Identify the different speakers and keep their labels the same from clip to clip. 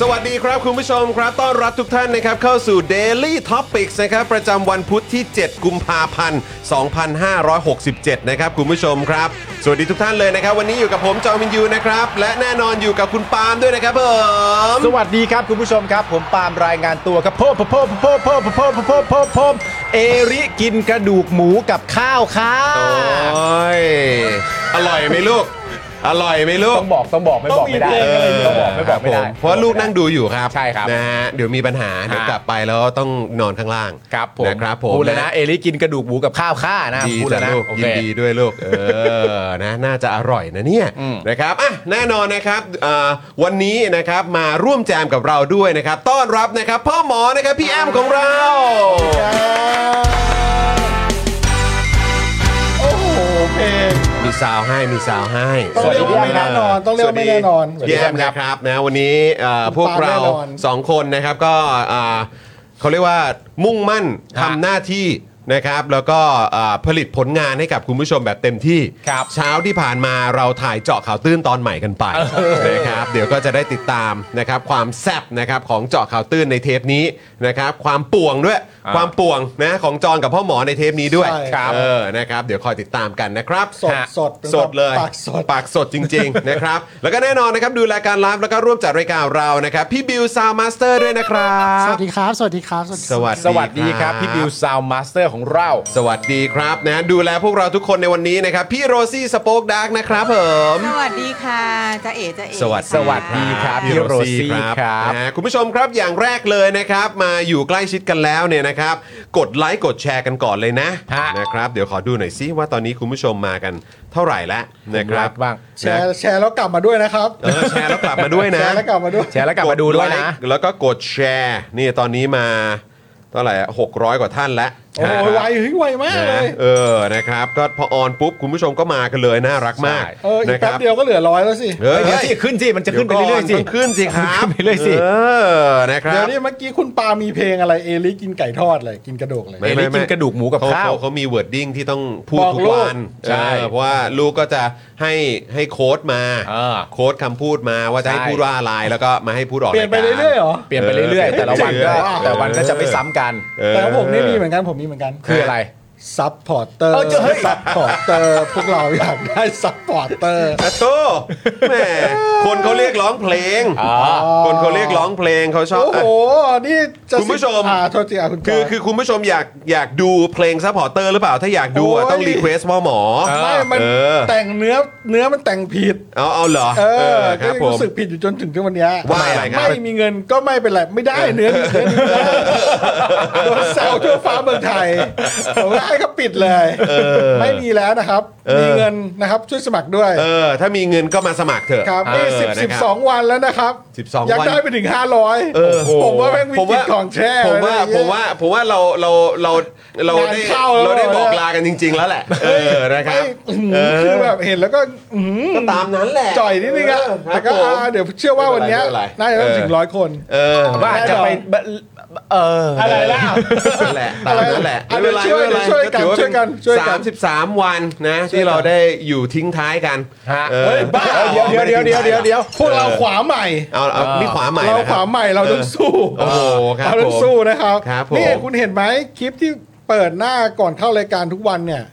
Speaker 1: สวัสดีครับคุณผู้ชมครับ ต้อนรับทุกท่านนะครับ เข้าสู่ Daily Topics นะครับ ประจำวันพุทธที่ 7 กุมภาพันธ์ 2567 นะครับ คุณผู้ชมครับ สวัสดีทุกท่านเลยนะครับ วันนี้อยู่กับผมจอมินยูนะครับ และแน่นอนอยู่กับคุณปาล์มด้วยนะครับผม
Speaker 2: สวัสดีครับคุณผู้ชมครับ ผมปาล์มรายงานตัวครับพมพมพมพมพมพมพมพมพมเอริกินกระดูกหมูกับข้าวค่ะ
Speaker 1: โอ้ยอร่อยไหมลูก อร่อยไหมลูก
Speaker 2: ต้องบอกต้องบอกไม่บอกไม่ได้
Speaker 1: เออ
Speaker 2: ต้องบอกไม่บอกไม่ได้
Speaker 1: ครับผเพราะว่าลูกนั่งดูอยู่ครับ
Speaker 2: ใช่ครับ
Speaker 1: นะฮะเดี๋ยวมีปัญหาเดี๋ยว
Speaker 2: ฮะ
Speaker 1: กลับไปแล้วต้องนอนข้างล่าง
Speaker 2: ครับผม
Speaker 1: นะครับผม
Speaker 2: พูดแล้วนะเอริกินกระดูกหมูกับข้าวค่านะ
Speaker 1: ดี
Speaker 2: พูด
Speaker 1: จ้ะ
Speaker 2: แล้วนะ
Speaker 1: ลูก
Speaker 2: โอ
Speaker 1: ยิ
Speaker 2: เคน
Speaker 1: ดีด้วยลูก เออ นะน่าจะอร่อยนะเนี่ยนะครับอ่ะแน่นอนนะครับอ่าวันนี้นะครับมาร่วมแจมกับเราด้วยนะครับ ต้อนรับนะครับพ่อหมอนะครับพี่แอมของเรา
Speaker 3: โอ้โหเพลง
Speaker 1: มีสาวให้มีสาวให้
Speaker 3: ต้องเรียกว่าไม่แน่นอนต้องเรียกว่าไม่แน่นอน
Speaker 1: สวัสดีพี่แอมนะครับนะวันนี้เอ่อ
Speaker 3: คุณ
Speaker 1: พวกเรา
Speaker 3: ปาล์มแน่นอน
Speaker 1: สองคนนะครับก็อ่าเขาเรียกว่ามุ่งมั่นทำหน้าที่นะครับ แล้วก็อ่าผลิตผลงานให้กับคุณผู้ชมแบบเต็มที่
Speaker 2: ครับ
Speaker 1: เช้าที่ผ่านมาเราถ่ายเจาะข่าวตื้นตอนใหม่กันไปนะครับ เดี๋ยวก็จะได้ติดตามนะครับความแซบนะครับของเจาะข่าวตื้นในเทปนี้นะครับ ความป่วงด้วย
Speaker 2: อ่า
Speaker 1: ความป่วงนะของจอนกับพ่อหมอในเทปนี้ด้วย
Speaker 3: ใช่ครับ
Speaker 1: เออนะครับ เดี๋ยวคอยติดตามกันนะครับ
Speaker 3: สด
Speaker 1: ฮะ
Speaker 3: สดเป็น
Speaker 1: สดเลย
Speaker 3: ปากสด
Speaker 1: ปากสดจริง ๆ นะครับ แล้วก็แน่นอนนะครับดูรายการไลฟ์แล้วก็ร่วมจัดรายการเรานะครับ พี่บิวซาวมาสเตอร์ด้วยนะครับ
Speaker 4: สวัสดีครับ สวัสดีครับ สวัสดี
Speaker 1: สวัสดี
Speaker 2: สวัสดีครับพี่บิวซาวมาสเตอร์ของเรา
Speaker 1: สวัสดีครับนะดูแลพวกเราทุกคนในวันนี้นะครับ พี่โรซี่สโป๊กดาร์กนะครับผม
Speaker 5: สวัสดีค่ะจะเอ๋จะเอ๋
Speaker 1: ส
Speaker 2: ส
Speaker 5: ค่ะ
Speaker 2: วัสดีครับพี่โรซี่ครับ
Speaker 1: นะคุณผู้ชมครับอย่างแรกเลยนะครับ มาอยู่ใกล้ชิดกันแล้วเนี่ยนะครับ กดไลค์กดแชร์กันก่อนเลยนะ
Speaker 2: ฮะ
Speaker 1: นะครับเดี๋ยวขอดูหน่อยซิว่าตอนนี้คุณผู้ชมมากันเท่าไหร่แล้วนะครับ
Speaker 2: บ้าง
Speaker 3: แชร์แชร์แล้วกลับมาด้วยนะครับ
Speaker 1: เออแชร์แล้วกลับมาด้วยนะ
Speaker 3: แชร์แล้วกลับมาด้วย
Speaker 2: แชร์แล้วกลับมาดูด้วย
Speaker 1: ก
Speaker 2: นะ
Speaker 1: ไลค์แล้วก็กดแชร์นี่ตอนนี้มาเท่าไหร่หกร้อยกว่าท่านแล้ว
Speaker 3: โอ้
Speaker 1: นะค
Speaker 3: ย
Speaker 1: รับ
Speaker 3: ไวเฮ้ยไวมากเล
Speaker 1: นะ
Speaker 3: ย
Speaker 1: เออนะครับ ก็พอออนปุ๊บ คุณผู้ชมก็มากันเลยน่ารักมาก
Speaker 2: ใช่
Speaker 3: เออ อีก
Speaker 1: นะค
Speaker 3: แป๊บ
Speaker 1: รับ
Speaker 3: เดียวก็เหลือร้อยแล้วสิ
Speaker 1: เฮ้ย
Speaker 2: เดี๋ยวสิขึ้นสิมันจะขึ้นไปเรื่อยๆสิ
Speaker 1: ดี๋วก่นต้องขึ้นสิครับ
Speaker 2: ขึ้นไปเรื่อยๆสิ
Speaker 1: เออนะครั
Speaker 3: เดี๋ย
Speaker 1: บ
Speaker 3: วนี้เมื่อกี้คุณปามีเพลงอะไรเอลิกินไก่ทอดเลย กินกระดูกเลย
Speaker 1: ไม่
Speaker 2: เอลิกินกระดูกหมูกับ
Speaker 1: เข
Speaker 2: ข้าว
Speaker 1: เเขามีเวิร์ดดิ้งที่ต้องพูด
Speaker 3: บอก
Speaker 1: ทุก
Speaker 3: ลูก
Speaker 1: วัน
Speaker 2: ใช่
Speaker 1: เออเพราะว่าลูกก็จะให้ให้โค้ดมา
Speaker 2: เออ
Speaker 1: โค้ดคำพูดมาว่าจะให้
Speaker 2: ใช่
Speaker 1: พูดว่าอะไรแล้วก็มาให้พูดออก
Speaker 3: เปลี่ยนไป
Speaker 1: าการ
Speaker 3: เรื่อยๆเหรอ
Speaker 2: เปลี่ยนไปเรื่อยๆ แต่ละวันก็
Speaker 1: เออ
Speaker 2: แต่วันก็จะไม่ซ้ำกัน
Speaker 1: เออ
Speaker 3: แต่ของผมนี่มีเหมือนกัน ผมมีเหมือนกัน
Speaker 2: คืออะไร
Speaker 3: ซับพอร์เตอร์
Speaker 2: เอาเจ้าเฮ้ย
Speaker 3: ซับพอร์เตอร์ พวกเราอยากได้ซับพอร์เตอร์
Speaker 1: อะโต แหมคนเขาเรียกร้องเพลง คนเขาเรียกร้องเพลงเขาชอบ
Speaker 3: โอ้โห
Speaker 1: อ่ะ
Speaker 3: นี่จะ
Speaker 1: คุณผู้ชม
Speaker 3: อ่าโทษทีอ่ะคุณ
Speaker 1: คือ
Speaker 3: ปา
Speaker 1: คือคุณผู้ชมอยากอยากดูเพลงซัพพอร์เตอร์หรือเปล่า ถ้าอยากดูอ่ะ
Speaker 3: โอ้ย
Speaker 1: ต้องรีเควสต์พ่อหมอ
Speaker 3: ไม่มัน
Speaker 1: เออ
Speaker 3: แต่งเนื้อเนื้อมันแต่งผิด
Speaker 1: เอาเอาเหรอ
Speaker 3: เออ
Speaker 1: ค
Speaker 3: ก็
Speaker 1: รับ
Speaker 3: ยัง
Speaker 1: ผม
Speaker 3: รู้สึกผิดอยู่จนถึงทุกวันเนี้ย
Speaker 1: ว่าอะไรครับ
Speaker 3: ไม่มีเงินก็ไม่เป็นไร ไม่ได้เนื้อมีเนื้อมีเนื้อโดนแซวทั่วฟ้าเมืองไทยผมว่า ได้ก็ปิดเลย
Speaker 1: อ
Speaker 3: ไม่มีแล้วนะครับ
Speaker 1: เออ
Speaker 3: มีเงินนะครับช่วยสมัครด้วย
Speaker 1: เออ ถ้ามีเงินก็มาสมัครเถอะ
Speaker 3: ครับ
Speaker 1: เ
Speaker 3: นี่สิบ
Speaker 1: นะ
Speaker 3: สิบ
Speaker 1: ครั
Speaker 3: สองวันแล้วนะครับ
Speaker 1: 12
Speaker 3: อยาก
Speaker 1: วัน
Speaker 3: ได้ไปถึงห้าร้อย
Speaker 1: เออ
Speaker 3: ผมว่าแม่งวิ
Speaker 1: ผม
Speaker 3: กฤ
Speaker 1: ว่า
Speaker 3: ตของแช่
Speaker 1: ผมว่า
Speaker 3: เลย
Speaker 1: ผมว่าผมว่าเราเราเราเรา
Speaker 3: งาน
Speaker 1: ได้
Speaker 3: เข้าแล้ว
Speaker 1: เราได้บอกลากันจริง ๆ แล้วแหละ เออนะครับเออ
Speaker 3: ไม่คือแบบเห็นแล้วก็อื้อหือ
Speaker 1: ก็ตามนั้นแหละ
Speaker 3: จ่อยนิดนึงอะ
Speaker 1: เออครับ
Speaker 3: แต่ก็
Speaker 1: ผม
Speaker 3: อ่าเดี๋ยวเชื่อว่าวันเนี้ย
Speaker 1: ไม่เป็นไร
Speaker 3: น่าจะต้องถึง
Speaker 1: เออ
Speaker 3: ร้อยคน
Speaker 1: เออ
Speaker 2: ว่าอาจจะไปเอออ
Speaker 3: อะไรล่ะ
Speaker 1: นั่นแหละตามนั้นแหละ
Speaker 3: อะไรล่ะเดี๋ยวช่วย
Speaker 1: ถื
Speaker 3: ช่วยกันช่วยกันช่วยกัน
Speaker 1: สามสิบสามวันนะที่เราได้อยู่ทิ้งท้ายกัน
Speaker 2: ฮะ
Speaker 1: ออ
Speaker 2: เฮ้ยบ้า
Speaker 1: ออ
Speaker 2: เดี๋ยวเดี๋ยวเดี๋ยวเดี๋ยวเดี๋ยวเดี๋ยว
Speaker 3: พวกเราขวาใหม่
Speaker 1: เอาเอานี่ขวาใหม่
Speaker 3: เรา
Speaker 1: นะค
Speaker 3: ข
Speaker 1: รั
Speaker 3: วา
Speaker 1: บ
Speaker 3: ใหม่เราต้องสู้
Speaker 1: เออโอ้โหครับ
Speaker 3: เราต้
Speaker 1: ผ
Speaker 3: อง
Speaker 1: ม
Speaker 3: สู้นะครับ
Speaker 1: ครับผม
Speaker 3: นี่คุณเห็นไหมคลิปที่เปิดหน้าก่อนเข้ารายการทุกวันเนี่ย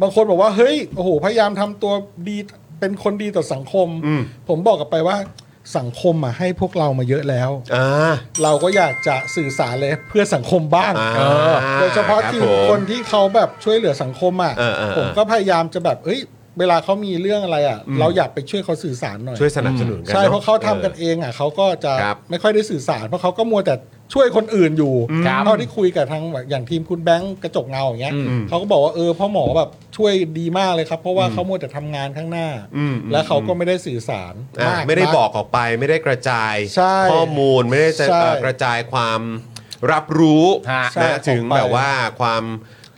Speaker 3: บางคนบอกว่าเฮ้ยโอ้โหพยายามทำตัวดีเป็นคนดีต่อสังคม ผมบอกกลับไปว่าสังคมอ่ะให้พวกเรามาเยอะแล้ว
Speaker 1: อ่า
Speaker 3: เราก็อยากจะสื่อสารเลยเพื่อสังคมบ้าง
Speaker 1: อ่า
Speaker 3: เออโดยเฉพาะที่
Speaker 1: ครับผม
Speaker 3: คนที่เขาแบบช่วยเหลือสังคมอ่ะ
Speaker 1: เออเออเออ
Speaker 3: ผมก็พยายามจะแบบเอ้ย เวลาเขามีเรื่องอะไรอ่ะ เราอยากไปช่วยเขาสื่อสารหน่อย
Speaker 1: ช่วยสนับสนุนกัน
Speaker 3: ใช่
Speaker 1: น
Speaker 3: เพราะเขาทำกัน
Speaker 1: ออ
Speaker 3: เองอ่ะเขาก็จะ
Speaker 1: ครับ
Speaker 3: ไม่ค่อยได้สื่อสาร เพราะเขาก็มัวแต่ช่วยคนอื่นอยู่
Speaker 2: ครับ
Speaker 3: เท่าที่คุยกับทางแบบอย่างทีมคุณแบงค์กระจกเงาอย่างเงี้ย
Speaker 2: อืม
Speaker 3: เขาก็บอกว่าเออพ่อหมอแบบช่วยดีมากเลยครับ เพราะว่าเขามัวแต่ทำงานข้างหน้า
Speaker 1: อืม
Speaker 3: และเขาก็ไม่ได้สื่อสาร
Speaker 1: อ่ะ
Speaker 3: าก
Speaker 1: ไม่ได้บอกออกไปไม่ได้กระจาย
Speaker 3: ใช่
Speaker 1: ข้อมูลไม่ได้จะ
Speaker 3: ใช่
Speaker 1: เอ่อกระจายความรับรู้
Speaker 2: ฮะ
Speaker 3: ใช่
Speaker 1: นะถึง
Speaker 3: ออกไป
Speaker 1: แบบว่าความ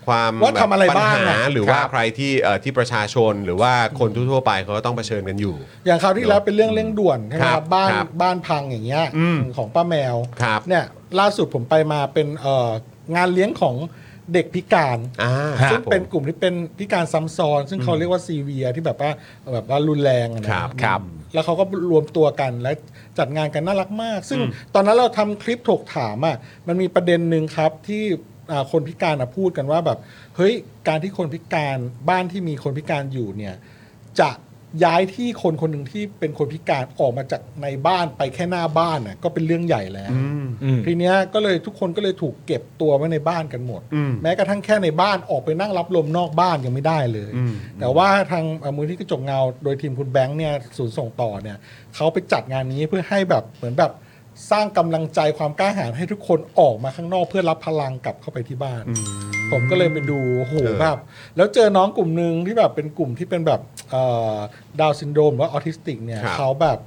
Speaker 1: ความ
Speaker 3: ว่าทำอะไร
Speaker 1: ปัญ
Speaker 3: บ้าง
Speaker 1: หา
Speaker 3: อะ
Speaker 1: หรือว่า
Speaker 2: ครับ
Speaker 1: ใครที่เอ่อที่ประชาชนหรือว่าคนทั่วๆไปเขาก็ต้องเผชิญกันอยู่
Speaker 3: อย่างคราวที่แล้วเป็นเรื่องเร่งด่วนใช่ไหม
Speaker 1: ค
Speaker 3: ค
Speaker 1: รั
Speaker 3: รั
Speaker 1: บบ
Speaker 3: บ้าน
Speaker 1: ครับ
Speaker 3: บ้านพังอย่างเงี้ย
Speaker 1: อืม
Speaker 3: ของป้าแมว
Speaker 1: ครับ
Speaker 3: เนี่ยล่าสุดผมไปมาเป็นเอ่องานเลี้ยงของเด็กพิการ
Speaker 1: อ่า
Speaker 3: ซึ่
Speaker 1: ครั
Speaker 3: ง
Speaker 1: บผม
Speaker 3: เป็นกลุ่มที่เป็นพิการซ้ำซ้อน ซึ่งเขาเรียกว่าซีเวียที่แบบว่าแบบว่ารุนแรงอะนะครับ อืม
Speaker 1: ครับ
Speaker 3: แล้วเขาก็รวมตัวกันและจัดงานกันน่ารักมาก ซึ่งตอนนั้นเราทำคลิปถกถามอ่ะมันมีประเด็นหนึ่งครับที่อ่าคนพิการอะพูดกันว่าแบบเฮ้ยการที่คนพิการบ้านที่มีคนพิการอยู่เนี่ย จะย้ายที่คนคนหนึ่งที่เป็นคนพิการออกมาจากในบ้านไปแค่หน้าบ้านน่ะก็เป็นเรื่องใหญ่แล้ว ทีเนี้ยก็เลยทุกคนก็เลยถูกเก็บตัวไว้ในบ้านกันหมด
Speaker 1: อืม
Speaker 3: แม้กระทั่งแค่ในบ้านออกไปนั่งรับลมนอกบ้านยังไม่ได้เลย
Speaker 1: อืม
Speaker 3: แต่ว่าทางเอ่อมูลที่กระจกเงา โดยทีมคุณแบงค์เนี่ยศูนย์ส่งต่อเนี่ยเขาไปจัดงานนี้เพื่อให้แบบเหมือนแบบสร้างกำลังใจความกล้าหาญให้ทุกคนออกมาข้างนอกเพื่อรับพลังกลับเข้าไปที่บ้าน ผมก็เลยไปดูโอ้โห
Speaker 1: เออ
Speaker 3: แบบแล้วเจอน้องกลุ่มหนึ่งที่แบบเป็นกลุ่มที่เป็นแบบดาวซินโดรมหรือว่าออทิสติกเนี่ย
Speaker 1: ครับ
Speaker 3: เขาแบบ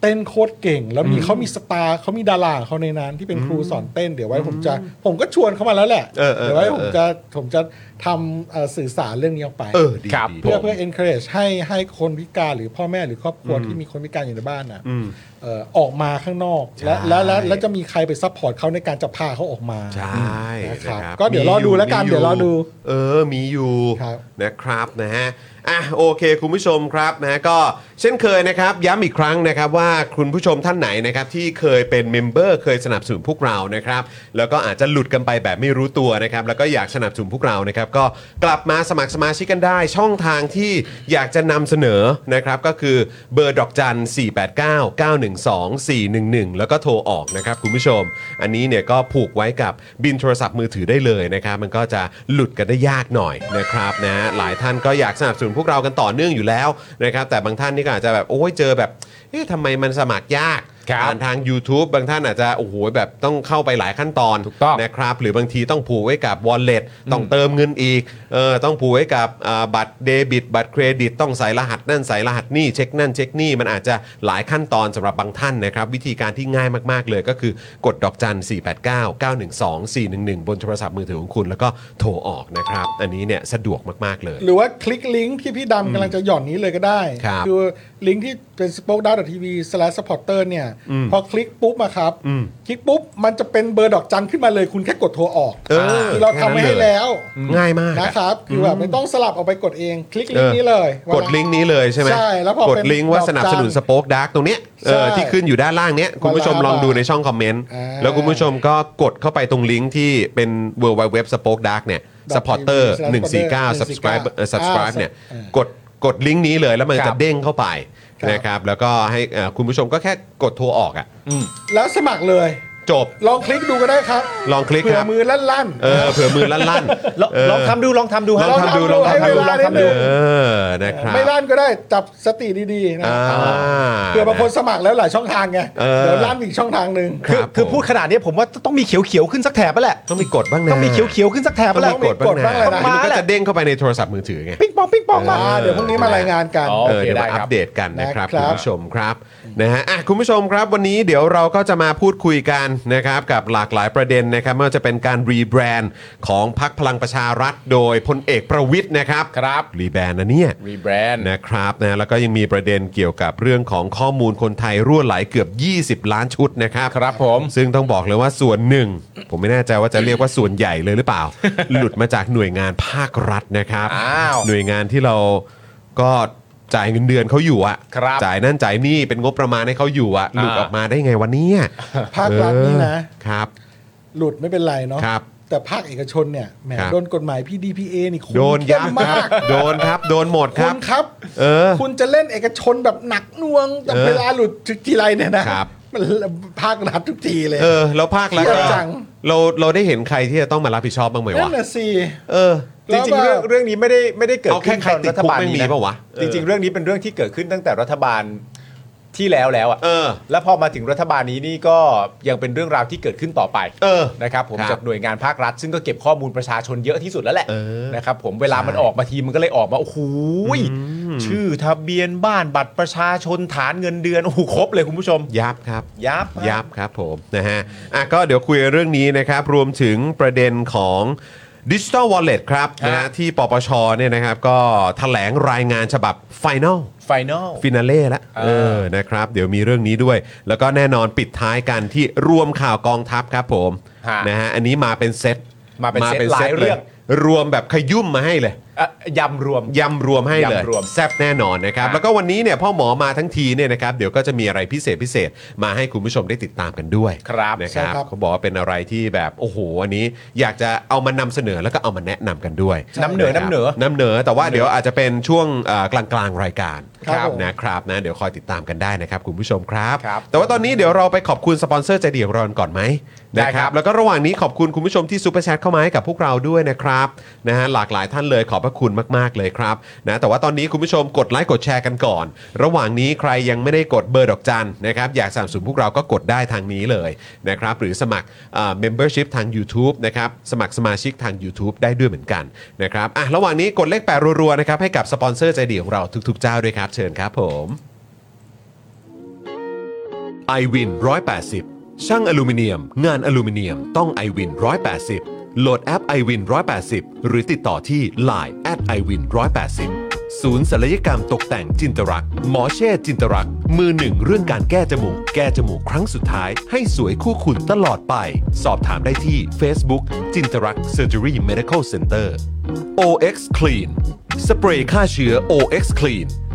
Speaker 3: เต้นโคตรเก่ง แล้วมีเขามีสตาร์เขามีดาราของเขาในนั้นที่เป็นครูสอนเต้นเดี๋ยวไว้ผมจะผมก็ชวนเขามาแล้วแหละ
Speaker 1: เออเออ
Speaker 3: ยวไว้
Speaker 1: เออ
Speaker 3: ผมจะผมจะทำเอ่อสื่อสารเรื่องนี้ออกไป
Speaker 1: เออดี
Speaker 2: ครับ
Speaker 1: ดี
Speaker 3: เพื่อเพื่อ
Speaker 1: ผม
Speaker 3: encourage ให้ให้คนพิการหรือพ่อแม่หรือครอบครัวที่มีคนพิการอยู่ในบ้านน่ะ
Speaker 1: ม
Speaker 3: เอ่อออกมาข้างนอกและ
Speaker 1: ใช่
Speaker 3: และและและจะมีใครไปซัพพอร์ตเขาในการจะพาเขาออกมา
Speaker 1: ใช่
Speaker 3: นะครับ
Speaker 1: นะครับ
Speaker 3: ก็เดี๋ยวรอดูแล้วกัน
Speaker 1: มี
Speaker 3: เดี๋ยวรอดู
Speaker 1: เออมีอยู่
Speaker 3: ครับ
Speaker 1: นะครับนะฮะอ่ะโอเค คุณผู้ชมครับนะฮะก็เช่นเคยนะครับ ย้ำอีกครั้งนะครับว่าคุณผู้ชมท่านไหนนะครับที่เคยเป็นเมมเบอร์เคยสนับสนุนพวกเรานะครับ แล้วก็อาจจะหลุดกันไปแบบไม่รู้ตัวนะครับ แล้วก็อยากสนับสนุนพวกเรานะครับ ก็กลับมาสมัครสมาชิกกันได้ ช่องทางที่อยากจะนำเสนอนะครับก็คือเบอร์ดอกจัน 489 912 411 แล้วก็โทรออกนะครับคุณผู้ชม อันนี้เนี่ยก็ผูกไว้กับบินโทรศัพท์มือถือได้เลยนะครับ มันก็จะหลุดกันได้ยากหน่อยนะครับนะหลายท่านก็อยากสนับสนุนพวกเรากันต่อเนื่องอยู่แล้วนะครับ แต่บางท่านนี่ก็อาจจะแบบ โอ้ยเจอแบบ เอ๊ะทำไมมันสมัครยาก
Speaker 2: ครับ
Speaker 1: ผ่านทาง YouTube บางท่านอาจจะโอ้โหแบบต้องเข้าไปหลายขั้นตอน
Speaker 2: ถูกต้อง
Speaker 1: นะครับหรือบางทีต้องผูกไว้กับ Wallet ต้องเติมเงินอีกเออต้องผูกไว้กับอ่าบัตรเดบิต บัตรเครดิต ต้องใส่รหัสนั่นใส่รหัสนี่เช็คนั่นเช็คนี่ มันอาจจะหลายขั้นตอนสำหรับบางท่านนะครับ วิธีการที่ง่ายมาก ๆ เลยก็คือกดดอกจัน 4 8 9 9 1 2 4 1 1 บนโทรศัพท์มือถือของคุณ แล้วก็โทรออกนะครับ อันนี้เนี่ยสะดวกมาก ๆ เลย
Speaker 3: หรือว่าคลิกลิงก์ที่พี่ดำกำลังจะหย่อนนี้เลยก็ได้
Speaker 1: ครับ
Speaker 3: อลิงก์ที่เป็น spoke down tv slash supporter เนี่ย พอคลิกปุ๊บอะครับ คลิกปุ๊บ มันจะเป็นเบอร์ดอกจันขึ้นมาเลยคุณแค่กดโทรออก
Speaker 1: เออ
Speaker 3: คือเราทำไว้ให้แล้ว
Speaker 1: ง่ายมากอะ
Speaker 3: นะครับ คือแบบไม่ต้องสลับเอาไปกดเอง คลิกลิงก์นี้เลย
Speaker 1: กด
Speaker 3: ว่า
Speaker 1: ลิงก์นี้เลยใช่ไหม
Speaker 3: ใช่แล้วพอก
Speaker 1: ด
Speaker 3: เป็น
Speaker 1: ลิงก์ว่า
Speaker 3: ดอก
Speaker 1: ส
Speaker 3: จัน
Speaker 1: นับสนุนสป็อคดาร์กตรงเนี้ยเออ
Speaker 3: ใช่
Speaker 1: ที่ขึ้นอยู่ด้านล่างเนี้ยคุณผู้ชมลองดูในช่องคอมเมนต์
Speaker 3: อ่า
Speaker 1: แล้วคุณผู้ชมก็กดเข้าไปตรงลิงก์ที่เป็น w w w s p o k e dark เนี่ย
Speaker 3: ดอก
Speaker 1: supporter
Speaker 3: 149
Speaker 1: 149 subscribe เอ่อ subscribe
Speaker 3: อ่า
Speaker 1: เนี่ย
Speaker 3: อ่าก ก
Speaker 1: ดกดลิงก์นี้เลยแล้วมัน
Speaker 2: ครั
Speaker 1: จะ
Speaker 2: บ
Speaker 1: เด้งเข้าไป
Speaker 3: ครับ
Speaker 1: นะครับแล้วก็ให้เอ่อคุณผู้ชมก็แค่กดโทรออกอ่ะ
Speaker 3: แล้วสมัครเลย
Speaker 1: จบ
Speaker 3: ลองคลิกดูก็ได้ครับ
Speaker 1: ลองคลิกค
Speaker 3: เผื่อ
Speaker 1: รับ
Speaker 3: มือลั่นๆ
Speaker 1: เออเผื่อมือลั่น
Speaker 2: ลอง
Speaker 1: ๆเออ
Speaker 2: ลองทำดูลองทำดูฮะ
Speaker 1: ลองทำดูลองทำดู
Speaker 3: ให้เวลานิดนึง
Speaker 1: เออนะครับ
Speaker 3: ไม่ลั่นก็ได้จับสติดีๆนะ
Speaker 1: อ่านะ
Speaker 3: เเผื่อบางคนสมัครแล้วหลายช่องทางไง
Speaker 1: เออ
Speaker 3: เดี๋ยวลั่นอีกช่องทางหนึ่ง
Speaker 1: ค
Speaker 2: คื
Speaker 1: รั
Speaker 2: อบ คือ
Speaker 1: ผม
Speaker 2: พูดขนาดนี้ผมว่าต้องมีเขียวๆขึ้นสักแถบไปแหละ
Speaker 1: ต้องมีกดบ้างนะ
Speaker 2: ต้องมีเขียวๆขึ้นสักแถบ
Speaker 1: ต้
Speaker 2: ไป
Speaker 1: อง
Speaker 2: แหละ
Speaker 1: มีกดบ้างนะ
Speaker 3: ต้องมีกดบ้างเลยนะ
Speaker 1: มันก็
Speaker 2: มาแห
Speaker 1: จะ
Speaker 2: ละ
Speaker 1: เด้งเข้าไปในโทรศัพท์มือถือไง
Speaker 2: ปิ๊งปองปิ๊งปองมา
Speaker 3: อ่าเดี๋ยวพรุ่งนี้มารายงานกัน
Speaker 2: อ๋อ
Speaker 1: เอ
Speaker 2: โเค
Speaker 1: อเดี๋ยว
Speaker 2: ได้
Speaker 1: มา
Speaker 2: ครับ
Speaker 1: อัปเดตกันนะครับ
Speaker 3: ได้
Speaker 1: คุณ
Speaker 3: ครับ
Speaker 1: ผู้ชมครับนะฮะอ่ะคุณผู้ชมครับ วันนี้เดี๋ยวเราก็จะมาพูดคุยกันนะครับกับหลากหลายประเด็นนะครับไม่ว่าจะเป็นการรีแบรนด์ของพักพลังประชารัฐ โดยพลเอกประวิทย์นะครับ
Speaker 2: ครับ
Speaker 1: รีแบรนด์นะเนี่ย
Speaker 2: รีแบรนด์
Speaker 1: นะครับนะแล้วก็ยังมีประเด็นเกี่ยวกับเรื่องของข้อมูลคนไทยรั่วไหลเกือบ 20 ล้านชุดนะครับ
Speaker 2: ครับผม
Speaker 1: ซึ่งต้องบอกเลยว่าส่วนหนึ่ง ผมไม่แน่ใจว่าจะเรียกว่าส่วนใหญ่เลยหรือ เปล่า หลุดมาจากหน่วยงานภาครัฐนะครับ
Speaker 2: อ้าว
Speaker 1: หน่วยงานที่เราก็จ่ายเงินเดือนเขาอยู่อะ
Speaker 2: ครับ
Speaker 1: จ่ายนั่นจ่ายนี่เป็นงบประมาณให้เขาอยู่อะหลุด
Speaker 2: อ่า
Speaker 1: ออกมาได้ไงวันนี้
Speaker 3: ภาครัฐนี่นะ
Speaker 1: ครับ
Speaker 3: หลุดไม่เป็นไรเนาะ
Speaker 1: ครับ
Speaker 3: แต่ภาคเอกชนเนี่ยแหม
Speaker 1: ครับ
Speaker 3: โดนกฎหมายพี่ดีพีเอนี่คุณ
Speaker 1: โดนยับ
Speaker 3: เข้ม
Speaker 1: ครั
Speaker 3: มา
Speaker 1: บ
Speaker 3: ก
Speaker 1: โดนครับ โดนหมดค
Speaker 3: คุ
Speaker 1: รับ
Speaker 3: ณครับ
Speaker 1: เออ
Speaker 3: คุณจะเล่นเอกชนแบบหนักหน่วงแต่
Speaker 1: เออ
Speaker 3: เวลาหลุดทีไรเนี่ยนะครับ มันภาครัฐทุกทีเลย
Speaker 1: เออแล้วภาครัฐ
Speaker 3: เครีย
Speaker 1: ก็
Speaker 3: ดจัง
Speaker 1: เราเราได้เห็นใครที่จะต้องมารับผิดชอบบ้างไหม
Speaker 3: นั่
Speaker 1: วะ
Speaker 3: นน่ะสิ
Speaker 1: เออ
Speaker 2: จริงๆเรื่องเรื่องนี้ไม่ได้ไม่ได้เกิด
Speaker 1: เอาแค่
Speaker 2: ขึ้น
Speaker 1: ใคร
Speaker 2: ตอน
Speaker 1: ติด
Speaker 2: รัฐบาล
Speaker 1: คุกไม่มี
Speaker 2: นี้นะ
Speaker 1: ปะวะเออ
Speaker 2: จริง ๆ เรื่องนี้เป็นเรื่องที่เกิดขึ้นตั้งแต่รัฐบาลที่แล้วแล้วอ่ะ
Speaker 1: เออ
Speaker 2: แล้วพอมาถึงรัฐบาลนี้นี่ก็ยังเป็นเรื่องราวที่เกิดขึ้นต่อไป
Speaker 1: เออ
Speaker 2: นะครับผม
Speaker 1: ครับ
Speaker 2: จากหน่วยงานภาครัฐ ซึ่งก็เก็บข้อมูลประชาชนเยอะที่สุดแล้วแหละ
Speaker 1: เออ
Speaker 2: นะครับผมเวลามันออกมาทีมันก็เลยออกมาโอ้โหยชื่อทะเบียนบ้านบัตรประชาชนฐานเงินเดือนโอ้โหครบเลยคุณผู้ชม
Speaker 1: ยับครับ
Speaker 2: ยับฮะ
Speaker 1: ยับครับผมนะฮะอ่ะก็เดี๋ยวคุยเรื่องนี้นะครับ รวมถึงประเด็นของดิจิ t a ลวอลเล็ตครับ
Speaker 2: ฮะ
Speaker 1: นะฮะที่ปปชเนี่ยนะครับ ก็แถลงรายงานฉบับไฟแนล
Speaker 2: ไฟนอล
Speaker 1: ฟินาเล่แล้วเอ
Speaker 2: เออ
Speaker 1: อนะครับ เดี๋ยวมีเรื่องนี้ด้วย แล้วก็แน่นอนปิดท้ายกันที่รวมข่าวกองทัพครับผม
Speaker 2: ฮะ
Speaker 1: นะฮะอันนี้มาเป็นเซต
Speaker 2: มาเป็นเซตหลายเรื่อง
Speaker 1: ลยรวมแบบขยุ่มมาให้เลย
Speaker 2: อ่ะยำรวม
Speaker 1: ยำรวมให้เลย
Speaker 2: ยำรวม
Speaker 1: แซบแน่นอนนะครับ
Speaker 2: ครับ
Speaker 1: แล้วก็วันนี้เนี่ยพ่อหมอมาทั้งทีเนี่ยนะครับเดี๋ยวก็จะมีอะไรพิเศษพิเศษมาให้คุณผู้ชมได้ติดตามกันด้วย
Speaker 2: ครับ
Speaker 1: นะค
Speaker 2: ใช่
Speaker 1: รับ
Speaker 3: ครับ
Speaker 1: เขาบอกว่าเป็นอะไรที่แบบโอ้โหอันนี้อยากจะเอามานำเสนอแล้วก็เอามาแนะนำกันด้วย
Speaker 2: นำเหนอะ
Speaker 1: ะครับ
Speaker 2: นำเหนอะ
Speaker 1: นำเหนอแต่ว่าเดี๋ยวอาจจะเป็นช่วงเอ่อกลางกลางๆรายการ
Speaker 3: ครับผม
Speaker 1: นะครับนะเดี๋ยวคอยติดตามกันได้นะครับคุณผู้ชมครับ
Speaker 2: ครับ
Speaker 1: แต่ว่าตอนนี้เดี๋ยวเราไปขอบคุณสปอนเซอร์ใจดีของเราก่อนไหม
Speaker 2: ได้
Speaker 1: นะค
Speaker 2: ครั
Speaker 1: รับบ แล้วก็ระหว่างนี้ขอบคุณคุณผู้ชมที่ซูเปอร์แชทเข้ามาให้กับพวกเราด้วยนะครับนะฮะหลากหลายท่านเลยขอบพระคุณมากๆเลยครับนะแต่ว่าตอนนี้คุณผู้ชมกดไลค์กดแชร์กันก่อน ระหว่างนี้ใครยังไม่ได้กดเบอร์ดอกจันนะครับอยากสนับสนุนพวกเราก็กดได้ทางนี้เลยนะครับหรือสมัครเมมเบอร์ชิพทาง YouTube นะครับสมัครสมาชิกทาง YouTube ได้ด้วยเหมือนกันนะครับอ่ะระหว่างนี้กดเลขแปดรัวๆนะครับให้กับสปอนเซอร์ใจดีของเราทุกๆเจ้าด้วยครับเชิญครับผม i w วิน180 ช่างอลูมิเนียม งานอลูมิเนียมต้อง i w วิน180 โหลดแอป i w วิน180 หรือติดต่อที่ Line at i w วิน180 ศูนย์ศัลยกรรมตกแต่งจินตรักษ์หมอเช่จินตรักษ์มือหนึ่งเรื่องการแก้จมูก แก้จมูกครั้งสุดท้าย ให้สวยคู่คุณตลอดไป สอบถามได้ที่ Facebook จินตรักเซอร์เจอรี่เมดิคอลเซ็นเตอร์ OX Clean สเปรย์ฆ่าเชื้อ OX Clean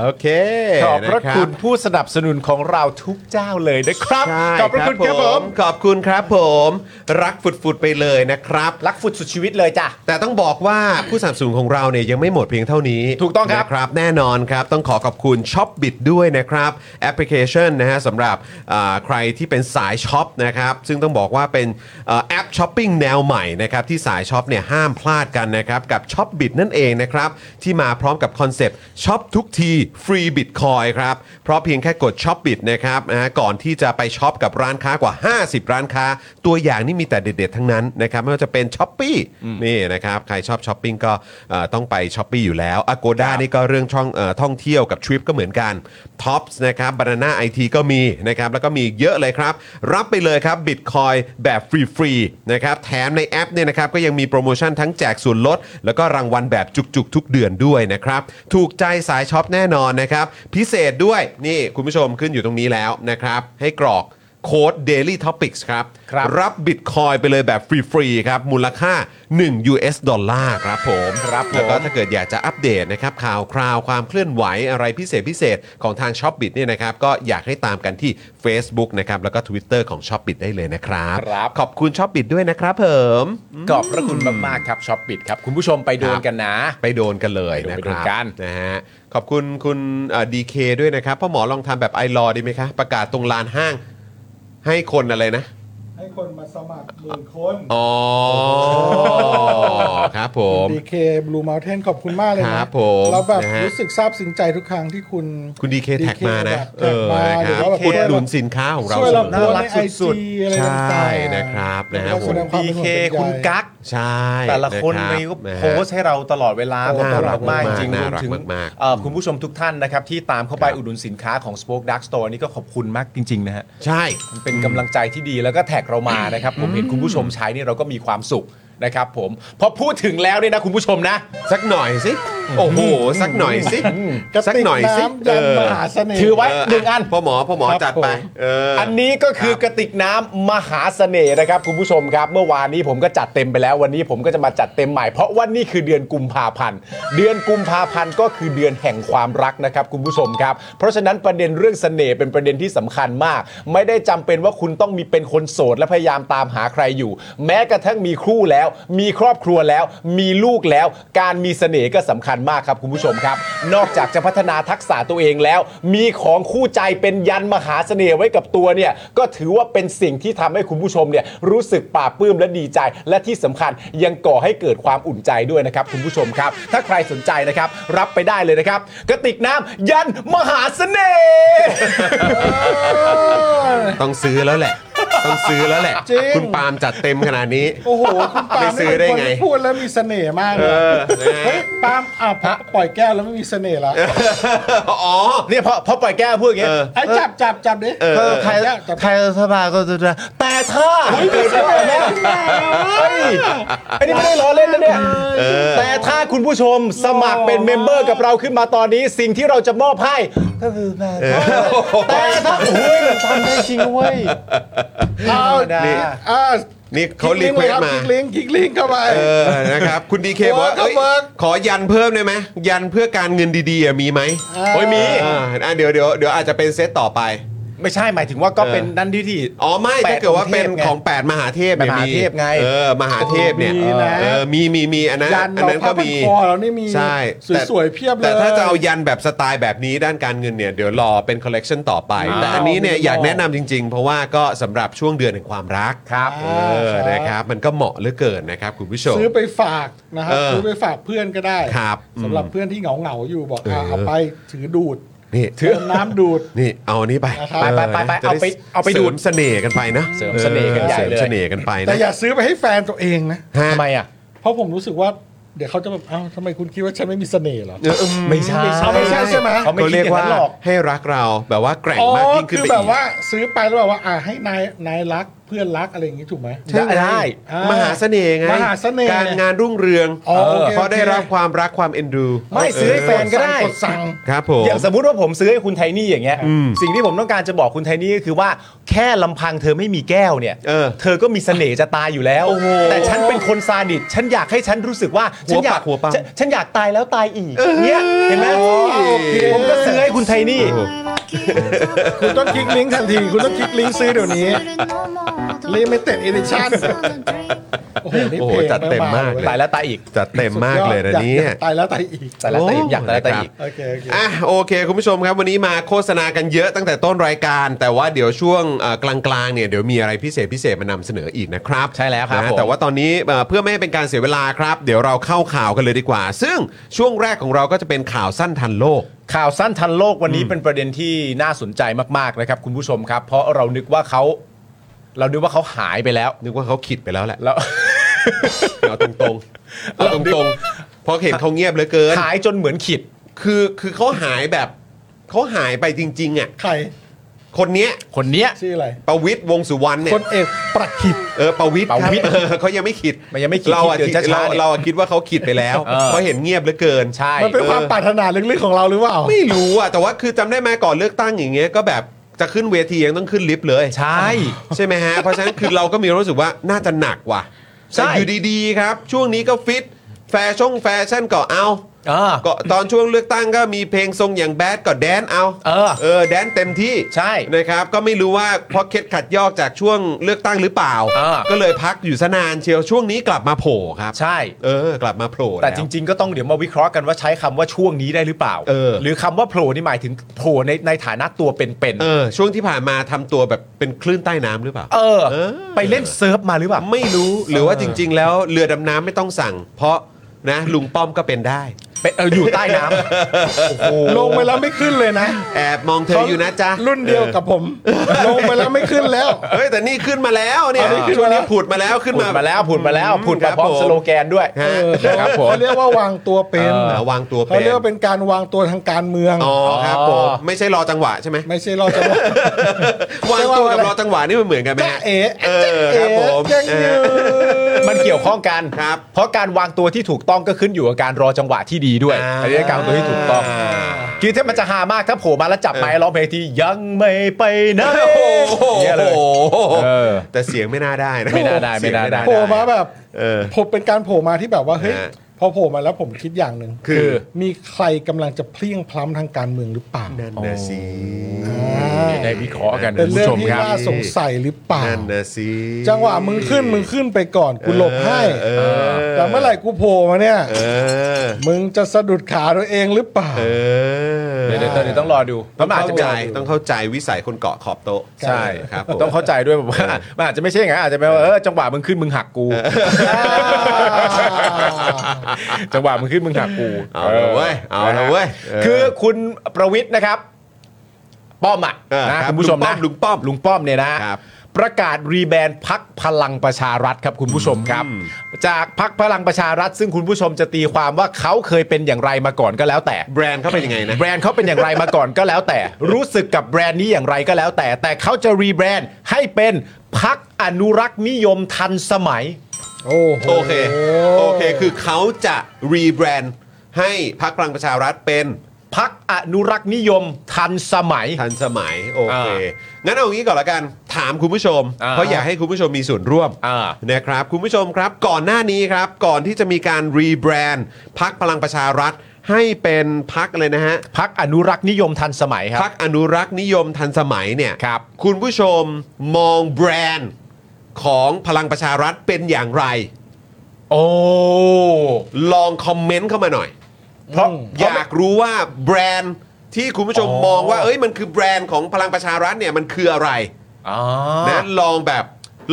Speaker 1: โอเค
Speaker 2: ขอบพระคุณผู้สนับสนุนของเราทุกเจ้าเลยนะครับ
Speaker 1: ใช่
Speaker 2: ขอบพระคุณครับผม
Speaker 1: ขอบคุณครับผม รักฝุดๆไปเลยนะครับ
Speaker 2: รักฟุดสุดชีวิตเลยจ้ะ
Speaker 1: แต่ต้องบอกว่าผู้สนับสนุนของเราเนี่ยยังไม่หมดเพียงเท่านี้
Speaker 2: ถูกต้องครับ
Speaker 1: นะครับ แน่นอนครับ ต้องขอขอบคุณช็อปบิดด้วยนะครับ แอปพลิเคชันนะฮะสำหรับอ่าใครที่เป็นสายช็อปนะครับ ซึ่งต้องบอกว่าเป็นเอ่อแอปช้อปปิ้งแนวใหม่นะครับ ที่สายช็อปเนี่ยห้ามพลาดกันนะครับ กับช็อปบิดนั่นเองนะครับ ที่มาพร้อมกับคอนเซปต์ช็อปทุกที ฟรีบิตคอยครับ เพราะเพียงแค่กดช็อปบิดนะครับนะฮะก่อนที่จะไปช็อปกับร้านค้ากว่า 50 ร้านค้า ตัวอย่างนี่มีแต่เด็ดๆทั้งนั้นนะครับไม่ว่าจะเป็นช้อปปี้นี่นะครับ ใครชอบช้อปปิ้งก็เอ่อต้องไปช้อปปี้อยู่แล้ว Agoda นี่ก็เรื่องช่องเอ่อท่องเที่ยวกับทริปก็เหมือนกัน Tops นะครับ Banana IT ก็มีนะครับ แล้วก็มีอีกเยอะเลยครับ รับไปเลยครับบิตคอยแบบฟรีๆนะครับแถมในแอปเนี่ยนะครับก็ยังมีโปรโมชั่นทั้งแจกส่วนลด แล้วก็รางวัลแบบจุกๆ ทุกเดือนด้วยนะครับ ถูกใจสายช็อปแน่นอนนะครับ พิเศษด้วยนี่คุณผู้ชมขึ้นอยู่ตรงนี้แล้วนะครับ ให้กรอก โค้ด Daily Topics ครับ
Speaker 2: ครับ
Speaker 1: รับบิตคอยไปเลยแบบฟรีๆครับ มูลค่า 1 US ดอลลาร์ครับผมครับแล้วก็ถ้าเกิดอยากจะอัปเดตนะครับข่าวคราวความเคลื่อนไหวอะไรพิเศษพิเศษของทาง s h o p บิ t เนี่ยนะครับ ก็อยากให้ตามกันที่ Facebook นะครับ แล้วก็ Twitter ของ s h o p บิ t ได้เลยนะครับ
Speaker 2: ครับ
Speaker 1: ขอบคุณ s h o p บิ t ด้วยนะครับเผม
Speaker 2: ขอบพระคุณมากๆครับช็อปปิดครับ คุณผู้ชมไปโดนกันนะ
Speaker 1: ไปโดนกันเลยนะ
Speaker 2: ไป
Speaker 1: ค
Speaker 2: โดน
Speaker 1: รับ
Speaker 2: กัน
Speaker 1: นะฮะขอบคุณคุณดีเคด้วยนะครับพ่อหมอลองทำแบบไอรอดีไหมคะประกาศตรงลานห้างให้คนอะไรนะ
Speaker 3: ให้คนมาสมัครหมื่นคน
Speaker 1: อ๋อ ครับผม
Speaker 3: ดีเคบลูมาเทนขอบคุณมากเลย
Speaker 1: ครั
Speaker 3: นะ
Speaker 1: บผม
Speaker 3: แล้วแบบ
Speaker 1: นะฮะ
Speaker 3: รู้สึกซาบซึ้งใจทุกครั้งที่คุณ
Speaker 1: คุณดีเคแท็ก
Speaker 3: DK
Speaker 1: มานะ
Speaker 3: แบบ
Speaker 1: เออ
Speaker 3: แท็กมา
Speaker 1: นะค
Speaker 3: หรือ
Speaker 1: รับ
Speaker 3: ว่าแบบ
Speaker 1: อุด
Speaker 3: ช่วย
Speaker 1: หนุน
Speaker 3: แบบ
Speaker 1: สินค้าของเรา
Speaker 3: ช่วยเราโพ
Speaker 1: เสมอ
Speaker 3: สต์ในไอ
Speaker 2: สุด
Speaker 3: จี
Speaker 2: ๆ
Speaker 3: อะไร
Speaker 1: ใช่
Speaker 3: ต่างๆ
Speaker 1: นะครับนะฮะ
Speaker 3: แล้วก็แสดงความ
Speaker 2: ดี
Speaker 3: เป็นห่ว
Speaker 2: เค
Speaker 3: งเป็นใย
Speaker 2: คุณกั๊ก
Speaker 1: ใช่
Speaker 2: แต่ละคน
Speaker 1: รับ
Speaker 2: นี่ก็
Speaker 1: ะฮะ
Speaker 2: โพสต์ให้เราตลอดเวลา
Speaker 1: โอ้
Speaker 2: ขอบคุณ
Speaker 1: น่ารักมาก
Speaker 2: จริงๆ
Speaker 1: น่าร
Speaker 2: วม
Speaker 1: รัก
Speaker 2: ถึง
Speaker 1: มากๆ
Speaker 2: เอ่อคุณผู้ชมทุกท่านนะครับ ที่ตามเข้าไป
Speaker 1: ครับ
Speaker 2: อุดหนุนสินค้าของ Spoke Dark Store นี่ก็ขอบคุณมากจริง ๆ นะฮะ
Speaker 1: ใช่
Speaker 2: มันเป็นกำลังใจที่ดีแล้วก็แท็กเรามานะครับ ผมเห็นคุณผู้ชมใช้นี่เราก็มีความสุขนะครับผมพอพูดถึงแล้วเนี่ยนะคุณผู้ชมนะ
Speaker 1: สักหน่อยสิ โอ้โห สักหน่อยสิ
Speaker 3: กระ
Speaker 1: สัก
Speaker 3: ติก
Speaker 1: หน่อยสิ
Speaker 3: น้ำยันมหาเสน่ห์
Speaker 2: ถือไว้หนึ่งอัน
Speaker 1: พ่อหมอพ่อหมอ
Speaker 3: ค
Speaker 1: จั
Speaker 3: รับ
Speaker 1: ดไป
Speaker 3: ผม
Speaker 1: เอออ
Speaker 2: อันนี้ก็คือกระติกน้ำมหาเสน่ห์นะครับ คุณผู้ชมครับ เมื่อวานนี้ผมก็จัดเต็มไปแล้ววันนี้ผมก็จะมาจัดเต็มใหม่ เพราะว่านี่คือเดือนกุมภาพันธ์ เดือนกุมภาพันธ์ก็คือเดือนแห่งความรักนะครับ คุณผู้ชมครับ เพราะฉะนั้นประเด็นเรื่องเสน่ห์เป็นประเด็นที่สำคัญมาก ไม่ได้จำเป็นว่าคุณต้องมีเป็นคนโสดและพยายามตามหาใครอยู่ แม้กระทั่งมีคู่แล้ว มีครอบครัวแล้ว มีลูกแล้ว การมีเสน่ห์ก็สำคัญมากครับคุณผู้ชมครับ นอกจากจะพัฒนาทักษะตัวเองแล้ว มีของคู่ใจเป็นยันมหาเสน่ห์ไว้กับตัวเนี่ย ก็ถือว่าเป็นสิ่งที่ทำให้คุณผู้ชมเนี่ยรู้สึกปลาบปลื้มและดีใจ และที่สำคัญยังก่อให้เกิดความอุ่นใจด้วยนะครับคุณผู้ชมครับ ถ้าใครสนใจนะครับ รับไปได้เลยนะครับกระติกน้ำยันมหาเสน่ห์
Speaker 1: ต้องซื้อแล้วแหละ ต้องซื้อแล้วแหละ
Speaker 3: จริง
Speaker 1: คุณปาล์มจัดเต็มขนาดนี้
Speaker 3: โอ้โห คุณปาล์
Speaker 1: ไม่
Speaker 3: ม
Speaker 1: ซื้อได้
Speaker 3: เป็นคน
Speaker 1: ไง
Speaker 3: ที่พูดแล้วมีเสน่ห์มากเล
Speaker 1: เอย อนะฮะ
Speaker 3: เฮ้ยปาล์มอ่ะพอปล่อยแก้วแล้วไม่มีเสน่ห์ละ
Speaker 1: อ๋อ
Speaker 2: เนี่ยพอพอปล่อยแก้วพูดอย่างเงี้ย
Speaker 3: ไอ้จับจับจับดิ
Speaker 2: เออใคร
Speaker 3: ปล่ยแก้วจับ
Speaker 2: ใครสบายก็จะได้แต่ถ้า เฮ้ยอันนี้ไม่ได้ล้อเล่นนะเนี่ย แต่ถ้าคุณผู้ชมสมัครเป็นเมมเบอร์กับเราขึ้นมาตอนนี้สิ่งที่เราจะมอบให้ ก็คือแต่แต่ถ้าโอ้ยมันทำได้จริงเว้ย
Speaker 3: เอา
Speaker 2: ธรรมดา
Speaker 1: นี่
Speaker 3: อ่ะ
Speaker 1: นี่เขารีเควสต์มา
Speaker 3: คลิกลิงก์คลิกลิงก์เข้าไป
Speaker 1: เออ นะครับ คุณดีเคบอกว่า
Speaker 3: โอ้ย
Speaker 1: เอ้ย
Speaker 3: เวิร์ก
Speaker 1: ขอยันเพิ่มได้ไหม ยันเพื่อการเงินดีๆอ่ะมีไหม
Speaker 2: โอ้ยมี
Speaker 1: อ่าอ่ะเดี๋ยวเดี๋ยวเดี๋ยวอาจจะเป็นเซตต่อไป
Speaker 2: ไม่ใช่หมายถึงว่าก็เป็นนั่นที่ที่
Speaker 1: อ๋อไม่ถ้าเกิดว่าเป็นของ 8 มหาเทพเนี่ย
Speaker 2: มหาเทพไง
Speaker 1: เออ มหาเทพเนี่ย
Speaker 3: โอ้โหมีนะ
Speaker 1: เออ มีมีมีอันนั้น
Speaker 3: ยัน
Speaker 1: อัน
Speaker 3: เรา
Speaker 1: นั้น
Speaker 3: ผ้า
Speaker 1: ก็
Speaker 3: พัน
Speaker 1: มี
Speaker 3: คอเรานี่มี
Speaker 1: ใช่แต่
Speaker 3: สวยๆเพียบเลย
Speaker 1: แต่ถ้าจะเอายันแบบสไตล์แบบนี้ด้านการเงินเนี่ย เดี๋ยวรอเป็นคอลเลกชันต่อไป
Speaker 3: ว้าว
Speaker 1: แต่อันนี้เนี่ย
Speaker 3: มี
Speaker 1: อยาก
Speaker 3: รอ
Speaker 1: แนะนำจริง ๆ เพราะว่าก็สำหรับช่วงเดือนแห่งความรัก
Speaker 2: ครับ
Speaker 1: เออ
Speaker 3: ใช่
Speaker 1: นะครับ มันก็เหมาะเหลือเกินนะครับ คุณผู้ชม
Speaker 3: ซื้อไปฝากนะครับ
Speaker 1: เออ
Speaker 3: ซื้อไปฝากเพื่อนก็ได้
Speaker 1: ครับ
Speaker 3: สำหรับเพื่อนที่เหงาเหงาๆอยู่บอกอ่ะเอาไปถือดูด
Speaker 1: นี่
Speaker 3: เติมน้ำดูด
Speaker 1: นี่เอาอันนี้ไป
Speaker 3: นะครับ
Speaker 1: เออ
Speaker 2: ไปไปไป
Speaker 1: จะ
Speaker 2: เอาไป
Speaker 1: ด้
Speaker 2: เอาไปดู
Speaker 1: ส
Speaker 2: ด
Speaker 1: ริมเสน่ห์กันไปนะ
Speaker 2: เสริมเสน่ห์กันใหญ่เลย
Speaker 1: สริมเสน่ห์กันไป
Speaker 3: แต่
Speaker 1: นะ
Speaker 3: อย่าซื้อไปให้แฟนตัวเองนะ
Speaker 1: ฮะ
Speaker 2: ทำไมอ่ะ
Speaker 3: เพราะผมรู้สึกว่าเดี๋ยวเขาจะแบบเอ้าทำไมคุณคิดว่าฉันไม่มีเสน่ห์เหรอ
Speaker 1: เอออื
Speaker 2: ไม่ใช่
Speaker 3: เอาไม่ใช่ใช่ไหม
Speaker 2: เขาไม่
Speaker 1: เขา
Speaker 2: เรี
Speaker 1: เรี
Speaker 2: ย
Speaker 1: ย
Speaker 2: ก
Speaker 1: ก
Speaker 2: ว่า
Speaker 1: ว่า
Speaker 2: หรอก
Speaker 1: ให้รักเราแบบว่าแกร่ง
Speaker 3: อ๋อ
Speaker 1: มากยิ่งขึ้น
Speaker 3: คือ
Speaker 1: ไป
Speaker 3: แบ
Speaker 1: อี
Speaker 3: บ
Speaker 1: ก
Speaker 3: ว่าซื้อไปแล้วแบบว่าอ่ะให้นายนายรักเพื่อนรักอะไรอย่างงี้ถูกไหม
Speaker 1: ใช่ไง
Speaker 2: ได้
Speaker 1: มหาเสน่ห์ไง
Speaker 3: มหาเสน่ห์
Speaker 1: การงานรุ่งเรือง
Speaker 3: อ๋อโอเค
Speaker 1: เพราะได้
Speaker 3: โอเค
Speaker 1: รับความรักความเอ็นดู
Speaker 2: ไม่ซื้อให้แฟนก็ได้
Speaker 3: กดสั่ง
Speaker 1: ครับผม
Speaker 2: อย่างสมมุติว่าผมซื้อให้คุณไทนี่อย่างเงี้ย สิ่งที่ผมต้องการจะบอกคุณไทนี่ก็คือว่าแค่ลำพังเธอไม่มีแก้วเนี่ย
Speaker 1: เออ
Speaker 2: อก็มีเสน่ห์จะตายอยู่แล้ว
Speaker 1: โอ้โห
Speaker 2: แต่ฉันเป็นคนซาดิสฉันอยากให้ฉันรู้สึกว่า
Speaker 1: หั
Speaker 2: ฉั
Speaker 1: วน
Speaker 2: อยา
Speaker 1: ปั
Speaker 2: ก
Speaker 1: กหัวปั๊ม
Speaker 2: ฉันฉันอยากตายแล้วตายอีกเนี่ยเห็นไหมผมก็ซื้อให้คุณไทนี่
Speaker 1: โอ้โห
Speaker 3: คุณต้องคลิกลิงก์ทันที คุณต้องคลิกลิงก์ซื้อเดี๋ยว นี้ Limited Edition โอ้โหนี่
Speaker 1: โอ้โห
Speaker 3: เพลง
Speaker 1: จัดเต็มมาก
Speaker 3: เ
Speaker 2: ตายแล้วตายอีก
Speaker 1: จัดเต็ม
Speaker 3: สุด
Speaker 1: มาก
Speaker 3: ยอด
Speaker 1: เลยนะ
Speaker 3: อาก
Speaker 1: เนี่ย
Speaker 3: ตายแล้วตายอีก
Speaker 2: ตายแล้วตายอีกอยากตายแล้วตายอีก
Speaker 3: โอเคโอเค
Speaker 1: อ่ะโอเค คุณผู้ชมครับ วันนี้มาโฆษณากันเยอะตั้งแต่ต้นรายการ แต่ว่าเดี๋ยวช่วงเอ่อกลางๆเนี่ยเดี๋ยวมีอะไรพิเศษพิเศษมานำเสนออีกนะครับ
Speaker 2: ใช่แล้วครับ
Speaker 1: นะ
Speaker 2: ผม
Speaker 1: แต่ว่าตอนนี้เอ่อเพื่อไม่ให้เป็นการเสียเวลาครับ เดี๋ยวเราเข้าข่าวกันเลยดีกว่า ซึ่งช่วงแรกของเราก็จะเป็นข่าวสั้นทันโลก
Speaker 2: ข่าวสั้นทันโลกวันนี้เป็นประเด็นที่น่าสนใจมากๆนะครับคุณผู้ชมครับ เพราะเรานึกว่าเขาเรานึกว่าเขาหายไปแล้ว
Speaker 1: นึกว่าเขาขิดไปแล้วแหละ
Speaker 2: แล้ว
Speaker 1: เอาตรงๆเอาตรงๆเพราะเห็นเขาเงียบเหลือเกิน
Speaker 2: หายจนเหมือนขิด
Speaker 1: คือคือเขาหายแบบเขาหายไปจริงๆอ่ะ
Speaker 3: ใคร
Speaker 1: คนเนี้ย
Speaker 2: คนเนี้ย
Speaker 3: ชื่ออะไร
Speaker 1: ประวิทย์วงษ์สุวรรณเนี่ย
Speaker 3: คนเอกประคิด
Speaker 1: เออประวิทย์
Speaker 2: ประวิตร
Speaker 1: ครับเออเขายังไม่ขิด
Speaker 2: มันยังไม่ขิด
Speaker 1: เราอะ
Speaker 2: ที่เดินช้า
Speaker 1: เรา
Speaker 2: ๆเนี่ย
Speaker 1: เราอะคิดว่าเขาขิดไปแล้ว
Speaker 2: เออ
Speaker 1: เพราะเห็นเงียบเหลือเกิน
Speaker 2: ใช่
Speaker 3: มันเป็นความปรารถนาลึกๆของเราหรือเปล่า
Speaker 1: ไม่รู้อะแต่ว่าคือจำได้ไหมก่อนเลือกตั้งอย่างเงี้ยก็แบบ จะขึ้นเวทียังต้องขึ้นลิฟต์เลย
Speaker 2: ใช่
Speaker 1: ใช่ไหมฮะ เพราะฉะนั้นคือเราก็มีความรู้สึกว่าน่าจะหนักว่ะ
Speaker 2: ใช่
Speaker 1: แต่อยู่ดีๆครับ ช่วงนี้ก็ฟิต แฟชั่นแฟชั่นก็เอา
Speaker 2: อ่า
Speaker 1: ก็ตอนช่วงเลือกตั้งก็มีเพลงทรงอย่างแบดก็แดนเอา
Speaker 2: เออ
Speaker 1: แดนเต็มที่
Speaker 2: ใช่
Speaker 1: นะครับ ก็ไม่รู้ว่าเพราะเคล็ดขัดยอกจากช่วงเลือกตั้งหรือเปล่า
Speaker 2: เออ
Speaker 1: ก็เลยพักอยู่ซะนานเชียวช่วงนี้กลับมาโผล่ครับ
Speaker 2: ใช่
Speaker 1: เออกลับมาโผล่
Speaker 2: แต่
Speaker 1: ล้ว
Speaker 2: จริง ๆ ก็ต้องเดี๋ยวมาวิเคราะห์กันว่าใช้คำว่าช่วงนี้ได้หรือเปล่า
Speaker 1: เออ
Speaker 2: หรือคำว่าโผล่นี่หมายถึงโผล่ในในฐานะตัวเป็น
Speaker 1: เออช่วงที่ผ่านมาทำตัวแบบเป็นคลื่นใต้น้ำหรือเปล่า
Speaker 2: ๆเออ
Speaker 1: เออ
Speaker 2: ไปเล่นเซิร์ฟมาหรือเปล่า
Speaker 1: ไม่รู้หรือว่า
Speaker 2: เออ
Speaker 1: จริง ๆ แล้วเรือดำน้ำไม่ต้องสั่ง เพราะนะลุงป้อมก็เป็นได้
Speaker 2: เป็นเอออยู่ใต้น้ำ โอ้โห
Speaker 3: ลงไปแล้วไม่ขึ้นเลยนะ
Speaker 1: แอบมองเธออยู่นะจ๊ะ
Speaker 3: รุ่นเดียวกับผม ลงไปแล้วไม่ขึ้นแล้ว
Speaker 1: เฮ้ยแต่นี่ขึ้นมาแล้วเนี่ย
Speaker 3: อันนี้ขึ้น
Speaker 1: ช่วง
Speaker 3: มาแล้ว
Speaker 1: นี้ผุดมาแล้วขึ้น
Speaker 2: ผุด
Speaker 1: มา
Speaker 2: มาแล้วผุดมาแล้วผุดมาพร้
Speaker 1: ครั
Speaker 2: อม
Speaker 1: บผม
Speaker 2: สโลแกนด้วย
Speaker 1: ฮะ
Speaker 2: ครับผม
Speaker 3: เขาเรียกว่าวางตัวเป็น
Speaker 1: เออวางตัวเป็น
Speaker 3: เขาเรียกว่าเป็นการวางตัวทางการเมือง
Speaker 1: อ๋อครับผม
Speaker 2: อ๋อ
Speaker 1: ไม่ใช่รอจังหวะใช่ไหม
Speaker 3: ไม่ใช่รอจะ
Speaker 1: วางตัวกับรอจังหวะนี่มันเหมือนกันไหม
Speaker 3: จ๊ะ
Speaker 1: ฮะ
Speaker 3: เอ๋
Speaker 1: เออครับผม
Speaker 3: ยังอ
Speaker 1: เอยู่ อ
Speaker 2: มันเกี่ยวข้องกัน
Speaker 1: ครับ
Speaker 2: เพราะการวางตัวที่ถูกต้องก็ขึ้นอยู่กับการรอจังหวะที่ดีด้วยอันนี้การวางตัวที่ถูกต้อง คือถ้ามันจะหามากถ้าโผล่มาแล้วจับไม้ร้องเพลงที่ยังไม่ไปไหน
Speaker 1: โอ้โห
Speaker 2: เนี่ยเลย เออ
Speaker 1: แต่เสียงไม่น่าได้นะ
Speaker 2: ไม่น่าได้
Speaker 1: เสียง
Speaker 2: ไม่น่าได้
Speaker 3: โผล่มาแบบ
Speaker 1: เออ
Speaker 3: ผมเป็นการโผล่มาที่แบบว่าเฮ้ย
Speaker 1: ฮะ
Speaker 3: พอโผล่มาแล้วผมคิดอย่างหนึ่ง
Speaker 1: คือ
Speaker 3: มีใครกำลังจะเพลี่ยงพล้ำทางการเมืองหรือเปล่า
Speaker 1: นั่นนะสิ
Speaker 2: เดี๋ยวได้วิเคราะห์กัน
Speaker 3: เป็น
Speaker 2: คุณ
Speaker 3: เรื่อ
Speaker 2: ผู้ช
Speaker 3: ง
Speaker 2: ม
Speaker 3: ที่
Speaker 2: ครับ
Speaker 3: น่าสงสัยหรือเปล่า
Speaker 1: นั่นนะสิ
Speaker 3: จังหวะมึงขึ้นมึงขึ้นไปก่อนกูหลบให้
Speaker 1: เออ
Speaker 3: แต่เมื่อไหร่กูโผล่มาเนี่ย
Speaker 1: เออ
Speaker 3: มึงจะสะดุดขาตัวเองหรือเปล่า
Speaker 1: เออ
Speaker 2: เดี๋ยวเดี๋ยวเดี๋ยวต้องรอดูเพ
Speaker 1: ต้อ
Speaker 2: ราะ
Speaker 1: ง
Speaker 2: มันอาจ
Speaker 1: เข้า
Speaker 2: จะ
Speaker 1: ใจ
Speaker 2: ไม่
Speaker 1: ต้องเข้าใจวิสัยคนเกาะขอบโต๊ะ
Speaker 2: ใช่
Speaker 1: ครับผม
Speaker 2: ต้องเข้าใจด้วย แบบว่ามันอาจจะไม่ใช่อย่างนั้นอาจจะแปลว่าเออจังหวะมึงขึ้นมึงหักกู จังหวะมึงขึ้นมึงหักกู
Speaker 1: เอาละเว้ยเอาละเว้ยเออ
Speaker 2: คือคุณประวิทย์นะครับป้อมอ่ะ
Speaker 1: เออ
Speaker 2: นะครับ คุณผู้ชมนะ
Speaker 1: ลุงป้อม
Speaker 2: ลุงป้อมเนี่ยนะครับ ประกาศรีแบรนด์พักพลังประชารัฐครับคุณผู้ชมครับ จากพักพลังประชารัฐ ซึ่งคุณผู้ชมจะตีความว่าเขาเคยเป็นอย่างไรมาก่อนก็แล้วแต่
Speaker 1: แบรนด์เขาเป็นยังไงนะ
Speaker 2: แบรนด์เขาเป็นอย่างไรมาก่อนก็แล้วแต่ รู้สึกกับแบรนด์นี้อย่างไรก็แล้วแต่ แต่เขาจะรีแบรนด์ให้เป็นพักอนุรักษ์นิยมทันสมัย
Speaker 3: โอ้โห
Speaker 1: โอเค โอเค คือเขาจะรีแบรนด์ให้พักพลังประชารัฐเป็น
Speaker 2: พักอนุรักษ์นิยมทันสมัย
Speaker 1: ทันสมัย โอเค งั้นเอางี้ก่อนละกัน ถามคุณผู้ชม
Speaker 2: อ่า
Speaker 1: เพราะอยากให้คุณผู้ชมมีส่วนร่วม
Speaker 2: อ่า
Speaker 1: นะครับ คุณผู้ชมครับ ก่อนหน้านี้ครับ ก่อนที่จะมีการรีแบรนด์พักพลังประชารัฐ ให้เป็นพักเลยนะฮะ
Speaker 2: พักอนุรักษ์นิยมทันสมัยครั
Speaker 1: พั
Speaker 2: บ
Speaker 1: กอนุรักษ์นิยมทันสมัยเนี่ย
Speaker 2: ครับ
Speaker 1: คุณผู้ชมมองแบรนด์ของพลังประชารัฐเป็นอย่างไร
Speaker 2: โอ้
Speaker 1: ลองคอมเมนต์เข้ามาหน่อย
Speaker 2: เพราะ
Speaker 1: อ
Speaker 2: เพระ
Speaker 1: ยากรู้ว่าแบรนด์ที่คุณผู้ชม
Speaker 2: อ๋อ
Speaker 1: มองว่าเอ้ยมันคือแบรนด์ของพลังประชารัฐเนี่ยมันคืออะไร
Speaker 2: อ๋อ
Speaker 1: นะลองแบบ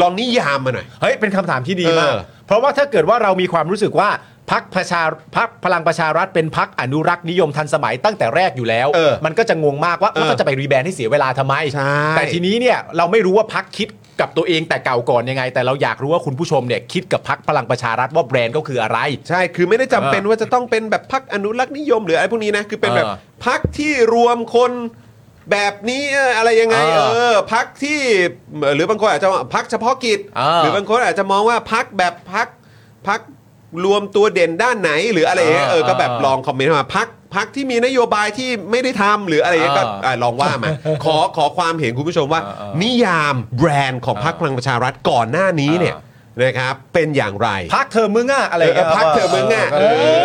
Speaker 1: ลองนิยามมาหน่อย
Speaker 2: เฮ้ยเป็นคำถามที่ดี
Speaker 1: เออ
Speaker 2: มาก เพราะว่าถ้าเกิดว่าเรามีความรู้สึกว่าพักประชาพักพลังประชารัฐเป็นพักอนุรักษ์นิยมทันสมัยตั้งแต่แรกอยู่แล้ว
Speaker 1: เออ
Speaker 2: มันก็จะงงมากว่า
Speaker 1: เออ
Speaker 2: แล้วก็จะไปรีแบรนด์ให้เสียเวลาทำไม
Speaker 1: ใช่
Speaker 2: แต่ทีนี้เนี่ยเราไม่รู้ว่าพักคิดกับตัวเองแต่เก่าก่อนยังไง แต่เราอยากรู้ว่าคุณผู้ชมเนี่ยคิดกับพักพลังประชารัฐว่าแบรนด์ก็คืออะไร
Speaker 1: ใช่คือไม่ได้จำเป็นว่าจะต้องเป็นแบบพักอนุรักษ์นิยมหรืออะไรพวกนี้นะคือเป็นแบบ
Speaker 2: เออ
Speaker 1: พักที่รวมคนแบบนี้เอ่ออะไรยังไง
Speaker 2: เอ
Speaker 1: เอ
Speaker 2: อ
Speaker 1: อพักที่เอ่อหรือบางคนอาจจะพักเฉพาะกิจ
Speaker 2: เอ
Speaker 1: ห
Speaker 2: อ
Speaker 1: รือบางคนอาจจะมองว่าพักแบบพักพักรวมตัวเด่นด้านไหนหรืออะไรอย่างเงี้ย
Speaker 2: เอ
Speaker 1: เอ
Speaker 2: อ
Speaker 1: อก็แบบ
Speaker 2: เออ
Speaker 1: ลองคอมเมนต์มาพักพักที่มีนโยบายที่ไม่ได้ทำหรืออะไรอย่างเงี้ยก็
Speaker 2: เออ
Speaker 1: อ่ะลองว่ามา ขอขอความเห็นคุณผู้ชมว่า
Speaker 2: เออเออ
Speaker 1: นิยามแบรนด์ของพรรคพลังประชารัฐก่อนหน้านี้เนี่ย
Speaker 2: เอ
Speaker 1: นะครับเป็นอย่างไร
Speaker 2: พักเธอมึงอะอะไรย่างงี้ย
Speaker 1: เออพรรคเธอมึงอะ
Speaker 2: เ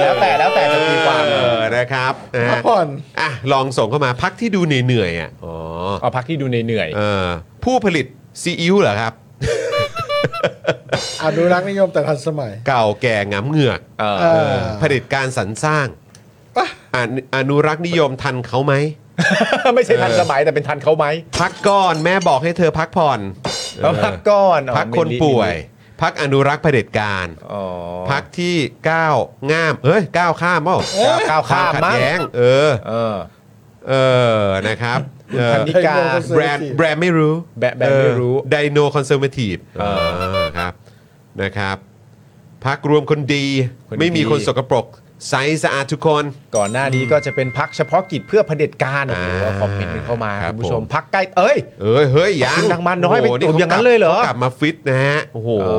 Speaker 2: แล้วแต่แล้วแต่จะตีความ
Speaker 1: เออนะครับนะ
Speaker 3: พั
Speaker 1: ฮะ
Speaker 3: กผ่อน
Speaker 1: อ่ะลองส่งเข้ามาพักที่ดูเหนื่อยๆอ่ะอ๋อ
Speaker 2: เอาพักที่ดูเหนื่อยๆ
Speaker 1: เออผู้ผลิตซีอิ๊วเหรอครับ
Speaker 3: อนุรักษ์นิยมแต่ทันสมัย
Speaker 1: เก่าแก่งำเหงือก
Speaker 2: เออ
Speaker 3: เออ
Speaker 1: ผลิตการสรรสร้างอนุอนุรักษ์นิยมทันเขาไหม
Speaker 2: ไม่ใช่ทันสมัยแต่เป็นทันเขาไหม
Speaker 1: พักก่อนแม่บอกให้เธอพักผ่อน
Speaker 2: เอาพักก่อนอ๋อ
Speaker 1: พักคนป่วย พักอนุรักษ์เผด็จการ
Speaker 2: อ๋อ
Speaker 1: พักที่ก้าวง่ามเฮ้ยก้าวข้ามเปล่า
Speaker 2: ก้าวข้าม
Speaker 1: ขัด
Speaker 2: มั้ง
Speaker 1: แย้งเออ
Speaker 2: เออ
Speaker 1: เออนะครับเออ
Speaker 2: ธนิกา
Speaker 1: แบรนด์แบรนด์ไม่รู้
Speaker 2: แบรนด์แบรนด์ไม่รู้
Speaker 1: ไดโนคอนเซอร์เวทีฟ
Speaker 2: อ่า
Speaker 1: ครับนะครับพักรวมคนดี
Speaker 2: คนดี
Speaker 1: ไม่มีคนสกปรกใสสะอาดทุกคน
Speaker 2: ก่อนหน้านี้ก็จะเป็นพักเฉพาะกิจเพื่อเผด็จการโอ้
Speaker 1: อ่า
Speaker 2: โหคอมเมนต์กันเข้ามา
Speaker 1: ค
Speaker 2: ค
Speaker 1: รั
Speaker 2: รับ บคุณผู้ชมพักใกล้เอ้ย
Speaker 1: เอ้ยเฮ้ยยัง
Speaker 2: คุณดังมาน้อยไป
Speaker 1: โโ
Speaker 2: ตุ่มอย่างนั้น
Speaker 1: ขกบ
Speaker 2: เลยเหรอ
Speaker 1: ขากลับมาฟิตนะฮะโอ้โห
Speaker 2: โอ้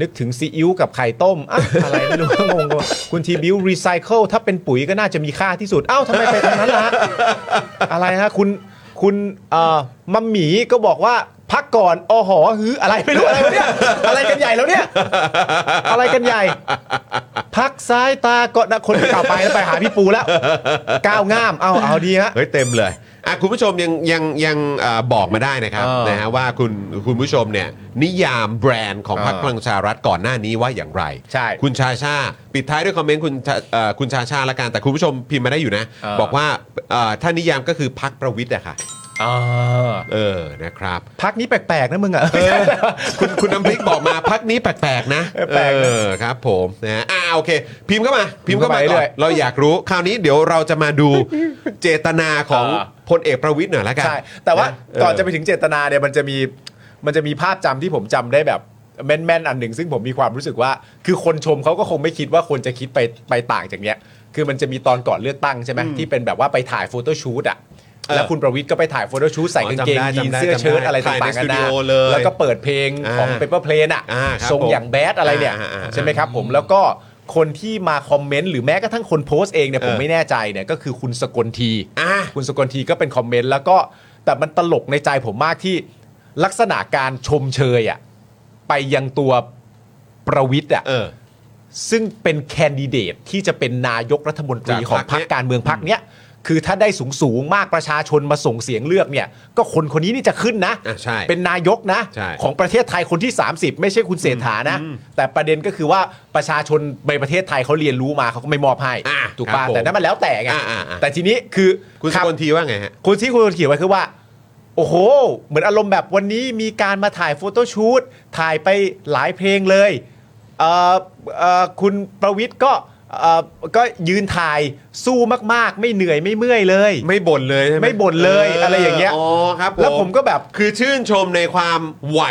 Speaker 2: นึกถึงซีอิ๊วกับไข่ต้มอะอะไรไม่รู้ งงว่าคุณทีบิวรีไซเคิลถ้าเป็นปุ๋ยก็น่าจะมีค่าที่สุด เอ้าทำไมไปทางนั้นล่ะฮะอะไรฮะคุณ คุณเอ่อมัมหมีก็บอกว่าพักก่อนอหอหืออะไรไม่รู้อะไรวะเนี่ย อะไรกันใหญ่แล้วเนี่ย อะไรกันใหญ่ พักซ้ายตาก็นะคนที่กล่าวไปแล้วไปหาพี่ปูแล้วก้าวง่ามเอาเอาดีฮะ
Speaker 1: เฮ้ยเต็มเลยอ่ะคุณผู้ชมยังยังยังเอ่อบอกมาได้นะครับ
Speaker 2: เออ
Speaker 1: นะฮะว่าคุณคุณผู้ชมเนี่ยนิยามแบรนด์ของพรรค
Speaker 2: เออ
Speaker 1: พลังประชารัฐก่อนหน้านี้ว่าอย่างไร
Speaker 2: ใช่
Speaker 1: คุณชาชาปิดท้ายด้วยคอมเมนต์คุณชาเอ่อคุณชาชาละกันแต่คุณผู้ชมพิมพ์มาได้อยู่นะ
Speaker 2: เออ
Speaker 1: บอกว่าเอ่อถ้านิยามก็คือพรรคประวิทย์อะค่ะเออนะครับ
Speaker 2: พักนี้แปลกๆนะมึงอ่ะ
Speaker 1: เออคุณคุณน้ำพริกบอกมาพักนี้แปลกๆนะ
Speaker 2: แปลกๆนะ
Speaker 1: เออครับผมนะอ่าโอเค พิมพ์เข้ามาพิมพ์เข้ามา
Speaker 2: พิม
Speaker 1: ก่อ
Speaker 2: พ์เข้ามาเรื่
Speaker 1: น
Speaker 2: อย
Speaker 1: เราอยากรู้คราวนี้เดี๋ยวเราจะมาดูเจตนาของ
Speaker 2: เออ
Speaker 1: พลเอกประวิทย์หน่อยละกัน
Speaker 2: ใช่ แต่ว่า
Speaker 1: เ
Speaker 2: ก่อนจะไปถึงเจตนาเนี่ยมันจะมีมันจะมีภาพจำที่ผมจำได้แบบแม่นๆอันหนึ่งซึ่งผมมีความรู้สึกว่า คือคนชมเขาก็คงไม่คิดว่าคนจะคิดไปไปต่างจากเนี้ย คือมันจะมีตอนก่อนเลือกตั้งใช่ไหมที่เป็นแบบว่าไปถ่ายโฟโต้ชูตอ่ะแล้วคุณประวิทย์ก็ไปถ่ายโฟโต้ชูตใส่กางเกง
Speaker 1: จำได้
Speaker 2: ยีน
Speaker 1: จำ
Speaker 2: ส์
Speaker 1: ได้
Speaker 2: เสื้อเชิ้ต
Speaker 1: จำได้
Speaker 2: อะไรต่าง
Speaker 1: ถ่าย
Speaker 2: ๆ
Speaker 1: ใน
Speaker 2: กั
Speaker 1: สตู
Speaker 2: น
Speaker 1: ดิ
Speaker 2: นะ
Speaker 1: โอเลย
Speaker 2: แล้วก็เปิดเพลงของ
Speaker 1: อ่า
Speaker 2: เปเปอร์เพลนอ่ะ
Speaker 1: อ่าครับ
Speaker 2: ทรง
Speaker 1: ผม
Speaker 2: อย่างแบดอะไรเนี่ย
Speaker 1: อ่าอ่าอ่า
Speaker 2: ใช่ไหมครับผมแล้วก็คนที่มาคอมเมนต์หรือแม้กระทั่งคนโพสต์เองเนี่ยผมไม่แน่ใจเนี่ยก็คือคุณสกลที
Speaker 1: อ่ะ
Speaker 2: คุณสกลทีก็เป็นคอมเมนต์แล้วก็แต่มันตลกในใจผมมากที่ลักษณะการชมเชยอะไปยังตัวประวิทย์อะ
Speaker 1: เออ
Speaker 2: ซึ่งเป็นแคนดิเดตที่จะเป็นนายกรัฐมนตรี
Speaker 1: จาก
Speaker 2: ของพ
Speaker 1: พร
Speaker 2: ร
Speaker 1: ร
Speaker 2: ร
Speaker 1: ค
Speaker 2: ค
Speaker 1: เนี้ย
Speaker 2: การเมืองพรรคเนี้ยคือถ้าได้สูงสูงๆมากประชาชนมาส่งเสียงเลือกเนี่ย ก็คนคนนี้นี่จะขึ้นนะ
Speaker 1: อ่ะใช่
Speaker 2: เป็นนายกนะ
Speaker 1: ใช่
Speaker 2: ของประเทศไทยคนที่ 30 ไม่ใช่คุณเศรษฐานะ แต่ประเด็นก็คือว่าประชาชนในประเทศไทยเขาเรียนรู้มาเขาก็ไม่มอบให้
Speaker 1: อ่ะ
Speaker 2: ถูก
Speaker 1: ครั
Speaker 2: ป่ะ
Speaker 1: บผม
Speaker 2: แต่นั่นมันแล้วแต่ไง
Speaker 1: อ่ะอ่ะอ่ะ
Speaker 2: แต่ทีนี้คือ
Speaker 1: คุณส
Speaker 2: รับ
Speaker 1: กลทีว่าไงฮะ
Speaker 2: คุณที่คุณเขียนไว้คือว่า โอ้โห เหมือนอารมณ์แบบวันนี้มีการมาถ่ายโฟโต้ชูตถ่ายไปหลายเพลงเลยเอ่อเอ่อคุณประวิทย์ก็เอ่อก็ยืนถ่ายสู้มากๆ ไม่เหนื่อยไม่เมื่อยเลย
Speaker 1: ไม่บ่นเลยใช่ไหม
Speaker 2: ไม่บ่นเลยอะไรอย่างเงี้ย
Speaker 1: อ๋อครับ
Speaker 2: แล้วผมก็แบบ
Speaker 1: คือชื่นชมในความไหว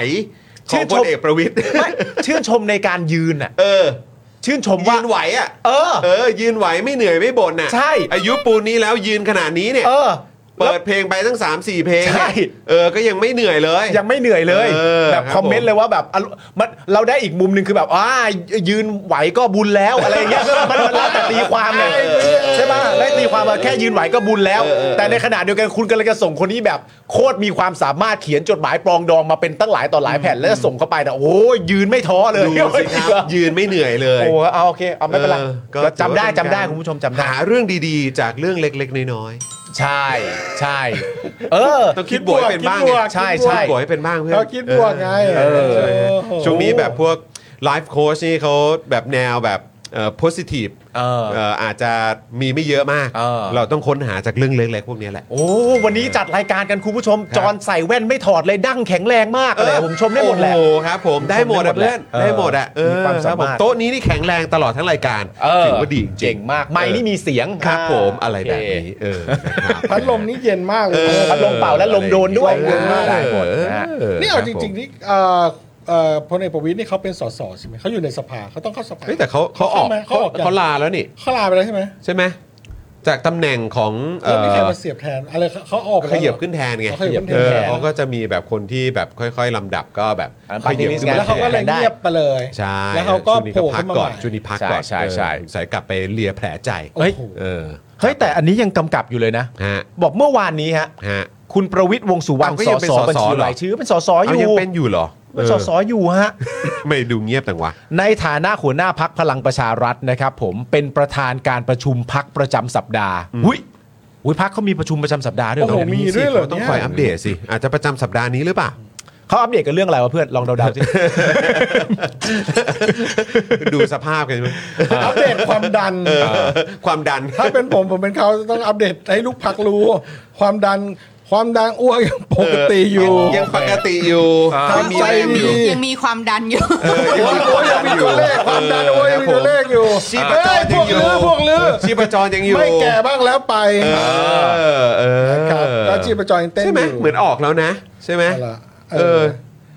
Speaker 1: ข
Speaker 2: ชื่
Speaker 1: องพ
Speaker 2: นชม
Speaker 1: ลเอกประวิท ย์
Speaker 2: ไม่ชื่นชมในการยืนอ่ะ
Speaker 1: เออ
Speaker 2: ชื่นชม
Speaker 1: ยื
Speaker 2: ว่า
Speaker 1: นไหวอ่ะ
Speaker 2: เออ
Speaker 1: เออ ยืนไหวไม่เหนื่อยไม่บ่นน่ะ
Speaker 2: ใช่
Speaker 1: อายุปูนนี้แล้วยืนขนาดนี้เนี่ย
Speaker 2: เออ
Speaker 1: เปิดเพลงไปตั้ง 3 4 เพลงเนี่ย
Speaker 2: ใช่
Speaker 1: เออ ก็ยังไม่เหนื่อยเลย
Speaker 2: ยังไม่เหนื่อยเลย
Speaker 1: เออ
Speaker 2: แบบ
Speaker 1: ครับ
Speaker 2: คอมเม
Speaker 1: ผม
Speaker 2: นต์เลยว่าแบบอารมณ์มันเราได้อีกมุมหนึ่งคือแบบอ่ายืนไหวก็บุญแล้วอะไรอย่างเงี้ ยมันมันแล้วแต่ตีความไงใช่ไหมได้ตีความมาแค่ยืนไหวก็บุญแล้ว แต่ในขณะเดียวกันคุณกำลังจะส่งคนที่แบบ โคตรมีความสามารถเขียนจดหมายปลองดองมาเป็นตั้งหลายต่อหลายแผ่นแล้วจะส่งเข้าไปนะโอ้ยยืนไม่ท้อเลย
Speaker 1: ดูสิครับ ยืนไม่เหนื่อยเลย
Speaker 2: โอ้เอาโอเคเอาไม่เป็นไร
Speaker 1: ออก็
Speaker 2: จำได้
Speaker 1: ถือว่
Speaker 2: จำได้
Speaker 1: เป็นกร
Speaker 2: คุณผู้ชมจำได้
Speaker 1: หาเรื่องดีๆ จากเรื่องเล็กๆ น้อย
Speaker 2: ใช่ใช่เออ
Speaker 1: ๆต้องคิดบวกให้เป็นบ้าง
Speaker 3: คิดบวก
Speaker 1: ไง
Speaker 2: ใช่ใช่
Speaker 1: คิดบวกให้เป็นบ้างเพื่อน
Speaker 3: เราคิดบวกไง
Speaker 1: เออ
Speaker 3: เออ
Speaker 1: ช่วงนี้แบบพวกไลฟ์โค้ชนี่เขาแบบแนวแบบเอ่อ positive
Speaker 2: เออ
Speaker 1: เอ่ออาจจะมีไม่เยอะมาก
Speaker 2: เออ
Speaker 1: เราต้องค้นหาจากเรื่องเล็กๆพวกนี้แหละ
Speaker 2: โอ้ วันนี้จัดรายการกันคุณผู้ชม
Speaker 1: ครับ
Speaker 2: จอนใส่แว่นไม่ถอดเลยดั้งแข็งแรงมากเลยผมชมได้หมดแหละ
Speaker 1: โอ้โครับผมได้หมดอะ
Speaker 2: ผมชมได้
Speaker 1: เพื่อน
Speaker 2: หมดแหละ
Speaker 1: ได้หมดอะเออ
Speaker 2: มีความสามารถ
Speaker 1: บผโต๊ะนี้นี่แข็งแรงตลอดทั้งรายการ
Speaker 2: เออ
Speaker 1: ถือว่าดีจริง
Speaker 2: เจ๋งมาก ไม่นี่มีเสียง
Speaker 1: ครับ
Speaker 2: า
Speaker 1: ผมอะไรแบบ
Speaker 2: โเค
Speaker 1: นี้เออนะครับ
Speaker 3: พัดลมนี่เย็นมากเลย
Speaker 2: เออพัดลมเป่าและลมโดนด้วย
Speaker 3: เย็นมาก
Speaker 2: ได้หมดนะ
Speaker 3: นี่เอาจริงๆนี่เอ่อเอ่อพลเอกประวิตยนี่เขาเป็นสสใช่ไหมเขาอยู่ในสภาเขาต้องเข้าสภา
Speaker 1: เฮ้ยแต่เขาเขาออก
Speaker 3: เขาเข้ามาเขาออกยัง
Speaker 1: เขาลาแล้วนี่
Speaker 3: เขาลาไปแล้วใช่ไหม
Speaker 1: ใช่ไหมจากตำแหน่งของเอ
Speaker 3: แล้วมีใคร
Speaker 1: อ
Speaker 3: มาเสียบแทนอะไรเขาเขาออกไป
Speaker 1: ข
Speaker 3: แล้วเหรอ
Speaker 1: ยับขึ้นแทนไง
Speaker 3: เขาขยับขึ้น
Speaker 1: เอ
Speaker 3: แทน
Speaker 1: อเขาก็จะมีแบบคนที่แบบค่อย ๆลำดับก็แบบ
Speaker 2: อันนั้น
Speaker 1: ขยับ
Speaker 2: party list
Speaker 1: ขึ้น
Speaker 2: ไง
Speaker 3: แล้วเขาก็เลยเงียบไปเลย
Speaker 1: ใช่
Speaker 3: แล้วเขาก็
Speaker 1: ช่วงนี้
Speaker 3: โผล่
Speaker 1: พัก
Speaker 3: ขึ้นมา
Speaker 1: ก่อน
Speaker 3: ใหม่
Speaker 1: ช่วงนี้พักก่อน
Speaker 2: ใช่ใช่ใช่
Speaker 1: เออใส่กลับไปเลียแผลใจ
Speaker 3: เฮ้ย
Speaker 1: เออ
Speaker 2: เฮ้ยแต่อันนี้ยังกำกับอยู่เลยนะ
Speaker 1: ฮะ
Speaker 2: บอกเมื่อวานนี้ฮะ
Speaker 1: ฮะ
Speaker 2: คุณประวิทย์วงษ์สุวรรณ
Speaker 1: อ้าวก็
Speaker 2: ส
Speaker 1: ยังเป็นส
Speaker 2: ส
Speaker 1: ส
Speaker 2: บัญชี
Speaker 1: เหรอ
Speaker 2: รายชื่อเป็นสสอ
Speaker 1: เอา
Speaker 2: ยู่
Speaker 1: ยังเป็นอยู่เหรอเอ
Speaker 2: เป็น
Speaker 1: อ
Speaker 2: สสอยู่ฮะ
Speaker 1: ไม่ดูเงียบแต่วะ
Speaker 2: ในฐานะหัวหน้าพักพลังประชารัฐนะครับ ผมเป็นประธานการประชุมพักประจำสัปดาห์อุ้ยอุ้ยพักเขามีประชุมประจำสัปดาห์ด้วยเหร
Speaker 3: โอ้โห
Speaker 2: อ
Speaker 3: มีด้วยเหรอ
Speaker 1: ต้อง
Speaker 3: เนี่ย
Speaker 1: คอยอัปเดตสิ อาจจะประจำสัปดาห์นี้หรือเปล่า
Speaker 2: เขาอัปเดตกันเรื่องอะไรวะเพื่อน ลองเดาๆสิ
Speaker 1: ดูสภาพกันไหม
Speaker 3: อัปเดตความดัน
Speaker 1: ความดัน
Speaker 3: ถ้าเป็นผมผมเป็นเขาต้องอัปเดตให้ลูกพักรู้ ความดันความดันอ้วกยังปกติอยู่
Speaker 1: ยังปกติอยู่
Speaker 3: ครับ
Speaker 1: ยังมีแรงอยู่
Speaker 3: ใจดี
Speaker 5: ยังมีความดันอยู่
Speaker 3: โอ้ยยังมีตัวเลขความดันโอ้ยยังมีตัวเลขอยู่
Speaker 1: ชีพ
Speaker 3: เอ้
Speaker 1: จ
Speaker 3: ย
Speaker 1: ร
Speaker 3: พ
Speaker 1: ยังอ
Speaker 3: วก
Speaker 1: ยู่
Speaker 3: ลือพวกลือ
Speaker 1: ชีพจรยังอยู่
Speaker 3: ไม่แก่บ้างแล้วไป
Speaker 1: เออเออ
Speaker 3: ครับก็ชีพจรยังเต้นอ
Speaker 1: ใช่ไหม
Speaker 3: ยู่
Speaker 1: เหมือนออกแล้วนะ ใช่ไหม
Speaker 3: เอาล่ะเอ
Speaker 1: เออ
Speaker 3: อ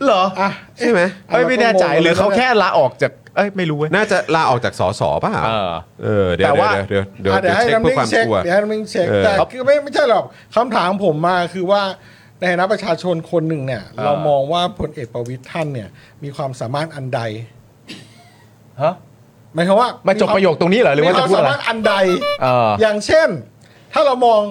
Speaker 2: เหรอ
Speaker 3: อ่ะ
Speaker 1: ใช่ไหม
Speaker 2: เอ้ยไม่แน่ใจหรือเขาแค่ลาออกจาก เอ้ยไม่รู้เว้ย
Speaker 1: น่าจะลาออกจากสสป่ะ
Speaker 2: เออ
Speaker 1: เออเดี๋ยว
Speaker 2: แต่ว่า
Speaker 1: เดี๋ยวเดี๋ยว
Speaker 3: อ่ะเดี๋
Speaker 1: เดี๋ยว ว
Speaker 3: ยให้
Speaker 1: เช็ค
Speaker 3: น้ำ
Speaker 1: เพื่อ
Speaker 3: นิ่
Speaker 1: ง ความ
Speaker 3: เช็ค
Speaker 1: กลัว
Speaker 3: เดี๋ยวให้น้ำนิ่งเช็ค
Speaker 1: เออ
Speaker 3: แต่คือไม่ไม่ใช่หรอกคำถามผมมาคือว่าในฐานะประชาชนคนหนึ่งเนี่ย เรามองว่าพลเอกประวิตยท่านเนี่ย มีความสามารถอันใด
Speaker 2: ฮะ
Speaker 3: หมายความว่า
Speaker 2: มา
Speaker 3: มา
Speaker 2: จบประโยคตรงนี้เหรอหรือว่าจะ
Speaker 3: ความ
Speaker 2: พูด
Speaker 3: สา
Speaker 2: อะไร
Speaker 3: มารถอันใด
Speaker 2: เออ
Speaker 3: อย่างเช่น ถ้าเรามอง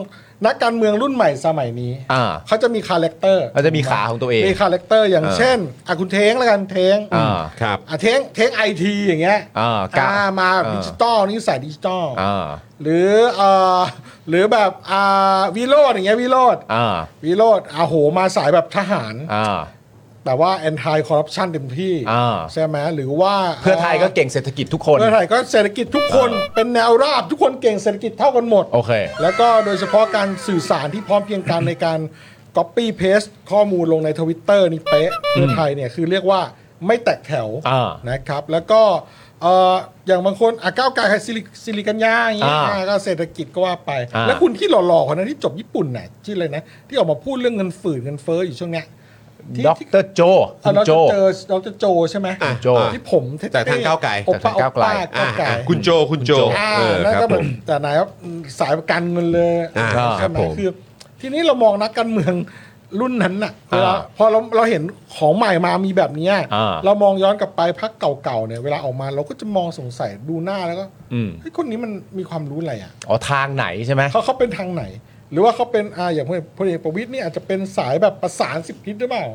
Speaker 3: นักการเมืองรุ่นใหม่สมัยนี้
Speaker 2: อ่า
Speaker 3: เขาจะมีคาแรคเตอร์
Speaker 2: เขาจะมีขาของตัวเอง
Speaker 3: มีคาแรคเตอร์อย่าง
Speaker 2: อ่า
Speaker 3: เช่นอ่ะคุณเทงละกันเทง
Speaker 2: อ่า
Speaker 1: ครับ
Speaker 3: อ่ะเทงเทงไอทีอย่างเงี้ย
Speaker 2: อ่าก้าว
Speaker 3: อ่ามา
Speaker 2: อ่า
Speaker 3: ดิจิตอลนี่ใส่ดิจิตอล
Speaker 2: อ่า
Speaker 3: หรือเอ่อหรือแบบอ่าวิโรดอย่างเงี้ยวิโรด
Speaker 2: อ่า
Speaker 3: วิโรดอ่ะโหมาสายแบบทหาร
Speaker 2: อ่า
Speaker 3: แต่ว่าแอนตี้คอร์รัปชันเต็มที่
Speaker 2: อ่า
Speaker 3: ใช่ไหมหรือว่า
Speaker 2: เพื่อไทยก็เก่งเศรษฐกิจทุกคน
Speaker 3: เพื่อไทยก็เศรษฐกิจทุกคนเป็นแนวราบทุกคนเก่งเศรษฐกิจเท่ากันหมด
Speaker 2: โอเค
Speaker 3: แล้วก็โดยเฉพาะการสื่อสารที่พร้อมเพรียงกัน ในการ Copy Paste ข้อมูลลงในทวิตเตอร์นี่เป๊ะเพื่อไทยเนี่ยคือเรียกว่าไม่แตกแถว
Speaker 2: อ่า
Speaker 3: นะครับ แล้วก็เอ่ออย่างบางคนอ่ะก้าวไกลใครสิริสิริกัญญาอย่างเงี้ย
Speaker 2: อ่า
Speaker 3: อ่ะก็เศรษฐกิจก็ว่าไป
Speaker 2: อ่า
Speaker 3: แล้วคุณที่หล่อๆคนนั้นที่จบญี่ปุ่นน่ะชื่ออะไรนะ ที่ออกมาพูดเรื่องเงินฝืนเงินเฟ้ออยู่ช่วงเนี้ยที่
Speaker 2: ด็อก
Speaker 3: ที่
Speaker 2: เตอร์โจคุ
Speaker 3: อ่ะ
Speaker 2: ณ
Speaker 3: เรา
Speaker 2: โจ
Speaker 3: จะเจอเราจะโจใช่ไหม
Speaker 1: อ่ะ
Speaker 2: โจ
Speaker 3: ที่ผมเท่ๆ
Speaker 1: จากทางก้าวไกล
Speaker 3: โอป้าโอป้า
Speaker 1: อ่ะ
Speaker 3: ก้าวไกล
Speaker 1: อ่ะคุณโจคุณโจ
Speaker 3: อ่า
Speaker 1: เออ
Speaker 3: แล้ว
Speaker 1: ครับ
Speaker 3: ก็
Speaker 1: ผ
Speaker 3: แบบ
Speaker 1: ม
Speaker 3: แต่ไหนครับสายประกันเงินเลย
Speaker 1: อ่า
Speaker 3: ใช่ไหม
Speaker 1: ครับผม
Speaker 3: คือ ทีนี้เรามองนักการเมือง รุ่นนั้นน่ะเวลา
Speaker 2: อ่า
Speaker 3: พอเราเราเห็นของใหม่มามีแบบเนี้ย
Speaker 2: อ่า
Speaker 3: เรามองย้อนกลับไปพักเก่าๆเนี่ยเวลาออกมาเราก็จะมองสงสัยดูหน้าแล้วก็
Speaker 2: อืม
Speaker 3: เฮ้ยคนนี้มันมีความรู้อะไรอ่ะ
Speaker 2: อ๋อทางไหนใช่ไหม
Speaker 3: เขาเขาเป็นทางไหน หรือว่าเขาเป็นอ่าอย่างพลเอกพลเอกประวิตยเนี่ยอาจจะเป็นสายแบบประสานสิบทิศหรือเปล่า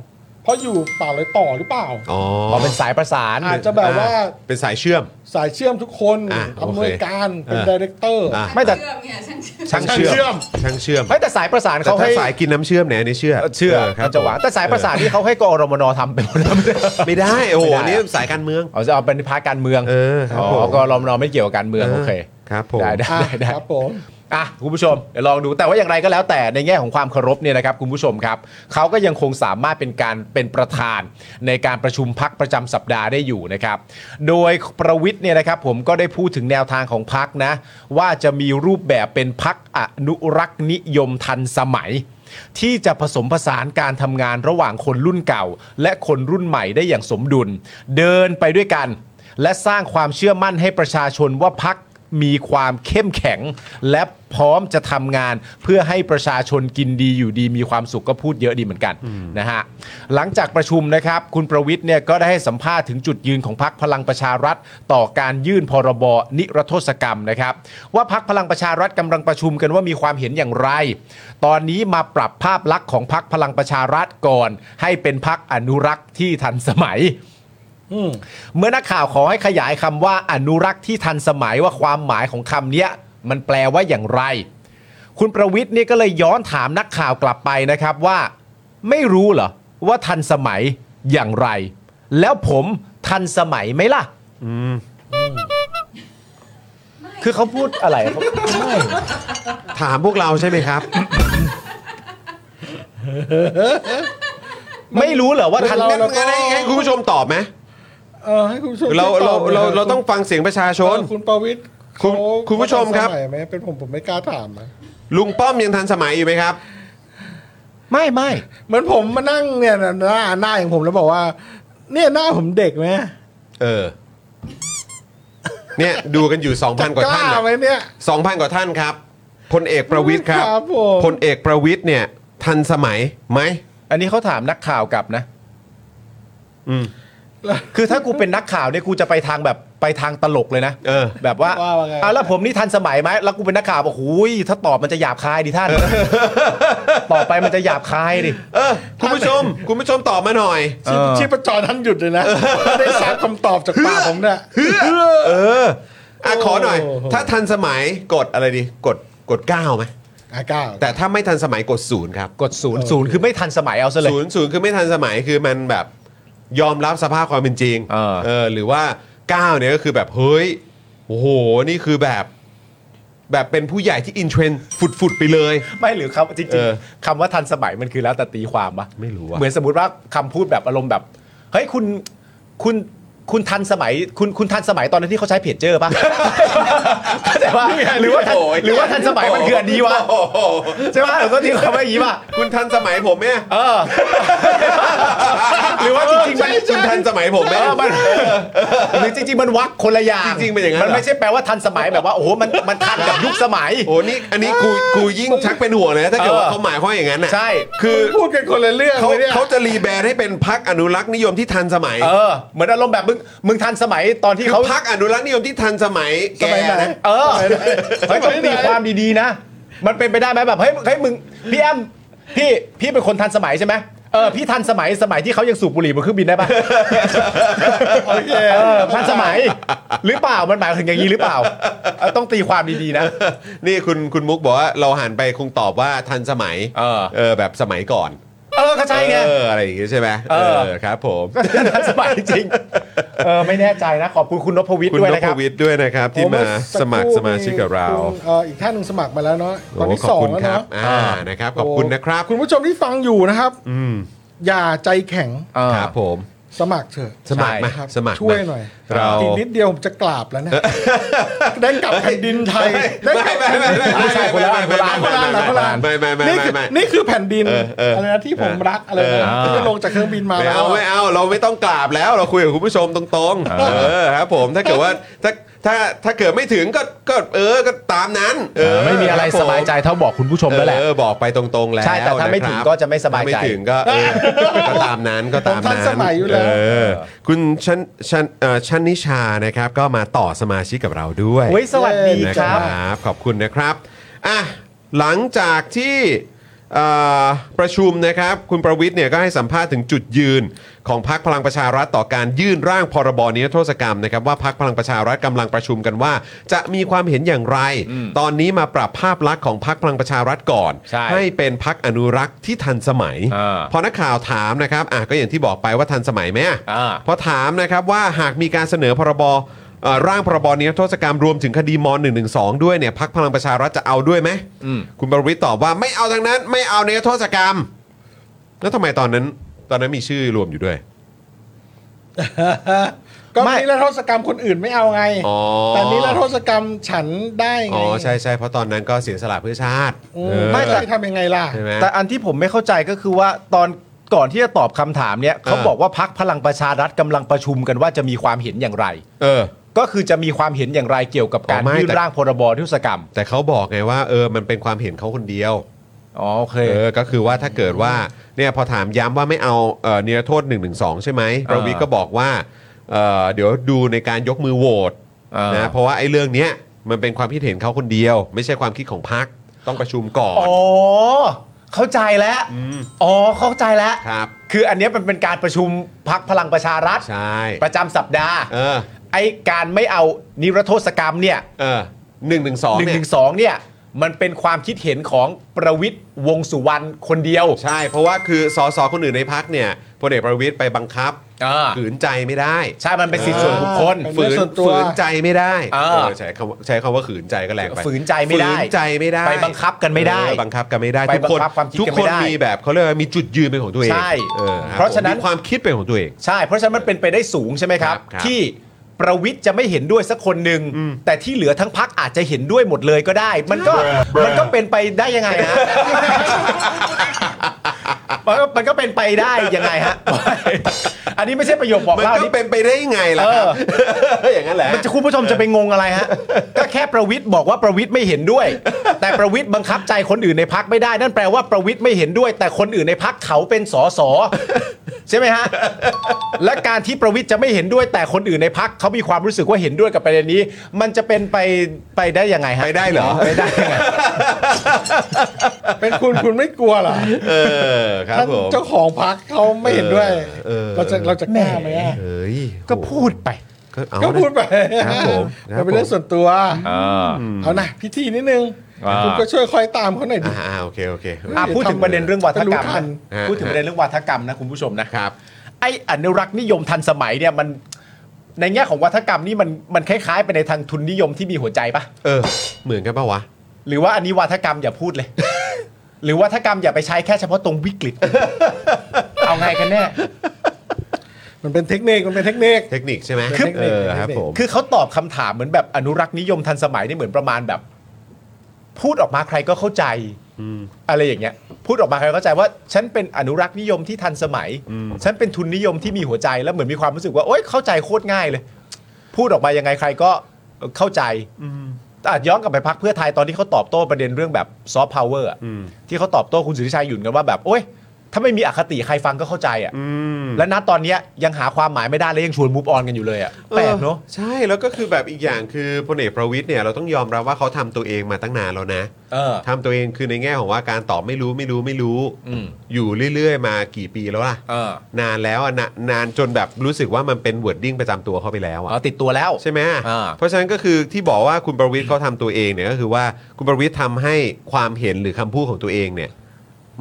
Speaker 3: เพราะอยู่ป่าเลยต่อหรือเปล่า
Speaker 1: ๋อ
Speaker 2: อ๋อเป็นสายประสาน
Speaker 3: อาจจะแบบว่า
Speaker 1: อ่ะเป็นสายเชื่อม
Speaker 3: สายเชื่อมทุกคน
Speaker 1: อ่ะโอเค
Speaker 3: อำนวยการเป็น
Speaker 1: อ่า
Speaker 3: ดีเรคเตอร์
Speaker 1: อ่ะ
Speaker 2: ไม่แต่
Speaker 5: เชื่อเนี่ยฉันเชื่อ
Speaker 1: ช่างเชื่อมช่างเชื่อม
Speaker 2: ไม่แต่สายประสาน
Speaker 1: แต่
Speaker 2: เขา
Speaker 1: ถ้า
Speaker 2: ให้
Speaker 1: สายกินน้ำเชื่อมเนี่ยอันนี้เชื่อ
Speaker 2: เชื่อ
Speaker 1: ครับ
Speaker 2: เขาจะหวางแต่สายประสานที่เขาให้กอรมนทำไปหมดแล้ว
Speaker 1: ไม่ได้โอ้โห
Speaker 2: ไม่
Speaker 1: อัน
Speaker 2: ได้
Speaker 1: นี่สายการเมือง
Speaker 2: เอาจะเอาเป็นพาร์ทการเมือง
Speaker 1: เออครับผม
Speaker 2: ออกอรมนไม่เกี่ยวกับการเมืองโอเค
Speaker 1: ครับผม
Speaker 2: ได้ได้
Speaker 3: อ่ะ
Speaker 2: ได้
Speaker 3: ครับผม
Speaker 2: อ่ะคุณผู้ชมเดี๋ยวลองดูแต่ว่าอย่างไรก็แล้วแต่ในแง่ของความเคารพเนี่ยนะครับคุณผู้ชมครับเขาก็ยังคงสามารถเป็นการเป็นประธานในการประชุมพักประจำสัปดาห์ได้อยู่นะครับ โดยประวิทย์เนี่ยนะครับผมก็ได้พูดถึงแนวทางของพักนะ ว่าจะมีรูปแบบเป็นพักอนุรักษ์นิยมทันสมัย ที่จะผสมผสานการทำงานระหว่างคนรุ่นเก่า และคนรุ่นใหม่ได้อย่างสมดุล เดินไปด้วยกัน และสร้างความเชื่อมั่นให้ประชาชนว่าพัก มีความเข้มแข็ง และพร้อมจะทำงานเพื่อให้ประชาชนกินดีอยู่ดีมีความสุขก็พูดเยอะดีเหมือนกันนะฮะหลังจากประชุมนะครับ คุณประวิทย์เนี่ยก็ได้ให้สัมภาษณ์ถึงจุดยืนของพักพลังประชารัฐ ต่อการยื่นพรบนิรโทษกรรมนะครับ ว่าพักพลังประชารัฐกำลังประชุมกันว่ามีความเห็นอย่างไร ตอนนี้มาปรับภาพลักษณ์ของพักพลังประชารัฐก่อน ให้เป็นพักอนุรักษ์ที่ทันสมัย เมื่อนักข่าวขอให้ขยายคำว่าอนุรักษ์ที่ทันสมัยว่าความหมายของคำเนี้ยมันแปลว่าอย่างไร คุณประวิทย์เนี่ยก็เลยย้อนถามนักข่าวกลับไปนะครับว่า ไม่รู้เหรอว่าทันสมัยอย่างไร แล้วผมทันสมัยไหมล่ะคือเขาพูดอะไรเขาไม่
Speaker 1: ถามพวกเราใช่ไหมครับ
Speaker 2: ไม่รู้เหรอว่าทัน
Speaker 3: เรา
Speaker 1: งั้นงั้นให้ให้คุณผู้ชมตอบไหม
Speaker 3: เออให้คุณผู้ชม
Speaker 1: เรา
Speaker 3: ช่วย
Speaker 1: เรา
Speaker 3: ตอบหน่ย
Speaker 1: เรา
Speaker 3: คบ
Speaker 1: เราต้องฟังเสียงประชาชน
Speaker 3: เออคุณประวิทย์
Speaker 1: คุณ
Speaker 3: เขา
Speaker 1: คุณผู้ชมครับ
Speaker 3: เขาทันสยไหมเป็นผมผมไม่กล้าถามอะ
Speaker 1: ลุงป้อมยังทันสมัยอยู่ไหมครับ
Speaker 2: ไม่ไม่
Speaker 3: เหมือนผมมานั่งเนี่ยนะหน้าหน้าอย่างผมแล้วบอกว่า เนี่ยหน้าผมเด็กไหม
Speaker 1: เออ เนี่ยดูกันอยู่ 2,000 กว่า
Speaker 3: ล้า
Speaker 1: ท่าน
Speaker 3: ไหมเนี่ย
Speaker 1: สองพันกว่าท่านครับพลเอกประวิทย์ครับ
Speaker 3: ครับผม
Speaker 1: พลเอกประวิทย์เนี่ยทันสมัยไหม
Speaker 2: อันนี้เขาถามนักข่าวกลับนะ
Speaker 1: อืม
Speaker 2: คือถ้ากูเป็นนักข่าวเนี่ยกูจะไปทางแบบไปทางตลกเลยนะ
Speaker 1: เออ
Speaker 2: แบบว่า
Speaker 3: ว่าว่าไง
Speaker 2: อ่ะแล้วผมนี่ทันสมัยไหมแล้วกูเป็นนักข่าวบอกหูยถ้าตอบมันจะหยาบคายดิท่าน ตอบไปมันจะหยาบคายดิ
Speaker 1: เออ คุณผู้ชม คุณผู้ชมตอบมาหน่อย
Speaker 3: ชีพชีพจรท่านหยุดเลย นะได้สารคำตอบจากปากผมเนี่ย
Speaker 1: เอออ่ะขอหน่อย
Speaker 3: โอ้โห
Speaker 1: ถ้าทันสมัยกดอะไรดีกดกด9ไหม
Speaker 3: อ่ะกล้า
Speaker 1: แต่ถ้าไม่ทันสมัยกดศูนย์ครับ
Speaker 2: กดศูนย์ศูนย์คือไม่ทันสมัยเอาซะเลย
Speaker 1: ศูนย์ศูนย์คือไม่ทันสมัยคือมันแบบยอมรับสภาพความเป็นจริง
Speaker 2: เออ
Speaker 1: หรือว่า9เนี่ยก็คือแบบ เฮ้ยโอ้โห นี่คือแบบ แบบเป็นผู้ใหญ่ที่อินเทรนฟุดฟุดๆไปเลย
Speaker 2: ไม่หรือคำจ
Speaker 1: เอ
Speaker 2: ริง
Speaker 1: อ
Speaker 2: ๆคำว่าทันสมัยมันคือแล้วแต่ตีความปะ
Speaker 1: ไม่รู้อะ
Speaker 2: เหมือนสมมติว่าคำพูดแบบอารมณ์แบบเฮ้ยคุณคุณคุณทันสมัย คุณคุณทันสมัยตอนนั้นที่เขาใช้เพจเจอร์ป่ะ เข้าใจป่ะหรือว่าทันหรือว่าทันสมัยมันคืออันนี้วะ
Speaker 1: โอ้โห
Speaker 2: ใช่ป่ะหรือก็ที่เขาไม่าอย่างงี้ป่ะ
Speaker 1: คุณทันสมัยผมไหม
Speaker 2: เออ หรือว่าจริงๆมัน
Speaker 1: คุณทันสมัยผมไหม
Speaker 2: เออมันหรือจริงๆ มันวักคนละอย่าง
Speaker 1: จริงๆเป็นอย่างนั้นเหร
Speaker 2: มั
Speaker 1: อ
Speaker 2: นไม่ใช่แปลว่าทันสมัยแบบว่า โอ้โหมันมันทันกับยุคสมัย
Speaker 1: โอ้นี่อันนี้กูกูยิ่งชักเป็นห่วงเลยนะถ้าเกิดว่า
Speaker 2: เออ
Speaker 1: เขาหมายความอย่างนั้นน่ะ
Speaker 2: ใช่
Speaker 1: คือ
Speaker 3: พูดกันคนละเรื่อง
Speaker 1: เขา
Speaker 3: เลยเนี่ย
Speaker 1: เขาจะรีแบรนด์ให้เป็นพักอนุรักษ์นิยมที่ทันสมัย
Speaker 2: เออ เหมือนอารมณ์แบบมึงมึงทันสมัยตอนที่
Speaker 1: คือ
Speaker 2: เขา
Speaker 1: พักอนุรักษ์นิยมที่ทันสมัย
Speaker 3: ส
Speaker 1: แก
Speaker 3: มัยไหน
Speaker 1: นะ
Speaker 2: เออเฮ้ยต้องตีความดีๆนะ มันเป็นไปได้ไหมแบบเฮ้ยเฮ้ยมึงพี่แอมพี่พี่เป็นคนทันสมัยใช่ไหมเออพี่ทันสมัยสมัยที่เขายังสูบบุหรี่บนเครื่องบินได้ปะ
Speaker 3: โอเค
Speaker 2: เออทันสมัย หรือเปล่ามันหมายถึงอย่างนี้หรือเปล่าเออต้องตีความดีๆนะ
Speaker 1: นี่คุณคุณมุกบอกว่าเราหันไปคงตอบว่าทันสมัย
Speaker 2: เออ
Speaker 1: แบบสมัยก่อน
Speaker 2: เออเข้าใจไง
Speaker 1: เอออะไรอย่างงี้ใช่ไหม
Speaker 2: เออ
Speaker 1: ครับผม
Speaker 2: ทันสมัยจริงเออไม่แน่ใจนะ ขอบคุณคุณนพวิทย์
Speaker 1: คุณ
Speaker 2: ด้วย
Speaker 1: น
Speaker 2: นะค
Speaker 1: พ
Speaker 2: รับ
Speaker 1: วิทย์ด้วยนะครับ ที่มาสมัครสมาชิกกับเรา
Speaker 3: คุณเอ่ออีกท่านหนึ่งสมัครมาแล้วเนาะตอน
Speaker 1: โอ้
Speaker 3: ที่
Speaker 1: ขอ
Speaker 3: ส
Speaker 1: บ
Speaker 3: อง
Speaker 1: คุณ
Speaker 3: แล้ว
Speaker 1: ครั
Speaker 3: เนาะ
Speaker 1: บอ่านะครับขอบคุณนะครับ
Speaker 3: คุณผู้ชมที่ฟังอยู่นะครับ
Speaker 1: อืม
Speaker 3: อย่าใจแข็ง
Speaker 1: ครับผม
Speaker 3: สมัครเถอะ
Speaker 1: สมัครมา
Speaker 3: ครับ
Speaker 1: สมัครมา
Speaker 3: ช่วยหน่อย
Speaker 1: เรา
Speaker 3: อีกนิดเดียวผมจะกราบแล้วนะได้กลับแผ่นดินไทยได้กลับแผ่นดินไทย
Speaker 2: ไม่ใช่คนละอันคนละอัน
Speaker 3: คนละอันเหรอคนละอัน
Speaker 1: ไม่ไม่ไม่
Speaker 3: นี่
Speaker 1: ไม่
Speaker 3: คือ
Speaker 1: ไม่
Speaker 3: นี่คือแผ่นดิน
Speaker 1: เออเอออ
Speaker 3: อะไรนะที่ผมรักอะไร
Speaker 1: เออ
Speaker 3: นะที่จะลงจากเครื่องบินมา
Speaker 1: ไม่
Speaker 3: แล้ว
Speaker 1: เอาไม่เอาเราไม่ต้องกราบแล้วเราคุยกับคุณผู้ชมตรงๆ เออครับผมถ้าเกิดว่าถ้าถ้าถ้าเกิดไม่ถึงก็ก็เออก็ตามนั้นเอ
Speaker 2: เอ
Speaker 1: อ
Speaker 2: อไม่มีอะไร
Speaker 1: คบ
Speaker 2: สบายใจเท่าบอกคุณผู้ชมแล้วแหละ
Speaker 1: เออบอกไปตรงๆแล้ว
Speaker 2: ใช่แต่ถ้าไม่
Speaker 1: นะครับ
Speaker 2: ถึงก็จะไม่สบาย
Speaker 1: ถ้
Speaker 2: ใจ
Speaker 1: ไม่ถึงก็เออก็ตามนั้นก็ตาม
Speaker 3: ผมทั
Speaker 1: นั้น
Speaker 3: นสมัยอยู่แล้ว
Speaker 1: เอคุณชันชันเอ่อชันนิชานะครับ ก็มาต่อสมาชิกกับเราด้วย
Speaker 2: เฮ้ยสวัสดี
Speaker 1: นะ
Speaker 2: ค
Speaker 1: ค
Speaker 2: รั
Speaker 1: รับ บขอบคุณนะครับอ่ะหลังจากที่เอ่อประชุมนะครับ คุณประวิทย์เนี่ยก็ให้สัมภาษณ์ถึงจุดยืน ของพักพลังประชารัฐต่อการยื่นร่างพรบนิรโทษกรรมนะครับว่าพักพลังประชารัฐกำลังประชุมกันว่า จะมีความเห็นอย่างไร ตอนนี้มาปรับภาพลักษณ์ของพักพลังประชารัฐก่อน
Speaker 2: ใช่
Speaker 1: ให้เป็นพักอนุรักษ์ที่ทันสมัย
Speaker 2: อ่า
Speaker 1: พอนักข่าวถามนะครับอ่ะก็อย่างที่บอกไปว่าทันสมัยไหมอ่ะ
Speaker 2: อ่า
Speaker 1: พอถามนะครับว่าหากมีการเสนอพรบเอ่อร่างพรบนิรโทษกรรมรวมถึงคดีม .112 ด้วยเนี่ยพักพลังประชารัฐจะเอาด้วยไหมคุณประวิทย์ตอบว่าไม่เอาทางนั้น ไม่เอานิรโทษกรรม แล้วทำไมตอนนั้นตอนนั้นมีชื่อรวมอยู่ด้วย
Speaker 3: ก็
Speaker 2: ไม่
Speaker 3: นิรโทษกรรมคนอื่นไม่เอาไง
Speaker 1: อ๋อ
Speaker 3: แต่นิรโทษกรรมฉันได้ไง
Speaker 1: อ๋อใช่ใช่เพราะตอนนั้นก็เสียสละเพื่อชาติ
Speaker 3: อื
Speaker 1: เอ
Speaker 3: ม
Speaker 1: อ
Speaker 3: ไม่แต่ทำยังไงล่ะ
Speaker 1: ใช่ไหม
Speaker 2: แต่อันที่ผมไม่เข้าใจก็คือว่าตอนก่อนที่จะตอบคำถามเนี่ยเขา
Speaker 1: เออ
Speaker 2: บอกว่าพักพลังประชารัฐกำลังประชุมกันว่าจะมีความเห็นอย่างไร
Speaker 1: เออ
Speaker 2: ก็คือจะมีความเห็นอย่างไรเกี่ยวกับการ
Speaker 1: อ๋อไม่
Speaker 2: ยื่น
Speaker 1: แต่
Speaker 2: ร่างพรบนิรโทษกรรม
Speaker 1: แต่เขาบอกไงว่าเออมันเป็นความเห็นเขาคนเดียว
Speaker 2: อ๋อโอเค
Speaker 1: เออ ก็คือว่าถ้าเกิดว่าเนี่ยพอถามย้ำว่าไม่เอาเอ่อนิรโทษ1นึใช่ไหมประวิทย์ก็บอกว่าเอ่อเดี๋ยวดูในการยกมือโหวต
Speaker 2: อ่าน
Speaker 1: นะเพราะว่าไอ้เรื่องเนี้ยมันเป็นความคิดเห็นเขาคนเดียว ไม่ใช่ความคิดของพรรคต้องประชุมก่อน
Speaker 2: ๋อเข้าใจแล้วอ๋อเข้าใจแล้ว
Speaker 1: ครับ
Speaker 2: คืออันเนี้ยมันเป็นการประชุมพักพลังประชารัฐ
Speaker 1: ใช่
Speaker 2: ประจำสัปดาห์
Speaker 1: เออ
Speaker 2: ไอการไม่เอานิรโทษกรรมเนี่ย
Speaker 1: เออหนึ่งหนึ่งสอง
Speaker 2: หนึ่ง
Speaker 1: เนี่ย
Speaker 2: ถึงสองเนี่ยมันเป็นความคิดเห็นของประวิทย์วงษ์สุวรรณคนเดียว
Speaker 1: ใช่ เพราะว่าคือสสคนอื่นในพักเนี่ยพลเอกประวิทย์ไปบังคับ
Speaker 2: อ่า
Speaker 1: ขืนใจไม่ได้
Speaker 2: ใช่มันเป็นสิทธิส่วนบุคคล
Speaker 3: เป็น
Speaker 1: ฝืน
Speaker 3: เรื่องส่วนตัว
Speaker 1: ฝืนใจไม่ได้
Speaker 2: อ่า
Speaker 1: เออใช้คำว่าใช้คำว่าขืนใจก็แรงไป
Speaker 2: ฝืนใจไม่ได้
Speaker 1: ฝืนใจไม่ได้
Speaker 2: ไปบังคับกันไม่ได้
Speaker 1: เออบังคับกันไม่ได้
Speaker 2: ไป
Speaker 1: ทุกคน
Speaker 2: บังคับความคิด
Speaker 1: ทุก
Speaker 2: กัน
Speaker 1: ค
Speaker 2: ไม่
Speaker 1: น
Speaker 2: ได้
Speaker 1: มีแบบเขาเรียกว่ามีจุดยืนเป็นของตัวเอง
Speaker 2: ใช่
Speaker 1: ออคบ
Speaker 2: เพราะฉะนั้น
Speaker 1: มีความคิดเป็นของตัวเอง
Speaker 2: ใช่ เพราะฉะนั้นมันเป็นไปได้สูงใช่ไหมครับ
Speaker 1: ครับครับ
Speaker 2: ที่ประวิทย์จะไม่เห็นด้วยสักคนหนึ่งแต่ที่เหลือทั้งพักอาจจะเห็นด้วยหมดเลยก็ได้ มันก็มันก็เป็นไปได้ยังไงฮะ มันก็มันก็เป็นไปได้ยังไงฮะ อันนี้ไม่ใช่ประโยคบอก
Speaker 1: มัน
Speaker 2: เล่า
Speaker 1: ก็
Speaker 2: นี่
Speaker 1: เป็นไปได้ไงล่ะครับ อย่างนั้นแหละ
Speaker 2: มันจะคุณผู้ชมจะไปงงอะไรฮะ ก็แค่ประวิทย์บอกว่าประวิทย์ไม่เห็นด้วย แต่ประวิทย์บังคับใจคนอื่นในพักไม่ได้ นั่นแปลว่าประวิทย์ไม่เห็นด้วย แต่คนอื่นในพักเขาเป็นสสใช่ไหมฮะ และการที่ประวิทย์จะไม่เห็นด้วย แต่คนอื่นในพักเขามีความรู้สึกว่าเห็นด้วยกับประเด็นนี้ มันจะเป็นไปไปได้ยังไงฮะ
Speaker 1: ไปได้เหรอ
Speaker 2: ไปได้ยังไง
Speaker 3: เป็นคุณคุณไม่กลัวเหรอ
Speaker 1: เออครับ
Speaker 3: ท่าน
Speaker 1: ผม
Speaker 3: เจ้าของพักเขาไม่เห็นด้วย
Speaker 1: เออ
Speaker 3: เราจะเราจะกล้าไหมอะ
Speaker 1: เฮ้ย
Speaker 2: ก็พูดไป
Speaker 1: ก็เอา
Speaker 3: ก็พูดไป
Speaker 1: นะครับผมนะค
Speaker 3: มั
Speaker 1: รับ
Speaker 3: นเป็นเรื่อง
Speaker 1: ผม
Speaker 3: ส่วนตัว เอานะพิธีนิดนึง
Speaker 2: อ่า
Speaker 3: คุณก็ช่วยคอยตามเขาหน่อยดิ
Speaker 1: อ่าๆโอเคโอเค
Speaker 2: อ่ะพูดถึงประเด็นเรื่องวัฒกรรม
Speaker 3: รู้ทัน
Speaker 2: นะพูดถึงประเด็นเรื่องวัฒกรรมนะคุณผู้ชมนะครับ ไออนุรักษ์นิยมทันสมัยเนี่ยมันในแง่ของวัฒกรรมนี่มันมันคล้ายๆ ไปในทางทุนนิยมที่มีหัวใจปะ
Speaker 1: เออ เหมือนกันปะวะ
Speaker 2: หรือว่าอันนี้วัฒกรรมอย่าพูดเลย หรือวัฒกรรมอย่าไปใช้แค่เฉพาะตรงวิกฤต เอาไงกันแน่
Speaker 3: มันเป็นเทคนิค มันเป็นเทคนิค
Speaker 1: เทคนิคใช่ไหม
Speaker 3: คือ
Speaker 1: เออครับผม
Speaker 2: คือเขาตอบคำถามเหมือนแบบอนุรักษ์นิยมทันสมัยนี่เหมือนประมาณแบบ พูดออกมาใครก็เข้าใจอะไรอย่างเงี้ย พูดออกมาใครก็เข้าใจว่า ฉันเป็นอนุรักษ์นิยมที่ทันสมัย ฉันเป็นทุนนิยมที่มีหัวใจแล้วเหมือนมีความรู้สึกว่าโอ๊ยเข้าใจโคตรง่ายเลย พูดออกมายังไงใครก็เข้าใจอาจย้อนกลับไปพักเพื่อไทยตอนที่เขาตอบโต้ประเด็นเรื่องแบบซอฟต์พาวเวอร์ที่เขาตอบโต้คุณสุทธิชัยหยุ่นกันว่าแบบโอ๊ย ถ้าไม่มีอคติใครฟังก็เข้าใจอ่ะและณตอนเนี้ยยังหาความหมายไม่ได้และยังชวนมูฟออนกันอยู่เลยอ่ะแปลกเนาะ
Speaker 1: ออใช่แล้วก็คือแบบอีกอย่างคือพลเอกประวิทย์เนี่ยเราต้องยอมรับว่าเขาทำตัวเองมาตั้งนานแล้วนะ
Speaker 2: เออ
Speaker 1: ทำตัวเองคือในแง่ของว่าการตอบไม่รู้ไม่รู้ไม่รู้
Speaker 2: อืม
Speaker 1: อยู่เรื่อยๆ มากี่ปีแล้วล่ะ
Speaker 2: เออน
Speaker 1: านแล้วอะนะนานจนแบบรู้สึกว่ามันเป็นวอร์ดดิ้งประจำตัวเขาไปแล้วอะ
Speaker 2: เอาติดตัวแล้ว
Speaker 1: ใช่ไหม
Speaker 2: อ่า
Speaker 1: เพราะฉะนั้นก็คือที่บอกว่าคุณประวิทย์เขาทำตัวเองเนี่ยก็คือว่าคุณประวิทย์ทำให้ความเห็นหรือคำพูดของตัวเองเนี่ย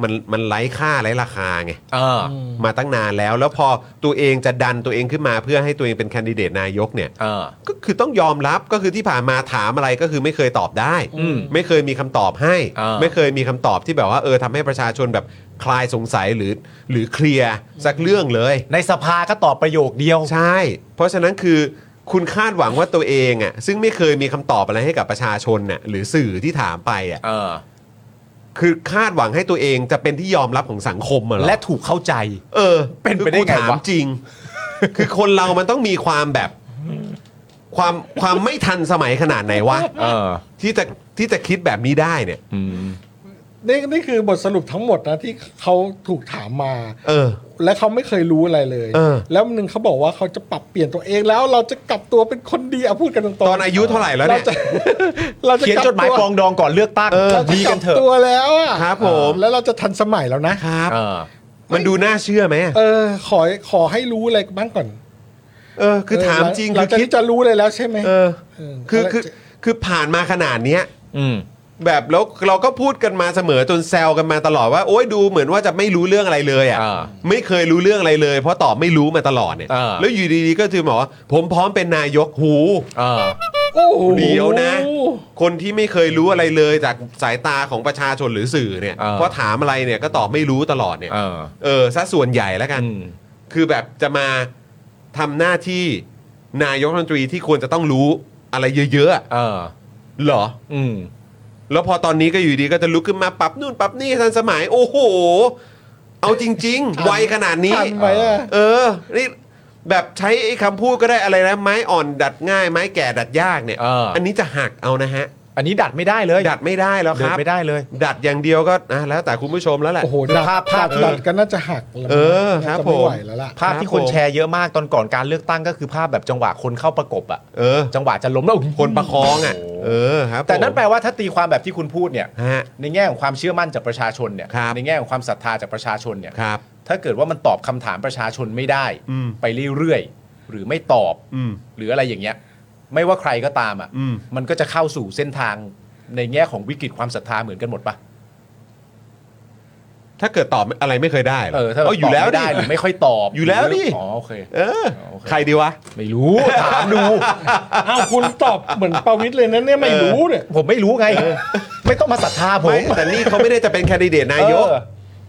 Speaker 1: มันมันไร้ค่าไร้ราคาไง
Speaker 2: เออ
Speaker 1: มาตั้งนานแล้ว แล้วพอตัวเองจะดันตัวเองขึ้นมาเพื่อให้ตัวเองเป็นแคนดิเดตนายกเนี่ย
Speaker 2: เออ
Speaker 1: ก็คือต้องยอมรับก็คือที่ผ่านมาถามอะไรก็คือไม่เคยตอบได้
Speaker 2: อืม
Speaker 1: ไม่เคยมีคำตอบให้
Speaker 2: อ่า
Speaker 1: ไม่เคยมีคำตอบที่แบบว่าเออทำให้ประชาชนแบบคลายสงสัยหรือหรือเคลียร์สักเรื่องเลย
Speaker 2: ในสภาก็ตอบประโยคเดียว
Speaker 1: ใช่ เพราะฉะนั้นคือคุณคาดหวังว่าตัวเองอ่ะซึ่งไม่เคยมีคำตอบอะไรให้กับประชาชนน่ะหรือสื่อที่ถามไปอ่ะ
Speaker 2: เออ
Speaker 1: คือคาดหวังให้ตัวเองจะเป็นที่ยอมรับของสังคมอะเหรอ
Speaker 2: และถูกเข้าใจ
Speaker 1: เออ
Speaker 2: เป็นไป
Speaker 1: คือ
Speaker 2: ได้
Speaker 1: กู
Speaker 2: ไงวะ
Speaker 1: ถามจริง คือคนเรามันต้องมีความแบบ ความความไม่ทันสมัยขนาดไหนวะ
Speaker 2: เออ
Speaker 1: ที่จะที่จะคิดแบบนี้ได้เนี่ย
Speaker 2: อืม
Speaker 3: นี่นี่คือบทสรุปทั้งหมดนะที่เขาถูกถามมา
Speaker 1: เออ
Speaker 3: และเขาไม่เคยรู้อะไรเลย
Speaker 1: เออ
Speaker 3: แล้ววันหนึ่งเขาบอกว่าเขาจะปรับเปลี่ยนตัวเองแล้วเราจะกลับตัวเป็นคนดีอะพูดกันตรงๆ
Speaker 1: ตอนอายุเท่าไหร่แล้ว
Speaker 3: เรา
Speaker 1: เนี่ย
Speaker 3: จะ เราจะ
Speaker 2: เขียนจดหมายปองดองก่อนเลือกตั้ง
Speaker 3: เราจะ
Speaker 2: ดี
Speaker 3: ก
Speaker 2: กั
Speaker 3: ลั
Speaker 2: น
Speaker 3: บ
Speaker 2: เถอะ
Speaker 3: ตัวแล้วอะ
Speaker 1: ครับผม
Speaker 3: แล้วเราจะทันสมัยแล้วนะ
Speaker 1: ครับ
Speaker 2: เออ
Speaker 1: มันดูน่าเชื่อไหม
Speaker 3: เออ ขอขอให้รู้อะไรบ้างก่อน
Speaker 1: เออ คือถามจริง
Speaker 3: เรา
Speaker 1: คือ
Speaker 3: จะ
Speaker 1: คิด
Speaker 3: จะรู้เลยแล้วใช่ไหม
Speaker 1: เออ
Speaker 3: เออ
Speaker 1: คือคือคือผ่านมาขนาดเนี้ย
Speaker 2: อืม
Speaker 1: แบบแล้วเราก็พูดกันมาเสมอจนแซวกันมาตลอดว่าโอ้ยดูเหมือนว่าจะไม่รู้เรื่องอะไรเลย
Speaker 2: อ่า
Speaker 1: อะ่ะไม่เคยรู้เรื่องอะไรเลย เพราะตอบไม่รู้มาตลอดเนี่ย
Speaker 2: อ่า
Speaker 1: แล้วอยู่ดีๆก็คือบอกว่าผมพร้อมเป็นนายกหู
Speaker 2: เออ
Speaker 3: โอ้โห
Speaker 1: เดี๋ยวนะ คนที่ไม่เคยรู้อะไรเลยจากสายตาของประชาชนหรือสื่อเนี่ย
Speaker 2: เออ
Speaker 1: พอถามอะไรเนี่ยก็ตอบไม่รู้ตลอดเนี่ย
Speaker 2: เออ
Speaker 1: เออซะส่วนใหญ่แล้วกัน
Speaker 2: อืม
Speaker 1: คือแบบจะมาทำหน้าที่นายกรัฐมนตรีที่ควรจะต้องรู้อะไรเยอะๆอะ
Speaker 2: เออ
Speaker 1: เหรอ
Speaker 2: อืม
Speaker 1: แล้วพอตอนนี้ก็อยู่ดีก็จะลุกขึ้นมาปรับนู่นปรับนี่ทันสมัย โอ้โห เอาจริง ๆ ไวขนาดนี้
Speaker 3: ทันไหมอะ
Speaker 1: เออนี่แบบใช้ไอ้คำพูดก็ได้อะไรนะไม้อ่อนดัดง่ายไม้แก่ดัดยากเนี่ย
Speaker 2: เอออั
Speaker 1: นนี้จะหักเอานะฮะ
Speaker 2: อันนี้ดัดไม่ได้เลย
Speaker 1: ดัดไม่ได้แล้วค
Speaker 2: เดิน
Speaker 1: รับ
Speaker 2: ไม่ได้เลย
Speaker 1: ดัดอย่างเดียวก็อ่ะแล้วแต่คุณผู้ชมแล้วแหละ
Speaker 3: โอ้โหดัด
Speaker 2: ภาพภาพ
Speaker 3: ดัดดัดก็น่าจะหักแล้วมั้ง
Speaker 1: เออครับ
Speaker 3: น่าจะ
Speaker 1: ผ
Speaker 3: ไม่
Speaker 1: ม
Speaker 3: ไหวแล้วล่ะ
Speaker 2: ภาพที่คนแชร์เยอะมากตอนก่อนการเลือกตั้งก็คือภาพแบบจังหวะคนเข้าประกบอะ
Speaker 1: เออ
Speaker 2: จังหวะจะล้มแล้ว
Speaker 1: คนประคองอ่ะ เออครับ
Speaker 2: แต่นั่น
Speaker 1: ผม
Speaker 2: แปลว่าถ้าตีความแบบที่คุณพูดเนี่ย
Speaker 1: ฮะ
Speaker 2: ในแง่ของความเชื่อมั่นจากประชาชนเนี่ย
Speaker 1: ครับ
Speaker 2: ในแง่ของความศรัทธาจากประชาชนเนี่ย
Speaker 1: ครับ
Speaker 2: ถ้าเกิดว่ามันตอบคำถามประชาชนไม่ได้
Speaker 1: อืม
Speaker 2: ไปเรื่อยๆ หรือไม่ตอบ
Speaker 1: อืม
Speaker 2: หรืออะไรอย่างเงี้ย ไม่ว่าใครก็ตามอ่ะ
Speaker 1: อืม
Speaker 2: มันก็จะเข้าสู่เส้นทางในแง่ของวิกฤตความศรัทธาเหมือนกันหมดปะ
Speaker 1: ถ้าเกิดตอบอะไรไม่เคยได้หร
Speaker 2: เออถ้าแบบ
Speaker 1: าอยู่แล้ว
Speaker 2: ตบไม่ได้หรือ
Speaker 1: ดิ
Speaker 2: ไม่ค่อยตอบ
Speaker 1: อยู่แล้วดิ
Speaker 2: อ๋อโอเค
Speaker 1: เออ
Speaker 2: โอเค
Speaker 1: ใครดีวะ
Speaker 2: ไม่รู้ถามดู
Speaker 3: อ้าวคุณตอบเหมือนประวิตรเลยนะเนี่ยไม่รู้เนี่ย
Speaker 2: ผมไม่รู้ไง ไม่ต้องมาศรัทธาผม
Speaker 1: ไม่แต่นี่เขาไม่ได้จะเป็นแคนดิเดตนายก
Speaker 2: เออ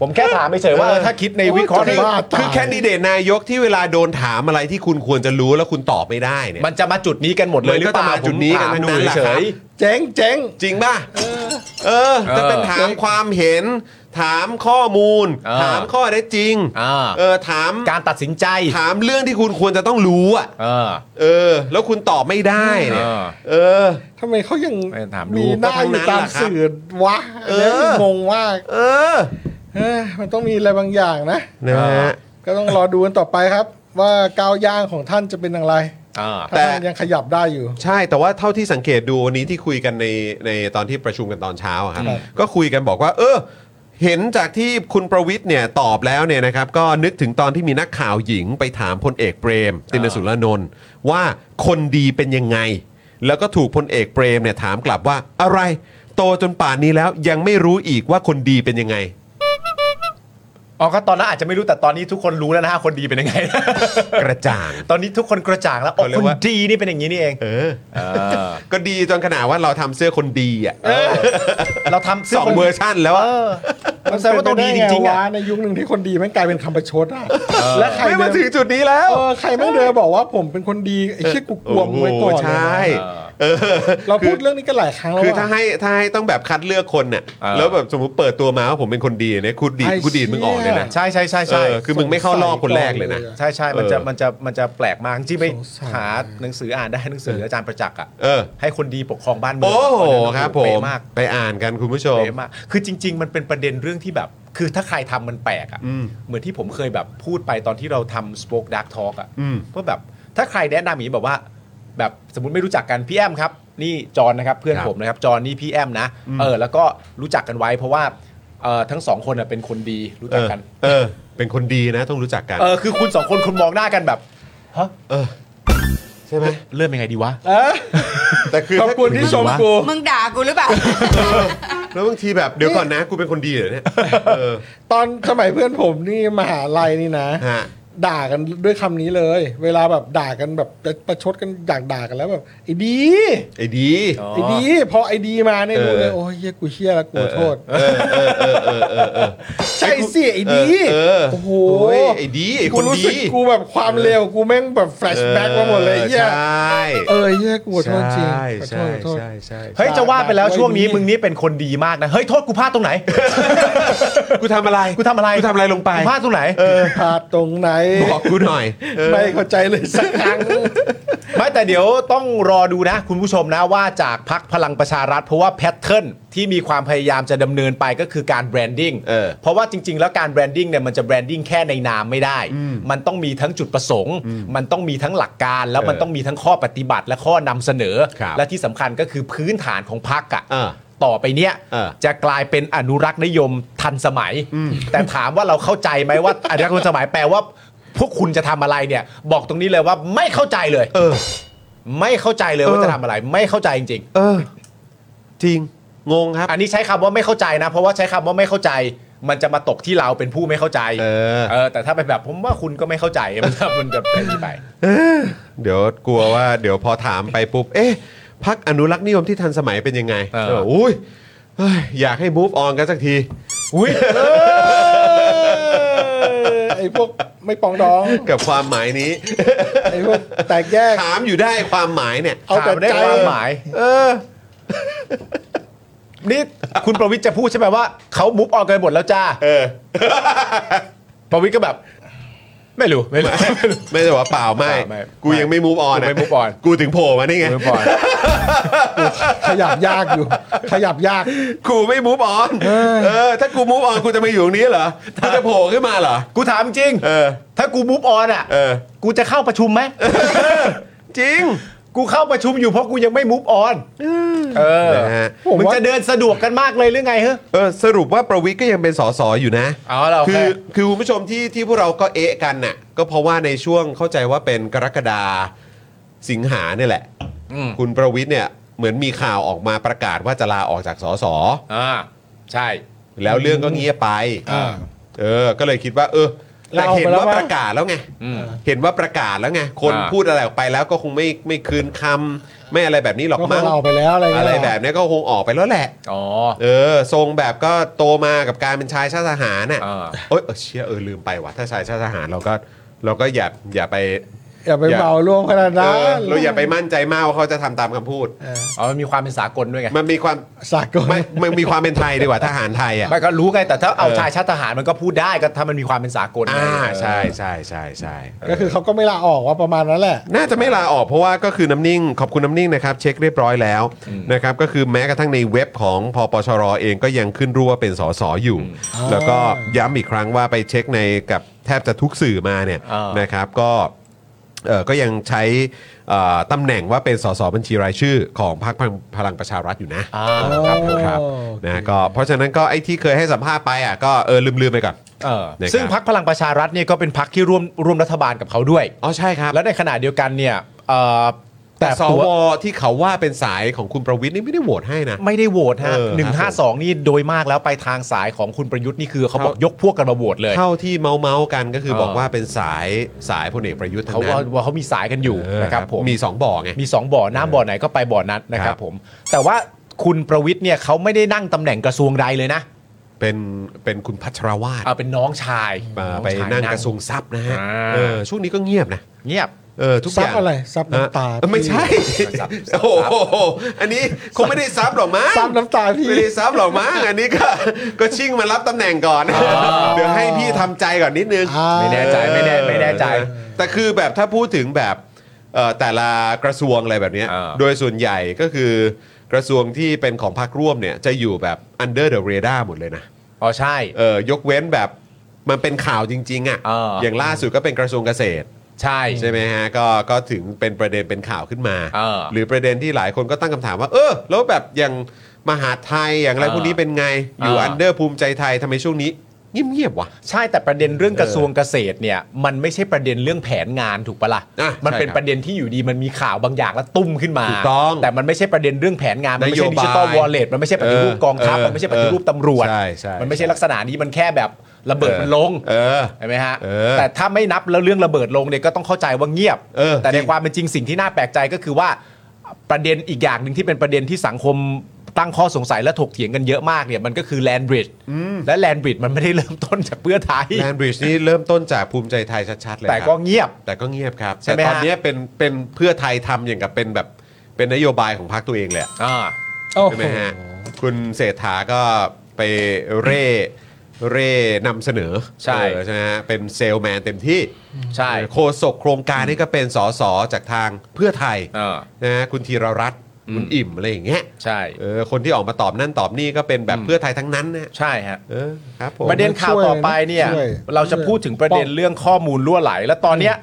Speaker 2: ผมแค่ถามเฉยๆว่าเออถ้าคิดในวิเคราะห์
Speaker 1: คือ
Speaker 2: ใน
Speaker 3: บ้าตาย
Speaker 1: คือแคนดิเดตนายกที่เวลาโดนถามอะไรที่คุณควรจะรู้แล้วคุณตอบไม่ได้เนี่ย
Speaker 2: มันจะมาจุดนี้กันหมดเลยหรื
Speaker 1: ก็
Speaker 2: อเป
Speaker 1: จะ
Speaker 2: ล่า
Speaker 1: มาจุดนี้กันทั้งนั้นแหละ
Speaker 2: เฉ
Speaker 1: ครับ
Speaker 2: ย
Speaker 3: เจ๊งเจ๊ง
Speaker 1: จริงป่ะเออ จะเป็นถามความเห็น ถามข้อมูล
Speaker 2: เออ
Speaker 1: ถามข้อได้จริง
Speaker 2: อ่า
Speaker 1: เออถาม
Speaker 2: ๆการตัดสินใจ
Speaker 1: ถามเรื่องที่คุณควรจะต้องรู้อ่ะ
Speaker 2: เออ
Speaker 1: เออ แล้วคุณตอบไม่ได้เนี่ย
Speaker 2: เออ
Speaker 1: เออ
Speaker 3: ทำไมเขายัง
Speaker 2: ไม่ถามดู
Speaker 3: หน้าอยู่ตามสื่อวะ
Speaker 1: เออ
Speaker 3: เนี่ยงงว่าก
Speaker 1: เออ
Speaker 3: เอ้ยมันต้องมีอะไรบางอย่างนะ
Speaker 1: นะฮะ
Speaker 3: ก็ต้องรอดูกันต่อไปครับ ว่าก้าวย่างของท่านจะเป็นอย่างไร
Speaker 2: เออ
Speaker 3: ถ้าท่านยังขยับได้อยู่
Speaker 1: ใช่แต่ว่าเท่าที่สังเกตดูวันนี้ที่คุยกันในในตอนที่ประชุมกันตอนเช้าอะครับ
Speaker 3: ครับ
Speaker 1: ก็คุยกันบอกว่า เออ เห็นจากที่คุณประวิทย์เนี่ยตอบแล้วเนี่ยนะครับ ก็นึกถึงตอนที่มีนักข่าวหญิงไปถามพลเอกเปรม ตินสุรานนท์ว่าคนดีเป็นยังไง แล้วก็ถูกพลเอกเปรมเนี่ยถามกลับว่าอะไร โตจนป่านนี้แล้วยังไม่รู้อีกว่าคนดีเป็นยังไง
Speaker 2: อ๋อก็ตอนนั้นอาจจะไม่รู้แต่ตอนนี้ทุกคนรู้แล้วนะฮะคนดีเป็นยังไง
Speaker 1: กระจ่าง
Speaker 2: ตอนนี้ทุกคนกระจ่างแล้วอ๋อ
Speaker 1: เขาเรีย
Speaker 2: ค
Speaker 1: ก
Speaker 2: น
Speaker 1: ว่า
Speaker 2: ดีนี่เป็นอย่างนี้นี่เอง
Speaker 1: เออ
Speaker 2: เออ
Speaker 1: ก็ดีจนขนาดว่าเราทำเสื้อคนดีอ่ะ
Speaker 2: เราทำ
Speaker 1: สองเวอร์ชั่นแล้วอะ
Speaker 2: เออมันแสดงว่าต้องดีจริง
Speaker 3: มันเป็น
Speaker 2: ๆ
Speaker 3: ไปได้ไว
Speaker 2: อ่ะ
Speaker 3: ในยุคหนึ่งที่คนดีแม่งกลายเป็นคำประชดอ่ะและใคร
Speaker 1: ไม่มาถึง
Speaker 3: เดิ
Speaker 1: จุดนี้แล้ว
Speaker 3: เออใครแม่งเดินบอกว่าผมเป็นคนดีไอ้เชี่ยกูกลัวมึงไว้ก่อน
Speaker 1: โโหใช่
Speaker 2: เออ
Speaker 1: เออ
Speaker 3: เราพูดเรื่องนี้กันหลายครั้งแล้ว
Speaker 1: คือ
Speaker 3: อะ
Speaker 1: ถ้าให้ถ้าให้ต้องแบบคัดเลือกคนเนี่ย
Speaker 2: เออ
Speaker 1: แล้วแบบสมมติเปิดตัวมาว่าผมเป็นคนดีเนี่ยคุณดี
Speaker 3: ไอ้
Speaker 1: คุณดีดมึงออกเลยนะ
Speaker 2: ใช่ใช่ใช่
Speaker 1: เอ
Speaker 2: ใช่
Speaker 1: อคือมึงไม่เข้ารอบคนแรกเลยนะ
Speaker 3: สงสัยก่อนเลยอะ
Speaker 2: ใช่ใช่มันจะ
Speaker 1: เออ
Speaker 2: มันจะมันจะแปลกมากที่ไป
Speaker 3: สงสาร
Speaker 2: หาหนังสืออ่านได้หนังสืออาจารย์ประจักษ์อ่ะ
Speaker 1: เออ
Speaker 2: ให้คนดีปกครองบ้านเมื
Speaker 1: โอ้
Speaker 2: ง
Speaker 1: โห
Speaker 2: ตนนั้น
Speaker 1: ครับผ
Speaker 2: เป๊ะ
Speaker 1: ม
Speaker 2: มาก
Speaker 1: ไปอ่านกันคุณผู้ชม
Speaker 2: เป๊ะมาก คือจริง ๆ มันเป็นประเด็นเรื่องที่แบบ คือถ้าใครทำมันแปลกอะเหมือนที่ผมเคยแบบพูดไปตอนที่เราทำ Spoke Dark Talk อะ
Speaker 1: อืม
Speaker 2: ว่าแบบถ้าใครแนะนำอย่างนี้แบบว่า แบบสมมติไม่รู้จักกันพี่แอมครับ นี่จอนนะครับเพื่อน
Speaker 1: ครับ
Speaker 2: ผมนะครับจอนนี่พี่แอมนะเออแล้วก็รู้จักกันไว้เพราะว่าเอ่อทั้งสองคนน่ะเป็นคนดีรู้จักกัน
Speaker 1: เออ เป็นคนดีนะต้องรู้จักกัน
Speaker 2: เออคือคุณสองคนคุณมองหน้ากันแบบฮะ
Speaker 1: เออ ใช่ไหม
Speaker 2: เริ่มยังไงดีวะ
Speaker 1: แต่คือ
Speaker 3: ขอบคุณที่ชมกู
Speaker 5: มึงด่ากูหรือเปล่า
Speaker 1: แล้วบางทีแบบเดี๋ยวก่อนนะกูเป็นคนดีเหรอเนี่ยเออ
Speaker 3: ตอนสมัยเพื่อนผมนี่มหาลัยนี่นะ
Speaker 1: ฮะ
Speaker 3: ด่ากันด้วยคำนี้เลย เวลาแบบด่ากันแบบจะประชดกันอยากด่ากันแล้วแบบไอ้ดี
Speaker 1: ไอ้ดี
Speaker 2: อ๋อ
Speaker 3: ไอ้ดีพอไอ้ดีมาเนี่ย
Speaker 1: เออ
Speaker 3: รู้เลยโอ้ยเหี้ยกูเชี่ยละกูขอโทษ
Speaker 1: เออเออเออเออเออเออ
Speaker 3: ใช่สิไอ้ดี
Speaker 1: เออ
Speaker 3: โอ้โห
Speaker 1: ยไอ้ดีไอ้
Speaker 3: กู
Speaker 1: คน
Speaker 3: รู้
Speaker 1: ดี
Speaker 3: สึกกูแบบความเร็วกูแม่งแบบแฟลชแบ็กมาหมดเลยเหี้ย
Speaker 1: ใช่
Speaker 3: เออเหี้ยกูขอโทษจริง
Speaker 1: ใช่
Speaker 3: ขอ
Speaker 1: ใช่
Speaker 3: โทษขอโทษ
Speaker 1: ใช่ใช่
Speaker 2: เฮ้ยจะว่าไปแล้ว
Speaker 3: ด่า
Speaker 2: ช่วงนี้
Speaker 3: ด่า
Speaker 2: มึงนี่เป็นคนดีมากนะเฮ้ยโทษกูพลาดตรงไหน
Speaker 1: กูทำอะไร
Speaker 2: กูทำอะไร
Speaker 1: กูทำอะไรลงไป
Speaker 2: กูพลาดตรงไหน
Speaker 1: เออ
Speaker 3: พลาดตรงไหน
Speaker 1: บอกกูหน่อยเออ
Speaker 3: ไม่เข้าใจเลยสักครั้ง
Speaker 2: ไม่แต่เดี๋ยวต้องรอดูนะ คุณผู้ชมนะว่าจากพักพลังประชารัฐ เพราะว่าแพทเทิร์นที่มีความพยายามจะดำเนินไปก็คือการแบรนดิ้ง
Speaker 1: เออ
Speaker 2: เพราะว่าจริง ๆ แล้วการแบรนดิ้งเนี่ยมันจะแบรนดิ้งแค่ในนามไม่ได้ มันต้องมีทั้งจุดประสงค์ มันต้องมีทั้งหลักการ แล้วมัน
Speaker 1: เออ
Speaker 2: ต้องมีทั้งข้อปฏิบัติและข้อนำเสนอ
Speaker 1: ครับ
Speaker 2: และที่สำคัญก็คือพื้นฐานของพัก
Speaker 1: เออ
Speaker 2: อะ่ะต่อไปเนี้ย
Speaker 1: เออ
Speaker 2: จะกลายเป็นอนุรักษ์นิยมทันสมัย แต่ถามว่าเราเข้าใจไหมว่าอนุรักษ์ทันสมัยแปลว่า พวกคุณจะทำอะไรเนี่ย บอกตรงนี้เลยว่าไม่เข้าใจเลย
Speaker 1: เออ
Speaker 2: ไม่เข้าใจเลย
Speaker 1: เอ
Speaker 2: ว่า
Speaker 1: อ
Speaker 2: จะทำอะไร ไม่เข้าใจจริง
Speaker 1: เออ จริง งงครับ
Speaker 2: ๆ อันนี้ใช้คำว่าไม่เข้าใจนะ เพราะว่าใช้คำว่าไม่เข้าใจ มันจะมาตกที่เราเป็นผู้ไม่เข้าใจ
Speaker 1: เออ
Speaker 2: เออ แต่ถ้าเป็นแบบผมว่าคุณก็ไม่เข้าใจ มันจะมันจะเป็นที่ไป
Speaker 1: เดี๋ยวกลัวว่าเดี๋ยวพอถามไปปุ๊บ เอ๊ะพักอนุรักษ์นิยมที่ทันสมัยเป็นยังไง
Speaker 2: เออ
Speaker 1: เอออุ้ยเฮ้ยอยากให้ move on กันสักที
Speaker 2: อุ้ย
Speaker 3: ไอ้พวกไม่ปองดอง
Speaker 1: กับความหมายนี้
Speaker 3: ไอ้พวกแตกแยก
Speaker 1: ถามอยู่ได้ความหมาย เนี่ย
Speaker 3: เอาแต่
Speaker 2: ถมได้
Speaker 3: ใจ
Speaker 2: ความหมาย เออ นี่คุณประวิทย์จะพูดใช่ไหมว่าเขามุฟออกกันหมดแล้วจ้า
Speaker 1: เออ
Speaker 2: ประวิทย์ก็แบบ ไม่รู้ไม่รู้
Speaker 1: ไม่ได้ว่าเปล่าไม่
Speaker 2: ไม่
Speaker 1: กูยังไม่ move on
Speaker 2: กูไม่ move on
Speaker 1: กูถึงโผล่มานี่ไง
Speaker 2: ไม่ปล่อย
Speaker 3: ขยับยากอยู่ ขยับยาก
Speaker 1: กูไม่ move on เออ ถ้ากู move on กูจะมาอยู่ตรงนี้เหรอกูจะโผล่ขึ้นมาเหรอ
Speaker 2: กูถามจริง
Speaker 1: เออ
Speaker 2: ถ้ากูมุฟออนอ่ะ
Speaker 1: เออ
Speaker 2: กูจะเข้าประชุมไหม
Speaker 1: จริง
Speaker 2: กูเข้าประชุมอยู่เพราะกูยังไม่มุฟออนเออ
Speaker 1: นะฮะ
Speaker 3: ผมว่ามึ
Speaker 2: มึงจะเดินสะดวกกันมากเลยหรือไงเฮ้
Speaker 1: เออสรุปว่าประวิทย์ก็ยังเป็นสสอยู่นะ
Speaker 2: อ๋อเหรอโอเค
Speaker 1: คือคือคุณผู้ชมที่ที่พวกเราก็เอะกันน่ะก็เพราะว่าในช่วงเข้าใจว่าเป็นกรกฎาสิงหาเนี่ยแหละ
Speaker 2: อืม
Speaker 1: คุณประวิทย์เนี่ยเหมือนมีข่าวออกมาประกาศว่าจะลาออกจากสส
Speaker 2: อ่าใช่
Speaker 1: แล้วเรื่องก็เงียบไป
Speaker 3: อ่า
Speaker 1: เออ ก็เลยคิดว่า เออแต่
Speaker 3: ลาออก
Speaker 1: เห็น
Speaker 3: ไปแล้ว
Speaker 1: ว่า
Speaker 3: ว่า
Speaker 1: ประกาศแล้วไงเห็นว่าประกาศแล้วไงคน
Speaker 2: อ่า
Speaker 1: พูดอะไรออกไปแล้วก็คงไม่ไม่คืนคำไม่อะไรแบบนี้หรอก
Speaker 3: ก็ค
Speaker 1: มั้
Speaker 3: ง
Speaker 1: ง
Speaker 3: เราไปแล้วอะไรเงี้
Speaker 1: อะ
Speaker 3: ย
Speaker 1: ไรแบบเนี้ยก็คงออกไปแล้วแหละ
Speaker 2: อ๋อ
Speaker 1: เออทรงแบบก็โตมากับการเป็นชายชาติทหารน่ะ
Speaker 2: อ่า
Speaker 1: โอ้ยเออเชี่ยเออลืมไปว่ะถ้าชายชาติทหารเราก็เราก็อย่าอย่าไป
Speaker 3: อย่าไปเบาล่วงขนาด
Speaker 1: เอ
Speaker 3: นั้น
Speaker 1: อเราอย่าไปมั่นใจมากว่าเขาจะทำตามคำพูด
Speaker 3: เออ
Speaker 2: อ๋อมันมีความเป็นสากลด้วยไง
Speaker 1: มันมีความ
Speaker 3: สากล
Speaker 1: ไม่มันมีความเป็นไทยดีกว่าทหารไทยอ่ะ
Speaker 2: ไม่ก็รู้ไงแต่ถ้าเอาชายชาติทหารมันก็พูดได้ก็ถ้ามันมีความเป็นสากลไง
Speaker 1: อ่า
Speaker 2: เออ
Speaker 1: ใช่ใช่ใช่ใช่เอ
Speaker 3: ก็
Speaker 1: อ
Speaker 3: คือเขาก็ไม่ลาออกว่าประมาณนั้นแหละ
Speaker 1: น่าจะไม่ลาออกเพราะว่าก็คือน้ำนิ่ง ขอบคุณน้ำนิ่งนะครับ เช็คเรียบร้อยแล้วนะครับก็คือแม้กระทั่งในเว็บของพปชรเองก็ยังขึ้นรูปว่าเป็นสสอยู่ แล้วก็ย้ำอีกครั้งว่าไปเช็คในกับแทบจะทุกสื่อมาเนี่ย
Speaker 2: อ่าน
Speaker 1: นะครับก็เอ่อก็ยังใช้เอ่อตำแหน่งว่าเป็นสสบัญชีรายชื่อของพรรคพลังพลังประชารัฐอยู่นะ
Speaker 2: อ่า
Speaker 1: ครับผมครับ
Speaker 3: โอเค
Speaker 1: นะก็เพราะฉะนั้นก็ไอ้ที่เคยให้สัมภาษณ์ไปอ่ะก็เออลืมลืมๆไปก่อน
Speaker 2: เออ
Speaker 1: นะครับ
Speaker 2: ซึ่งพักพลังประชารัฐเนี่ยก็เป็นพักที่ร่วมร่วมรัฐบาลกับเขาด้วย
Speaker 1: อ๋อใช่ครับ
Speaker 2: แล้วในขณะเดียวกันเนี่ยเอ่อ
Speaker 1: แต่ส
Speaker 2: ตัว
Speaker 1: วที่เขาว่าเป็นสายของคุณประวิทย์นี่ไม่ได้โหวตให้นะ
Speaker 2: ไม่ได้โหวตฮะ
Speaker 1: เออ
Speaker 2: หนึ่งห้าสองนี่โดยมากแล้วไปทางสายของคุณประยุทธ์นี่คือเขาบอก
Speaker 1: เขาย
Speaker 2: ยกพวกกันมาโหวตเลย
Speaker 1: เท่าที่เมาเมาๆกันก็คือ
Speaker 2: เออ
Speaker 1: บอกว่าเป็นสายสายพลเอกประยุทธ์ทั้
Speaker 2: เขา
Speaker 1: งนั้
Speaker 2: ว่าน ว่าเขามีสายกันอยู่
Speaker 1: เออ
Speaker 2: นะครับผม
Speaker 1: มีสองบ่อไง
Speaker 2: มี 2 บ่อน้ำบ่อไหนก็ไปบ่อนั้นนะค
Speaker 1: ครั
Speaker 2: รับบ ผม แต่ว่าคุณประวิทย์เนี่ยเขาไม่ได้นั่งตำแหน่งกระทรวงใดเลยนะ
Speaker 1: เป็นเป็นคุณพัชรวาด
Speaker 2: เอาเป็นน้องชาย
Speaker 1: ไป
Speaker 2: องชาย
Speaker 1: นั่งกระทรวงทรัพย์นะฮะ
Speaker 2: อ่า
Speaker 1: เออช่วงนี้ก็เงียบนะ
Speaker 2: เงียบ
Speaker 1: เออทุกอ
Speaker 3: ซับ
Speaker 1: ย่าง
Speaker 3: อะไรซับน้ำตา
Speaker 1: เออไม่ใช่
Speaker 2: ซับซับ
Speaker 1: โอ้โหอันนี้คงไม่ได้ซับหรอกมั้ง
Speaker 3: ซับน้ำตาพี่
Speaker 1: ไม่ได้ซับหรอกมั้งอันนี้ก็ก็ชิ่งมารับตำแหน่งก่อน เดี๋ยวให้พี่ทำใจก่อนนิดนึง
Speaker 3: อ่า
Speaker 2: ไม่แน่ใจไม่แน่ไม่แน่ใจ
Speaker 1: เออแต่คือแบบถ้าพูดถึงแบบเอ่อแต่ละกระทรวงอะไรแบบเนี้ย
Speaker 2: อ่า
Speaker 1: โดยส่วนใหญ่ก็คือกระทรวงที่เป็นของพรรคร่วมเนี่ยจะอยู่แบบ under the radar หมดเลยนะ
Speaker 2: อ๋อใช่
Speaker 1: เออยกเว้นแบบมันเป็นข่าวจริง ๆ อ่ะ
Speaker 2: เอออ
Speaker 1: ย่างล่าสุดก็เป็นกระทรวงเกษตร
Speaker 2: ใช่
Speaker 1: ใช่ไหมฮะก็ก็ถึงเป็นประเด็นเป็นข่าวขึ้นมา
Speaker 2: เออ
Speaker 1: หรือประเด็นที่หลายคนก็ตั้งคำถามว่า เออ แล้วแบบอย่างมหาดไทยอย่างอะไร
Speaker 2: เออ
Speaker 1: พวกนี้เป็นไง อยู่
Speaker 2: เอออั
Speaker 1: อันเดอร์ภูมิใจไทยทำไมช่วงนี้ เงียบๆวะ
Speaker 2: ใช่แต่ประเด็นเรื่องกระทรวงเกษตรเนี่ยมันไม่ใช่ประเด็นเรื่องแผนงานถูกปะ
Speaker 1: อ่ะ
Speaker 2: ล่ะมันเป็น
Speaker 1: ใช่ครับ
Speaker 2: ประเด็นที่อยู่ดีมันมีข่าวบางอย่างแล้วตุ้มขึ้นมา
Speaker 1: ถูกต้อง
Speaker 2: แต่มันไม่ใช่ประเด็นเรื่องแผนงานมันไม่ใช่
Speaker 1: นโย
Speaker 2: ดิ
Speaker 1: บาย
Speaker 2: จิตอลวอลเล็ตมันไม่ใช่ปฏิรูป
Speaker 1: เออก
Speaker 2: องทัพ
Speaker 1: เออ
Speaker 2: มันไม่ใช่ปฏิรูปตำรวจ
Speaker 1: ใช่ใช่
Speaker 2: มันไม่ใช่ลักษณะนี้มันแค่แบบระเบิดมันลง
Speaker 1: เออ
Speaker 2: ใช่ไหมฮะ
Speaker 1: เออ
Speaker 2: แต่ถ้าไม่นับแล้วเรื่องระเบิดลงเนี่ยก็ต้องเข้าใจว่าเงียบ
Speaker 1: เออ
Speaker 2: แต่
Speaker 1: จ
Speaker 2: ใน
Speaker 1: ริง
Speaker 2: ความเป็นจริงสิ่งที่น่าแปลกใจก็คือว่าประเด็นอีกอย่างหนึ่งที่เป็นประเด็นที่สังคมตั้งข้อสงสัยและถกเถียงกันเยอะมากเนี่ยมันก็คือแลนบริดจ์และแลนบริดจ์มันไม่ได้เริ่มต้นจากเพื่อไทย
Speaker 1: แลนบริดจ์นี่เริ่มต้นจากภูมิใจไทยชัดๆเลย
Speaker 2: แต่
Speaker 1: ครับ
Speaker 2: ก็เงียบ
Speaker 1: แต่ก็เงียบครับ
Speaker 2: ใช่
Speaker 1: แต่
Speaker 2: ไหมฮะ
Speaker 1: ตอนเนี้ยเป็นเป็นเพื่อไทยทำอย่างกับเป็นแบบเป็นนโยบายของพรรคตัวเองเลยอะ
Speaker 2: อ่า
Speaker 1: ใช่ไหมฮะคุณเศรษฐาก็ไปเร่เร่นำเสนอ
Speaker 2: ใช่
Speaker 1: เออใช่ไหมฮะเป็นเซลแมนเต็มที่
Speaker 2: ใช่
Speaker 1: เออโคศกโครงการนี่ก็เป็นสสจากทางเพื่อไทย
Speaker 2: เออ
Speaker 1: นะฮะคุณธีรรัตน์
Speaker 2: อืม
Speaker 1: คุณอิ่มอะไรอย่างเงี้ย
Speaker 2: ใช่
Speaker 1: เออคนที่ออกมาตอบนั่นตอบนี่ก็เป็นแบบ
Speaker 2: อืม
Speaker 1: เพื่อไทยทั้งนั้นนะ
Speaker 2: ใช่ฮะ
Speaker 1: เออครับผม
Speaker 2: ประเด็นข่าวต่อไปเนี่ย
Speaker 3: ช่วย
Speaker 2: เราจะพูดถึงประเด็นเรื่องข้อมูลรั่วไหล แล้วตอนเนี้ย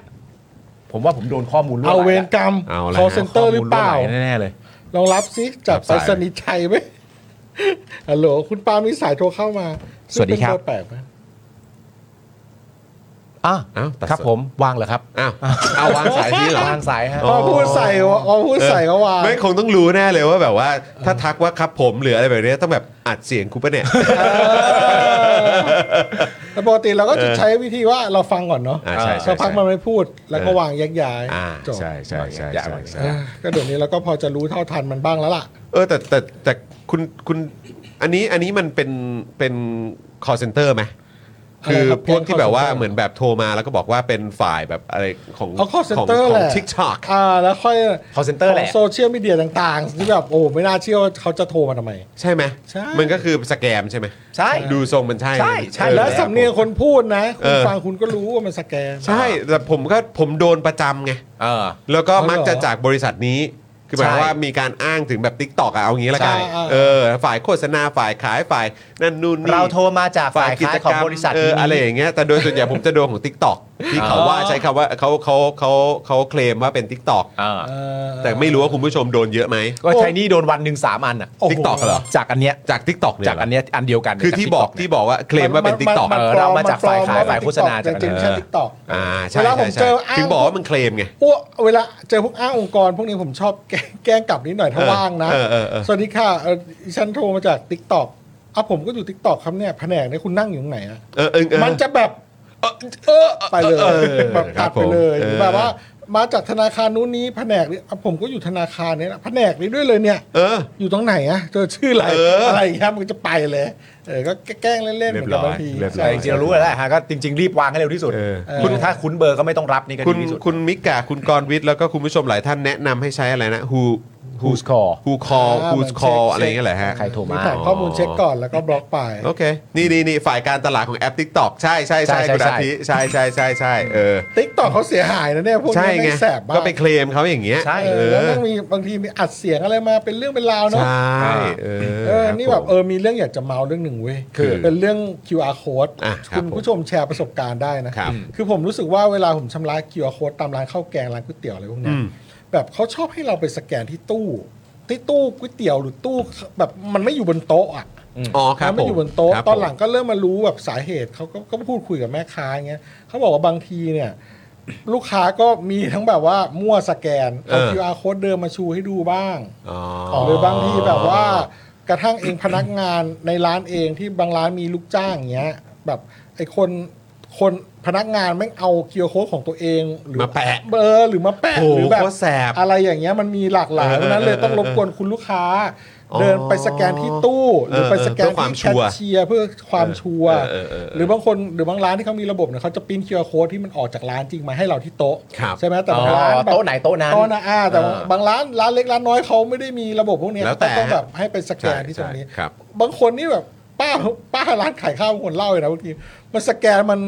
Speaker 2: ผมว่าผมโดนข้อมูลรั่ว
Speaker 3: เอา
Speaker 2: ไหล
Speaker 3: เวรกรรม
Speaker 1: เอาละ
Speaker 3: call
Speaker 1: ฮะ
Speaker 3: center หรือเปล่า
Speaker 2: ข้มูวไแน่ๆเลย
Speaker 3: ลองรับซิจา
Speaker 1: รั
Speaker 3: ก
Speaker 1: บ
Speaker 3: ไป
Speaker 1: สาย
Speaker 3: รษณีย์ไทยไหม ฮัลโหล คุณปาล์มมีสายโทรเข้ามา
Speaker 2: สวัสดีครับ
Speaker 3: ซึ่งเป็นเอแปลกไหม
Speaker 2: อ่ะ
Speaker 1: อ้าวตัด
Speaker 2: ครับ
Speaker 1: สด
Speaker 2: ผมวางเหรอครับ
Speaker 1: อ้าวเอาวางสายที่เหรอ
Speaker 2: วางสายฮะ
Speaker 1: อ๋
Speaker 3: พ
Speaker 1: อ
Speaker 3: อพูดใส่ว่าอ๋อพูดใส่ก็ว่า
Speaker 1: ไม่คงต้องรู้แน่เลยว่าแบบว่า ถ้าทักว่าครับผมหรืออะไรแบบเนี้ยต้องแบบอัดเสียงกูปะ เนี่ย
Speaker 3: แต่ปกติเราก็จะใช้วิธีว่าเราฟังก่อนเนาะ
Speaker 1: อ่าใช่ใช่
Speaker 3: สักพัก
Speaker 1: ใช่
Speaker 3: มันไม่พูด แล้วก็
Speaker 1: เออ
Speaker 3: วางแยกย้าย
Speaker 1: อ่า
Speaker 3: จบ
Speaker 1: ใช่ใช่ใช่ใช่ใช่
Speaker 3: เออก็เดี๋ยวนี้เราก็พอจะรู้เท่าทันมันบ้างแล้วล่ะ
Speaker 1: เออแต่แต่แต่คุณคุณอันนี้อันนี้มันเป็นเป็น call center ไหม
Speaker 3: อะไร
Speaker 1: คือ
Speaker 3: ครับ
Speaker 1: พวกที่แบบว่า
Speaker 3: call center
Speaker 1: เหมือนแบบโทรมาแล้วก็บอกว่าเป็นฝ่ายแบบอะไรของ
Speaker 3: เอา call
Speaker 1: ของ
Speaker 3: center
Speaker 1: ข
Speaker 3: แห
Speaker 1: อง
Speaker 3: ละ
Speaker 1: TikTok
Speaker 3: อ่าแล้วค่อย
Speaker 2: call center
Speaker 3: ข
Speaker 2: แห
Speaker 3: อง
Speaker 2: ละ
Speaker 3: โซเชียลมีเดียต่างๆ ที่แบบโอ้ไม่น่าเชื่อว่าเขาจะโทรมาทำไม
Speaker 1: ใช่ไหม
Speaker 3: ใช่
Speaker 1: มันก็คือสแกมใช่ไหม
Speaker 2: ใช่
Speaker 1: ดูทรงมันใช่
Speaker 2: ใช่ใช่
Speaker 1: ออ
Speaker 3: แล้วสำเนียงคนพูดนะ คุ
Speaker 1: เอ
Speaker 3: ณ
Speaker 1: อ
Speaker 3: ฟังคุณก็รู้ว่ามันสแกน
Speaker 1: ใช่ แต่ผมก็ผมโดนประจำไง
Speaker 2: เออ
Speaker 1: แล้วก็มัก
Speaker 3: อ๋อเหรอ
Speaker 1: จะจากบริษัทนี้ คือหมายความ
Speaker 2: ใช่
Speaker 1: ว่ามีการอ้างถึงแบบ t ิ k t o k อะเอางี้ละกัน
Speaker 3: ใช่อ่า
Speaker 1: เออฝ่ายโฆษณาฝ่ายขายฝ่ายนั่นนู่นนี่
Speaker 2: เราโทรมาจากฝ่าย
Speaker 1: กิ
Speaker 2: ขาย
Speaker 1: จ
Speaker 2: ของ
Speaker 1: กรรม
Speaker 2: บริษัท
Speaker 1: เออ
Speaker 2: นี้
Speaker 1: อะไรอย่างเงี้ยแต่โดยส่วนใหญ่ผมจะโดนของ Tik t o อกที่เขา
Speaker 2: อ๋อ
Speaker 1: ว่าใช้คำว่าเขาเขาเขาเขาเคลมว่าเป็น Tik t o อก
Speaker 2: เออ
Speaker 3: เออ
Speaker 1: แต่ไม่รู้ว่าคุณผู้ชมโดนเยอะไหม
Speaker 2: ก็ใช้นี่โดนวันหนึ่งสามอันอ่ะ
Speaker 3: โอ้โห
Speaker 1: TikTok เหรอ
Speaker 2: จากอันเนี้ย
Speaker 1: จาก Tik t o อก
Speaker 2: จากอันเนี้ยอันเดียวกัน
Speaker 1: คือที่บอกที่บอกว่าเคลมว่าเป็น Tik t o อก
Speaker 2: เออเรามาจากฝ่ายขายฝ่ายโฆษณาจากอัน
Speaker 3: จริ
Speaker 2: เนี้
Speaker 3: ง
Speaker 2: ย
Speaker 3: ใช่ทิกตอก
Speaker 1: อ่าใช่
Speaker 3: เวลาผ
Speaker 1: ใช่
Speaker 3: ม
Speaker 1: ใช่
Speaker 3: เจออ้าง
Speaker 1: ถึงบอกว่ามันเคลมไง
Speaker 3: อ้วกเวลาเจอพวกอ้างองค์กร พวกนี้ผมชอบแกล้ง แกล้งกลับนิดหน่อยถ้า
Speaker 1: เออ
Speaker 3: ว่างนะ
Speaker 1: เออเออเออ
Speaker 3: สวัสดีค่ะเอ่อดิฉันโทรมาจากทิกตอกอ่ะผมก็อยู่ทิกตอกครับเนี่ยแผนกเนี่ยคุณนั่งอยู่ตรงไหนอะ
Speaker 1: เออเออเออ
Speaker 3: มันจะแบบเออไปเลย
Speaker 1: เออ
Speaker 3: แบบ
Speaker 1: ครั
Speaker 3: ตั
Speaker 1: บ
Speaker 3: ด
Speaker 1: ผม
Speaker 3: ไปเลยหรือ
Speaker 1: เออ
Speaker 3: แบบว่า มาจากธนาคารนู้นนี้แผนกนี้อ่ะผมก็อยู่ธนาคารเนี่ยนะแผนกนี้ด้วยเลยเนี่ย
Speaker 1: เออ
Speaker 3: อยู่ตรงไหนอะเจอชื่ออะไร
Speaker 1: เอออ
Speaker 3: อะไรอย่างเงี้ยมันก็จะไปเลยเออก็แกล้งเล่นๆเหมือนกันบางที
Speaker 1: เรียบร้อยเรียบร้อ
Speaker 3: ใช่
Speaker 1: ย
Speaker 2: แต่จริงๆเรารู้แล้วแหละฮะก็จริง ๆ รีบวางให้เร็วที่สุด
Speaker 1: เออ
Speaker 2: คุณถ้าคุ้นเบอร์ก็ไม่ต้องรับนี่ก็
Speaker 1: คุ
Speaker 2: ดี
Speaker 1: ณ
Speaker 2: ที่สุด
Speaker 1: คุณมิกกาคุณกรณ์วิทย์แล้วก็คุณผู้ชมหลายท่านแนะนำให้ใช้อะไรนะ who
Speaker 2: Who's call
Speaker 1: who call who's call อะไรอย่างเงี้ยแหละฮะ
Speaker 2: ใครโทร
Speaker 3: มี
Speaker 2: มา
Speaker 3: ฐานข้อมูลเช็คก่อนแล้วก็บล็อกไป
Speaker 1: โอเค นี่นี่นี่ฝ่ายการตลาดของแอป TikTok ใช่ใช่ใช่
Speaker 2: ใช่
Speaker 1: คุณ
Speaker 2: ใช่
Speaker 1: อาทิใช่ใช่ใช่ใช่เออ
Speaker 3: ติ๊กตอกเขาเสียหายนะเนี่ย พวก
Speaker 1: ใช่
Speaker 3: นี้
Speaker 1: ไง
Speaker 3: ไม่งแสบบ้า
Speaker 1: ก็
Speaker 3: ง
Speaker 1: ไปเคลมเขาอย่างเงี้ย
Speaker 2: ใช่
Speaker 3: เอ
Speaker 1: เอ
Speaker 3: อ
Speaker 1: อ
Speaker 3: แล้วแม่งมีบางทีมีอัดเสียงอะไรมาเป็นเรื่องเป็นราวเนาะ
Speaker 1: ใช่เออ
Speaker 3: เออ
Speaker 1: ครับ
Speaker 3: นี่แบบ
Speaker 1: ผม
Speaker 3: เออมีเรื่องอยากจะเมาเรื่องหนึ่งเว้ย
Speaker 1: คือ
Speaker 3: เป็นเรื่อง QR code
Speaker 1: อ่ะครับ
Speaker 3: คุ
Speaker 1: ผ
Speaker 3: ณ
Speaker 1: ม
Speaker 3: ผู้ชมแชร์ประสบการณ์ได้นะครับ คือผมรู้สึกว่าเวลาผมชำระ QR code ตามร้านข้าวแกงร้านก๋วยเตี๋ยวอะไรพวกเนี้ย
Speaker 1: อืม
Speaker 3: แบบเขาชอบให้เราไปสแกนที่ตู้ ที่ตู้ก๋วยเตี๋ยวหรือตู้แบบมันไม่อยู่บนโต๊ะอ่ะ
Speaker 1: อ๋อครับ
Speaker 3: มัน
Speaker 1: ผ
Speaker 3: ไม่
Speaker 1: ม
Speaker 3: อยู่บนโต๊ะ
Speaker 1: ครับ
Speaker 3: ตอนหลั
Speaker 1: ผ
Speaker 3: ง
Speaker 1: ม
Speaker 3: ก็เริ่มมารู้แบบสาเหตุเขาก็ก็พูดคุยกับแม่ค้าอย่างเงี้ยเขาบอกว่าบางทีเนี่ย ลูกค้าก็มีทั้งแบบว่ามั่วสแกนเอา
Speaker 1: เออ
Speaker 3: QR code เดิมมาชูให้ดูบ้าง
Speaker 1: อ๋อ
Speaker 3: หรือบางทีแบบว่า กระทั่งเองพนักงานในร้านเองที่บางร้านมีลูกจ้างอย่างเงี้ย แบบไอ้คนคนพนักงานไม่งเอา QR code ของตัวเองหรือ
Speaker 1: มาแปะ
Speaker 3: เบอร์หรือมาแปะ
Speaker 1: โอ้โห
Speaker 3: หรือแบบ
Speaker 1: โคตรแสบ
Speaker 3: อะไรอย่างเงี้ยมันมีหลากหลาย
Speaker 1: เออ
Speaker 3: เพราะฉะนั้นเลย
Speaker 1: เออ
Speaker 3: ต้อง
Speaker 1: เอ
Speaker 3: ร
Speaker 1: อบ
Speaker 3: กวนคุณลูกค้า
Speaker 1: อ๋อ
Speaker 3: เดินไปสแกนที่ตู้หรือไปสแกน
Speaker 1: เออเออเพื่อความ
Speaker 3: ที่
Speaker 1: ชั
Speaker 3: แคว
Speaker 1: ร์
Speaker 3: ชเชียร์เพื่อความชัวร์
Speaker 1: เออเออเออ
Speaker 3: หรือบางคนหรือบางร้านที่เขามีระบบเนี่ยเขาจะปริ้น QR code ที่มันออกจากร้านจริงมาให้เราที่โต๊ะ
Speaker 1: ครับ
Speaker 3: ใช่ไหม
Speaker 2: อ๋อบ
Speaker 3: แต่างร้านแบบ
Speaker 2: โต๊ะไหนโต๊ะนั้น
Speaker 3: โต๊ะนะอ่าแต่
Speaker 2: เออ
Speaker 3: บางร้านร้านเล็กร้านน้อยเขาไม่ได้มีระบบพวกเนี้ย
Speaker 1: แล้วแต่
Speaker 3: เขาต้องแบบให้ไปสแกนที่ตรงนี้
Speaker 1: ใช่ครับ
Speaker 3: บางคนนี่แบบป้าป้าร้านขายข้าวบางคนเล่าเลยนะบางทีมันสแกนมัน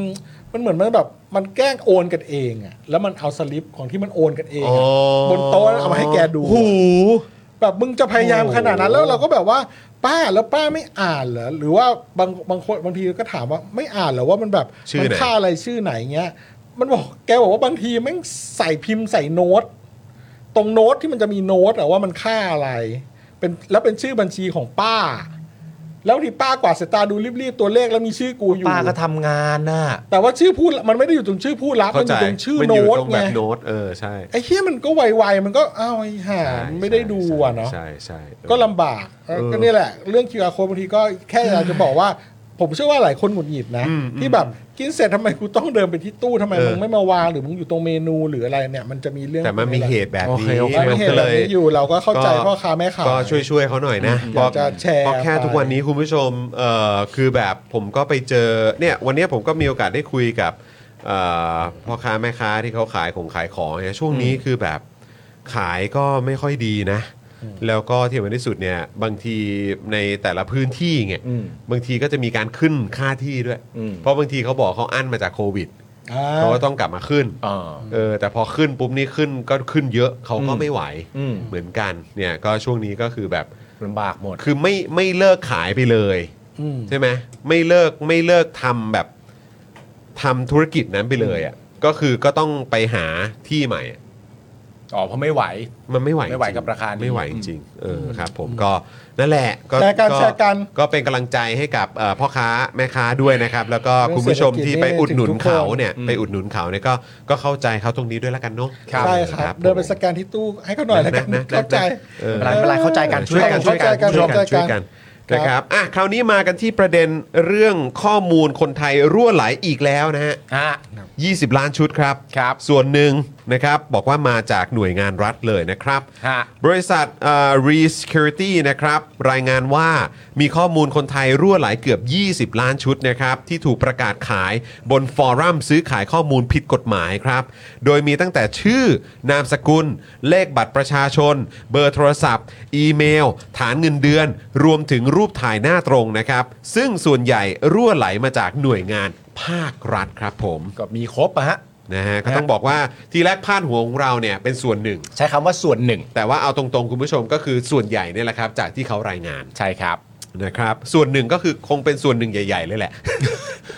Speaker 3: มันเหมือนมันแบบมันแกล้งโอนกันเองอะแล้วมันเอาสลิปของที่มันโอนกันเองอะ
Speaker 1: อ๋อบ
Speaker 3: นโต๊ะเอามาให้แกดู
Speaker 1: หู
Speaker 3: แบบมึงจะพยายามขนาดนั้นแล้วเราก็แบบว่า ป้าแล้วป้าไม่อ่านเหรอหรือว่าบางบางคนบางทีก็ถามว่าไม่อ่านเหรอว่ามันแบบ
Speaker 1: ชื่อไหน
Speaker 3: มัค่าอะไรชื่อไหนเงี้ย มันบอกแกบอกว่าบางทีแม่งใส่พิมพ์ใส่โน้ต ตรงโน้ตที่มันจะมีโน้ตอะว่ามันค่าอะไรเป็นแล้วเป็นชื่อบัญชีของป้า แล้วที่ป้ากวาดสายตาดูรีบๆตัวเลขแล้วมีชื่อกูอยู่
Speaker 2: ป้าก็ทำงานน่ะ
Speaker 3: แต่ว่าชื่อผู้มันไม่ได้อยู่ตรงชื่อผู้รับมั
Speaker 1: เข้าน
Speaker 3: อ
Speaker 1: ใจ
Speaker 3: ยู่ตรงชื่อ
Speaker 1: มันอ
Speaker 3: โน้
Speaker 1: ยู่
Speaker 3: ต
Speaker 1: ตรง
Speaker 3: ไง
Speaker 1: แบบโน้ตเออใช่
Speaker 3: ไอ้เฮียมันก็ไวๆมันก็อ้าวไอ้ห่า
Speaker 1: ใช่
Speaker 3: มันไม่ได้ดูอ่ะเนาะ
Speaker 1: ใช่ใช่ใช่
Speaker 3: ก็ลำบากเออ
Speaker 1: เออ
Speaker 3: ก็นี่แหละ เรื่อง QR code บางทีก็แค่อยากจะบอกว่า ผมเชื่อว่าหลายคนหงุดหงิดนะ
Speaker 1: อืม
Speaker 3: ที่แบบกินเสร็จทำไมกูต้องเดินไปที่ตู้ทำไม
Speaker 1: เออ
Speaker 3: มึงไม่มาวางหรือมึงอยู่ตรงเมนูหรืออะไรเนี่ยมันจะมีเรื่อง
Speaker 1: แต่มันมีเห
Speaker 3: แหละ
Speaker 1: ตุแบบนี้
Speaker 2: โอเคโอเค
Speaker 3: มั
Speaker 1: น
Speaker 3: นมีเห
Speaker 1: ก็
Speaker 3: ตุแบ
Speaker 1: เล
Speaker 3: บ
Speaker 1: ย
Speaker 3: นี้อยู่เราก็เข้าใจ
Speaker 1: ก็
Speaker 3: พ่อค้าแม่ขาย
Speaker 1: ก็ช่วยช่วยๆเขาหน่อยนะ
Speaker 3: อยากจะแชร์
Speaker 1: เพราะแค่
Speaker 3: ไป
Speaker 1: ทุกวันนี้คุณผู้ชมเอ่อคือแบบผมก็ไปเจอเนี่ยวันนี้ผมก็มีโอกาสได้คุยกับเอ่อพ่อค้าแม่ค้าที่เขาขายของขายของเนี่ยช่วงนี้คือแบบขายก็ไม่ค่อยดีนะ แล้วก็ที่สำคัญที่สุดเนี่ยบางทีในแต่ละพื้นที่เนี่ย
Speaker 2: อืม
Speaker 1: บางทีก็จะมีการขึ้นค่าที่ด้วย
Speaker 2: อืม
Speaker 1: เพราะบางทีเขาบอกเขาอั้นมาจากโควิด
Speaker 3: อ่า
Speaker 1: เขาก็ต้องกลับมาขึ้น
Speaker 2: อ่า
Speaker 1: เออแต่พอขึ้นปุ๊บนี่ขึ้นก็ขึ้นเยอะเขาก็
Speaker 2: อืม
Speaker 1: ไม่ไหว
Speaker 2: อืม
Speaker 1: เหมือนกันเนี่ยก็ช่วงนี้ก็คือแบบ
Speaker 2: ลำบากหมด
Speaker 1: คือไม่ไม่เลิกขายไปเลย
Speaker 3: อืม
Speaker 1: ใช่ไหมไม่เลิกไม่เลิกทำแบบทำธุรกิจนั้นไปเลยอ่ะก็คือก็ต้องไปหาที่ใหม่อะ
Speaker 2: อ๋อ เพราะไม่ไหว
Speaker 1: มันไม่ไหว
Speaker 2: ไม่ไหว
Speaker 1: จงๆ
Speaker 2: กับราคานี้
Speaker 1: ไม่ไหวจริงๆเออครับผมก็นั่นแหละ
Speaker 3: แชร์กันแชร์กัน
Speaker 1: ก็เป็นกำลังใจให้กับเอ่อพ่อค้าแม่ค้าด้วยนะครับ แล้วก็คุณผู้ชมที่ไปอุดหนุน
Speaker 3: เรื่องเศรษฐกิจนี่
Speaker 1: เขาเนี่ยไปอุดหนุนเขาเนี่ยก็ก็เข้าใจเขาตรงนี้ด้วยแล้วกันเนาะ
Speaker 3: ใช่ค
Speaker 1: อ
Speaker 3: รั
Speaker 1: อบ
Speaker 3: เดินไป
Speaker 1: ผม
Speaker 3: สแกนที่ตู้ให้เขาหน่อยแล้วกัน
Speaker 1: นะนะนะ
Speaker 3: เข้าใจ
Speaker 1: เออ
Speaker 2: ไม่เป็นไรไม่เป็นไรเข้าใจกันช่
Speaker 1: ช่
Speaker 2: ว
Speaker 1: วย ย
Speaker 2: กั
Speaker 1: กัน น
Speaker 2: ช่
Speaker 1: ช่
Speaker 2: ว
Speaker 1: วย ย
Speaker 2: กั
Speaker 1: กันน
Speaker 2: ช่
Speaker 1: ช่วย ยกันช่
Speaker 2: วกัน
Speaker 1: วยกันนะครับอ่ะคราวนี้มากันที่ประเด็นเรื่องข้อมูลคนไทยรั่วไหลอีกแล้วนะฮะ
Speaker 2: ฮะ
Speaker 1: 20 ล้านชุดครับ
Speaker 2: ครับ
Speaker 1: ส่วนหนึ่งนะครับบอกว่ามาจากหน่วยงานรัฐเลยนะครับ
Speaker 2: ฮะ
Speaker 1: บริษัทรีส Security นะครับ รายงานว่ามีข้อมูลคนไทยรั่วไหลเกือบ 20 ล้านชุดนะครับ ที่ถูกประกาศขายบนฟอรัมซื้อขายข้อมูลผิดกฎหมายครับ โดยมีตั้งแต่ชื่อนามสกุล เลขบัตรประชาชน เบอร์โทรศัพท์ อีเมล ฐานเงินเดือน รวมถึงรูปถ่ายหน้าตรงนะครับ ซึ่งส่วนใหญ่รั่วไหลมาจากหน่วยงานภาครัฐครับผม
Speaker 2: ก็มีครบอะฮะ
Speaker 1: นะฮะก็ต้องบอกว่าทีแรกพาดหัวของเราเนี่ยเป็นส่วนหนึ่ง
Speaker 2: ใช้คำว่าส่วนหนึ่ง
Speaker 1: แต่ว่าเอาตรงๆ คุณผู้ชมก็คือส่วนใหญ่เนี่ยแหละครับ จากที่เขารายงาน
Speaker 2: ใช่ครับ
Speaker 1: นะครับ ส่วนหนึ่งก็คือคงเป็นส่วนหนึ่งใหญ่ ๆ เลยแหละ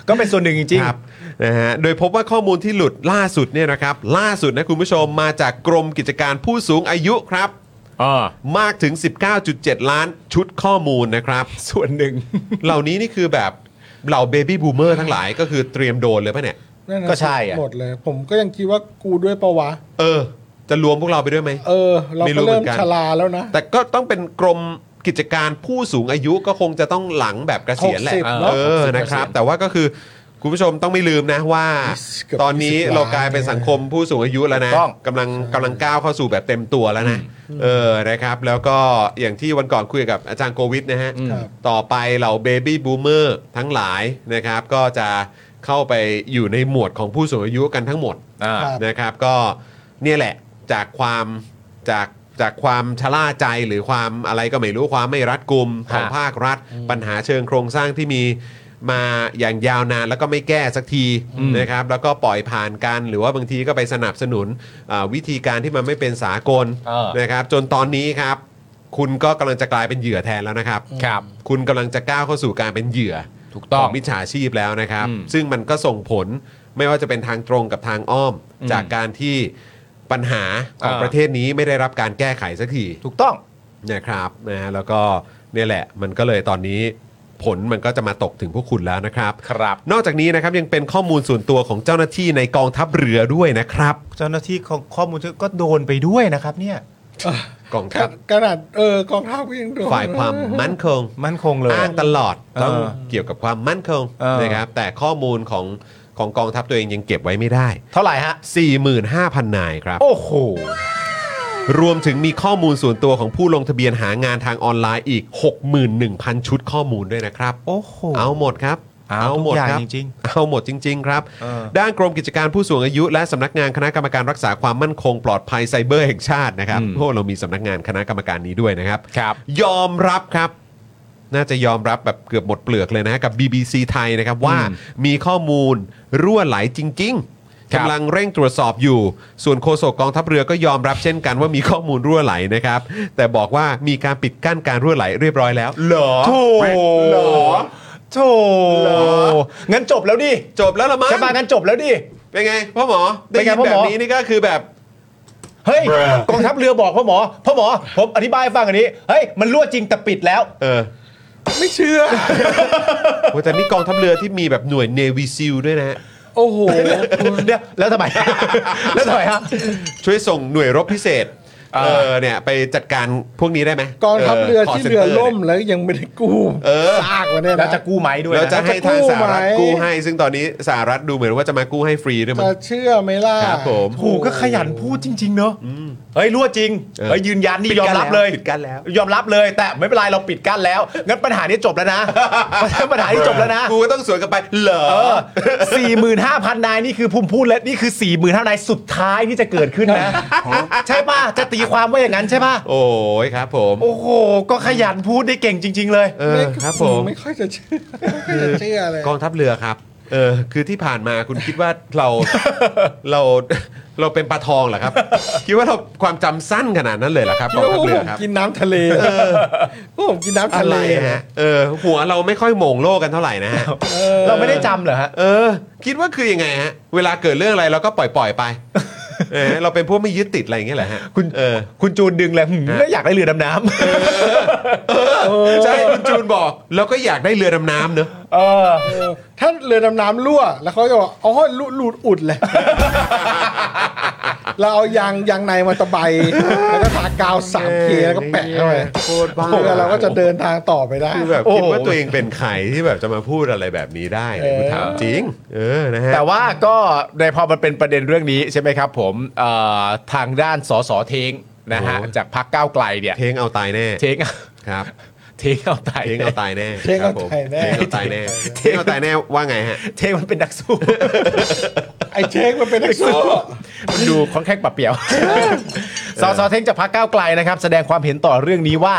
Speaker 2: ก็เป็นส่วนหนึ่งจริง
Speaker 1: ครับนะฮะโดยพบว่าข้อมูลที่หลุดล่าสุดเนี่ยนะครับ ล่าสุดนะคุณผู้ชมมาจากกรมกิจการผู้สูงอายุครับ
Speaker 2: ๆอ่า
Speaker 1: มากถึง 19.7 ล้านชุดข้อมูลนะครับ
Speaker 2: ส่วนหนึ่ง
Speaker 1: เหล่านี้นี่คือแบบเหล่าเบบี้บูมเมอร์ทั้งหลายก็คือเตรียมโดนเลยป่ะเนี่ย
Speaker 3: นั่นน่ะ
Speaker 2: ก็ใช่อะ
Speaker 3: หมดเลย ผมก็ยังคิดว่ากูด้วยปะวะ
Speaker 1: เออ จะรวมพวกเราไปด้วยไหม
Speaker 3: เออ เรา
Speaker 1: ไม่รู้
Speaker 3: ก็
Speaker 1: เหมื
Speaker 3: เริ่
Speaker 1: อ
Speaker 3: ม
Speaker 1: นกัน
Speaker 3: ชราแล้วนะ
Speaker 1: แต่ก็ต้องเป็นกรมกิจการผู้สูงอายุก็คงจะต้องหลังแบบเกษียณแหละ
Speaker 3: 60
Speaker 1: เออ นะครับ แต่ว่าก็คือคุณผู้ชมต้องไม่ลืมนะว่า
Speaker 3: เกือบ
Speaker 1: ตอนนี้
Speaker 3: ยี่สิบล้าน
Speaker 1: เรากลายเป็นสังคมผู้สูงอายุแล้วนะ
Speaker 2: ถูกต้อง
Speaker 1: กำลังกำลังก้าวเข้าสู่แบบเต็มตัวแล้วนะ เออ นะครับ แล้วก็อย่างที่วันก่อนคุยกับอาจารย์โควิดนะฮะ
Speaker 2: อืม
Speaker 1: ต่อไปเราเบบี้บูมเมอร์ทั้งหลายนะครับ ก็จะเข้าไปอยู่ในหมวดของผู้สูงอายุกันทั้งหมด
Speaker 2: อ่า
Speaker 3: ครับ
Speaker 1: นะครับก็เนี่ยแหละจากความจากจากความชะล่าใจหรือความอะไรก็ไม่รู้ความไม่รัดกุมของ
Speaker 2: ฮะ
Speaker 1: ภาครัฐ ปัญหาเชิงโครงสร้างที่มีมาอย่างยาวนานแล้วก็ไม่แก้สักที
Speaker 2: อืม
Speaker 1: นะครับแล้วก็ปล่อยผ่านกัน หรือว่าบางทีก็ไปสนับสนุนอ่าวิธีการที่มันไม่เป็นสากล
Speaker 2: เออ
Speaker 1: นะครับจนตอนนี้ครับ คุณก็กำลังจะกลายเป็นเหยื่อแทนแล้วนะครับ
Speaker 2: ครับ
Speaker 1: คุณกำลังจะก้าวเข้าสู่การเป็นเหยื่อ
Speaker 2: ถูกต้อง
Speaker 1: ขมิจฉาชีพแล้วนะครับ
Speaker 2: อืม
Speaker 1: ซึ่งมันก็ส่งผลไม่ว่าจะเป็นทางตรงกับทางอ้อม
Speaker 2: อืม
Speaker 1: จากการที่ปัญหาของ
Speaker 2: อ่า
Speaker 1: ประเทศนี้ไม่ได้รับการแก้ไขสักที
Speaker 2: ถูกต้อง
Speaker 1: นะครับนะฮะแล้วก็เนี่ยแหละมันก็เลยตอนนี้ผลมันก็จะมาตกถึงพวกคุณแล้วนะครับ
Speaker 2: ครับ
Speaker 1: นอกจากนี้นะครับยังเป็นข้อมูลส่วนตัวของเจ้าหน้าที่ในกองทัพเรือด้วยนะครับ
Speaker 2: เจ้าหน้าที่ของข้อมูลก็โดนไปด้วยนะครับเนี่ย
Speaker 1: กองทัพ
Speaker 3: ขนาดเออกองทัพก็ยังโดน
Speaker 1: ฝ่ายความมั่นคง
Speaker 2: มั่นคงเลย
Speaker 1: อ้างตลอด
Speaker 2: เออ
Speaker 1: ต้องเกี่ยวกับความมั่นคง
Speaker 2: เออ
Speaker 1: นะครับแต่ข้อมูลของของกองทัพตัวเองยังเก็บไว้ไม่ได้
Speaker 2: เท่าไหร่ฮะ
Speaker 1: 45,000 นายครับ
Speaker 2: โอ้โห
Speaker 1: รวมถึงมีข้อมูลส่วนตัวของผู้ลงทะเบียนหางานทางออนไลน์อีก 61,000 ชุดข้อมูลด้วยนะครับ
Speaker 2: โอ้โห
Speaker 1: เอาหมดครับ
Speaker 2: เอาทุกอย่าง
Speaker 1: ครั
Speaker 2: จริง
Speaker 1: เอาหมดจริง ๆ ครับ
Speaker 2: เออ
Speaker 1: ด้านกรมกิจการผู้สูงอายุ และสำนักงานคณะกรรมการรักษาความมั่นคงปลอดภัยไซเบอร์แห่งชาตินะครับเพราะเรามีสำนักงานคณะกรรมการนี้ด้วยนะครับ
Speaker 2: ครับ
Speaker 1: ยอมรับครับ น่าจะยอมรับแบบเกือบหมดเปลือกเลยนะฮะกับ BBC ไทยนะครับว่ามีข้อมูลรั่วไหลจริง ๆ กำลังเร่งตรวจสอบอยู่ ส่วนโฆษกกองทัพเรือก็ยอมรับเช่นกันว่ามีข้อมูลรั่วไหลนะครับ แต่บอกว่ามีการปิดกั้นการรั่วไหลเรียบร้อยแล้ว
Speaker 2: เหรอโถ
Speaker 1: เหรอ
Speaker 2: โถงั้นจบแล้วดิ
Speaker 1: จบแล้วละมั้ง
Speaker 2: ใช่ปะงั้นจบแล้วดิ
Speaker 1: เป็นไงพ่อหมอได้ยิ
Speaker 2: เป็นไง
Speaker 1: น
Speaker 2: พ่อ
Speaker 1: แบ
Speaker 2: หมอ
Speaker 1: บนี้นี่ก็คือแบบ
Speaker 2: เฮ้ยกองทัพเรือบอกพ่อหมอพ่อหมอผมอธิบายให้ฟังอันนี้เฮ้ยมันรั่วจริงแต่ปิดแล้ว
Speaker 1: เออ
Speaker 3: ไม่เชื่อ
Speaker 1: โอ้แต่นี่กองทัพเรือที่มีแบบหน่วยเนวีซิลด้วยนะฮะ
Speaker 3: โอ้โห
Speaker 2: เดี๋ยวแล้ว ทำไม แล้วทำไมฮะ
Speaker 1: ช่วยส่งหน่วยรบพิเศษเออเนี่ยไปจัดการพวกนี้ได้ไหม
Speaker 3: กองทัพเรือที่
Speaker 1: call
Speaker 3: เรือ
Speaker 1: center
Speaker 3: ล่มแล้วยังไม่ได้กู้
Speaker 1: เออ
Speaker 3: ซากมันเนี่ย
Speaker 2: แล้ว
Speaker 3: นะ
Speaker 2: จะกู้ไหมด้วย
Speaker 1: เรา
Speaker 2: นะ
Speaker 1: จะให้
Speaker 3: จะกู้
Speaker 1: ทางสหรัฐ
Speaker 3: ไหม
Speaker 1: กู้ให้ ซึ่งตอนนี้สหรัฐดูเหมือนว่าจะมากู้ให้ฟรีด้วยมั้ง
Speaker 3: จะเชื่อไหมล่ะ
Speaker 1: ครับผม
Speaker 2: โอ้โหก็ขยันพูดจริง ๆ เนอะเฮ้ยรั่วจริงเฮ้ยยืนยันนี่ยอมรับเลย
Speaker 1: ปิดกันแล้ว
Speaker 2: ยอมรับเลย แต่ไม่เป็นไรเราปิดกั้นแล้วงั้นปัญหานี้จบแล้วนะ ปัญหานี้จบแล้วนะ
Speaker 1: กูก็ต้องสวนกลับไป เหรอ
Speaker 2: เออสี่หมื่นห้าพันนายนี่คือภูมิพูดแล้วนี่คือสี่หมื่นห้านายสุดท้ายที่จะเกิดขึ้นนะ ใช่ป่ะจะตีความว่าอย่างนั้นใช่ป่ะ
Speaker 1: โอ้ยครับผม
Speaker 2: โอ้โหก็ขยันพูดได้เก่งจริง ๆ เลย
Speaker 1: เออครับผม
Speaker 3: ไม่ค่อยจะเชื่อไม่ค่อยจะเชื่อเลย
Speaker 1: กองทัพเรือครับ เออ คือที่ผ่านมาคุณคิดว่าเรา เรา เราเป็นปลาทองเหรอครับ คิดว่าเราความจำสั้นขนาดนั้นเลยเหรอครับก
Speaker 3: คิ
Speaker 1: อ
Speaker 3: ด
Speaker 1: ง
Speaker 3: ว่า
Speaker 1: ทั
Speaker 3: พ
Speaker 1: พ
Speaker 3: วก
Speaker 1: เรื
Speaker 3: ผ
Speaker 1: อ
Speaker 3: ม
Speaker 1: ครับ
Speaker 3: กินน้ำทะเลพวกผมกินน้ำ
Speaker 1: อะ
Speaker 3: ทะเล
Speaker 1: ไรฮะ เออ หัวเราไม่ค่อยโหมงโลกกันเท่าไหร่นะฮะ
Speaker 2: เราไม่ได้จำเหรอฮะ
Speaker 1: เออ คิดว่าคือยังไงฮะ เวลาเกิดเรื่องอะไรเราก็ปล่อย ๆ ไป เออเราเป็นพวกไม่ยึดติดอะไรอย่างเงี้ยเหรอฮะ
Speaker 2: คุณ
Speaker 1: เออ
Speaker 2: คุณจูนดึงเลยหืมแล้วอยากได้เรือดำน้ำ
Speaker 1: ใช่คุณจูนบอกแล้วก็อยากได้เรือดำน้ำเนอะ
Speaker 2: เออ
Speaker 3: เออถ้าเรือดำน้ำรั่ว แล้วเขาจะบอกอ๋อรูรูดอุด เลย เราเอายางยางในมาตะไบแล้วก็ทากาวสามเคแล้วก็แปะเข้าไป
Speaker 1: โคตรบ้า
Speaker 3: เรือเราก็จะเดินทางต่อไปได้
Speaker 1: คือแบบ
Speaker 2: โอ้โห
Speaker 1: คิดว่าตัวเองเป็นใครที่แบบจะมาพูดอะไรแบบนี้ได้เนี่ยคุณถามจริง เออนะฮะ
Speaker 2: แต่ว่าก็ในพอมันเป็นประเด็นเรื่องนี้ใช่ไหมครับผมเอ่อทางด้านสสเทงนะฮะ
Speaker 1: โอ้โห
Speaker 2: จากพักก้าวไกลเนี่ย
Speaker 1: เทงเอาตายแน่
Speaker 2: เทง
Speaker 1: ครับ
Speaker 2: เทงเอาไต
Speaker 1: เทงเอาตายแน่
Speaker 3: เทง
Speaker 1: ครั
Speaker 3: เอา
Speaker 1: บผม
Speaker 3: ตายแน่
Speaker 1: เทงเอาตายแน่เทงเอาตายแน่ว่าไงฮะ
Speaker 2: เทงมันเป็นนักสู้
Speaker 3: ไอ้เช็คมันเป็นนักสู้
Speaker 2: มันดูค่อนข้างปะเปียว สสเทงจากพักก้าวไกลนะครับ แสดงความเห็นต่อเรื่องนี้ว่า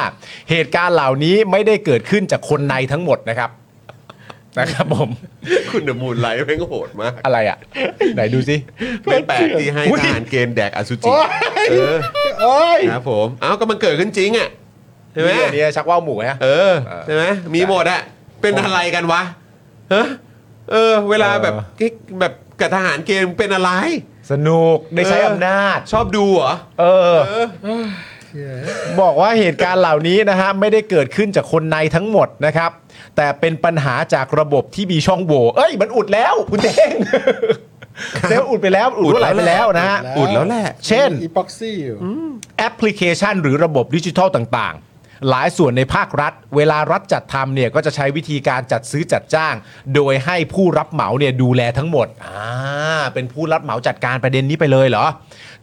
Speaker 2: เหตุการณ์เหล่านี้ไม่ได้เกิดขึ้นจากคนในทั้งหมดนะครับ นะครับผม
Speaker 1: คุณเดอะมูนไลท์แม่งโหดมาก
Speaker 2: อะไรอ่ะ ไหนดูสิ
Speaker 1: ไม่แปลกที่ให้
Speaker 2: อุ๊ย
Speaker 1: ทหารเกณฑ์แดกอสุจิ
Speaker 3: โอ้ย
Speaker 1: เออ
Speaker 3: โอ้ย
Speaker 1: ครับผมเอ้าก็มันเกิดขึ้นจริงอ่ะใช่ไหม
Speaker 2: อันนี้ชักว่าวหมูฮะ
Speaker 1: เออใช่ไหมมีหมดอะเป็นอะไรกันวะฮะเออ เวลาแบบ
Speaker 2: เออ
Speaker 1: กิ๊กแบบกับทหารเกณฑ์เป็นอะไร
Speaker 2: สนุกได้ใช้อำนาจ
Speaker 1: ชอบดูเหรอ
Speaker 2: เออ
Speaker 1: เออ
Speaker 2: บอกว่าเหตุการณ์เหล่านี้นะฮะไม่ได้เกิดขึ้นจากคนในทั้งหมดนะครับ แต่เป็นปัญหาจากระบบที่มีช่องโหว่เอ้ย มันอุดแล้ว คุณเด้งเซลลอุดไปแล้ว อุดรั่วไหลไปแล้วนะฮะ
Speaker 1: อุดแล้วแหละ
Speaker 2: เช่น
Speaker 3: อีพ็อกซี่อยู่
Speaker 2: แอปพลิเคชันหรือระบบดิจิทัลต่างๆ หลายส่วนในภาครัฐ เวลารัฐจัดทำเนี่ยก็จะใช้วิธีการจัดซื้อจัดจ้าง โดยให้ผู้รับเหมาเนี่ยดูแลทั้งหมด อ่า เป็นผู้รับเหมาจัดการประเด็นนี้ไปเลยเหรอ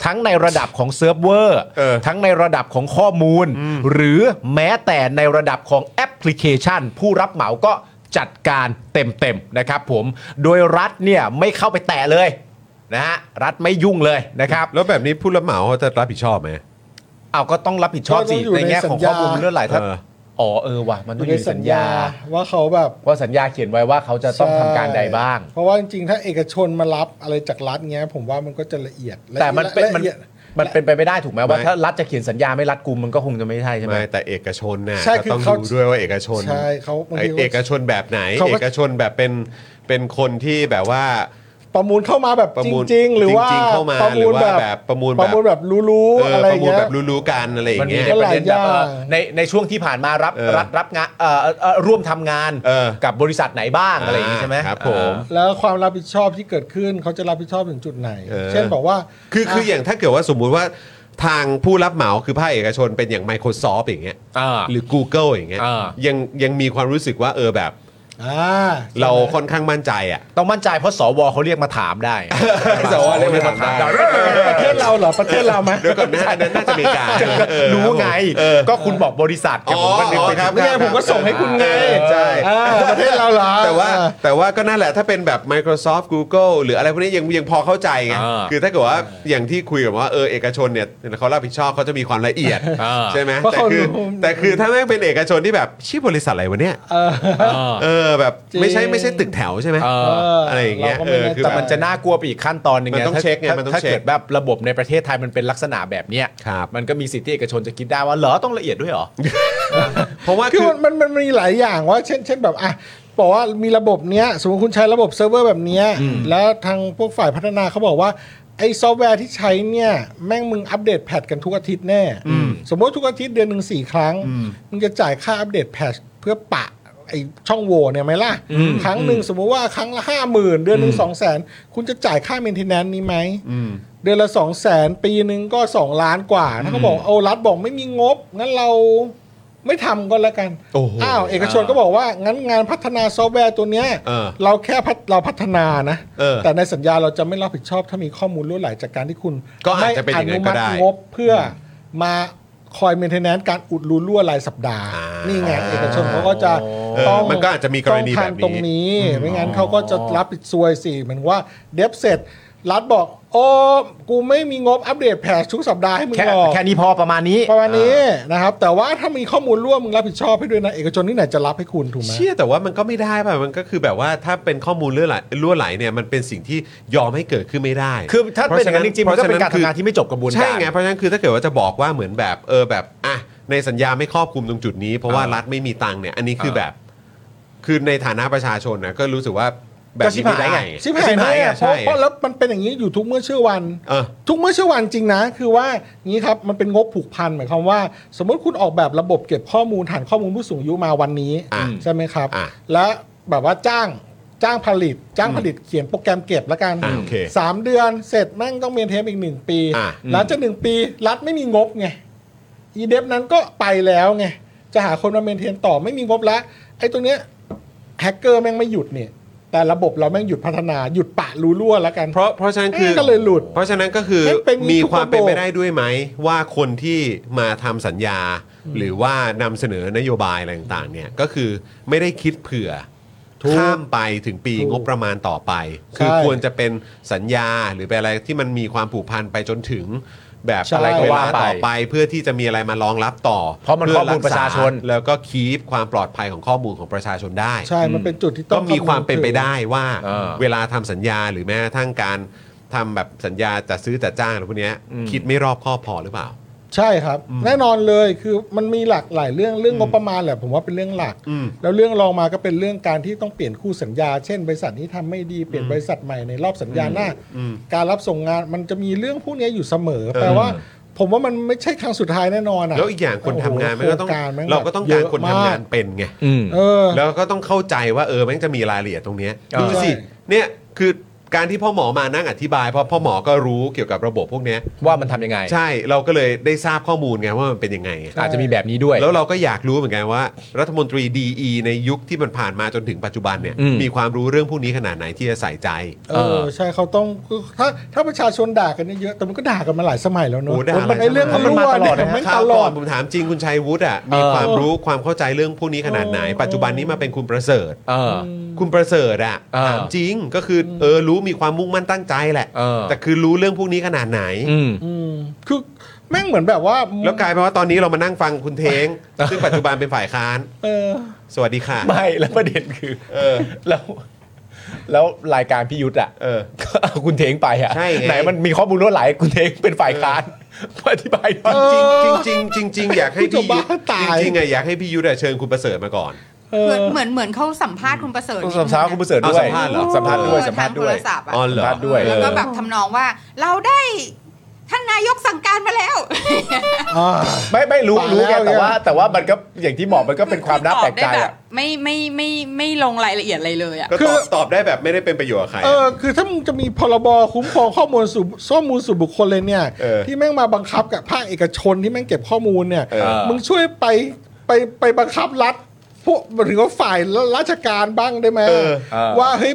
Speaker 2: ทั้งในระดับของเซิร์ฟเวอร์
Speaker 1: เออ
Speaker 2: ทั้งในระดับของข้อมูล หรือแม้แต่ในระดับของแอปพลิเคชัน ผู้รับเหมาก็จัดการเต็มๆนะครับผม โดยรัฐเนี่ยไม่เข้าไปแตะเลยนะฮะ รัฐไม่ยุ่งเลยนะครับ
Speaker 1: แล้วแบบนี้ผู้รับเหมาเขาจะรับผิดชอบไหม
Speaker 2: เอาก็ต้องรับผิดชอบสิ
Speaker 3: ก็ต้องอยู่
Speaker 2: ในแง่ของ
Speaker 3: ในสัญญา
Speaker 2: ข้อมูลเรื่องหลายถ้า
Speaker 1: เออ
Speaker 2: อ๋อเออว่ะมัน
Speaker 3: อ
Speaker 2: ต้อง
Speaker 3: ยู่ใน
Speaker 2: อยู่ใน
Speaker 3: สั
Speaker 2: สั
Speaker 3: ญ
Speaker 2: ญ
Speaker 3: ญา
Speaker 2: ญา
Speaker 3: ว่าเขาแบบ
Speaker 2: ว่าสัญญาเขียนไว้ว่าเขาจะต้องทำการใดบ้าง
Speaker 3: เพราะว่าจริงๆ ถ้าเอกชนมารับอะไรจากรัฐเงี้ย ผมว่ามันก็จะละเอียด
Speaker 2: แต่มันเป็น
Speaker 3: ละ
Speaker 2: มัน
Speaker 3: อียด
Speaker 2: มันเป็นไปไม่ได้ถูกไหมว่า
Speaker 1: ไม่
Speaker 2: ถ้ารัฐจะเขียนสัญญาไม่รัดกุมมันก็คงจะไม่ใช่ใช่ไหม
Speaker 1: ไม่แต่เอกชนน่ะ
Speaker 3: ใช่
Speaker 1: ก็
Speaker 3: คือ
Speaker 1: ต้อง
Speaker 3: เขา
Speaker 1: ดูด้วยว่าเอกชน
Speaker 3: ใช่เขาบางที
Speaker 1: เอกชนแบบไหน
Speaker 3: เขาก็
Speaker 1: เอกชนแบบเป็นเป็นคนที่แบบว่า
Speaker 3: ประมูลเข้ามาแบบ
Speaker 1: ประ
Speaker 3: จ
Speaker 1: มูล
Speaker 3: ริง ๆ หรือว่า
Speaker 1: จริงๆเข้ามา
Speaker 3: ประมู
Speaker 1: ห
Speaker 3: ล
Speaker 1: รือว่าแบบประมูลแบบ
Speaker 3: ประมูลแบบรู้
Speaker 1: เออ
Speaker 3: ๆอะไร
Speaker 1: ประมูล
Speaker 3: เงี้
Speaker 1: แบ
Speaker 3: ย
Speaker 1: บรู้ๆกันอะไรอ
Speaker 2: มัน
Speaker 1: ย่าง
Speaker 2: มี
Speaker 1: เงี้ย
Speaker 2: ในประเด็นแบบ
Speaker 3: หลายอย่าง
Speaker 2: เออในในช่วงที่ผ่านมารับ
Speaker 1: เออ
Speaker 2: รัฐรับงานเอ่อเอ่อเอ่อร่วมทำงาน
Speaker 1: เออ
Speaker 2: กับบริษัทไหนบ้างอะไรอย่างนี้ใช่ไหม
Speaker 1: ครับผม
Speaker 2: อ่า
Speaker 3: แล้วความรับผิดชอบที่เกิดขึ้นเขาจะรับผิดชอบถึงจุดไหน
Speaker 1: เออ
Speaker 3: เช่นบอกว่า
Speaker 1: คือคืออย่างถ้าเกิดว่าสมมุติว่าทางผู้รับเหมาคือภาคเอกชนเป็นอย่าง Microsoft อย่างเงี้ย
Speaker 2: อ่า
Speaker 1: หรือ Google อย่างเงี้ย
Speaker 2: อ่ายั
Speaker 1: ยังยังมีความรู้สึกว่าเออแบบ
Speaker 3: อ่า
Speaker 1: เราค่อนข้างมั่นใจอ่ะ
Speaker 2: ต้องมั่นใจเพราะสวเขาเรียกมาถามได้
Speaker 1: สวเรียกมาถามได้
Speaker 3: ประเทศเราเหรอประเทศเราไหม
Speaker 1: เดี๋ยวก่อนนะอันนั้นน่าจะอเมริกาเออ
Speaker 2: รู้ไง
Speaker 1: เออ
Speaker 2: ก็คุณบอกบริษัท
Speaker 1: อ๋อ
Speaker 2: ผมก็นึกไป
Speaker 1: ค
Speaker 2: ถึ
Speaker 1: รั
Speaker 2: ง
Speaker 1: บ
Speaker 3: นี่ไงผมก็ส่งให้คุณไง
Speaker 1: เออใช่
Speaker 3: อ่าประเทศเราเหรอ
Speaker 1: แต่ว่า
Speaker 3: อ่
Speaker 1: แต่ว่าก็นั่นแหละถ้าเป็นแบบ Microsoft Google หรืออะไรพวกนี้ยังยังพอเข้าใจไง
Speaker 2: อ่า
Speaker 1: คือถ้าเกิดว่าอย่างที่คุยกับว่าเออเอกชนเนี่ยเขารับผิดชอบเขาจะมีความละเอียด
Speaker 2: อ่า
Speaker 1: ใช่ไหม
Speaker 3: เพราะ
Speaker 1: แต่
Speaker 3: เขา
Speaker 1: คือ
Speaker 3: รู้
Speaker 1: แต่คือถ้าแม่งเป็นเอกชนที่แบบชื่อบริษัทอะไรวะเนี่ย
Speaker 3: เออ
Speaker 2: เออ
Speaker 1: เออ อแบบ
Speaker 3: จริง
Speaker 1: ไม่ใช่ไม่ใช่ตึกแถวใช่ไหม
Speaker 2: เอ
Speaker 3: เ
Speaker 2: อ
Speaker 1: อะไรอย่างเงี้ย
Speaker 3: ก็ไม่
Speaker 1: เออ
Speaker 3: แน่
Speaker 1: คือ
Speaker 3: ใจ
Speaker 2: แต่มันจะน่ากลัวไปอีกขั้นตอนหนึ่ง
Speaker 1: มันต้อง
Speaker 2: ถ้า
Speaker 1: เช็คไง
Speaker 2: ถ้า
Speaker 1: มันต้อง
Speaker 2: ถ้า
Speaker 1: เช็ค
Speaker 2: เกิดแบบระบบในประเทศไทยมันเป็นลักษณะแบบเนี้ย
Speaker 1: ครับ
Speaker 2: มันก็มีสิทธิเอกชนจะคิดได้ว่าเหรอต้องละเอียดด้วยเหรอ
Speaker 1: เพราะว่า
Speaker 3: คื
Speaker 1: คือ อ
Speaker 3: มันมันมันมีหลายอย่างว่า เช่นเช่นแบบอ่ะบอกว่ามีระบบเนี้ยสมมติคุณใช้ระบบเซิร์ฟเวอร์แบบเนี้ยแล้วทางพวกฝ่ายพัฒนาเขาบอกว่าไอ้ซอฟต์แวร์ที่ใช้เนี่ยแม่งมึงอัปเดตแพทช์กันทุกอาทิตย์แน่สมมติทุกอาทิตย์เดือนหนึ่งสี่ครั้ง มึงจะจ่ายค่าอัปเดตแพทช์เพื่อปะไอช่องโหว่เนี่ยไหมล่ะ ครั้งหนึ่งสมมุติว่าครั้งละห้าหมื่นเดือนหนึ่งสองแสนคุณจะจ่ายค่าเมนเทนแนนนี้ไหม เดือนละสองแสนปีหนึ่งก็สองล้านกว่าถ้าเขาบอกเอารัฐบอกไม่มีงบ งั้นเราไม่ทำก็แล้วกัน
Speaker 1: โอ้โห
Speaker 3: อ้าวเอกชน
Speaker 2: อ่า
Speaker 3: ก็บอกว่า งั้นงานพัฒนาซอฟต์แวร์ตัวเนี้ย
Speaker 1: เออ
Speaker 3: เราแค่พัฒเราพัฒนานะ
Speaker 1: เออ
Speaker 3: แต่ในสัญญาเราจะไม่รับผิดชอบถ้ามีข้อมูลล่วไหลจากการที่คุณ
Speaker 1: ก็อาจจะเป็นอย่างนั้นก็ได้
Speaker 3: ม่มัติงบเพื่ออมาคอยเมนเทนแนนการอุดรูรั่วรายสัปดาห์ นี่ไงเอกชนเขาก็จะ
Speaker 1: เออ
Speaker 3: ต้อง
Speaker 1: มันก็อาจจะมีกรณี
Speaker 3: ต้องทำตรง
Speaker 1: แบบนี้
Speaker 3: นี้ นี้ไม่งั้นเขาก็จะรับผิดซวยสิเหมือนว่าเดฟเสร็จ รัฐบอก โอ้กูไม่มีงบอัปเดตแพทชทุกสัปดาห์ให้มึง
Speaker 2: แค่
Speaker 3: หรอก
Speaker 2: แค่นี้พอประมาณนี้
Speaker 3: ประมาณนี้นะครับ แต่ว่าถ้ามีข้อมูลร่วมมึงรับผิดชอบให้ด้วยนะ เอกชนที่ไหนจะรับให้คุณถูกไหม
Speaker 1: เชื่อแต่ว่ามันก็ไม่ได้ป่ะมันก็คือแบบว่าถ้าเป็นข้อมูลลื่อไหลรั่วไหลเนี่ยมันเป็นสิ่งที่ยอมให้เกิดขึ้นไม่ได้
Speaker 2: คือถ้าเป็นอย่างนั้นจริงๆมันก็เป็นการ
Speaker 1: พะฉะ
Speaker 2: ทำงานที่ไม่จบกระบวนการ
Speaker 1: ใช่ไงเพราะฉะนั้นคือถ้าเกิดว่าจะบอกว่าเหมือนแบบเออแบบอ่ะในสัญญาไม่ครอบคลุมตรงจุดนี้ เพราะว่า
Speaker 2: อ่า
Speaker 1: รัฐไม่มีตังค์เนี่ยอันนี้คือ
Speaker 2: เออ
Speaker 1: แบบ คือในฐานะประชาชนนะก็รู้สึกว่าแบบนี้ไม่ได้ไง
Speaker 3: ชิบหายแน่
Speaker 1: อะ
Speaker 3: เพ
Speaker 1: ใช่
Speaker 3: ราะเพราะแล้วมันเป็นอย่างนี้อยู่ทุกเมื่อเชื่อวัน
Speaker 1: เออ
Speaker 3: ทุกเมื่อเชื่อวันจริงนะ คือว่าอย่างนี้ครับมันเป็นงบผูกพันหมายความว่า สมมติคุณออกแบบระบบเก็บข้อมูลฐานข้อมูลผู้สูงอายุมาวันนี้
Speaker 1: อ่ะ
Speaker 3: ใช่ไหมครับ
Speaker 1: อ่ะ
Speaker 3: และแบบว่าจ้างจ้างผลิต จ้างผลิตเขียนโปรแกรมเก็บละกัน
Speaker 1: อ่ะโอเค
Speaker 3: สามเดือนเสร็จแม่งต้องเมนเทมอีกหนึ่งปี
Speaker 1: อ่ะ
Speaker 3: หลังจากหนึ่งปี รัฐไม่มีงบไง อีเดฟนั้นก็ไปแล้วไง จะหาคนมาเมนเทนต่อไม่มีงบละไอ้ตัวเนี้ยแฮกเกอร์แม่งไม่หยุดเนี่ย แต่ระบบเราแม่งหยุดพัฒนาหยุดปะรูรั่วแล้วกัน
Speaker 1: เพราะเพราะฉะนั้นคือ
Speaker 3: เอ๊ะก็เลยหลุด
Speaker 1: เพราะฉะนั้นก็คือ
Speaker 3: เอ๊ะเป็น
Speaker 1: มี
Speaker 3: ทุก
Speaker 1: ความเป็น
Speaker 3: ระบบ
Speaker 1: ไปได้ด้วยไหม ว่าคนที่มาทำสัญญา หรือว่านำเสนอนโยบายอะไรต่างๆเนี่ยก็คือไม่ได้คิดเผื่อข้ามไปถึงปีงบประมาณต่อไป คือควรจะเป็นสัญญาหรือเป็นอะไรที่มันมีความผูกพันไปจนถึง แบบ
Speaker 3: ใช่
Speaker 1: อะไรก็ว่า
Speaker 2: ว่าไป
Speaker 1: ต่อไปเพื่อที่จะมีอะไรมารองรับต่อ
Speaker 2: เพราะมัน
Speaker 1: พื่
Speaker 2: ข้อมูลประชาชน
Speaker 1: กษแล้วก็คีปความปลอดภัยของข้อมูลของประชาชนได้
Speaker 3: ใช่ มันเป็นจุดที่ต้
Speaker 1: ก็
Speaker 3: อ
Speaker 1: มี
Speaker 3: งำง
Speaker 1: ความเป็นไป
Speaker 3: ถึง
Speaker 1: ได้ว่า
Speaker 2: เออ
Speaker 1: เวลาทำสัญญาหรือแม้กระทั้งการทำแบบสัญญาจัดซื้อจัดจ้างอะไรพวกเนี้ย
Speaker 2: อืม
Speaker 1: คิดไม่รอบคอบพอหรือเปล่า
Speaker 3: ใช่ครับ แน่นอนเลยคือมันมีหลากหลายเรื่องเรื่องงบประมาณแหละผมว่าเป็นเรื่องหลัก
Speaker 1: อืม
Speaker 3: แล้วเรื่องรองมาก็เป็นเรื่องการที่ต้องเปลี่ยนคู่สัญญา เช่น บริษัทนี้ทำไม่ดีเปลี่ยนบริษัทใหม่ในรอบสัญญาหน้า การรับส่งงานมันจะมีเรื่องพวกเนี้ยอยู่เสมอแปลว่า ผมว่ามันไม่ใช่ครั้งสุดท้ายแน่นอนอะ
Speaker 1: แล้วอีกอย่างคนทำงานมันก็ต้อง
Speaker 3: โโหโคแม่
Speaker 1: เราก็ต้องการคนทำงาน
Speaker 3: แบบ
Speaker 1: เป็นไง
Speaker 2: อืม
Speaker 3: เยอะมากเออ
Speaker 1: แล้วก็ต้องเข้าใจว่าเออแม่งจะมีรายละเอียดตรงเนี้ย
Speaker 2: เออ
Speaker 1: ดูสิ
Speaker 3: ใช่
Speaker 1: เนี่ยคือการที่พ่อหมอมานั่งอธิบายเพราะพ่อหมอก็รู้เกี่ยวกับระบบพวกเนี้ย
Speaker 2: ว่ามันทำยังไง
Speaker 1: ใช่เราก็เลยได้ทราบข้อมูลไงว่ามันเป็นยังไง
Speaker 2: อาจจะมีแบบนี้ด้วย
Speaker 1: แล้วเราก็อยากรู้เหมือนกันว่า รัฐมนตรีดีในยุคที่มันผ่านมาจนถึงปัจจุบันเนี่ย
Speaker 2: อืม
Speaker 1: มีความรู้เรื่องพวกนี้ขนาดไหนที่จะใส่ใจ
Speaker 3: เออใช่เขาต้องคือถ้าถ้าประชาชนด่ากันเยอะๆแต่มันก็ด่ากันมาหลายสมัยแล้วเนอะ
Speaker 1: โอ้ด่า
Speaker 3: มันไอ้เรื่อง
Speaker 1: หลายสมัย
Speaker 3: รั่วเนี่ย
Speaker 2: มันมาตลอดนะ
Speaker 3: มัน
Speaker 1: ข้า
Speaker 3: ต
Speaker 1: ว
Speaker 3: ล
Speaker 1: ก่
Speaker 3: อ
Speaker 1: อ
Speaker 3: ด
Speaker 1: นผมถามจริงคุณชัยวุฒิอ่ะมี
Speaker 2: เออ
Speaker 1: ความรู้ความเข้าใจเรื่องพวกนี้ขนาดไหน ปัจจุบันนี้มาเป็นคุณประเสริฐ
Speaker 2: เออ
Speaker 1: คุณประเสริฐอ่ะ
Speaker 2: เออ
Speaker 1: ถามจริงก็คือเออรู้มีความมุ่งมั่นตั้งใจแหละ
Speaker 2: เออ
Speaker 1: แต่คือรู้เรื่องพวกนี้ขนาดไหน
Speaker 2: อืม
Speaker 3: อืมคือแม่งเหมือนแบบว่า
Speaker 1: แล้วกลายเป็นว่าตอนนี้เรามานั่งฟังคุณเทง ซึ่งปัจจุบันเป็นฝ่ายค้าน
Speaker 3: เออ
Speaker 1: สวัสดีค่ะ
Speaker 2: ไม่แล้วประเด็นคือ
Speaker 1: เออ
Speaker 2: แล้วแล้วรายการพิยุทธ์อ่ะ
Speaker 1: เออ
Speaker 2: ก็เอาคุณเทงไปอ่ะ
Speaker 1: ใช่ไง
Speaker 2: ไหนมันมีข้อมูลรั่วไหลคุณเทงเป็นฝ่ายค้านอธิบายหน่อย
Speaker 1: จริงจริงจริงจริงๆอยากให้พี่ยุทธจริงๆอะอยากให้พี่ยุทธอะเชิญคุณประเสริฐมาก่อน
Speaker 3: เอ
Speaker 5: เหมื
Speaker 3: อ
Speaker 5: อนเหมือนเหมือนเขาสัมภาษณ์คุณประเสริฐ
Speaker 2: คุณสัมภาษณ์คุณประเสริฐด้ว
Speaker 1: เอาสัม
Speaker 2: ย
Speaker 1: ภาษณ์เหรอ
Speaker 2: สัมภาษณ์ด้วยสัมภา
Speaker 5: ทาง
Speaker 2: ษณ์
Speaker 5: โท
Speaker 2: ด้ว
Speaker 5: ร
Speaker 2: ย
Speaker 5: ศัพท์อะ
Speaker 1: อ๋อเหรอ
Speaker 2: สัมภาษณ์ด้วย
Speaker 5: แล้วก็แบบทำนองว่า เราได้ ท่านนายกสั่งการมาแล้ว
Speaker 2: ไม่ไม่รู้
Speaker 3: ฟัง
Speaker 2: รู้ไง
Speaker 3: แล้ว
Speaker 2: แต่ว่า
Speaker 3: เนี่ย
Speaker 2: แต่ว่ามันก็อย่างที่บอกมันก็เป็นความน่าแปลกใจ
Speaker 5: คือตอบได้แบ
Speaker 2: อ่ะ
Speaker 5: บไม่ไม่ไม่ไม่ลงรายละเอียดอะไรเลยอ่ะ
Speaker 1: ก็ตอบตอบได้แบบไม่ได้เป็นประโยชน์กับใคร
Speaker 3: เออ
Speaker 1: อะ
Speaker 3: คือถ้ามึงจะมีพรบคุ้มครองข้อมูลสู่ข้อมูลส่วนบุคคลเลยเนี่ย
Speaker 1: เออ
Speaker 3: ที่แม่งมาบังคับกับภาคเอกชนที่แม่งเก็บข้อมูลเนี่ย
Speaker 1: เออ
Speaker 3: มึงช่วยไปไปไปบังคับรัฐพวกหรือว่าฝ่ายราชการบ้างได้ไหม
Speaker 1: เออ
Speaker 2: เออ
Speaker 3: ว่าเฮ้ย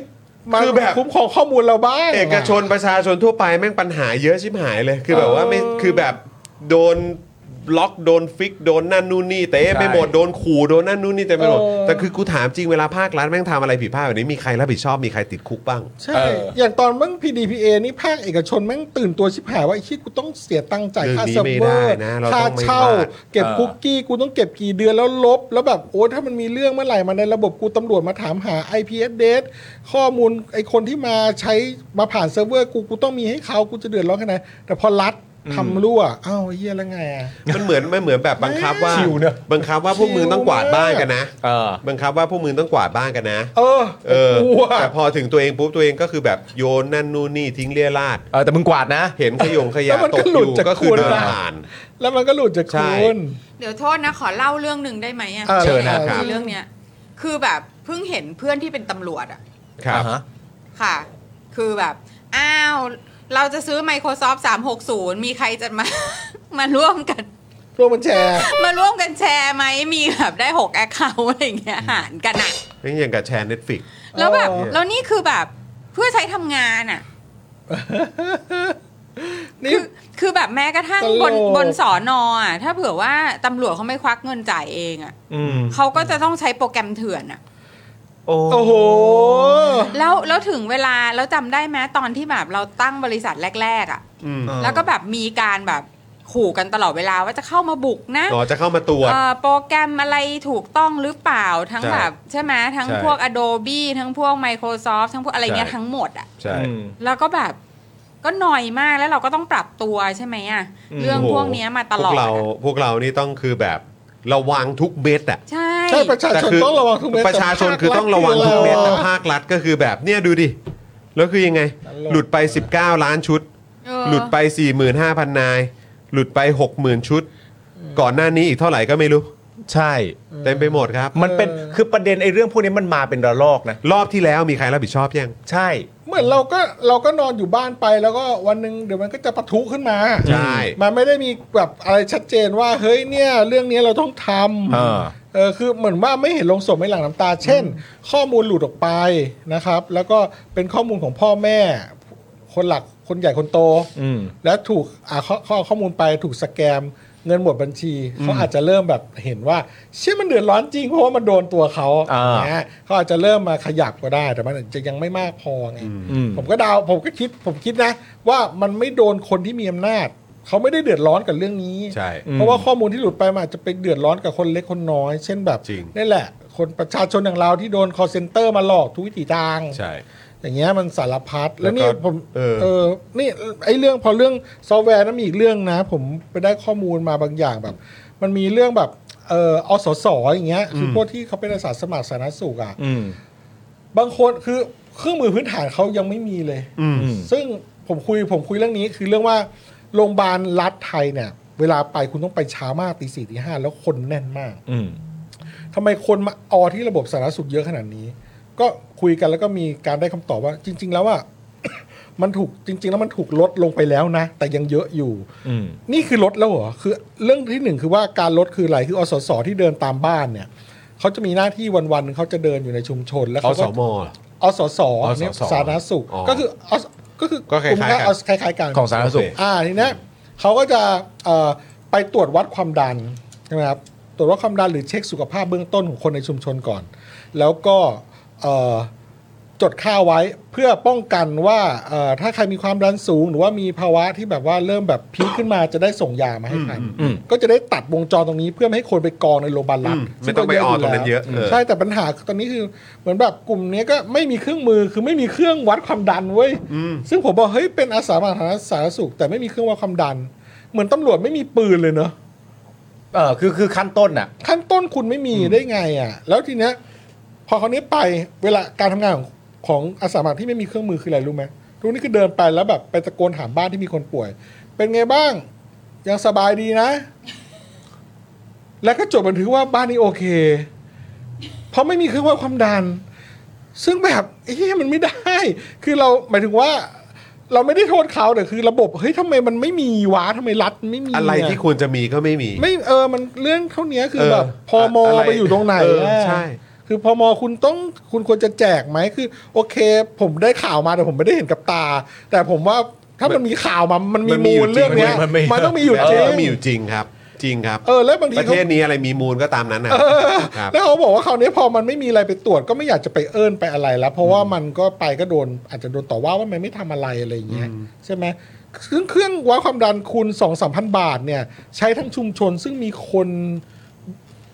Speaker 3: มา
Speaker 1: คือแบบ
Speaker 3: คุ้มครองข้อมูลเราบ้าง
Speaker 1: เอกชนประชาชนทั่วไปแม่งปัญหาเยอะชิบหายเลย คือแบบว่าไม่คือแบบโดน ล็อกโดนฟิกโดนนั่นนู่นนี่เต็มไปหมด
Speaker 2: ใช่
Speaker 1: โดนขู่โดนนั่นนู่นนี่เต็มไปหมด
Speaker 3: เออ
Speaker 1: แต่คือกูถามจริงเวลาภาครัฐแม่งทำอะไรผิดพลาดแบบนี้มีใครรับผิดชอบมีใครติดคุกบ้าง
Speaker 3: ใช่
Speaker 2: เอออ
Speaker 3: อย่างตอนแม่ง PDPA นี่ภาคเอกชนแม่งตื่นตัวชิบหายว่าไอ้ชิดกูต้องเสียตังค์จ่ายค่า
Speaker 1: เรื่
Speaker 3: เซิ
Speaker 1: อง
Speaker 3: ร์
Speaker 1: นี้
Speaker 3: ฟเวอ
Speaker 1: ไม่
Speaker 3: ร์
Speaker 1: ได้นะเรา
Speaker 3: ค่า
Speaker 1: ต้องไม่
Speaker 3: เช่า
Speaker 1: พลาด
Speaker 3: เก็บ
Speaker 2: เออ
Speaker 3: คุกกี้กูต้องเก็บกี่เดือนแล้วลบ แล้วแบบโอ้ถ้ามันมีเรื่องเมื่อไหร่มาในระบบกูตำรวจมาถามหา IP address ข้อมูลไอคนที่มาใช้มาผ่านเซิร์ฟเวอร์กูกูต้องมีให้เขากูจะเดือดร้อนแค่ไหนแต่พอรัดทำรั่วอ้าวไอ้เฮียแล้วไงอ่ะ
Speaker 1: มันเหมือนมันเหมือนแบบบังคับว่า
Speaker 2: ชิวเนอะ
Speaker 1: บังคับว่าพวกมึงต้องกวาดบ้านกันนะ
Speaker 2: เออ
Speaker 1: บังคับว่าพวกมึงต้องกวาดบ้านกันนะ
Speaker 3: เออ
Speaker 1: เออก
Speaker 3: ลัว
Speaker 1: แต่พอถึงตัวเองปุ๊บตัวเองก็คือแบบโยนนั่นนู่นนี่ทิ้งเลี่ยราด
Speaker 2: เออแต่มึงกวาดนะ
Speaker 1: เห็นขยงข
Speaker 3: แล้
Speaker 1: ยะ
Speaker 3: วมัน
Speaker 1: ต
Speaker 3: ก็
Speaker 1: กอ
Speaker 3: หลุด
Speaker 1: ยู่
Speaker 3: จาก
Speaker 1: ก็คือ
Speaker 3: คุณ
Speaker 1: เดิน
Speaker 3: ละ
Speaker 1: ผ่าน
Speaker 3: แล้วมันก็หลุดจาก
Speaker 1: ใช่
Speaker 3: คุณ
Speaker 5: เดี๋ยวโทษนะ ขอเล่าเรื่องหนึ่งได้ไหมอ่ะ
Speaker 3: อ่า
Speaker 2: เชิญนะ
Speaker 3: ครับ
Speaker 5: เรื่องเนี้ยคือแบบเพิ่งเห็นเพื่อนที่เป็นตำรวจอ่ะ
Speaker 1: ครับ
Speaker 2: อ่าฮะ
Speaker 5: ค่ะ คือแบบ อ้าว เราจะซื้อ Microsoft 360 มีใครจะมา มาร่วมกัน
Speaker 3: ร่วมมันแชร์
Speaker 5: มาร่วมกันแชร์ไหม มีแบบได้6แอคเคาท์อะไรอย่างเงี้ยหารกันอะ
Speaker 1: นี่อย่างกับแชร์ Netflix
Speaker 5: แล้วแบบ
Speaker 3: เออ
Speaker 5: แล้วนี่คือแบบเพื่อใช้ทำงานอะ
Speaker 3: นี่
Speaker 5: คือคือแบบแม้กระทั่ง
Speaker 3: ตลก
Speaker 5: บนบนสอนอ่ะ ถ้าเผื่อว่าตำรวจเขาไม่ควักเงินจ่ายเองอะ
Speaker 2: อืม
Speaker 5: เขาก็จะต้องใช้โปรแกรมเถื่อนอะ
Speaker 2: โอ้
Speaker 3: โอ้โห
Speaker 5: แล้วแล้วถึงเวลาแล้วจำได้ไหมตอนที่แบบเราตั้งบริษัทแรก ๆอะ
Speaker 1: อืม
Speaker 5: แล้วก็แบบมีการแบบขู่กันตลอดเวลาว่าจะเข้ามาบุกนะ
Speaker 1: อ๋อจะเข้ามาตรวจ
Speaker 5: เอ่อโปรแกรมอะไรถูกต้องหรือเปล่าทั้ง
Speaker 1: ใช่
Speaker 5: แบบใช่ไหมทั้ง
Speaker 1: ใช่
Speaker 5: พวก Adobe ทั้งพวก Microsoft ทั้งพวกอะไรเงี้ย
Speaker 1: ใช่
Speaker 5: ทั้งหมดอ่ะ
Speaker 1: ใช่
Speaker 2: อืม
Speaker 5: แล้วก็แบบก็หน่อยมากแล้วเราก็ต้องปรับตัวใช่ไหมอ่ะเรื่อง
Speaker 1: โอ้โห
Speaker 5: พวกเนี้ยมาตลอ
Speaker 1: พวก
Speaker 5: ด
Speaker 1: เรา
Speaker 5: อะ
Speaker 1: พวกเรานี่ต้องคือแบบระวังทุกเม็ดอะ
Speaker 5: ใช่
Speaker 3: ใช่ประชาชน
Speaker 1: คื
Speaker 3: ต้องระวังทุกเม็ด
Speaker 1: ประชาชนคือต้องระวังทุกเม็ดแต่ภาครัฐก็คือแบบเนี่ยดูดิ แล้วคือยังไง หลุดไป 19 ล้านชุด
Speaker 5: เออ
Speaker 1: หลุดไป 45,000 นาย หลุดไป 60,000 ชุด ก่อนหน้านี้อีกเท่าไหร่ก็ไม่รู้
Speaker 2: ใช่
Speaker 1: เต็มไปหมดครับ
Speaker 2: มันเป็นคือประเด็นไอ้เรื่องพวกนี้มันมาเป็นระลอกนะ
Speaker 1: รอบที่แล้วมีใครรับผิดชอบยัง
Speaker 2: ใช่
Speaker 3: เหมือนเราก็เราก็นอนอยู่บ้านไปแล้วก็วันหนึ่งเดี๋ยวมันก็จะปะทุขึ้นมา
Speaker 1: ใช่
Speaker 3: มันไม่ได้มีแบบอะไรชัดเจนว่า เฮ้ยเนี่ย เรื่องนี้เราต้องท
Speaker 2: เออ
Speaker 3: ำเออคือเหมือนว่าไม่เห็นลงศพไม่หลั่งน้ำตา เช่น ข้อมูลหลุดออกไปนะครับ แล้วก็เป็นข้อมูลของพ่อแม่ คนหลักคนใหญ่คนโต
Speaker 2: อืม
Speaker 3: แล้วถูกอ่าข้อข้อข้อมูลไปถูกสแกมเงินหมดบัญชีเขาอาจจะเริ่มแบบเห็นว่า เชื่อมันเดือดร้อนจริงเพราะว่ามันโดนตัวเขา
Speaker 2: อ่า
Speaker 3: เนี่ยเขาอาจจะเริ่มมาขยับก็ได้ แต่มันอาจจะยังไม่มากพอไง
Speaker 2: อืม
Speaker 3: ผมก็เดาวผมก็คิดผมคิดนะ ว่ามันไม่โดนคนที่มีอำนาจเขาไม่ได้เดือดร้อนกับเรื่องนี้
Speaker 1: ใช่
Speaker 3: เพราะว่าข้อมูลที่หลุดไปมันอาจจะไปเดือดร้อนกับคนเล็กคนน้อย เช่นแบบ
Speaker 1: จริง
Speaker 3: นี่แหละ คนประชาชนอย่างเราที่โดนคอเซ็นเตอร์มาหลอกทุกวิถีทาง
Speaker 1: ใช่
Speaker 3: อย่างเงี้ยมันสารพัดแล้ว
Speaker 1: แล้วก็
Speaker 3: นี่ผม
Speaker 1: เออ
Speaker 3: เออนี่ไอ้เรื่องพอเรื่องซอฟต์แวร์นั้นมีอีกเรื่องนะ ผมไปได้ข้อมูลมาบางอย่างแบบ มันมีเรื่องแบบเอออสสอย่างเงี้ยคือพวกที่เขาเป็นอาสาสมัครสาธารณสุขอ่ะ
Speaker 2: อืม
Speaker 3: บางคนคือเครื่องมือพื้นฐานเขายังไม่มีเลย
Speaker 1: อืม
Speaker 2: อืม
Speaker 3: ซึ่งผมคุยผมคุยเรื่องนี้คือเรื่องว่าโรงพยาบาลรัฐไทยเนี่ย เวลาไปคุณต้องไปเช้ามากตีสี่ตีห้าแล้วคนแน่นมาก
Speaker 2: อืม
Speaker 3: ทำไมคนมาออที่ระบบสาธารณสุขเยอะขนาดนี้ ก็คุยกันแล้วก็มีการได้คำตอบว่า จริง ๆ แล้วว่า มันถูกจริง ๆ แล้วมันถูกลดลงไปแล้วนะ แต่ยังเยอะอยู่
Speaker 2: อืม
Speaker 3: นี่คือลดแล้วเหรอคือเรื่องที่หนึ่งคือว่าการลดคืออะไรคืออสสที่เดินตามบ้านเนี่ยเขาจะมีหน้าที่วันๆเขาจะเดินอยู่ในชุมชน แล้ว
Speaker 1: อ
Speaker 3: เขา
Speaker 1: ส
Speaker 3: ก็
Speaker 1: ม
Speaker 3: อสส
Speaker 1: อสส
Speaker 3: เนี่ยสาธารณสุข
Speaker 1: อ๋อ
Speaker 3: ก็คืออสก็คือ
Speaker 1: ก็คล้ายๆกัน
Speaker 3: ลุ่มนี้อสคล้ายๆกัน
Speaker 2: ของสาธารณสุข
Speaker 1: โอเค
Speaker 3: อ่าทีเนี้ยเขาก็จะเอ่อไปตรวจวัดความดันใช่ไหมครับตรวจวัดความดันหรือเช็คสุขภาพเบื้องต้นของคนในชุมชนก่อน แล้วก็เอ่อจดค่าไว้เพื่อป้องกันว่าเอ่อถ้าใครมีความดันสูง หรือว่ามีภาวะที่แบบว่าเริ่มแบบพีคขึ้นมาจะได้ส่งยามาให้ทัน
Speaker 2: อืมอืม
Speaker 3: ก็จะได้ตัดวงจรตรงนี้เพื่อไม่ให้คนไปกองในโรงพยาบาลรัฐ
Speaker 1: อืม
Speaker 3: ซึ่
Speaker 1: ไม่ต้องไป
Speaker 3: ก็เยะ
Speaker 1: ออตรงนั้นเยอะ
Speaker 3: แล้ว
Speaker 1: เออ
Speaker 3: ใช่แต่ปัญหาตอนนี้คือเหมือนแบบกลุ่มเนี้ยก็ไม่มีเครื่องมือคือไม่มีเครื่องวัดความดันเว้ย
Speaker 1: อืม
Speaker 3: ซึ่งผมบอกเฮ้ยเป็นอาสาสมัครสาธารณสุข แต่ไม่มีเครื่องวัดความดัน เหมือนตำรวจไม่มีปืนเลยเนอะ
Speaker 2: เออคือคือขั้นต้นอ่ะ
Speaker 3: ขั้นต้นคุณไม่มีได้ไงอะ่ะ แล้วทีเนี้ยพอเขาวนี้ไปเวลาการทำงานของของอาสาสมัครที่ไม่มีเครื่องมือคืออะไรรู้ไหมทุกนี่คือเดินไปแล้วแบบไปตะโกนถามบ้านที่มีคนป่วย เป็นไงบ้าง ยังสบายดีนะ แล้วก็จดบันทึกว่าบ้านนี้โอเค เพราะไม่มีเครื่องวัดความดัน ซึ่งแบบเฮ้ยมันไม่ได้ คือเราหมายถึงว่า เราไม่ได้โทษเขาแต่คือ ระบบเฮ้ยทำไมมันไม่มีวะทำไมรัฐไม่มี
Speaker 1: อะไรที่ควรจะมีก็ไม่มี
Speaker 3: ไม่เออมันเรื่องเท่านี้คือ
Speaker 1: เออ
Speaker 3: แบบพอม
Speaker 1: อะไร
Speaker 3: ไปอยู่ตรงไหน
Speaker 1: เออ
Speaker 3: อะ
Speaker 1: ใช่
Speaker 3: คือพอมคุณต้องคุณควรจะแจกไหมคือ โอเค ผมได้ข่าวมาแต่ผมไม่ได้เห็นกับตา แต่ผมว่าถ้ามันมีข่าวมามันมีมูลเรื่องเนี้ย
Speaker 2: มันมีอยู่จริง
Speaker 3: มันต้องมีอยู่
Speaker 1: แบบ
Speaker 3: จริ
Speaker 1: นี้
Speaker 3: ง
Speaker 1: ก็มีอยู่จริงครับ จริงครับ
Speaker 3: เออแล้วบางที
Speaker 1: ประ
Speaker 3: เขา
Speaker 1: เทศนี้อะไรมีมูลก็ตามนั้นนะครับ
Speaker 3: แล้วเขาบอกว่าคราวนี้พอมันไม่มีอะไรไปตรวจก็ไม่อยากจะไปเอิ้นไปอะไรแล้ว เพราะว่ามันก็ไปก็โดนอาจจะโดนต่อว่าว่ามันไม่ทำอะไรอะไรอย่างเงี้ยใช่ไหมซึ่งเครื่องวัดความดันคุณสองสามพันบาทเนี่ย ใช้ทั้งชุมชนซึ่งมีคน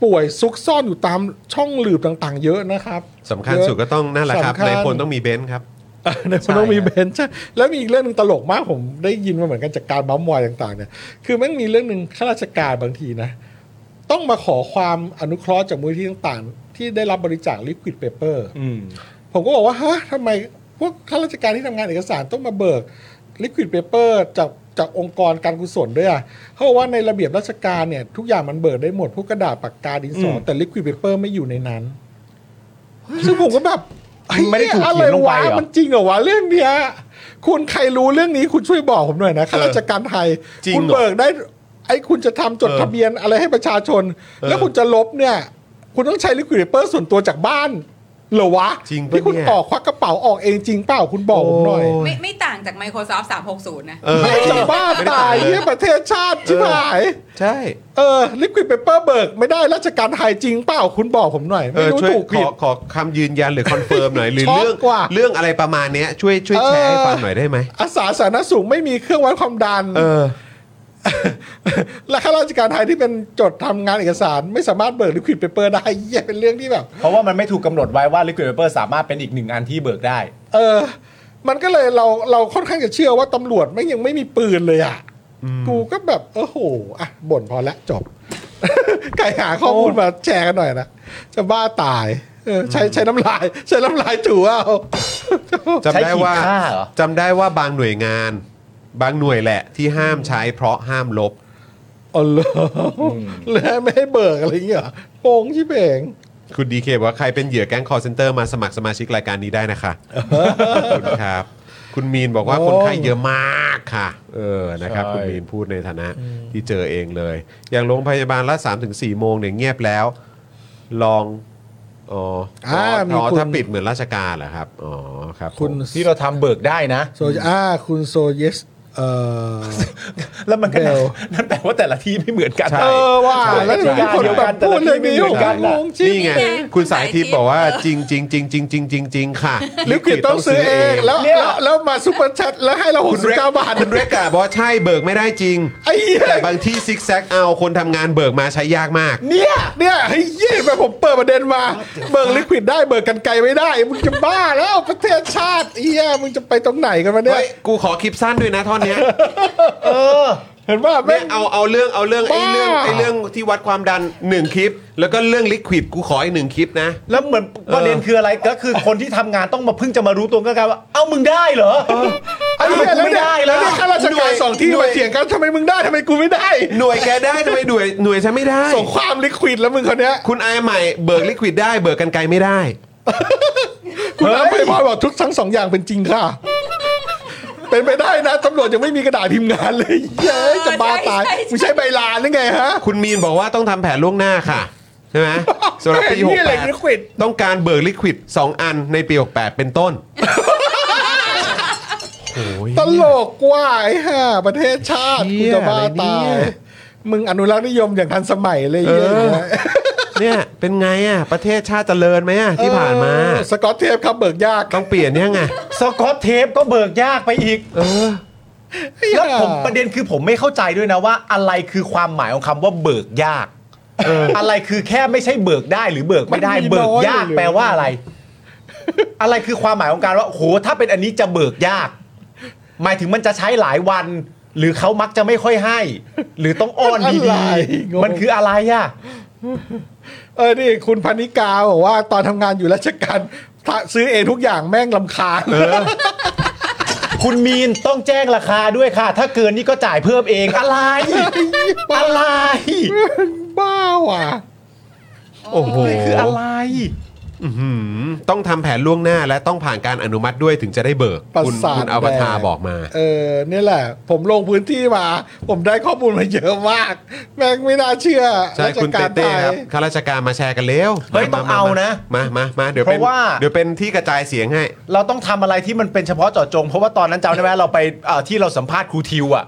Speaker 3: ป่วยซุกซ่อนอยู่ตามช่องหลืบต่างๆ เยอะนะครับ
Speaker 1: สำคัญสุดก็ต้องนั่นแหละครับ
Speaker 3: สำคัญ
Speaker 1: ในพลต้องมีเบนซ์ครับ
Speaker 3: เออในมันต้องมีเบนซ์ใช่แล้วมีอีกเรื่องหนึงตลกมากผมได้ยินมาเหมือนกันจากการบ้ามอยต่างๆเนี่ยคือแม่งมีเรื่องหนึ่งข้าราชการบางทีนะ ต้องมาขอความอนุเคราะห์จากมูลนิธิต่างๆ ที่ได้รับบริจาคลิควิดเปเปอร์ผมก็บอกว่าฮะทำไมพวกข้าราชการที่ทำงานเอกสารต้องมาเบิกลิควิดเปเปอร์จากจากองค์กรการกุศลด้วยอ่ะเขาบอกว่าในระเบียบราชการเนี่ยทุกอย่างมันเบิกได้หมดพวกกระดาษปากกาดินสออ
Speaker 2: ม
Speaker 3: แต่ลิควิดเปเปอร์ไม่อยู่ในนั้น ซึ่งผมก็แบบเฮ้ย
Speaker 2: ไม่ได้ถูกเขียนลงไป
Speaker 3: อะ
Speaker 2: เหรอ
Speaker 3: รวะมันจริงเหรอวะเรื่องเนี้ยคุณใครรู้เรื่องนี้คุณช่วยบอกผมหน่อยนะข้าราชการไทย
Speaker 1: จริง
Speaker 3: คุณ
Speaker 1: เหรอ
Speaker 3: เบิกได้ ไอ้คุณจะทำจด
Speaker 1: เออ
Speaker 3: ทะเบียนอะไรให้ประชาชน
Speaker 1: เออ
Speaker 3: แล้วคุณจะลบเนี่ย คุณต้องใช้ลิควิดเปอร์ส่วนตัวจากบ้านเหรอวะ
Speaker 1: จริงปะ
Speaker 3: ที่คุณ
Speaker 1: เนี่ย
Speaker 3: ออกควักกระเป๋าออกเองจริงเปล่าคุณบอกผมหน่อย
Speaker 5: ไม่ไม่ต่างจาก Microsoft 360 นะ
Speaker 1: เออ
Speaker 3: ไม่จะบ้า
Speaker 1: ไม่ได้
Speaker 3: ตาย
Speaker 1: เล
Speaker 3: เหียประเทศชาติชิบหาย
Speaker 1: ใช่
Speaker 3: เออลิควิดเปเปอร์เบิกไม่ได้ราชการไทยจริงเปล่าคุณบอกผมหน่อย
Speaker 1: เอ
Speaker 3: ไม่
Speaker 1: อ
Speaker 3: รู้
Speaker 1: ช่วย
Speaker 3: ถูก
Speaker 1: ข
Speaker 3: ผิ
Speaker 1: อ
Speaker 3: ด
Speaker 1: ขอคำยืนยันหรือคอนเฟิร์มหน่อยหรือ
Speaker 3: ช็อก
Speaker 1: เรื่อง
Speaker 3: กว่า
Speaker 1: เรื่องอะไรประมาณเนี้ยช่วยช่วยแชร์ให้
Speaker 3: เออ
Speaker 1: ฟังหน่อยได้ไหม
Speaker 3: อาสาสาธารณสุขไม่มีเครื่องวัดความดัน
Speaker 1: เออ
Speaker 3: และข้าราชการไทยที่เป็นจดทำงานเอกสาร ไม่สามารถเบิกลิควิดเปเปอร์ได้ เหี้ยเป็นเรื่องที่แบบ
Speaker 2: เพราะว่ามันไม่ถูกกำหนดไว้ว่า liquid paper สามารถเป็นอีกหนึ่งอันที่เบิกได้
Speaker 3: เออ มันก็เลยเราเราค่อนข้างจะเชื่อว่าตำรวจไม่งยังไม่มีปืนเลยอ่ะ กูก็แบบเออโหอ่ะบ่นพอละจบ ไก่หาข้อมูลมาแชร์กันหน่อยนะ จะบ้าตาย เออใช้ใช้น้ำลาย ใช้น้ำลายถูเอา
Speaker 1: จำได้ว่า
Speaker 2: ใช้ขีดค่าเหรอ
Speaker 1: จำได้ว่าบางหน่วยงาน บางหน่วยแหละที่ห้ามใช้เพราะห้ามลบ
Speaker 3: อ๋อเหรอแล้วไม่ให้เบิกอะไรอย่างเงี้ยเหรอโปงชิบเอง
Speaker 1: คุณดีเคบอกว่าใครเป็นเหยื่อแก๊งคอร์เซนเตอร์มาสมัครสมาชิกรายการนี้ได้ นะคะขอบคุณครับ คุณมีนบอกว่า
Speaker 3: โอ้
Speaker 1: คนไข้เยอะมากค่ะ เออนะครับ คุณมีนพูดในฐานะที่เจอเองเลย อย่างโรงพยาบาลละ3-4ถึงโมงเนี่ยเงียบแล้ว ลองอ๋ออ๋อ
Speaker 3: อ่ามี
Speaker 1: อ๋อ
Speaker 3: คุณ
Speaker 1: ถ้าปิดเหมือนราชการเหรอครับอ๋อครับผม
Speaker 3: คุณ
Speaker 2: ที่เราทำเบิกได้นะ
Speaker 3: โซอ่าคุณโซเยสเอ่อ
Speaker 2: แล้วมันก็
Speaker 3: เบล
Speaker 2: นั่นแปลว่าแต่ละที่ไม่เหมือนกัน
Speaker 3: เออว่า
Speaker 2: ใช่
Speaker 3: แล้ว
Speaker 2: ใช่
Speaker 3: มีคนแบบพูดเรื่องนี้ผมก็งงจริง
Speaker 1: นี่ไง
Speaker 5: นี่ไง
Speaker 1: คุณสายทิพย์บอกว่า
Speaker 5: เออ
Speaker 1: จริงจริงจริงจริงจริงจริงจริงค่ะ
Speaker 3: ลิควิดต้องซื้อเองแล้ว
Speaker 2: เนี่ย
Speaker 3: แล้วแล้วมาซุปเปอร์แชทแล้วให้เราหก
Speaker 1: คุณ
Speaker 3: สิบ
Speaker 1: เรก
Speaker 3: เก้าบาท
Speaker 1: คุณเรกอะบอกว่าใช่เบิกไม่ได้จริง
Speaker 3: ไอ้เหี้ย
Speaker 1: แต่บางที่ซิกแซกเอาคนทำงานเบิกมาใช้ยากมาก
Speaker 3: เนี่ยเนี่ยไอ้เหี้ยแบบผมเปิดประเด็นมา เบิกลิควิดได้เบิกกันไกลไม่ได้มึงจะบ้าแล้วประเทศชาติไอ้เหี้ยมึงจะไปตรงไหนกันมาเนี่ย
Speaker 1: เฮ้ย กูขอคลิปสั้นด้วยนะท่อนเนี้ย
Speaker 3: เห็นว่า
Speaker 1: ไม่
Speaker 3: แม่ง
Speaker 1: เอาเอาเรื่องเอาเรื่องไอ้เรื่อง
Speaker 3: บ้า
Speaker 1: ไอ้เรื่องที่วัดความดัน 1 คลิป แล้วก็เรื่องลิควิดกูขออีกหนึ่งคลิปนะ
Speaker 2: แล้วเหมือนประเด็นคืออะไรก็คือคนที่ทำงานต้องมาเพิ่งจะมารู้ตัวก็กลายว่าเอ้ามึงได้เหรอ
Speaker 3: ไอ้
Speaker 2: เอ้า
Speaker 3: เหี้ยแล้ว
Speaker 2: ทำไมกูไม่
Speaker 3: เนี่ย
Speaker 2: ได้
Speaker 3: แล้
Speaker 2: แล้ว ว
Speaker 3: เนี่ยข้าราชการสองที่
Speaker 1: หน่วย
Speaker 3: มาเถียงกันทำไมมึงได้ทำไมกูไม่ได้
Speaker 1: หน่วยแกได้ทำไมหน่วยหน่วยฉันไม่ได้
Speaker 3: ส่งความลิควิดแล้วมึงคนเนี้ย
Speaker 1: คุณไอายใหม่เบิกลิควิดได้เบิกกันไกลไม่ได้
Speaker 3: คุณน้ำไปพอบอกทุกทั้งสองอย่างเป็นจริงค่ะ เป็นไปได้นะตำรวจยังไม่มีกระดาษพิมพ์งานเลย เย้ยจะบ้าตาย
Speaker 5: ใช่ใช่
Speaker 3: มึงใช้ใบลานหรือไงฮะ
Speaker 1: คุณมีนบอกว่าต้องทำแผนล่วงหน้าค่ะ ใช่ไหมสำหรับปี
Speaker 3: แผนนี่อะไรลิควิด
Speaker 1: 68ต้องการเบิกลิควิด 2 อันในปี 68 เป็นต้น
Speaker 3: ตลกกว่าไอ้ห่าประเทศชาติ
Speaker 1: เหี้
Speaker 3: กู
Speaker 1: ย
Speaker 3: จะบ้า
Speaker 1: อะไรเนี่
Speaker 3: ตาย ย มึงอนุรักษ์นิยมอย่างทันสมัยเลยเยอะ
Speaker 1: เนี่ย เป็นไงอ่ะ ประเทศชาติเจริญไหมอ่ะ ที่ผ่านมา
Speaker 3: สกอตเทปครับเบิกยาก
Speaker 1: ต้องเปลี่ยนเนี่ยไง
Speaker 2: สกอตเทปก็เบิกยากไปอีกแล้วผมประเด็นคือผมไม่เข้าใจด้วยนะว่า อะไรคือความหมายของคำว่าเบิกยากอะไรคือแค่ไม่ใช่เบิกได้หรือเบิกไม่ได้เบิกยากแปลว่าอะไร อะไรคือความหมายของการว่าโหถ้าเป็นอันนี้จะเบิกยาก หมายถึงมันจะใช้หลายวัน หรือเขามักจะไม่ค่อยให้ หรือต้องอ้อนดีๆมันคืออะไรอ่ะ
Speaker 3: เออนี่คุณพนิกาบอกว่าตอนทำงานอยู่ราชการถ้าซื้อเองทุกอย่างแม่งลำคาญ
Speaker 2: คุณมีนต้องแจ้งราคาด้วยค่ะ ถ้าเกินนี่ก็จ่ายเพิ่มเองอะไร อะไร
Speaker 3: บ้าว่ะ
Speaker 1: โอ้โห
Speaker 2: คืออะไร
Speaker 1: อื้อหือต้องทำแผนล่วงหน้าและต้องผ่านการอนุมัติด้วยถึงจะได้เบิก
Speaker 3: ประ
Speaker 1: คุณ
Speaker 3: สาท
Speaker 1: คุณอวตาร
Speaker 3: แดง
Speaker 1: บอกมา
Speaker 3: เออเนี่ยแหละ ผมลงพื้นที่มา ผมได้ข้อมูลมาเยอะมาก แม่งไม่น่าเชื่อ
Speaker 1: ใช่
Speaker 3: ราช
Speaker 1: คุณ
Speaker 3: การ
Speaker 1: เต้
Speaker 3: ไทย
Speaker 1: ๆครับข้าราชการมาแชร์กันเร็ว
Speaker 2: เฮ้ย
Speaker 1: ม
Speaker 2: ต้องเอานะ
Speaker 1: มามามาเดี๋ยว
Speaker 2: เพ
Speaker 1: เป็น
Speaker 2: ราะว่า
Speaker 1: เดี๋ยวเป็นที่กระจายเสียงให้
Speaker 2: เราต้องทำอะไรที่มันเป็นเฉพาะเจาะจง เพราะว่าตอนนั้นจำได้ไหมเราไปเอ่อที่เราสัมภาษณ์ครูทิวอ่ะ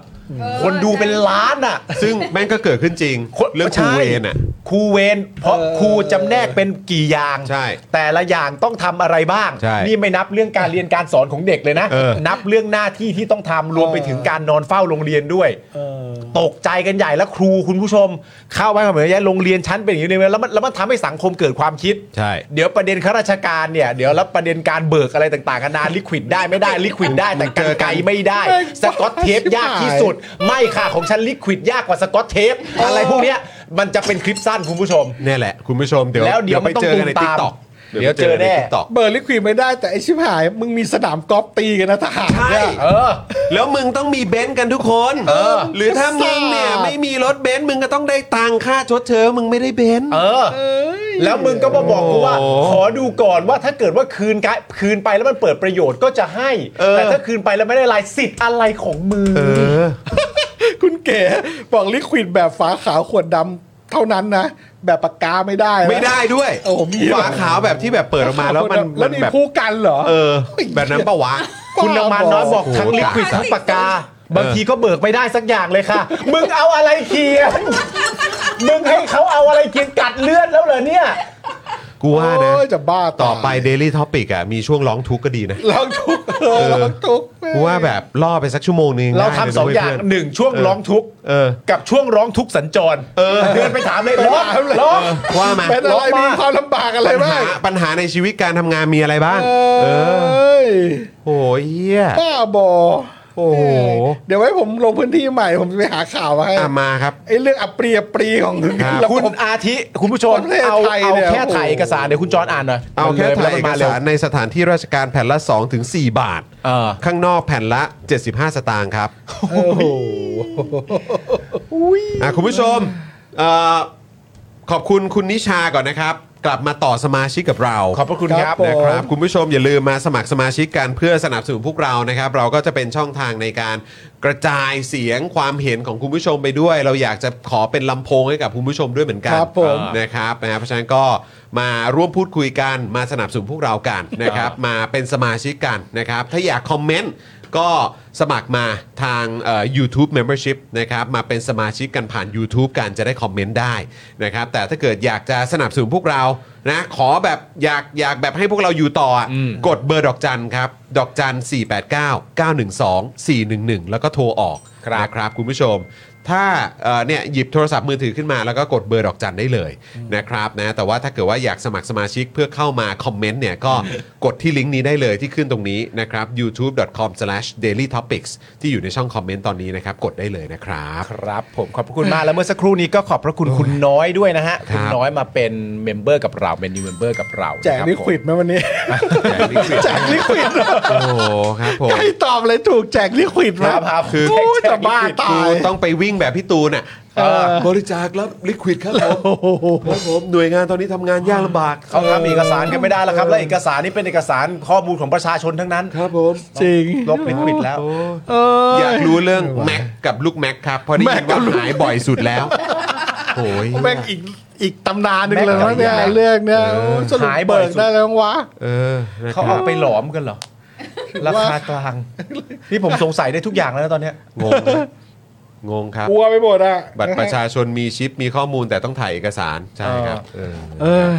Speaker 2: คนดูเป็นล้านอ่ะ
Speaker 1: ซึ่งแม่งก็เกิดขึ้นจริง
Speaker 2: คน
Speaker 1: เรื่องคู
Speaker 2: ใช่
Speaker 1: เวนอ่ะ
Speaker 2: ครูเวนเพราะ
Speaker 3: เออ
Speaker 2: ครูจำแนกเป็นกี่อย่าง
Speaker 1: ใช่
Speaker 2: แต่ละอย่างต้องทำอะไรบ้าง
Speaker 1: ใช่
Speaker 2: นี่ไม่นับเรื่องการเรียนการสอนของเด็กเลยนะ
Speaker 1: เออ
Speaker 2: นับเรื่องหน้าที่ที่ต้องทำรวมไปถึงการนอนเฝ้าโรงเรียนด้วย
Speaker 3: เออ
Speaker 2: ตกใจกันใหญ่แล้วครูคุณผู้ชม เข้าไปเหมือนยโรงเรียนชั้นเป็นอย่างนี้เลยแล้วมันแล้วมันทำให้สังคมเกิดความคิด
Speaker 1: ใช่
Speaker 2: เดี๋ยวประเด็นข้าราชการเนี่ยเดี๋ยวแล้วประเด็นการเบิกอะไรต่างๆกันานาลิควิดได้ไม่ได้ลิควิดได้แต่กันไกลไม่ได้ สกอตเทปยากที่สุด ไม่ค่ะของฉันลิควิดยากกว่าสกอตเทปอะไรพวกเนี้ยมันจะเป็นคลิปสั้นคุณผู้ชม
Speaker 1: เนี่ยแหละ คุณผู้ชมเดี๋ยว
Speaker 2: แล้วเดี๋ยว
Speaker 1: ไปเจอกันใน
Speaker 2: มันต้
Speaker 1: ติ๊
Speaker 2: อง
Speaker 1: กต็อก
Speaker 2: เดี๋ยวเจอแน่
Speaker 3: เบอร์ลิควีดไม่ได้แต่ไอชิบหาย มึงมีสนามกอล์ฟตีกันนะทหาร
Speaker 1: ใช่
Speaker 3: เนี่ย
Speaker 2: เออ
Speaker 1: แล้วมึงต้องมีเบนซ์กันทุกคน
Speaker 2: เออ
Speaker 1: หรือถ้ามึงเนี่ย
Speaker 3: ประสาท
Speaker 1: ไม่มีรถเบนซ์มึงก็ต้องได้ตังค่าชดเชยมึงไม่ได้เบนซ์
Speaker 2: เออ แล้วมึงก็มาบอกกูว่า
Speaker 1: โอ้
Speaker 2: ขอดูก่อนว่าถ้าเกิดว่าคืนกะคืนไปแล้วมันเปิดประโยชน์ก็จะให้
Speaker 1: เออ
Speaker 2: แต่ถ้าคืนไปแล้วไม่ได้ลายสิทธิ์อะไรของมึง
Speaker 1: เออ
Speaker 3: คุณเก๋บอกลิควีดแบบฝาขาวขวดดำเท่านั้นนะ แบบปากกาไม่ได้นะ
Speaker 1: ไม่ได้ด้วย
Speaker 3: โอ้มีเหรอ
Speaker 1: ฝาขาวแบบที่แบบเปิดอ อกมาแล้วมัน
Speaker 3: แล้
Speaker 1: มั
Speaker 3: วน มี
Speaker 1: แบบ
Speaker 3: ผู้กันเหรอ
Speaker 1: เออ แบบนั้นปะวะ
Speaker 2: คุณนามานน้อยบอกทั้งลิควิดทั้งปากกา บางทีก็เบิกไม่ได้สักอย่างเลยค่ะ มึงเอาอะไรเคีย งมึงให้เขาเอาอะไรเคียงกัดเลือดแล้วเหรอเนี่ย
Speaker 1: กูว่านะ
Speaker 3: โอ้ยจะบ้าตาย
Speaker 1: ต่อไป Daily Topic อ่ะ มีช่วงร้องทุกข์ก็ดีนะ
Speaker 3: ลองทุกเออลองทุกแม่ง
Speaker 1: กูว่าแบบล่อไปสักชั่วโมงนึง
Speaker 2: เรา
Speaker 1: ได้ลนะ
Speaker 2: ทำสองอย่าง
Speaker 1: เว้เพื่น
Speaker 2: หนึ่งช่วงร้องทุกข์
Speaker 1: เออ
Speaker 2: กับช่วงร้องทุกข์สัญจรเดินไปถามเลยร้องร้อง
Speaker 1: ว่ามา
Speaker 3: เป็นอะไรมีความลำบากอะไร
Speaker 1: ปัญ
Speaker 3: บ้า
Speaker 1: หาง ปัญหาในชีวิตการทำงานมีอะไรบ้าง
Speaker 3: เอ
Speaker 1: เออ้
Speaker 3: ย
Speaker 1: โหเฮีย
Speaker 3: บ้าบอ
Speaker 1: โอ้โห
Speaker 3: เดี๋ยวไว้ผมลงพื้นที่ใหม่ผมจะไปหาข่าวมาให้
Speaker 1: อ่ะมาครับ
Speaker 3: ไอ้เรื่องอัปรียปรีของ
Speaker 1: ครับ
Speaker 3: ระบ
Speaker 2: คุณ
Speaker 3: บ
Speaker 2: อาทิคุณผู้ชม
Speaker 3: ประเทศ
Speaker 2: เอา
Speaker 3: ไทย
Speaker 2: เอา
Speaker 3: เนี่ย
Speaker 2: แค่
Speaker 3: โอ้โห
Speaker 2: ถ่ายเอกสารเดี๋ยวคุณจอนอ่านหน่อย
Speaker 1: เอาแค่
Speaker 2: มัน
Speaker 1: ถ่าย
Speaker 2: ร็
Speaker 1: เอ
Speaker 2: ว
Speaker 1: ก
Speaker 2: ไปแล้วมันมร็ว
Speaker 1: สารในสถานที่ราชการแผ่นละ2ถึง4บาท
Speaker 2: เออ
Speaker 1: ข้างนอกแผ่นละ 75 สตางค์ครับ
Speaker 3: โอ้โห
Speaker 1: อ่ะคุณผู้ชมเอ่อขอบคุณคุณนิชาก่อนนะครับ กลับมาต่อสมาชิกกับเรา
Speaker 2: ขอบพระคุณครับ
Speaker 1: นะครับคุณผู้ชมอย่าลืมมาสมัครสมาชิกกันเพื่อสนับสนุนพวกเรานะครับ เราก็จะเป็นช่องทางในการกระจายเสียงความเห็นของคุณผู้ชมไปด้วย เราอยากจะขอเป็นลำโพงให้กับคุณผู้ชมด้วยเหมือนกัน
Speaker 3: ครับผม
Speaker 1: นะครับนะฮะเพราะฉะนั้นก็มาร่วมพูดคุยกันมาสนับสนุนพวกเรากันนะครับ มาเป็นสมาชิกกันนะครับ ถ้าอยากคอมเมนต์ก็สมัครมาทางเอ่อ YouTube Membership นะครับมาเป็นสมาชิกกันผ่าน YouTube กันจะได้คอมเมนต์ได้นะครับแต่ถ้าเกิดอยากจะสนับสนุนพวกเรา นะขอแบบอยากอยากแบบให้พวกเราอยู่ต่ออะกดเบอร์ดอกจันครับ ดอกจัน 489 912 411 แล้วก็โทรออก
Speaker 2: ครับ
Speaker 1: นะครับคุณผู้ชม ถ้าเอ่อเนี่ยหยิบโทรศัพท์มือถือขึ้นมาแล้วก็กดเบอร์ดอกจันได้เลยนะครับนะแต่ว่าถ้าเกิดว่าอยากสมัครสมาชิกเพื่อเข้ามาคอมเมนต์เนี่ยก็กดที่ลิงก์นี้ได้เลยที่ขึ้นตรงนี้นะครับ youtube.com/dailytopics ที่อยู่ในช่องคอมเมนต์ตอนนี้นะครับกดได้เลยนะครับ
Speaker 2: ครับผมขอบพระคุณมากแล้วเมื่อสักครู่นี้ก็ขอบพระคุณคุณน้อยด้วยนะฮะ
Speaker 1: ครับ
Speaker 2: คุณน้อยมาเป็นเมมเบอร์กับเราเป็นนิวเมมเบอร์กับเรา
Speaker 3: แจก
Speaker 2: นะครับ
Speaker 3: ลิควิดไหมวันนี้ แจกลิควิดเหรอ
Speaker 1: โอ้โหครับผม
Speaker 3: ใครตอบเลยถูกแจกลิควิด
Speaker 2: ผม
Speaker 3: ไหม
Speaker 2: ครับครับ
Speaker 1: คือ
Speaker 3: โอ้ยจะบ้าตาย
Speaker 1: กูต้องไปวิ่งแบบพี่ตูนอ่ะบริจาครับลิควิดครับผมครับผมหน่วยงานตอนนี้ทำงานยากลำบาก
Speaker 2: เขาทำเอกสารกันไม่ได้แล้วครับ และเอกสารนี่เป็นเอกสารข้อมูลของประชาชนทั้งนั้น
Speaker 3: ครับผมจริง
Speaker 2: ลบลิควิดแล้ว
Speaker 3: เออ
Speaker 1: อยากรู้เรื่องแม็กกับลูกแม็กครับเพราะได้ยินว่าหายบ่อยสุดแล้วโอ้ย
Speaker 3: แม่งอีกอีกตำนานหนึ่งเลยนะเนี่ยเรื่องเนี่ยโอ้สรุป
Speaker 2: หายบ่อ
Speaker 3: เบิ
Speaker 2: ย
Speaker 3: ก
Speaker 2: สุด
Speaker 3: ได้แล้ววะ
Speaker 1: เออนะค
Speaker 2: เขา
Speaker 1: รับ
Speaker 2: เอาไปหลอมกันเหรอราคากลางนี่ผมสงสัยได้ทุกอย่างแล้วนะตอนเนี้ย
Speaker 1: งงนะงงครับ
Speaker 3: กลัวไปหมดอ่ะ
Speaker 1: บัตรประชาชนมีชิปมีข้อมูลแต่ต้องถ่ายเอกสารใช่ครับเออ
Speaker 3: เออ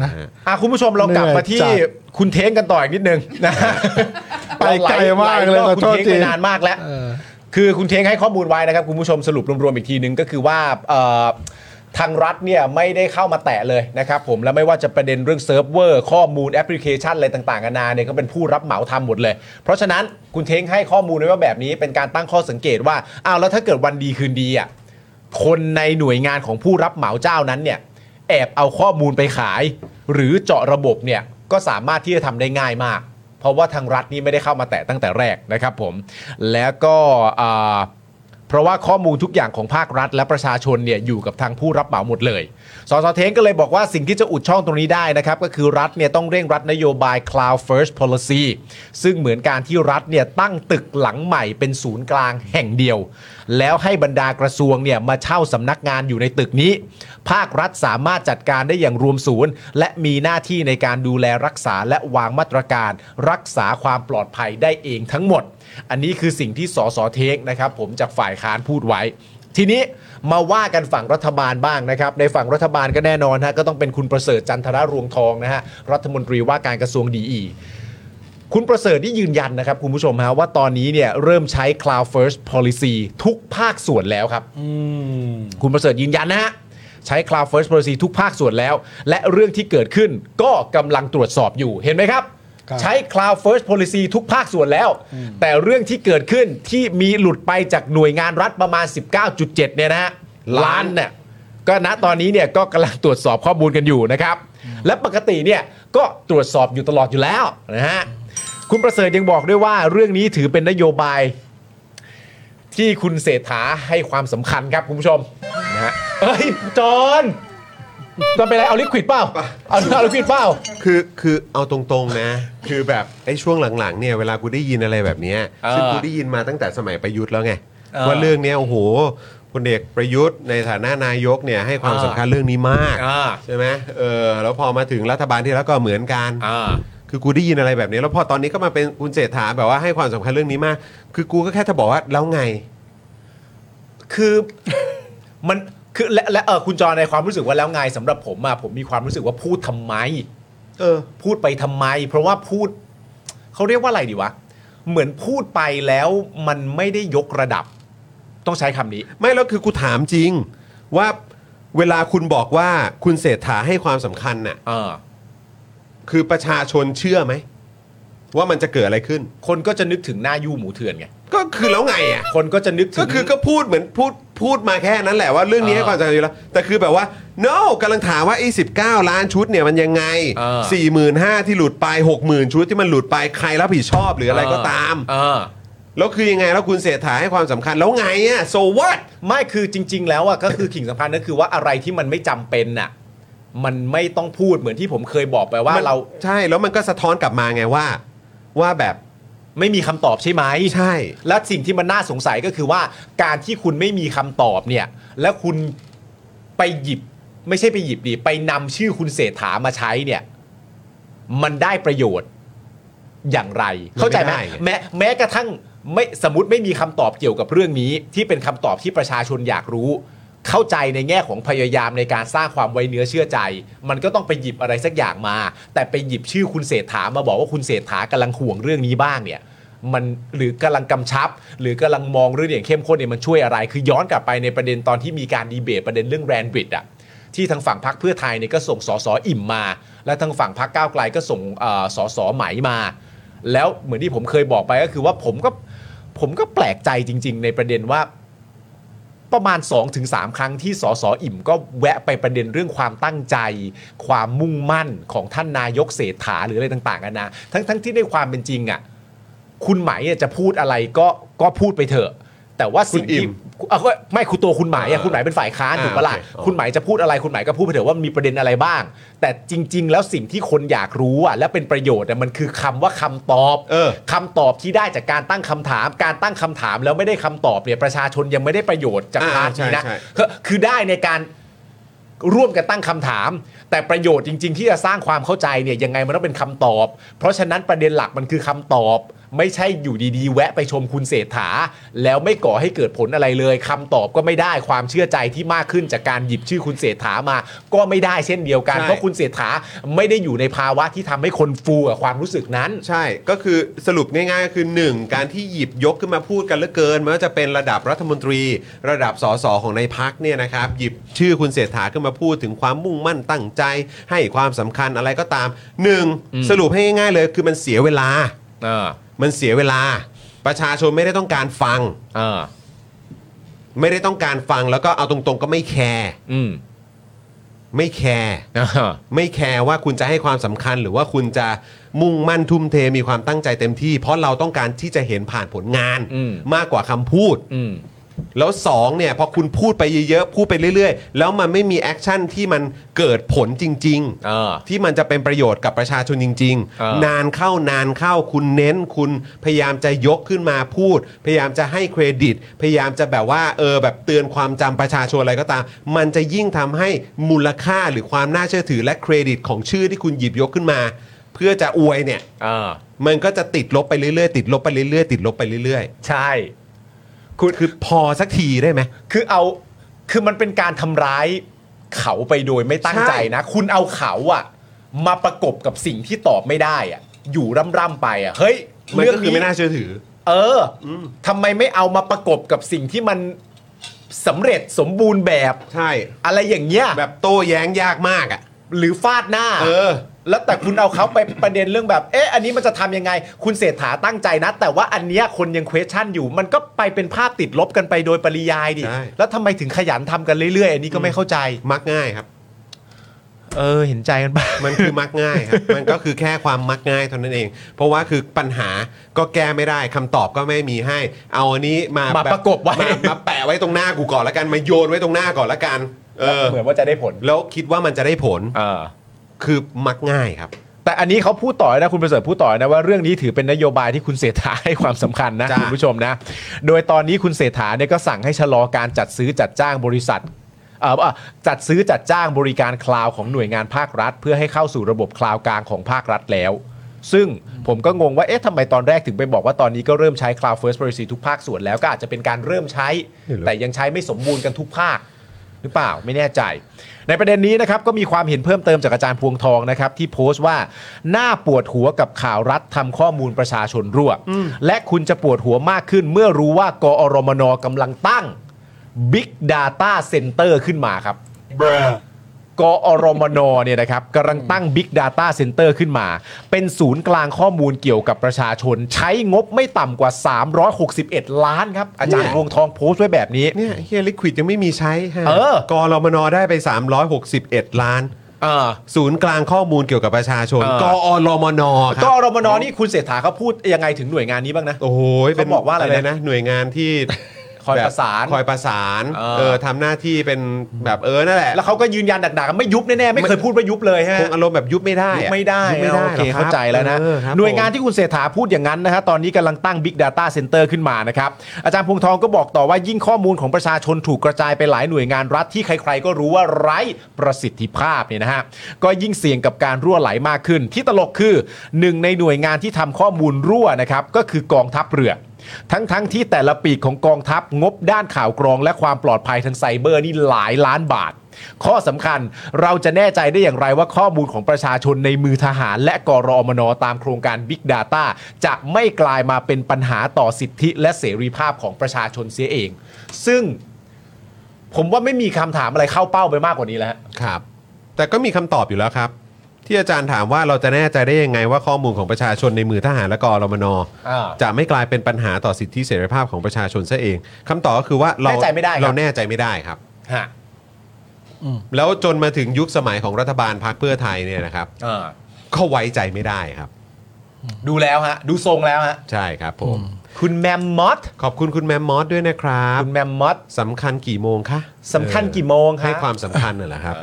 Speaker 1: นะฮะ
Speaker 2: อ่ะคุณผู้ชมเรากลับมาที่
Speaker 3: เหนื่อยจั
Speaker 2: คุณเท้งกันต่ออีกนิดนึงนะ
Speaker 3: ไปไกลมากเลย
Speaker 2: หรอบ
Speaker 3: ขอโทษ
Speaker 2: คุณเท้งไป
Speaker 3: ที
Speaker 2: นานมากแล้ว
Speaker 3: เออ
Speaker 2: คือคุณเท้งให้ข้อมูลไว้นะครับ คุณผู้ชมสรุปรวมๆอีกทีนึงก็คือว่าเอ่อทางรัฐเนี่ยไม่ได้เข้ามาแตะเลยนะครับผมและไม่ว่าจะประเด็นเรื่องเซิร์ฟเวอร์ ข้อมูลแอปพลิเคชันอะไรต่างๆนานาเนี่ยเขาเป็นผู้รับเหมาทำหมดเลย เพราะฉะนั้นคุณเท้งให้ข้อมูลไว้ว่าแบบนี้เป็นการตั้งข้อสังเกตว่าอ้าวแล้วถ้าเกิดวันดีคืนดีอ่ะคนในหน่วยงานของผู้รับเหมาเจ้านั้นเนี่ย แอบเอาข้อมูลไปขาย หรือเจาะระบบเนี่ยก็สามารถที่จะทำได้ง่ายมาก เพราะว่าทางรัฐนี่ไม่ได้เข้ามาแตะตั้งแต่แรกนะครับผมแล้วก็อ่าเพราะว่าข้อมูลทุกอย่างของภาครัฐ และประชาชนเนี่ยอยู่กับทางผู้รับเหมาหมดเลยสสเทงก็เลยบอกว่าสิ่งที่จะอุดช่องตรงนี้ได้นะครับ ก็คือรัฐเนี่ยต้องเร่งรัดนโยบาย cloud first policy ซึ่งเหมือนการที่รัฐเนี่ยตั้งตึกหลังใหม่เป็นศูนย์กลางแห่งเดียว แล้วให้บรรดากระทรวงเนี่ยมาเช่าสำนักงานอยู่ในตึกนี้ ภาครัฐสามารถจัดการได้อย่างรวมศูนย์ และมีหน้าที่ในการดูแลรักษาและวางมาตรการ รักษาความปลอดภัยได้เองทั้งหมด อันนี้คือสิ่งที่สสเทคนะครับผมจากฝ่ายค้านพูดไว้ ทีนี้มาว่ากันฝั่งรัฐบาลบ้างนะครับ ในฝั่งรัฐบาลก็แน่นอนฮะก็ต้องเป็นคุณประเสริฐจันทรรวงทองนะฮะรัฐมนตรีว่าการกระทรวงดีอี คุณประเสริฐนี่ยืนยันนะครับ คุณผู้ชมฮะว่าตอนนี้เนี่ยเริ่มใช้ cloud first policy ทุกภาคส่วนแล้วครับ คุณประเสริฐยืนยันนะฮะ ใช้ cloud first policy ทุกภาคส่วนแล้ว และเรื่องที่เกิดขึ้นก็กำลังตรวจสอบอยู่เห็นไหมครับ
Speaker 3: ครับ
Speaker 2: ใช้ cloud first policy ทุกภาคส่วนแล้ว แต่เรื่องที่เกิดขึ้นที่มีหลุดไปจากหน่วยงานรัฐประมาณ 19.7เนี่ยนะฮะล้านเนี่ย ก็ณตอนนี้เนี่ยก็กำลังตรวจสอบข้อมูลกันอยู่นะครับ และปกติเนี่ยก็ตรวจสอบอยู่ตลอดอยู่แล้วนะฮะคุณประเสริฐยังบอกด้วยว่าเรื่องนี้ถือเป็นนโยบาย ที่คุณเศรษฐาให้ความสำคัญครับคุณผู้ชมนะฮะเอ้ยจอห์นจอห์นเป็นอะไรเอาลิควิดเปล่าเอาเอาลิควิดเปล่า
Speaker 1: คือคือเอาตรงๆนะ คือแบบไอ้ช่วงหลังๆเนี่ยเวลากูได้ยินอะไรแบบเนี้ย
Speaker 2: เออ
Speaker 1: ซึ่งกูได้ยินมาตั้งแต่สมัยประยุทธ์แล้วไง
Speaker 2: เออ
Speaker 1: ว่าเรื่องเนี้ยโอ้โหพลเอกประยุทธ์ในฐานะนายกเนี่ยให้ความ
Speaker 2: เออ
Speaker 1: สำคัญเรื่องนี้มาก
Speaker 2: อ่า
Speaker 1: ใช่ไหมเออแล้วพอมาถึงรัฐบาลที่แล้วก็เหมือนกัน
Speaker 2: อ่า
Speaker 1: คือกูได้ยินอะไรแบบนี้ แล้วพอตอนนี้ก็มาเป็นคุณเศรษฐาแบบว่าให้ความสำคัญเรื่องนี้มาก คือกูก็แค่จะบอกว่าแล้วไง
Speaker 2: คือมันคือและและเออคุณจอในความรู้สึกว่าแล้วไงสำหรับผมอะผมมีความรู้สึกว่าพูดทำไม เออ พูดไปทำไม เพราะว่าพูดเขาเรียกว่าอะไรดีวะ เหมือนพูดไปแล้วมันไม่ได้ยกระดับ ต้องใช้คำนี้
Speaker 1: ไม่แล้วคือกูถามจริง ว่าเวลาคุณบอกว่าคุณเศรษฐาให้ความสำคัญน่ะ
Speaker 2: เออ
Speaker 1: คือประชาชนเชื่อไหม ว่ามันจะเกิดอะไรขึ้น
Speaker 2: คนก็จะนึกถึงหน้ายู่หมูเถื่อนไง
Speaker 1: ก็คือแล้วไงอ่ะ
Speaker 2: คนก็จะนึกถึง
Speaker 1: ก็คือก็พูดเหมือนพูดพูดมาแค่นั้นแหละว่าเรื่องนี้
Speaker 2: เออ
Speaker 1: ให้ความสำคัญอยู่แล้ว แต่คือแบบว่า no กำลังถามว่าไอ้สิล้านชุดเนี่ยมันยังไง
Speaker 2: เออ
Speaker 1: 4 5 0 0 0ที่หลุดไป 60,000 ชุดที่มันหลุดไปใครรับผิดชอบหรืออะไรก็ตาม
Speaker 2: เออ
Speaker 1: แล้วคือยังไงแล้วคุณเศรษฐาให้ความสำคัญแล้วไงอ่ะ so what
Speaker 2: ไม่คือจริง ๆ แล้วอ่ะก็คือขิงสัมพันธ์ก็คือว่าอะไรที่มันไม่จำเป็นน่ะ มันไม่ต้องพูดเหมือนที่ผมเคยบอกไปว่าม
Speaker 1: น
Speaker 2: เรา
Speaker 1: ใช่แล้วมันก็สะท้อนกลับมาไงว่า ว่าแบบ
Speaker 2: ไม่มีคำตอบใช่ไหม
Speaker 1: ใช่
Speaker 2: และสิ่งที่มันน่าสงสัยก็คือว่าการที่คุณไม่มีคำตอบเนี่ย และคุณไปหยิบไม่ใช่ไปหยิบดิไปนำชื่อคุณเศรษฐามาใช้เนี่ย มันได้ประโยชน์อย่างไร
Speaker 1: มันไม่
Speaker 2: เข้าใจไหม
Speaker 1: ได้ไง
Speaker 2: แม้แม้กระทั่งไม่สมมติไม่มีคำตอบเกี่ยวกับเรื่องนี้ ที่เป็นคำตอบที่ประชาชนอยากรู้ เข้าใจในแง่ของพยายามในการสร้างความไว้เนื้อเชื่อใจ มันก็ต้องไปหยิบอะไรสักอย่างมา แต่ไปหยิบชื่อคุณเศรษฐามาบอกว่าคุณเศรษฐากำลังห่วงเรื่องนี้บ้างเนี่ย มันหรือกำลังกำชับ หรือกำลังมองเรื่องอย่างเข้มข้นเนี่ยมันช่วยอะไร คือย้อนกลับไปในประเด็นตอนที่มีการดีเบตประเด็นเรื่องแรนบิดอะที่ทางฝั่งพรรคเพื่อไทยเนี่ยก็ส่งสสอิ่มมา และทางฝั่งพรรคก้าวไกลก็ส่งเอ่อสสไหมมา แล้วเหมือนที่ผมเคยบอกไปก็คือว่าผมก็ผมก็แปลกใจจริง ๆ ในประเด็นว่า ประมาณ 2-3ถึงครั้งที่สสอิ่มก็แวะไปประเด็นเรื่องความตั้งใจ ความมุ่งมั่นของท่านนายกเศรษฐาหรืออะไรต่างๆกันานะทั้งทั้งที่ในความเป็นจริงอ่ะ คุณไหมอะจะพูดอะไรก็ก็พูดไปเถอะ แต่ว่าสิ่งที่
Speaker 1: คุณอิ่ม
Speaker 2: เอาก็ไม่คุณตัวคุณไหมาย
Speaker 1: อ่า
Speaker 2: คุณไหมายเป็นฝ่ายค้าน
Speaker 1: อ่า
Speaker 2: ถูกปะล่ะ
Speaker 1: โอเคอ๋อ
Speaker 2: คุณไหมายจะพูดอะไรคุณไหมายก็พูดไปเถอะว่ามีประเด็นอะไรบ้าง แต่จริง ๆ แล้วสิ่งที่คนอยากรู้อ่ะและเป็นประโยชน์อะมันคือคำว่าคำตอบ
Speaker 1: เออ
Speaker 2: คำตอบที่ได้จากการตั้งคำถาม การตั้งคำถามแล้วไม่ได้คำตอบเนี่ยประชาชนยังไม่ได้ประโยชน์จาก
Speaker 1: อ่า
Speaker 2: พาร์ทนี้นะ
Speaker 1: ใช่ใช่
Speaker 2: คือคือได้ในการร่วมกันตั้งคำถาม แต่ประโยชน์จริง ๆ ที่จะสร้างความเข้าใจเนี่ยยังไงมันต้องเป็นคำตอบ เพราะฉะนั้นประเด็นหลักมันคือคำตอบ ไม่ใช่อยู่ดีๆ แวะไปชมคุณเศรษฐา แล้วไม่ก่อให้เกิดผลอะไรเลยคำตอบก็ไม่ได้ความเชื่อใจที่มากขึ้นจากการหยิบชื่อคุณเศรษฐามา ก็ไม่ได้เช่นเดียวกัน
Speaker 1: ใช่
Speaker 2: เพราะคุณเศรษฐาไม่ได้อยู่ในภาวะที่ทำให้คนฟูกับความรู้สึกนั้น
Speaker 1: ใช่ก็คือสรุปง่ายๆก็คือ 1 การที่หยิบยกขึ้นมาพูดกันเหลือเกินไม่ว่าจะเป็นระดับรัฐมนตรี ระดับสสของในพักเนี่ยนะครับหยิบชื่อคุณเศรษฐาขึ้นมาพูดถึงความมุ่งมั่นตั้งใจ ให้ความสำคัญอะไรก็ตาม 1. สรุปให้ง่ายๆเลยคือมันเสียเวลา
Speaker 2: เออ
Speaker 1: มันเสียเวลา ประชาชนไม่ได้ต้องการฟัง
Speaker 2: เออ
Speaker 1: ไม่ได้ต้องการฟังแล้วก็เอาตรงๆ ก็ไม่แคร์
Speaker 2: อืม
Speaker 1: ไม่แคร์
Speaker 2: เออ
Speaker 1: ไม่แคร์ว่าคุณจะให้ความสำคัญ หรือว่าคุณจะมุ่งมั่นทุ่มเทมีความตั้งใจเต็มที่ เพราะเราต้องการที่จะเห็นผ่านผลงาน
Speaker 2: อืม
Speaker 1: มากกว่าคำพูด
Speaker 2: อืม
Speaker 1: แล้วสองเนี่ยพอคุณพูดไปเยอะๆพูดไปเรื่อยๆ แล้วมันไม่มีแอคชั่นที่มันเกิดผลจริง
Speaker 2: เออ
Speaker 1: ที่มันจะเป็นประโยชน์กับประชาชนจริง
Speaker 2: เออ
Speaker 1: ๆ นานเข้านานเข้าคุณเน้นคุณพยายามจะยกขึ้นมาพูด พยายามจะให้เครดิต พยายามจะแบบว่าเออแบบเตือนความจำประชาชนอะไรก็ตาม มันจะยิ่งทำให้มูลค่าหรือความน่าเชื่อถือและเครดิตของชื่อที่คุณหยิบยกขึ้นมา เพื่อจะอวยเนี่ย
Speaker 2: อ่า
Speaker 1: มันก็จะติดลบไปเรื่อยๆติดลบไปเรื่อยๆติดลบไปเรื่อย
Speaker 2: ใช่
Speaker 1: ๆคุณคือพอสักทีได้ไหม
Speaker 2: คือเอาคือมันเป็นการทำร้ายเขาไปโดยไม่ตั้งใจนะ คุณเอาเขาอะมาประกบกับสิ่งที่ตอบไม่ได้อะอยู่ร่ำๆไปอะเฮ้ย
Speaker 1: มัน
Speaker 2: เรื่
Speaker 1: ก็คือไม่น่าเชื่อถือ
Speaker 2: เอออทำไมไม่เอามาประกบกับสิ่งที่มันสำเร็จสมบูรณ์แบบ
Speaker 1: ใช่
Speaker 2: อะไรอย่างเงี้ย
Speaker 1: แบบโต้แย้งยากมากอ่ะ
Speaker 2: หรือฟาดหน้า
Speaker 1: เออ
Speaker 2: แล้วแต่คุณเอาเขาไปประเด็นเรื่องแบบ เอ๊ะ อันนี้มันจะทำยังไง คุณเศรษฐาตั้งใจนะ แต่ว่าอันเนี้ยคนยังเควสชั่นอยู่ มันก็ไปเป็นภาพติดลบกันไปโดยปริยายดิ
Speaker 1: ใช่
Speaker 2: แล้วทำไมถึงขยันทำกันเรื่อย ๆ อันนี้ก็ไม่เข้าใจ
Speaker 1: มักง่ายครับ
Speaker 2: เออ เห็นใจกันบ้าง
Speaker 1: มันคือมักง่ายครับ มันก็คือแค่ความมักง่ายเท่านั้นเอง เพราะว่าคือปัญหาก็แก้ไม่ได้คำตอบก็ไม่มีให้ เอาอันนี้มา
Speaker 2: มา
Speaker 1: แ
Speaker 2: ประกบไว้
Speaker 1: มามาแปะไว้ตรงหน้ากูก่อนละกันมาโยนไว้ตรงหน้าก่อนละกัน เออ
Speaker 2: เหมือนว่าจะได้ผล
Speaker 1: แล้วคิดว่ามันจะได้ผลคือมักง่ายครับ
Speaker 2: แต่อันนี้เขาพูดต่อนะคุณประเสริฐพูดต่อนะว่าเรื่องนี้ถือเป็นนโยบายที่คุณเศรษฐาให้ความสำคัญนะ
Speaker 1: จ้ะ
Speaker 2: คุณผู้ชมนะ โดยตอนนี้คุณเศรษฐาเนี่ยก็สั่งให้ชะลอการจัดซื้อจัดจ้างบริษัทเอ่อเอ่อจัดซื้อจัดจ้างบริการคลาวด์ของหน่วยงานภาครัฐ เพื่อให้เข้าสู่ระบบคลาวด์กลางของภาครัฐแล้ว ซึ่งผมก็งงว่าเอ๊ะทำไมตอนแรกถึงไปบอกว่าตอนนี้ก็เริ่มใช้ Cloud First Policy ทุกภาคส่วนแล้วก็อาจจะเป็นการเริ่มใช้ แต่ยังใช้ไม่สมบูรณ์กันทุกภาค หรือเปล่าไม่แน่ใจ ในประเด็นนี้นะครับก็มีความเห็นเพิ่มเติมจากอาจารย์พวงทองนะครับที่โพสต์ว่าน่าปวดหัวกับข่าวรัฐทำข้อมูลประชาชนรั่ว และคุณจะปวดหัวมากขึ้นเมื่อรู้ว่ากอรมนกำลังตั้ง Big Data Center ขึ้นมาครับ กอรมนเนี่ยนะครับกำลังตั้ง Big Data Center ขึ้นมา เป็นศูนย์กลางข้อมูลเกี่ยวกับประชาชน ใช้งบไม่ต่ำกว่า 361 ล้านครับอาจารย์พวงทองโพสต์ไว้แบบนี้
Speaker 1: เนี่ยเฮียลิควิดยังไม่มีใช้ฮะ
Speaker 2: เออ
Speaker 1: กรมนได้ไป 361 ล้าน
Speaker 2: เออ
Speaker 1: ศูนย์กลางข้อมูลเกี่ยวกับประชาชน
Speaker 2: เออ
Speaker 1: กอรมนค
Speaker 2: ก
Speaker 1: รับ
Speaker 2: อรมนนี่คุณเศรษฐาเขาพูดยังไงถึงหน่วยงานนี้บ้างนะ
Speaker 1: โอ้โหเป็น
Speaker 2: เขาบอกว่าอะไรนะ
Speaker 1: นะ หน่วยงานที่
Speaker 2: คอยประสาน
Speaker 1: แบบคอยประสาน
Speaker 2: เออ
Speaker 1: เออทำหน้าที่เป็นแบบเออนั่นแหละ
Speaker 2: แล้วเขาก็ยืนยันดักๆกันไม่ยุบแน่ๆ ไม่เคยพูดว่ายุบเลยฮะ
Speaker 1: คงอารมณ์แบบยุบไม่ได้
Speaker 2: ยุ
Speaker 1: อะ
Speaker 2: บไม่ได้
Speaker 1: ยุบไม่ได้
Speaker 2: โอเค
Speaker 1: หรกรับ
Speaker 2: เข้าใจแล้วนะ
Speaker 1: เออครับ
Speaker 2: หน่วยงาน
Speaker 1: ผม
Speaker 2: ที่คุณเศรษฐาพูดอย่างนั้นนะฮะตอนนี้กำลังตั้ง Big Data Center ขึ้นมานะครับ อาจารย์พวงทองก็บอกต่อว่ายิ่งข้อมูลของประชาชนถูกกระจายไปหลายหน่วยงานรัฐที่ใครๆ ก็รู้ว่าไร้ประสิทธิภาพเนี่ยนะฮะก็ยิ่งเสี่ยงกับการรั่วไหลมากขึ้น ที่ตลกคือหนึ่งในหน่วยงานที่ทำข้อมูลรั่วนะครับก็คือกองทัพเรือ ทั้งๆทที่แต่ละปีกของกองทัพงบด้านข่าวกรองและความปลอดภัยทางไซเบอร์นี่หลายล้านบาท ข้อสำคัญเราจะแน่ใจได้อย่างไรว่าข้อมูลของประชาชนในมือทหาร และกรอมนตามโครงการ Big Data จะไม่กลายมาเป็นปัญหาต่อสิทธิและเสรีภาพของประชาชนเสียเอง ซึ่งผมว่าไม่มีคำถามอะไรเข้าเป้าไปมากกว่านี้แล้วฮะ
Speaker 1: ครับ แต่ก็มีคำตอบอยู่แล้วครับ ที่อาจารย์ถามว่าเราจะแน่ใจได้ยังไงว่าข้อมูลของประชาชนในมือทหารและกอรมน
Speaker 2: อ่า
Speaker 1: จะไม่กลายเป็นปัญหาต่อสิทธิเสรีภาพของประชาชนซะเองคำตอบก็คือว่าเรา
Speaker 2: แน่ใจไม่ได้ครับ
Speaker 1: เราแน่ใจไม่ได้ครับ
Speaker 2: ฮะ
Speaker 1: แล้วจนมาถึงยุคสมัยของรัฐบาลพรรคเพื่อไทยเนี่ยนะครับ
Speaker 2: เออ
Speaker 1: ก็ไว้ใจไม่ได้ครับ
Speaker 2: ดูแล้วฮะ ดูทรงแล้วฮะ
Speaker 1: ใช่ครับผม
Speaker 2: คุณแมมมอส
Speaker 1: ขอบคุณคุณแมมมอสด้วยนะครับ
Speaker 2: คุณแมมมอส
Speaker 1: สำคัญกี่โมงคะ
Speaker 2: สำคัญกี่โมงฮะ
Speaker 1: ให้ความสำคัญน่ะแหละครับ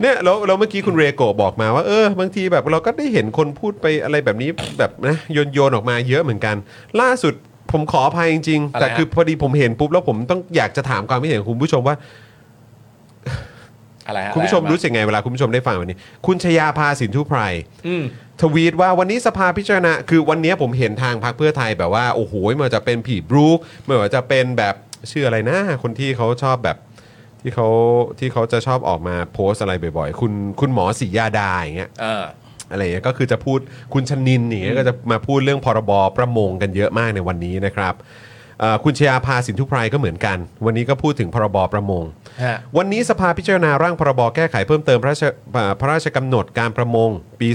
Speaker 1: เนี่ยแล้วแล้วเมื่อกี้คุณเรโกะบอกมาว่าเออบางทีแบบเราก็ได้เห็นคนพูดไปอะไรแบบนี้แบบนะโยนโยนออกมาเยอะเหมือนกัน ล่าสุดผมขออภัยจริงๆ
Speaker 2: อะไรฮะ
Speaker 1: แต่คือพอดีผมเห็นปุ๊บแล้วผมต้องอยากจะถามความคิดเห็นของคุณผู้ชมว่า
Speaker 2: อะไรฮะ
Speaker 1: คุณผู้ชมรู้สึกไงเวลาคุณผู้ชมได้ฟังวันนี้ คุณชยาภาสินทุไพร
Speaker 2: อืม
Speaker 1: ทวีตว่าวันนี้สภาพิจารณาคือวันนี้ผมเห็นทางพรรคเพื่อไทยแบบว่าโอ้โหไมันจะเป็นผีบรูคไม่ว่าจะเป็นแบบชื่ออะไรนะ คนที่เขาชอบแบบที่เขาที่เขาจะชอบออกมาโพสต์อะไรบ่อยๆ คุณคุณหมอศรียาดาอย่างเงี้ย
Speaker 2: เออ
Speaker 1: อะไรอย่างเงี้ยก็คือจะพูดคุณชนินอย่างเงี้ยก็จะมาพูดเรื่องพรบประมงกันเยอะมากในวันนี้นะครับเอ่อคุณชยาภาสินทุไพรก็เหมือนกัน วันนี้ก็พูดถึงพรบประมง
Speaker 2: ฮะ
Speaker 1: วันนี้สภาพิจารณาร่างพรบแก้ไขเพิ่มเติมพระราชอ่าพระราชกำหนดการประมง ปี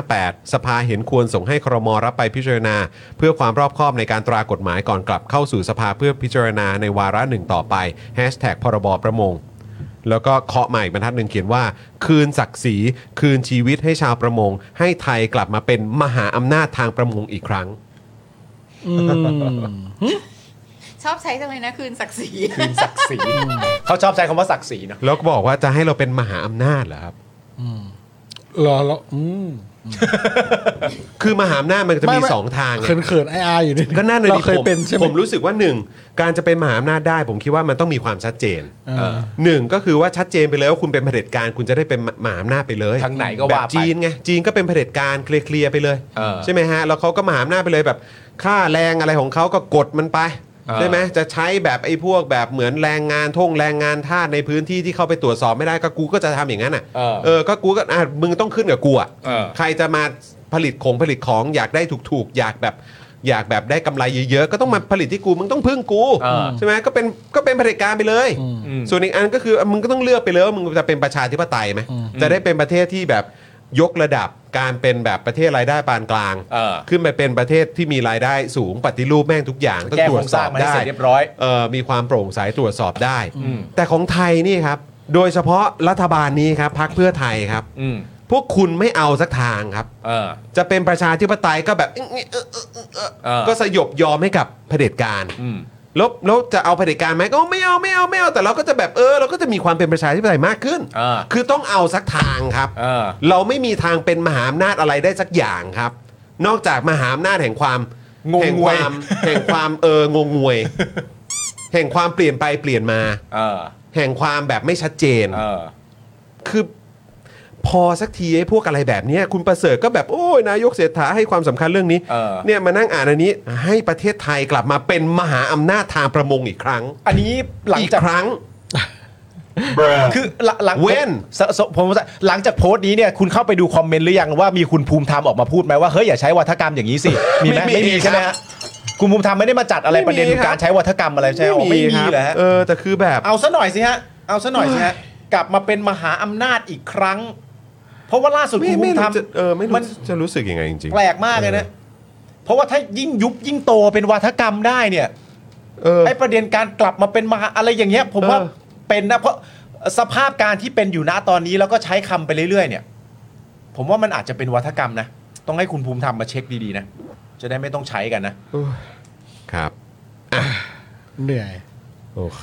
Speaker 1: 2558 สภาเห็นควรส่งให้ครมรับไปพิจารณา เพื่อความรอบคอบในการตรากฎหมายก่อนกลับเข้าสู่สภาเพื่อพิจารณาในวาระหนึ่งต่อไปแฮชแท็กพรบประมง แล้วก็เคาะใหม่บรรทัดหนึ่งเขียนว่า คืนศักดิ์ศรีคืนชีวิตให้ชาวประมง ให้ไทยกลับมาเป็นมหาอำนาจทางประมงอีกครั้ง
Speaker 6: อืม
Speaker 5: ชอบใช้จังเลยนะคืนศั กดิ์ศรี
Speaker 2: คืนศักดิ์ศรีเขาชอบใช้คำว่าศักดิ์ศรีเนอะ
Speaker 1: แล้วก็บอกว่าจะให้เราเป็นมหาอำนาจเหรอครับ
Speaker 3: เหรอเหรออืม
Speaker 1: คือมหาอำนาจมันจะมี
Speaker 3: ไไ
Speaker 1: สองทางไง
Speaker 3: เขินเขินไอายอยู่นี่
Speaker 1: ก็น่าเลย
Speaker 3: เรา
Speaker 1: ดิ
Speaker 3: เคย
Speaker 1: ผม
Speaker 3: เป็นใช่ไหม
Speaker 1: ผมรู้สึกว่าหนึ่งการจะเป็นมหาอำนาจได้ ผมคิดว่ามันต้องมีความชัดเจน
Speaker 3: เออ
Speaker 1: เออหนึ่งก็คือว่าชัดเจนไปเลยว่าคุณเป็นเผด็จการคุณจะได้เป็นมหาอำนาจไปเลย
Speaker 2: ทางไหนก็ว่าไป
Speaker 1: แบบจีนไงจีนก็เป็นเผด็จการเคลียร์ๆไปเลย
Speaker 2: เออ
Speaker 1: ใช่ไหมฮะแล้วเขาก็มหาอำนาจไปเลยแบบค่าแรงอะไรของเขาก็กดมันไป
Speaker 2: เออ
Speaker 1: ใช่ไหมจะใช้แบบไอ้พวกแบบเหมือนแรงงานท่งแรงงานทาสในพื้นที่ที่เข้าไปตรวจสอบไม่ได้ก็กูก็จะทำอย่างนั้นอ่ะ
Speaker 2: เออ
Speaker 1: เออ ก็กูก็อ่ะมึงต้องขึ้นกับกูอ่ะ
Speaker 2: เออ
Speaker 1: ใครจะมาผลิตของผลิตของอยากได้ถูกๆ อยากแบบ อยากแบบได้กำไรเยอะๆ ก็ต้องมาผลิตที่กู มึงต้องพึ่งกู
Speaker 2: เออ
Speaker 1: ใช่ไหมก็เป็นก็เป็นเผด็จการไปเลย ส่วนอีกอันก็คือมึงก็ต้องเลือกไปเลยว่ามึงจะเป็นประชาธิปไตยไหมจะได้เป็นประเทศที่แบบยกระดับการเป็นแบบประเทศรายได้ปานกลาง
Speaker 2: เออ
Speaker 1: ขึ้นไปเป็นประเทศที่มีรายได้สูงปฏิรูปแม่งทุกอย่างต้อง
Speaker 2: แก้
Speaker 1: ตร
Speaker 2: โคว ร
Speaker 1: จ
Speaker 2: ง
Speaker 1: ส
Speaker 2: สร้า
Speaker 1: อง บ
Speaker 2: มาให้
Speaker 1: ได้
Speaker 2: เสร็จเรียบร้อย
Speaker 1: เอ่อมีความโปร่งใสตรวจสอบได้
Speaker 2: อืม
Speaker 1: แต่ของไทยนี่ครับ โดยเฉพาะรัฐบาลนี้ครับพักเพื่อไทยครับ
Speaker 2: อืม
Speaker 1: พวกคุณไม่เอาสักทางครับ
Speaker 2: เออ
Speaker 1: จะเป็นประชาธิปไตยก็แบบเอ๊ะเอ๊ะเอ๊ะเอ๊ะเอ๊ะ
Speaker 2: เออ
Speaker 1: ก็สยบยอมให้กับเผด็จการ
Speaker 2: อืม
Speaker 1: แล้วแล้วจะเอาเผด็จการไหมก็ไม่เอาไม่เอาไม่เอาแต่เราก็จะแบบเออเราก็จะมีความเป็นประชาธิปไตยมากขึ้น
Speaker 2: เออ
Speaker 1: คือต้องเอาสักทางครับ
Speaker 2: เออ
Speaker 1: เราไม่มีทางเป็นมหาอำนาจอะไรได้สักอย่างครับ นอกจากมหาอำนาจแห่งความ
Speaker 2: งงงวย
Speaker 1: แห่งความแห่งความเอองงงวย แห่งความเปลี่ยนไปเปลี่ยนมา
Speaker 2: เออ
Speaker 1: แห่งความแบบไม่ชัดเจน
Speaker 2: เออ
Speaker 1: คือพอสักทีไอ้พวกอะไรแบบเนี้ยคุณประเสริฐก็แบบโอ้ยนายกเศรษฐาให้ความสำคัญเรื่องนี้
Speaker 2: เออ
Speaker 1: ยมานั่งอ่านอันนี้ ให้ประเทศไทยกลับมาเป็นมหาอำนาจทางประมงอีกครั้ง
Speaker 2: อันนี้หลัง
Speaker 1: อีก
Speaker 2: จาก
Speaker 1: ครั้ง
Speaker 2: คือหลังหลัง
Speaker 1: When?
Speaker 2: สสผมว่าหลังจากโพสต์นี้เนี่ยคุณเข้าไปดูคอมเมนต์หรือยังว่ามีคุณภูมิธรรมออกมาพูดไหมว่าเฮ้ยอย่าใช้วัฒกรรมอย่างนี้สิ มีไหม
Speaker 1: ไม่มี
Speaker 2: ไม่มีใช่ไหม
Speaker 1: ครั
Speaker 2: ฮะ
Speaker 1: บ
Speaker 2: คุณภูมิธรรมไม่ได้มาจัดอะไร
Speaker 1: ไม่มี
Speaker 2: ประเด็น
Speaker 1: ครับ
Speaker 2: การใช้วัฒกรรมอะไรใช่ไหมอ๋อไม่มีเลยฮะ
Speaker 1: เออแต่คือแบบ
Speaker 2: เอาซะหน่อยสิฮะเอาซะหน่อยสิฮะกลับมาเป็นมหาอำนาจอีกครั้ง เพราะว่าล่าสุด
Speaker 1: ไม่
Speaker 2: คุณภู
Speaker 1: ไม่
Speaker 2: มิธร
Speaker 1: รู้
Speaker 2: รม
Speaker 1: จะเออไม่รู้
Speaker 2: มัน
Speaker 1: จะรู้สึกยังไงจริงๆ
Speaker 2: แปลกมากเลยนะเพราะว่าถ้ายิ่งยุบยิ่งโตเป็นวัฒกรรมได้เนี่ย
Speaker 1: เออ
Speaker 2: ไอ้ประเด็นการกลับมาเป็นมหาอะไรอย่างเงี้ย ผมว่า
Speaker 1: เออ
Speaker 2: เป็นนะเพราะสภาพการที่เป็นอยู่ณตอนนี้แล้วก็ใช้คำไปเรื่อยๆเนี่ย ผมว่ามันอาจจะเป็นวัฒกรรมนะ ต้องให้คุณภูมิธรรมมาเช็คดีๆนะ จะได้ไม่ต้องใช้กันนะ
Speaker 1: ครับ
Speaker 3: เหนื่อย
Speaker 1: โอเค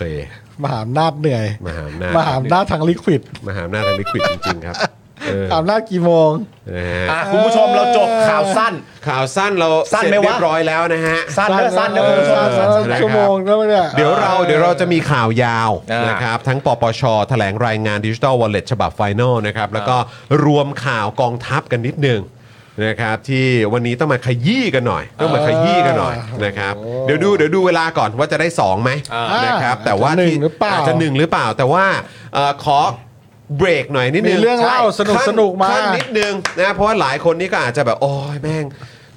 Speaker 3: มหาอำนาจเหนื่อย
Speaker 1: มหาอำนาจ
Speaker 3: มหาอำนาจทางลิควิด
Speaker 1: มหาอำนาจทางลิควิดจริงๆครับเออ
Speaker 3: อำนาจกี่โมง
Speaker 1: นะฮะ
Speaker 2: อ่ะคุณผู้ชมเราจบข่าวสั้น
Speaker 1: ข่าวสั้นเรา
Speaker 2: สั้นไห
Speaker 1: เส
Speaker 2: ม
Speaker 1: ร็จ
Speaker 2: วะ
Speaker 1: เรียบร้อยแล้วนะฮะ
Speaker 2: สั้นเด้อสั้นเด้อคุณผู้ชม
Speaker 3: สั้น
Speaker 1: เออนะครับ
Speaker 3: ชั่วโมงแล้วเนี่ย
Speaker 1: เดี๋ยวเราเดี๋ยวเราจะมีข่าวยาว
Speaker 2: อ่าน
Speaker 1: นะครับทั้งปปช แถลงรายงานดิจิ t a ลวอลเล็ตฉบับไฟน a ลนะครับ แล้วก็รวมข่าวกองทัพกันนิดนึงนะครับ ที่วันนี้ต้องมาขยี้กันหน่อย ต้องมาขยี้กันหน่อยนะครับเดี๋ยวดูเดี๋ยวดูเวลาก่อนว่าจะได้ 2 ไหม
Speaker 2: อ่า
Speaker 1: นะครับ แต่ว่า
Speaker 3: อาจจะหนึ่ง
Speaker 1: ที่
Speaker 3: หรือเปล่า
Speaker 1: จจะหนึ่งหรือเปล่า แต่ว่าเอ่อขอเบรกหน่อยนิดนึ
Speaker 3: มี
Speaker 1: ง
Speaker 3: เรื่อง
Speaker 1: ใช่
Speaker 3: เล่าสนุก
Speaker 1: ขั้
Speaker 3: สนุกมา
Speaker 1: ขั้นิดนึงนะเพราะว่าหลายคนนี่ก็อาจจะแบบโอ้ยแม่ง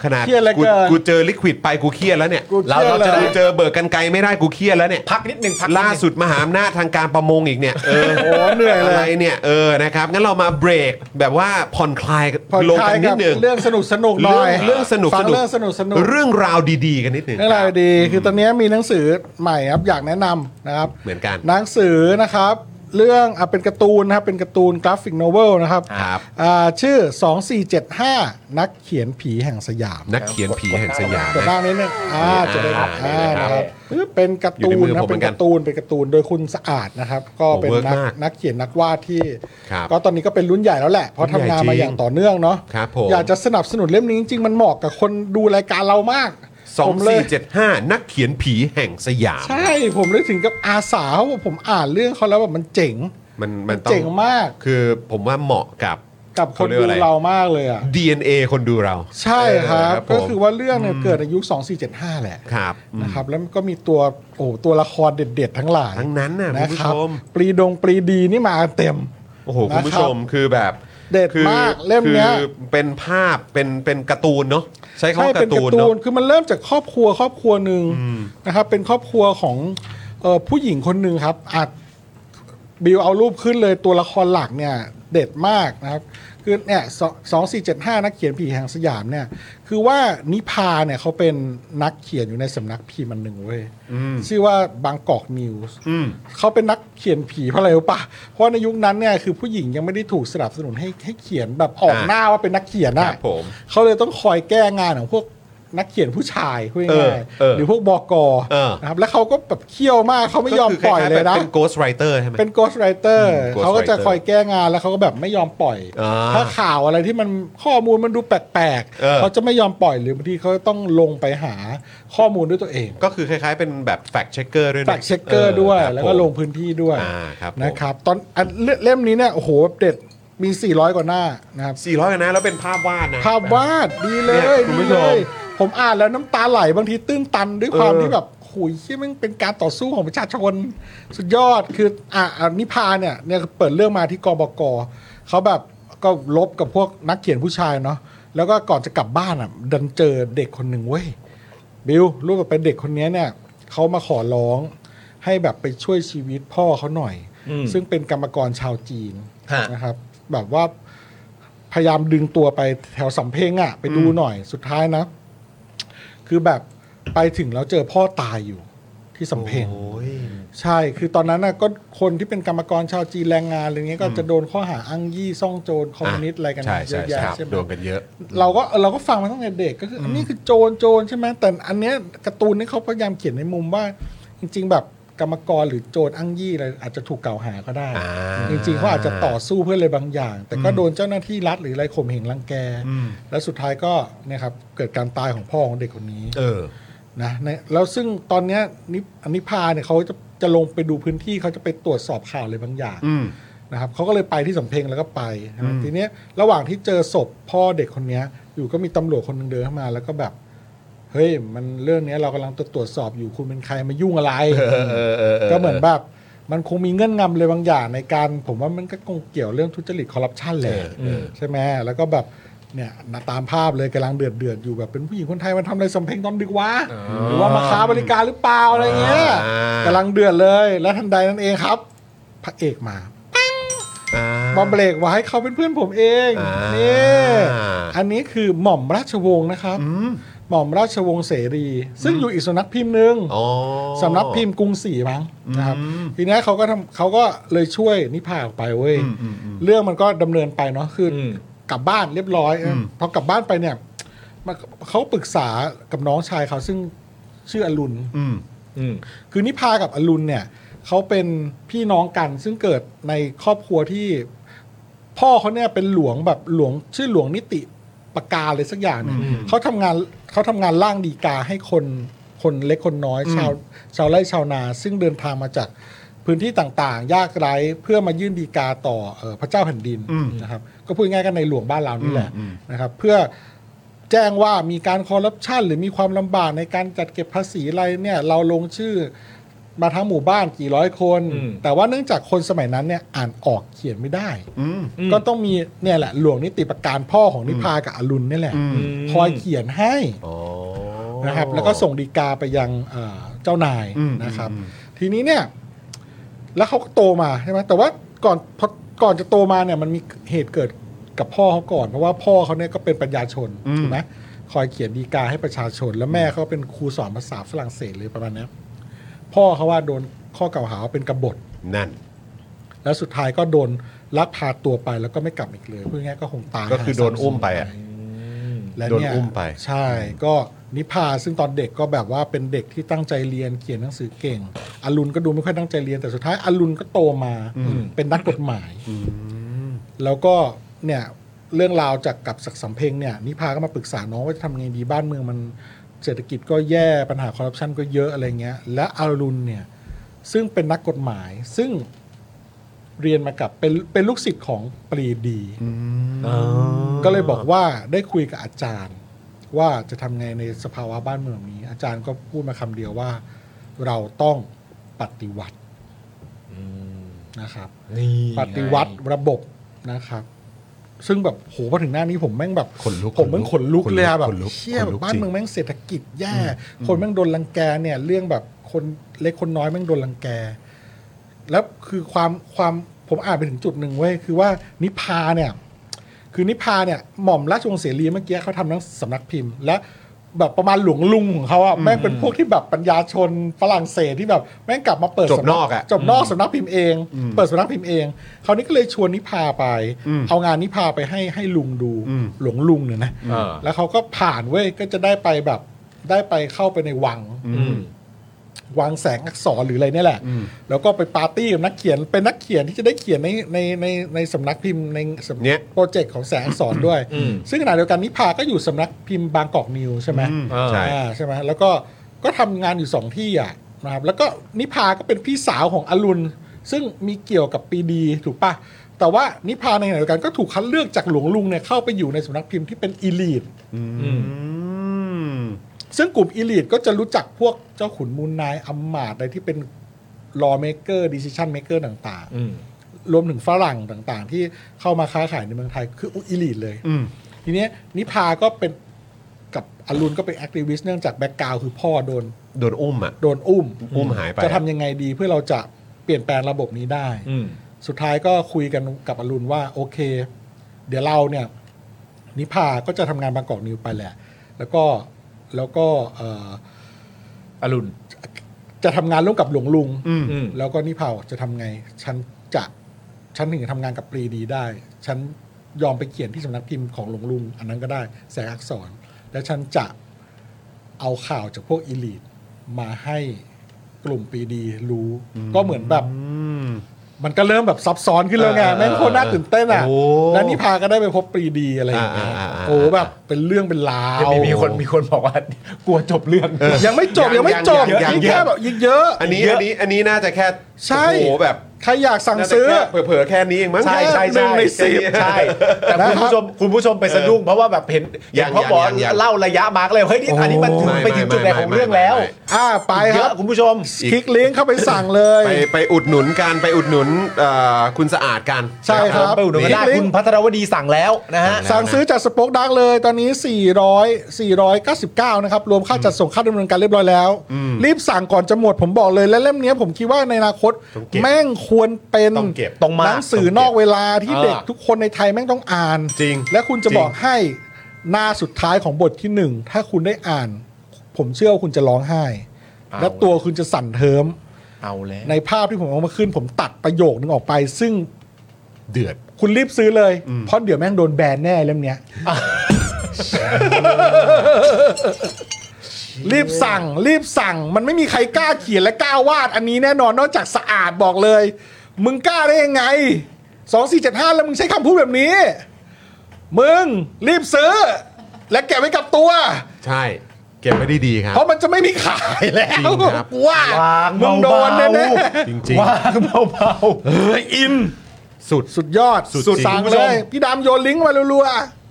Speaker 1: ขนาด
Speaker 3: เครียดเหลือ
Speaker 1: กู
Speaker 3: เกิน
Speaker 1: กูเจอลิควิดไปกูเครียดแล้วเนี่ย
Speaker 3: กู
Speaker 2: เรา
Speaker 3: ชื่อ
Speaker 2: เราจะได้
Speaker 3: ล
Speaker 1: กู
Speaker 3: ย
Speaker 1: เจอเบิกกันไกลไม่ได้กูเครียดแล้วเนี่ย
Speaker 2: พักนิดหนึ่งพักนิดหนึ่ง
Speaker 1: ล่าสุดมหาอำนาจทางการประมงอีกเนี่ยเออ
Speaker 3: โอ้เหนื่อยเลย
Speaker 1: อะไรเนี่ยเออนะครับงั้นเรามาเบรกแบบว่าผ่อนคลาย
Speaker 3: ผ่อน
Speaker 1: ลง
Speaker 3: คลา
Speaker 1: กั
Speaker 3: ย
Speaker 1: นนิ
Speaker 3: กั
Speaker 1: ด
Speaker 3: บ
Speaker 1: นึง
Speaker 3: เรื่องสนุกสนุกหน่อย
Speaker 1: เรื่องสนุก
Speaker 3: ฟั
Speaker 1: ส
Speaker 3: ง
Speaker 1: นุก
Speaker 3: เรื่องสนุกสนุก
Speaker 1: เรื่องราวดีๆ กันนิดนึง
Speaker 3: เรื่องอะไรดี คือตอนนี้มีหนังสือใหม่ครับ อยากแนะนำนะครับ
Speaker 1: เหมือนกัน
Speaker 3: หนังสือนะครับ เรื่องอ่ะเป็นการ์ตูนนะครับ เป็นการ์ตูนกราฟิกโนเวลนะครับ
Speaker 1: ครับ
Speaker 3: อ่าชื่อ 2475 นักเขียนผีแห่งสยาม
Speaker 1: นักเขียนผีแห่งสยาม
Speaker 3: จะ
Speaker 1: นะ
Speaker 3: บ้างนิดนึงอ่าจะได้ครับ
Speaker 1: อ่า
Speaker 3: อ่านะค
Speaker 1: ได้เล
Speaker 3: รับ
Speaker 1: ย
Speaker 3: ปึ๊บเป็นการ์ตู
Speaker 1: อยู่ในมื
Speaker 3: น
Speaker 1: อ
Speaker 3: นะ
Speaker 1: ผมเหมื
Speaker 3: เป็
Speaker 1: อน
Speaker 3: น
Speaker 1: กัน
Speaker 3: การ์ตูน เป็นการ์ตูน โดยคุณสะอาดนะครับ ก็
Speaker 1: โอ้
Speaker 3: เป็น
Speaker 1: เวิร์ก
Speaker 3: นัก
Speaker 1: มาก
Speaker 3: นักเขียนนักวาดที่
Speaker 1: ครับ
Speaker 3: ก็ตอนนี้ก็เป็นรุ่นใหญ่แล้วแหละ เพราะ
Speaker 1: รุ่นใหญ่
Speaker 3: ทำงาน
Speaker 1: จ
Speaker 3: มา
Speaker 1: ริง
Speaker 3: อย่างต่อเนื่องเนาะ
Speaker 1: ครับผม
Speaker 3: อยากจะสนับสนุนเล่มนี้จริงๆ มันเหมาะกับคนดูรายการเรามาก
Speaker 1: สอ
Speaker 3: ผ
Speaker 1: ง
Speaker 3: มเลย
Speaker 1: สี่เจ็ดห้านักเขียนผีแห่งสยาม
Speaker 3: ใช่ ผมเลยถึงกับอาสาเพราะว่าผมอ่านเรื่องเขาแล้วแบบมันเจ๋ง
Speaker 1: มันมัน
Speaker 3: เจ๋งมาก
Speaker 1: คือผมว่าเหมาะกับ
Speaker 3: กับคน
Speaker 1: เขาเรียก
Speaker 3: ดู
Speaker 1: ว่าอะไร
Speaker 3: เรามากเลยอ่ะ
Speaker 1: DNA คนดูเรา
Speaker 3: ใช่ครับ
Speaker 1: เออครับผม
Speaker 3: ก็คือว่าเรื่องเนี่ยเกิดในยุค 2475 แหละ
Speaker 1: ครับอืม
Speaker 3: นะครับแล้วก็มีตัวโอ้ตัวละครเด็ดๆ ทั้งหลาย
Speaker 1: ทั้งนั้นนะคุณ
Speaker 3: นะ
Speaker 1: ผู้
Speaker 3: ครั
Speaker 1: ช
Speaker 3: บ
Speaker 1: ม
Speaker 3: ปรีดงปรีดีนี่มาเต็ม
Speaker 1: โอ้โหคุณผู้ชม
Speaker 3: นะครับ
Speaker 1: คือแบบ
Speaker 3: เด็ด
Speaker 1: คือ
Speaker 3: มากเล่มเนี้ย
Speaker 1: คือเป็นภาพเป็นเป็นการ์ตูนเนาะใช้คำ
Speaker 3: ใช่
Speaker 1: ว่า
Speaker 3: เป็
Speaker 1: กาน ร์ตู
Speaker 3: การ์
Speaker 1: น
Speaker 3: ตู
Speaker 1: เนาะ
Speaker 3: นคือมันเริ่มจากครอบครัวครอบครัวหนึ่งนะครับเป็นครอบครัวของเอ่อผู้หญิงคนหนึ่งครับอัดบิวเอารูปขึ้นเลยตัวละครหลักเนี่ยเด็ดมากนะครับคือเนี่ยสองสี่เจ็ดห้านักเขียนผีแห่งสยามเนี่ยคือว่านิพาเนี่ยเขาเป็นนักเขียนอยู่ในสำนักพิมพ์อันหนึ่งเว้ยชื่อว่าบางกอกนิวส์ เขาเป็นนักเขียนผีเพราะอะไรรู้ปะเพราะในยุคนั้นเนี่ยคือผู้หญิงยังไม่ได้ถูกสนับสนุนให้ให้เขียนแบบออก
Speaker 1: อ่า
Speaker 3: หน้าว่าเป็นนักเขียน
Speaker 1: ค
Speaker 3: นะ
Speaker 1: รับผม
Speaker 3: เขาเลยต้องคอยแก้งานของพวก นักเขียนผู้ชายพูด
Speaker 1: เออ
Speaker 3: ง่าย
Speaker 1: เออ
Speaker 3: ๆหรือพวกบอกอ
Speaker 1: เออ
Speaker 3: นะครับแล้วเขาก็แบบเคี่ยวมากเขาไม่ยอม
Speaker 1: ก็คื
Speaker 3: ปล่อย
Speaker 1: คาๆ
Speaker 3: เลยนะ
Speaker 1: แบบเป็น ghost writer ใช่ไหม
Speaker 3: เป็น ghost writer
Speaker 1: อืม ghost
Speaker 3: เขาก็จะ
Speaker 1: writer
Speaker 3: คอยแก้งานแล้วเขาก็แบบไม่ยอมปล่อย
Speaker 1: อ่า
Speaker 3: ถ้าข่าวอะไรที่มันข้อมูลมันดูแปลก
Speaker 1: เออ
Speaker 3: เขาจะไม่ยอมปล่อยหรือบางทีเขาต้องลงไปหาข้อมูลด้วยตัวเอง
Speaker 1: ก็คือคล้ายๆเป็นแบบ fact checker ด้วยนะ
Speaker 3: แฟกเช็คเกอร์ด้วย
Speaker 1: คบ
Speaker 3: แล้ว
Speaker 1: ผ
Speaker 3: ก็
Speaker 1: ม
Speaker 3: ลงพื้นที่ด้วย
Speaker 1: อ่าครับผม
Speaker 3: นะครับตอนอันเล่มเล่มนี้เนี่ยโอ้โหเด็ดมี 400 กว่าหน้านะครับ
Speaker 1: 400กันนะแล้วเป็นภาพวาดนะ
Speaker 3: ภาพวาดดีเล
Speaker 1: เนี่ย
Speaker 3: ย
Speaker 1: คุณ
Speaker 3: ดี
Speaker 1: ผู้ชม
Speaker 3: เลยผมอ่านแล้วน้ำตาไหลบางทีตื้นตันด้วยความ
Speaker 1: เออ
Speaker 3: ที่แบบโอ้ยที่มันเป็นการต่อสู้ของประชาชนสุดยอดคืออ่ะอ่ะนิพาเนี่ยเนี่ยเปิดเรื่องมาที่กบกเขาแบบก็ลบกับพวกนักเขียนผู้ชายเนาะแล้วก็ก่อนจะกลับบ้านอ่ะดันเจอเด็กคนหนึ่งเว้ย บิลลูกกับเป็นเด็กคนเนี้ยเนี่ยเขามาขอร้องให้แบบไปช่วยชีวิตพ่อเขาหน่อย ซึ่งเป็นกรรมกรชาวจีน
Speaker 1: ฮะ
Speaker 3: นะครับ แบบว่าพยายามดึงตัวไปแถวสำเพ็งอะไปดูหน่อยสุดท้ายนะ คือแบบไปถึงแล้วเจอพ่อตายอยู่ที่สำเพ็ง
Speaker 1: โอ้ย
Speaker 3: ใช่ คือตอนนั้นนะก็คนที่เป็นกรรมกรชาวจีนแรงงานอะไรเงี้ยก็จะโดนข้อหาอ้างยี่ซ่องโจรคอมมิวนิสต์อะไรกัน
Speaker 1: ใช่
Speaker 3: เย
Speaker 1: ใช่
Speaker 3: อะ
Speaker 1: ใช่
Speaker 3: แยะ
Speaker 1: ครับ
Speaker 3: ใช่ไหม
Speaker 1: โดนกันเยอะ
Speaker 3: เราก็เราก็ฟังมาตั้งแต่เด็กก็คืออันนี้คือโจรโจรใช่ไหมแต่อันเนี้ยการ์ตูนนี่เขาพยายามเขียนในมุมว่า จริง ๆ แบบกรรมกรหรือโจรอ้างยี่อะไรอาจจะถูกกล่าวหาก็ได้
Speaker 1: อ่า
Speaker 3: จริงๆเขาอาจจะต่อสู้เพื่ออะไรบางอย่าง แต่ก็โดนเจ้าหน้าที่รัฐหรืออะไรข่มเหงรังแก แล้วสุดท้ายก็เนี่ยครับเกิดการตายของพ่อของเด็กคนนี้
Speaker 1: เออ
Speaker 3: นะในแล้วซึ่งตอนเนี้ยนิอนิพาเนี่ยเขาจะจะลงไปดูพื้นที่เขาจะไปตรวจสอบข่าวอะไรบางอย่าง
Speaker 1: อืม
Speaker 3: นะครับเขาก็เลยไปที่สำเพ็งแล้วก็ไปนะครับทีเนี้ยระหว่างที่เจอศพพ่อเด็กคนเนี้ย อยู่ก็มีตำรวจคนหนึงเดินเข้ามา แล้วก็แบบ เฮ้ยมันเรื่องเนี้ยเรากำลังตรวจสอบอยู่คุณเป็นใครมายุ่งอะไร
Speaker 1: เออเออ
Speaker 3: ก็เหมือนแบบมันคงมีเงื่อนงำอะไรบางอย่างในการ ผมว่ามันก็คงเกี่ยวเรื่องทุจริตคอร์รัปชันแหละใช่ไหมแล้วก็แบบเนี่ยตามภาพเลยกำลังเดือดเดือดๆอยู่แบบเป็นผู้หญิงคนไทยมันทำอะไรสำเพ็งตอนดึกวะหรือว่ามาค้าบริการหรือเปล่าอะไรเงี้ย
Speaker 1: อ่าก
Speaker 3: กำลังเดือดเลยแล้วทันใดนั้นเองครับพระเอกมา
Speaker 1: อ่า
Speaker 3: มาเบรกไว้เขาเป็นเพื่อนผมเอง
Speaker 1: อ่านี่
Speaker 3: นี่อันนี้คือหม่อมราชวงศ์นะครับ หม่อมราชวงศ์เสรี ซึ่งอยู่อีกสำนักพิมพ์หนึ่ง
Speaker 1: อ๋อ
Speaker 3: สำนักพิมพ์กรุงศรีมั้งนะครับ ทีนี้เขาก็ทำเขาก็เลยช่วยนิพาออกไปเว้ย เรื่องมันก็ดำเนินไปเนาะคืออ
Speaker 2: ม
Speaker 3: กลับบ้านเรียบร้อยพอกลับบ้านไปเนี่ยมันเขาปรึกษากับน้องชายเขาซึ่งชื่ออรุณ
Speaker 1: อืม
Speaker 2: อืม
Speaker 3: คือนิพากับอรุณเนี่ยเขาเป็นพี่น้องกันซึ่งเกิดในครอบครัวที่ พ่อเขาเนี่ยเป็นหลวงแบบหลวงชื่อหลวงนิติประกาเลยสักอย่างหนึงเขาทำงานเขาทำงานล่างดีกาให้คนคนเล็กคนน้อย ชาวชาวไร่ชาวนา ซึ่งเดินทางมาจากพื้นที่ต่างๆ ยากไร้เพื่อมายื่นดีกาต่อเอ่อพระเจ้าแผ่นดินนะครับก็พูดง่ายๆกันในหลวงบ้านเรานี่แหละนะครับ เพื่อ แจ้งว่ามีการคอร์รัปชันหรือมีความลำบากในการจัดเก็บภาษีอะไรเนี่ยเราลงชื่อมาทั้งหมู่บ้านกี่ร้อยคน
Speaker 2: อืม
Speaker 3: แต่ว่าเนื่องจากคนสมัยนั้นเนี่ยอ่านออกเขียนไม่ได้
Speaker 1: อืม
Speaker 3: ก็ต้องมีเนี่ยแหละหลวงนิติประการพ่อของนิพากับอรุณเนี่ยแหละคอยเขียนให้
Speaker 1: อ๋อ
Speaker 3: นะครับ แล้วก็ส่งดีกาไปยังเอ่อเจ้านาย
Speaker 1: อืม
Speaker 3: นะครับ
Speaker 1: อืม
Speaker 3: ทีนี้เนี่ยแล้วเขาก็โตมาใช่ไหมแต่ว่าก่อนพอก่อนจะโตมาเนี่ยมันมีเหตุเกิดกับพ่อเขาก่อน เพราะว่าพ่อเขาเนี่ยก็เป็นปัญญาชนถูกไหมคอยเขียนดีกาให้ประชาชน แล้วแม่เขาเป็นครูสอนภาษาฝรั่งเศสเลยประมาณเนี้ยพ่อเขาว่าโดนข้อกล่าวหาว่าเป็นกบฏ
Speaker 1: นั่น
Speaker 3: แล้วสุดท้ายก็โดนลักพาตัวไปแล้วก็ไม่กลับอีกเลยพูดง่ายๆก็คงตาย
Speaker 1: ก็คือโดนอุ้มไปอะ
Speaker 3: และ
Speaker 1: โดน
Speaker 3: เนี่ย
Speaker 1: อุ้มไป
Speaker 3: ใช่ก็นิพาซึ่งตอนเด็กก็แบบว่าเป็นเด็กที่ตั้งใจเรียนเขียนหนังสือเก่งอรุณก็ดูไม่ค่อยตั้งใจเรียนแต่สุดท้ายอรุณก็โตมาเป็นนักกฎหมาย แล้วก็เนี่ยเรื่องราวจากกับศักดิ์สำเพ็งเนี่ยนิพาก็มาปรึกษาน้องว่าจะทำไงดีบ้านเมืองมันเศรษฐกิจก็แย่ปัญหาคอร์รัปชันก็เยอะอะไรเงี้ย และอรุณเนี่ยซึ่งเป็นนักกฎหมายซึ่งเรียนมากับเป็นเป็นลูกศิษย์ของปรีดี ก็เลยบอกว่าได้คุยกับอาจารย์ ว่าจะทำไงในสภาวะบ้านเมืองนี้ อาจารย์ก็พูดมาคำเดียวว่า เราต้องปฏิวัตินะครับ
Speaker 2: นี่
Speaker 3: ปฏิวัติระบบนะครับ ซึ่งแบบโหพอถึงหน้านี้ผมแม่งแบบ
Speaker 1: ขนลุก
Speaker 3: ผมแม่งขนลุก
Speaker 1: ขนลุก
Speaker 3: เลยอะแบบ
Speaker 1: ขนลุก
Speaker 3: เชี่ย
Speaker 1: ขน
Speaker 3: แบ
Speaker 1: ลุก
Speaker 3: บบ้าน
Speaker 1: จริง
Speaker 3: เมืองแม่งเศรษฐกิจแย่คนแม่งโดนรังแกเนี่ย เรื่องแบบคนเล็กคนน้อยแม่งโดนรังแก แล้วคือความความผมอ่านไปถึงจุดหนึ่งเว้ยคือว่านิพาเนี่ย คือนิพาเนี่ยหม่อมราชวงศ์เสรีเมื่อกี้เขาทำหนังสำนักพิมพ์ และ แบบประมาณหลวงลุงของเขาอะแม่งเป็นพวกที่แบบปัญญาชนฝรั่งเศสที่แบบแม่งกลับมาเปิด
Speaker 1: จบ
Speaker 3: สำ
Speaker 1: นอกอะ
Speaker 3: จบนอกสำนักพิมพ์เอง เปิดสำนักพิมพ์เอง คราวนี้ก็เลยชวนนิพาไป เอางานนิพาไปให้ให้ลุงดูหลวงลุงเนี่ยนะ
Speaker 2: อ่า
Speaker 3: แล้วเขาก็ผ่านเว้ยก็จะได้ไปแบบได้ไปเข้าไปในวัง วังแสงอักษรหรืออะไรเนี่ยแหละ แล้วก็ไปปาร์ตี้กับนักเขียนเป็นนักเขียนที่จะได้เขียนในในในในสำนักพิมพ์ในสำ
Speaker 1: เนี่ย
Speaker 3: โปรเจกต์ของแสงอักษรด้วย
Speaker 2: อืม
Speaker 3: ซึ่งขณะเดียวกันนิพาก็อยู่สำนักพิมพ์บางกอกนิวใช่ไหม
Speaker 2: อ่า
Speaker 1: ใช่
Speaker 3: อ่าใช่ไหมแล้วก็ก็ทำงานอยู่สองที่อ่ะนะครับแล้วก็นิพาก็เป็นพี่สาวของอรุณ ซึ่งมีเกี่ยวกับปีดีถูกปะแต่ว่านิพาในขณะเดียวกันก็ถูกคัดเลือกจากหลวงลุงเนี่ยเข้าไปอยู่ในสำนักพิมพ์ที่เป็นอีลีท
Speaker 2: อืม
Speaker 3: ซึ่งกลุ่มอ l ลิทก็จะรู้จักพวกเจ้าขุนมูลนายอัมมาตอะไรที่เป็นลอเมเกอร์ดิ i ิชันเมเกอร์ต่าง
Speaker 2: อืม
Speaker 3: ๆ รวมถึงฝรั่งต่างๆ ที่เข้ามาค้าขายในเมืองไทยคืออ l ลิทเลย ทีเนี้ยนิพาก็เป็นกับอรุณก็เป็นแอคทีวิสต์เนื่องจากแบ็กกราวคือพ่อโดน
Speaker 1: โดนอุ้มอ่ะ
Speaker 3: โดนอุ้ม
Speaker 1: อุ้มหายไป
Speaker 3: จะทำยังไงดีเพื่อเราจะเปลี่ยนแปลงระบบนี้ได้
Speaker 2: อืม
Speaker 3: สุดท้ายก็คุยกันกับอรุณว่าโอเค เดี๋ยวเราเนี่ย นิพาก็จะทำงานบางกอกนิวไปแหละ แล้วก็แล้วก็เอ่อ
Speaker 2: อรุณ
Speaker 3: จะทำงานร่วมกับหลวงลุง
Speaker 2: อืม
Speaker 3: แล้วก็นิพาบอกจะทำไง ฉันจะฉันถึงจะทำงานกับปรีดีได้ ฉันยอมไปเขียนที่สำนักพิมพ์ของหลวงลุง อันนั้นก็ได้แสงอักษร และฉันจะเอาข่าวจากพวกอีลีทมาให้กลุ่มปรีดีรู้ ก็เหมือนแบบ มันก็เริ่มแบบซับซ้อนขึ้นแล้วไง
Speaker 1: เออ
Speaker 3: แม่งโคตรน่าตื่นเต้นอ่ะ
Speaker 1: โอ้
Speaker 3: และนิพาก็ได้ไปพบปรีดีอะไรอย่างเงี้ย
Speaker 1: อ่าอ่าอ่า
Speaker 3: โอ้แบบเป็นเรื่องเป็นราว
Speaker 2: จะมีมีคนมีคนบอกว่า กลัวจบเรื่อง
Speaker 3: ยังไม่จบยังไม่จบ
Speaker 1: ยังยังยัง
Speaker 3: นี่แค่แบบยิ่งเยอะ
Speaker 1: อันนี้
Speaker 2: เย
Speaker 1: อั
Speaker 2: อะ
Speaker 1: นนี้อันนี้น่าจะแค่
Speaker 3: ใช่
Speaker 1: โอ้โหแบบ
Speaker 3: ใครอยากสั่ง
Speaker 1: น่าจะ
Speaker 3: ซื้อ
Speaker 1: แค่เผลอๆแค่นี้เองมั้ง
Speaker 2: ใช่ใช่
Speaker 3: หนึ่
Speaker 2: ใช่
Speaker 3: งในสิบ
Speaker 2: ใช่แต่คุณผู้ชมคุณผู้ชมไปสะดุ้งเพราะว่าแบบเห็นอย่าง
Speaker 1: ยัง
Speaker 2: เขาบอก
Speaker 1: ยังยัง
Speaker 2: เล่าระยะมาร์กเลยเฮ้ยนี่อันนี้มันถึง
Speaker 1: ไม่
Speaker 2: ไปถึงจุดไหน
Speaker 1: ไม่
Speaker 2: ของ
Speaker 1: ไม่
Speaker 2: เรื่องแล้ว
Speaker 1: ไม่ไม่
Speaker 3: อ่าไปค
Speaker 2: เย
Speaker 3: รั
Speaker 2: อะ
Speaker 3: บ
Speaker 2: คุณผู้ชม
Speaker 3: คลิกลิงก์เข้าไปสั่งเลย
Speaker 1: ไปไปอุดหนุนกันไปอุดหนุนเอ่อคุณสะอาดกัน
Speaker 3: ใช่ครับ
Speaker 2: ไปอุดหนุนกันได้
Speaker 3: ลิงก์
Speaker 2: คุณพัทรวดีสั่งแล้วนะฮะ
Speaker 3: สั่งซื้อจากสป็อกดักเลยตอนนี้ 400 499 นะครับ รวมค่าจัดส่งค่าดำเนินการเรียบร้อยแล้ว รีบสั่งก่อนจะหมดผมบอกเลย และเล่มเนี้ยผมคิดว่าในอนาคต
Speaker 1: ต้องเก็บ
Speaker 3: แม่งควรเป็น
Speaker 1: ต้องเก็บ
Speaker 2: ต้องมา
Speaker 3: หนังสือนอกเวลาที่
Speaker 2: เออ
Speaker 3: เด็กทุกคนในไทยแม่งต้องอ่าน
Speaker 1: จริง
Speaker 3: และคุณ
Speaker 1: จ
Speaker 3: จะ
Speaker 1: ริง
Speaker 3: บอกให้หน้าสุดท้ายของบทที่หนึ่งถ้าคุณได้อ่าน ผมเชื่อว่าคุณจะร้องไห้ และตัวคุณจะสั่นเทิม
Speaker 2: เอาแล้ว
Speaker 3: ในภาพที่ผมเอามาขึ้นผมตัดประโยคนึงออกไป ซึ่ง
Speaker 1: เดือด
Speaker 3: คุณรีบซื้อเลย เพราะเดี๋ยวแม่งโดนแบนแน่เล่มเนี้ย รีบสั่ง รีบสั่ง มันไม่มีใครกล้าเขียนและกล้าวาด อันนี้แน่นอนนอกจากสะอาดบอกเลย มึงกล้าได้ยังไงสองสี่เจ็ดห้าแล้วมึงใช้คำพูดแบบนี้ มึง รีบซื้อ และเก็บไว้กับตัว
Speaker 1: ใช่ เก็บไว้ดีๆครับ
Speaker 3: เพราะมันจะไม่มีขายแล้
Speaker 1: จ
Speaker 3: ว
Speaker 1: ริงครับ
Speaker 3: กูว่าว
Speaker 2: าง
Speaker 3: มึงโดน
Speaker 2: เบาๆ
Speaker 3: แน่ๆ
Speaker 1: จริง
Speaker 2: วางเบาๆ
Speaker 1: ๆ สุด
Speaker 3: สุดยอด
Speaker 1: สุดจริง
Speaker 3: สั่ง
Speaker 2: คุณผู้ช
Speaker 3: เล
Speaker 2: ม
Speaker 3: ย พี่ดำโยนลิงก์มารัว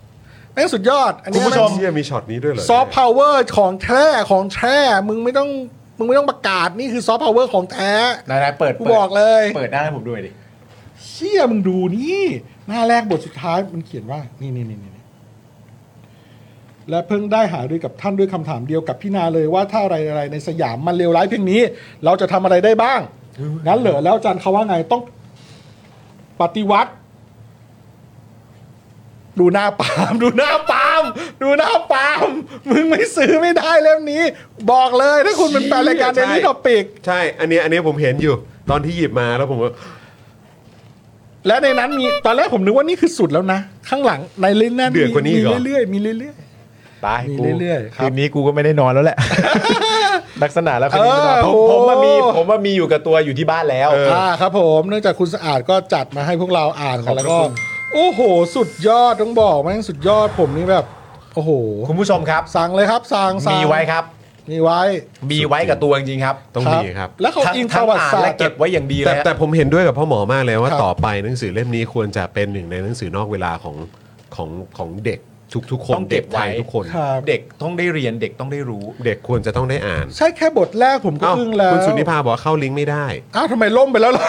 Speaker 3: ๆแม่งสุดยอด อันนี้
Speaker 1: คุณผู้ชม
Speaker 3: แง
Speaker 1: เชี่ยมีช็อตนี้ด้วยเหรอ
Speaker 3: ซอฟต์พาวเวอร์ของแท้ของแท้มึงไม่ต้องมึงไม่ต้องประกาศนี่คือซอฟต์พาวเวอร์ของแท้
Speaker 2: นายนายเปิด
Speaker 3: กูบอกเลย
Speaker 2: เปิดหน้าให้ผมด้วยดิ
Speaker 3: เชี่ยมึงดูนี่ หน้าแรกบทสุดท้ายมันเขียนว่า นี่นี่นี่นี่นี่และเพิ่งได้หารือกับท่านด้วยคำถามเดียวกับพี่นาเลยว่าถ้าอะไรอะไรในสยามมันเลวร้ายเพียงนี้ เราจะทำอะไรได้บ้างงั้นเหรอแล้วอาจารย์เขาว่าไงต้องปฏิวัติ ดูหน้าปาล์มดูหน้าปาล์มดูหน้าปาล์มมึงไม่ซื้อไม่ได้เล่มนี้ บอกเลยถ้าคุณเป็นแฟนรายการเดลิทอปิก
Speaker 1: ใช่ อันเนี้ยอันเนี้ยผมเห็นอยู่ตอนที่หยิบมาแล้วผมก็
Speaker 3: และในนั้นมีตอนแรกผมนึกว่านี่คือสุดแล้วนะ ข้างหลังในเล่นนั้น
Speaker 1: เดือดกว่านี้
Speaker 3: มี
Speaker 1: อีกเหรอ
Speaker 3: เรื่อยๆมีเรื่อย
Speaker 2: ตาย
Speaker 3: มี
Speaker 2: กู
Speaker 3: เรื่อยๆครับ
Speaker 2: คืนนี้กูก็ไม่ได้นอนแล้วแหละ ลักษณะแล้วคืนนี้ไม่นอน
Speaker 3: เออ
Speaker 2: ผม
Speaker 3: โอ้
Speaker 2: ผมมามีผมมามีอยู่กับตัวอยู่ที่บ้านแล้ว
Speaker 3: ๆอ่าครับผมเนื่องจากคุณสะอาดก็จัดมาให้พวกเราอ่านกันแล้วก็ โอ้โห สุดยอดต้องบอกแม่งสุดยอดผมนี่แบบ โอ้โห
Speaker 2: คุณผู้ชมครับ
Speaker 3: สั่งเลยครับสั่งสั่ง
Speaker 2: มีไว้ครับ
Speaker 3: มีไว้
Speaker 2: มีไว้กับตัวจริงๆครับ
Speaker 1: ต้องมีครับ
Speaker 3: แล้วเขา
Speaker 2: ทั้ง
Speaker 3: อิงป
Speaker 2: ทั้ง
Speaker 3: ระวัติ
Speaker 2: อ่าน
Speaker 3: ศาสต
Speaker 2: และ
Speaker 3: ร์
Speaker 2: เก็บไว้อย่างดีเล
Speaker 1: แต่
Speaker 2: ยฮะ
Speaker 1: แต่ผมเห็นด้วยกับพ่อหมอมากเลยว่า
Speaker 3: ครับ
Speaker 1: ต่อไปหนังสือเล่มนี้ควรจะเป็นหนึ่งในหนังสือนอกเวลาของของของเด็กทุกทุกๆคน
Speaker 2: ต้องเก็
Speaker 1: เด็
Speaker 2: บ
Speaker 1: ก
Speaker 2: ไว้
Speaker 1: ไทยทุกคน
Speaker 3: ครับ
Speaker 2: เด็กต้องได้เรียนเด็กต้องได้รู้
Speaker 1: เด็กควรจะต้องได้อ่าน
Speaker 3: ใช่แค่บทแรกผมก็
Speaker 1: เอ้า
Speaker 3: อึ้งแล้ว
Speaker 1: คุณสุนิพาบอกว่าเข้าลิงก์ไม่ได้
Speaker 3: อ้าวทำไมล่มไปแล้วล่ะ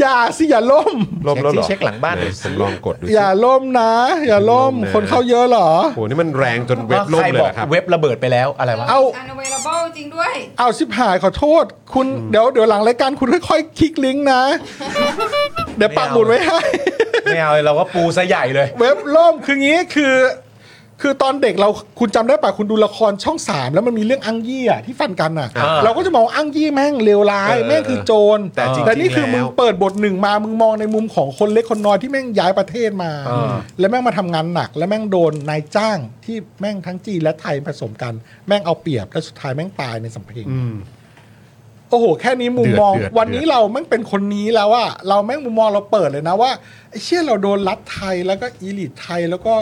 Speaker 3: อย่า สิอย่าล่ม
Speaker 1: ลบแล้วเหรอ
Speaker 2: เช็คหลังบ้านหน่อย
Speaker 1: ผมลองกดดูสิ
Speaker 3: อย่าล่มนะ อย่าล่ม
Speaker 1: อย่าล่มนะ
Speaker 3: คนเข้าเยอะเหรอ
Speaker 1: โหนี่มันแรงจนเว็บล่ม
Speaker 2: ใคร
Speaker 1: เลย
Speaker 2: บอก
Speaker 1: เหรอครับ
Speaker 2: เว็บระเบิดไปแล้วอะไรวะ
Speaker 3: เอา
Speaker 5: unavailable จริงด้วย
Speaker 3: เอาชิบหายขอโทษ คุณเดี๋ยวเดี๋ยวหลังรายการคุณค่อยๆคลิกลิงก์นะ เดี๋ยวปักหมุดไว้ให้
Speaker 2: ไม่เอาเลยเราก็ปูซะใหญ่เลย
Speaker 3: เว็บล่มคืองี้คือ คือตอนเด็กเราคุณจำได้ป่ะคุณดูละครช่องสามแล้วมันมีเรื่องอังยี่อะที่ฟันกันอ่ะ
Speaker 1: อ่า
Speaker 3: เราก็จะมองว่าอังยี่แม่งเลวร้าย
Speaker 1: เออ
Speaker 3: แม่งคือโจร
Speaker 1: แต่จริงๆ
Speaker 3: นี่คือ
Speaker 1: แล้ว
Speaker 3: มึงเปิดบทหนึ่งมามึงมองในมุมของคนเล็กคนน้อยที่แม่งย้ายประเทศมา
Speaker 1: อ่า
Speaker 3: แล้วแม่งมาทำงานหนัก แล้วแม่งโดนนายจ้างที่แม่งทั้งจีนและไทยผสมกัน แม่งเอาเปรียบแล้วสุดท้ายแม่งตายในสัมเพลง
Speaker 1: อืม
Speaker 3: โอ้โห แค่นี้มุม
Speaker 1: เดือด
Speaker 3: มอง
Speaker 1: เดือด
Speaker 3: วันนี้
Speaker 1: เดือด
Speaker 3: เราแม่งเป็นคนนี้แล้วว่าเราแม่งมุมมองเราเปิดเลยนะว่าไอ้เชี่ยเราโดนรัฐไทยแล้วก็อีลิทไทยแล้วก็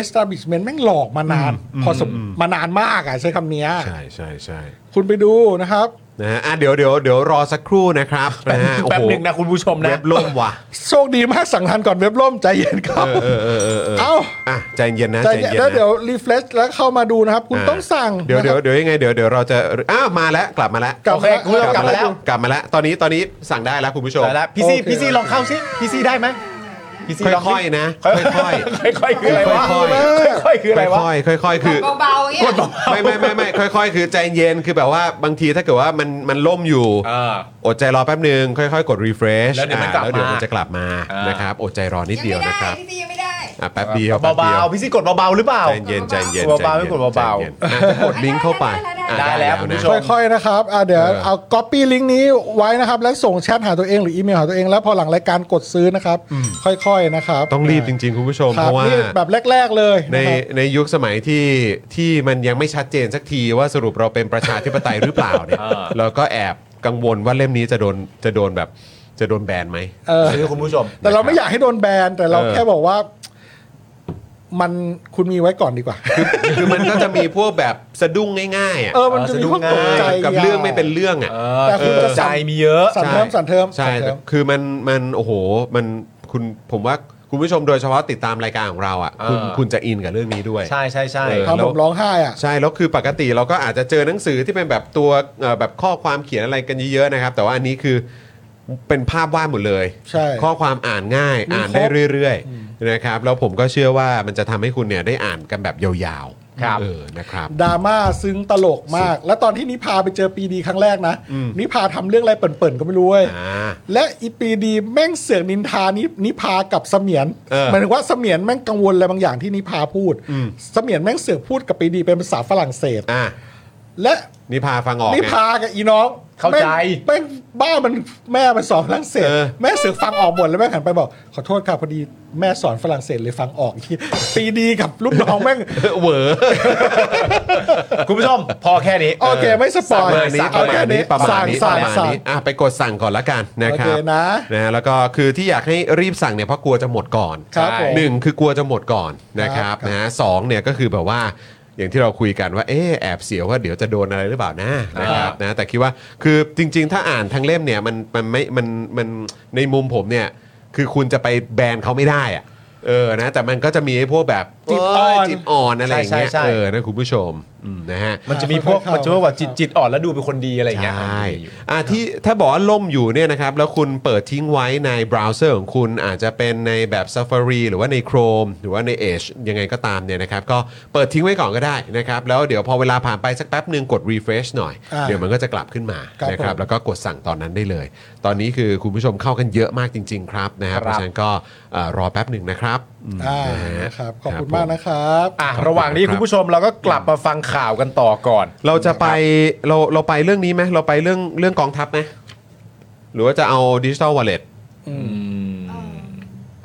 Speaker 3: establishment แม่งหลอกมานาน พอสมมานานมากอ่ะใช้คำเนี้ย
Speaker 1: ใช่ใช่ใช่
Speaker 3: คุณไปดูนะครับ
Speaker 1: นะฮะอ่ะเดี๋ยวเดี๋ยวเดี๋ยวรอสักครู่นะครับนะฮะโอ้
Speaker 2: แป๊บ
Speaker 1: โห
Speaker 2: หนึ่งนะคุณผู้ชมนะ
Speaker 1: เว็บล่มว่ะ
Speaker 3: โชคดีมากสั่งทานก่อนเว็บล่มใจเย็นครับ
Speaker 1: เออเออเออเออ
Speaker 3: เอ้า
Speaker 1: อ่ะใจเย็นนะ
Speaker 3: ใจ
Speaker 1: ใจ
Speaker 3: เย็น
Speaker 1: เย็น
Speaker 3: แล้ว
Speaker 1: นะ
Speaker 3: เดี๋ยวรีเฟรชแล้วเข้ามาดูนะครับ คุณ
Speaker 1: า
Speaker 3: ต้องสั่ง
Speaker 1: เดี๋ยว
Speaker 3: นะ
Speaker 1: เดี๋
Speaker 3: ค
Speaker 1: ยว
Speaker 3: รับ
Speaker 1: เดี๋ยวยังไงเดี๋ยวเดี๋ยวเราจะอ้าวมาแล้วกลับมาแล้ว
Speaker 3: กลับมาแล้ว
Speaker 2: โอเคเรากลับมาแล้ว
Speaker 1: กลับมาแล้วตอนนี้ตอนนี้สั่งได้แล้วคุณผู้ชม
Speaker 2: แต่ละพี่ซี่
Speaker 3: โอเค
Speaker 2: พี่ซี่ลองเข้าซิพี่ซี่ได้ไหมพี่ซี่ลงสิ
Speaker 1: ค่อยๆนะ
Speaker 2: ค่
Speaker 1: ค่อย
Speaker 2: อยๆค่อยๆคืออะไรวะ
Speaker 1: ค่อย
Speaker 2: ค่อยๆคืออะไรวะ
Speaker 1: ค่อยๆค่อยๆคือ
Speaker 5: เบาๆเงี้ย
Speaker 1: ไม่ไม่ไม่ไม่ค่อยๆ คือใจเย็นคือแบบว่าบางทีถ้าเกิดว่ามันมันล่มอยู่
Speaker 2: เออ
Speaker 1: อดใจรอแป๊บหนึ่งค่อยๆ กด refresh
Speaker 2: แล้วเดี๋ยวมันกลับ
Speaker 1: อ่าแล้วเดี๋ยว
Speaker 2: มามั
Speaker 1: มันจะกลับมา
Speaker 2: อ่าน
Speaker 1: นะครับอดใจรอนิด
Speaker 5: ยัง
Speaker 1: เดียว
Speaker 5: ไม่ได้
Speaker 1: นะครับ
Speaker 5: พี่ซียังไม่ได้
Speaker 1: อ่ะแป๊บเดียวแป๊
Speaker 2: เบา
Speaker 1: เดียว
Speaker 2: ๆพี่ซี่กดเบาๆหรือเปล่า
Speaker 1: ใจเย็นใจเย็น
Speaker 2: กดเบาๆไม่กดเบาๆ
Speaker 1: ใจย็นอ่ะจะกดลิงก์เข้าไปอ่ะ
Speaker 2: ได้แล้วคุณผู้ชม
Speaker 3: ค่อยๆ นะครับอ่ะเดี๋ยว
Speaker 1: เออ
Speaker 3: เอา copy ลิงก์นี้ไว้นะครับ แล้วส่งแชทหาตัวเองหรืออีเมลหาตัวเอง แล้วพอหลังรายการกดซื้อนะครับ ค่อยๆ นะครับ
Speaker 1: ต้องรีบจริงๆ คุณผู้ชม
Speaker 3: ค
Speaker 1: เพ
Speaker 3: บ
Speaker 1: ราะว่า
Speaker 3: นี่แบบแรก ๆ เลย
Speaker 1: ใน
Speaker 3: นะครับ
Speaker 1: ในยุคสมัยที่ที่มันยังไม่ชัดเจนสักทีว่าสรุปเราเป็นประชาธิปไตยหรือเปล่าเนี่ย
Speaker 2: เออ
Speaker 1: เราก็แอบกังวลว่าเล่มนี้จะโดนจะโดนแบบจะโดนแบนไหม
Speaker 3: เออ
Speaker 2: ซื้อคุณผู้ชม
Speaker 3: แต่เราไม่อยากให้โดนแบน แต่เรา
Speaker 1: เออ
Speaker 3: แค่บอกว่า มันคุณมีไว้ก่อนดีกว่า
Speaker 1: คือมันก็จะมีพวกแบบสะดุ้งง่ายๆอ่ะ
Speaker 3: เออ มันจะมีพวกตกใจ
Speaker 1: กับเรื่องไม่เป็นเรื่องอ่ะ
Speaker 2: เออ
Speaker 3: แต่คุณจะ
Speaker 2: ใจ
Speaker 3: สั่น
Speaker 2: มีเยอะ
Speaker 3: สั่นเทิม
Speaker 1: ใช่
Speaker 3: สั่นเทิม
Speaker 1: ใช่
Speaker 3: สั่นเทิ
Speaker 1: แต่
Speaker 3: ม
Speaker 1: คือมันมันโอ้โหมันคุณผมว่าคุณผู้ชมโดยเฉพาะติดตามรายการของเราอ่ะคุณ
Speaker 2: เออ
Speaker 1: คุณจะอินกับเรื่องนี้ด้วย
Speaker 2: ใช่ใช่ใช่
Speaker 1: เอ
Speaker 3: ทำผมร้องไห้อ่ะ
Speaker 1: ใช่แล้วคือปกติเราก็อาจจะเจอหนังสือที่เป็นแบบตัวเอ่อแบบข้อความเขียนอะไรกันเยอะๆนะครับ แต่ว่าอันนี้คือเป็นภาพวาดหมดเลย
Speaker 3: ใช่
Speaker 1: ข้อความอ่านง่าย
Speaker 3: มี
Speaker 1: อ่าน
Speaker 3: ครบ
Speaker 1: ได้เรื่อยๆนะครับแล้วผมก็เชื่อว่ามันจะทำให้คุณเนี่ยได้อ่านกันแบบยาวๆ
Speaker 2: ครับ
Speaker 1: เออนะครับ
Speaker 3: ดราม่าซึ้งตลกมาก แล้วตอนที่นิพาไปเจอปีดีครั้งแรกนะ นิพาทำเรื่องอะไรเปิ่นๆก็ไม่รู้เว้ย
Speaker 1: อ่า
Speaker 3: และอีปีดีแม่งเสือกนินทานินิพากับเสมียน
Speaker 1: เออ
Speaker 3: หมายถึงว่าเสมียนแม่งกังวลอะไรบางอย่างที่นิพาพูดเสมียนแม่งเสือกพูดกับปีดีเป็นภาษาฝรั่งเศส
Speaker 1: อ่ะ
Speaker 3: และ
Speaker 1: นิพาฟังออกไง
Speaker 3: นิพากับอีน้อง
Speaker 2: เข้าใจ
Speaker 3: แม่งแม่งบ้ามันแม่มันสอนฝรั่งเศส
Speaker 1: เออ
Speaker 3: แม่เสือกฟังออกหมดแล้วแม่งหันไปบอก ขอโทษค่ะพอดีแม่สอนฝรั่งเศสเลยฟังออกที่ ปีดีกับลูกน้องแม่ง
Speaker 1: เหวอร์
Speaker 2: คุณผู้ชม พอแค่นี้
Speaker 3: โอเคไม่สป
Speaker 1: ป
Speaker 3: อ
Speaker 1: ระมา
Speaker 3: ย
Speaker 1: ณนี้ประมาณนี้ประมาณนี้ประ
Speaker 3: สั่ง
Speaker 1: มาณ
Speaker 3: สั่ง
Speaker 1: นี้อ่ะไปกดสั่งก่อนละกันนะ
Speaker 3: โอ
Speaker 1: ค
Speaker 3: เครับ นะ
Speaker 1: นะฮะแล้วก็คือที่อยากให้รีบสั่งเนี่ยเพราะกลัวจะหมดก่อน
Speaker 3: ครับผม
Speaker 1: หนึ่งคือกลัวจะหมดก่อนนะค
Speaker 3: ครั
Speaker 1: รับบ นะฮะสองเนี่ยก็คือแบบว่าอย่างที่เราคุยกันว่าเอ๊ะแอบเสียวว่าเดี๋ยวจะโดนอะไรหรือเปล่านะนะครับนะแต่คิดว่าคือจริง ๆ ถ้าอ่านทั้งเล่มเนี่ยมันมันไม่มันมันในมุมผมเนี่ยคือคุณจะไปแบนเขาไม่ได้อะเออนะแต่มันก็จะมีไอ้พวกแบบ
Speaker 3: จิตอ่อน
Speaker 1: เจิตอ่อนอะไรอย่างเงี้ย
Speaker 2: ใช่ใช่ใช่
Speaker 1: เออนะคุณผู้ชมอืมนะฮะ
Speaker 2: มันจะมีพวกมันจะพวกแบบจิตจิตอ่อนแล้วดูเป็นคนดีอะไรอย่างเงี้ย
Speaker 1: ใช่อ่ะที่ถ้าบอกว่าล่มอยู่เนี่ยนะครับ แล้วคุณเปิดทิ้งไว้ในเบราว์เซอร์ของคุณอาจจะเป็นในแบบ Safari หรือว่าใน Chrome หรือว่าใน Edge ยังไงก็ตามเนี่ยนะครับ ก็เปิดทิ้งไว้ก่อนก็ได้นะครับ แล้วเดี๋ยวพอเวลาผ่านไปสักแป๊บหนึ่งกด refresh หน่อย
Speaker 3: อ่า
Speaker 1: เดี๋ยวมันก็จะกลับขึ้นมา
Speaker 3: ครับ
Speaker 1: นะครั
Speaker 3: ผ
Speaker 1: บ
Speaker 3: ม
Speaker 1: แล้วก็กดสั่งตอนนั้นได้เลย ตอนนี้คือคุณผู้ชมเข้ากันเยอะมากจริง ๆ ครับนะครับเพราะฉะนั้นก็เอ่อรอแป๊บหนึ่งนะครับอืม
Speaker 3: อ่า
Speaker 1: นะฮะ
Speaker 3: นะครับขอบคุณมากนะครับ
Speaker 2: อ่ะระหว่างนี้คุณผู้ชมเราก็กลับมาฟังข่าวกันต่อก่อน
Speaker 1: เราจะไปเราเราไปเรื่องนี้ไหมเราไปเรื่องเรื่องกองทัพไหมหรือว่าจะเอาดิจิทัลวอลเล็ต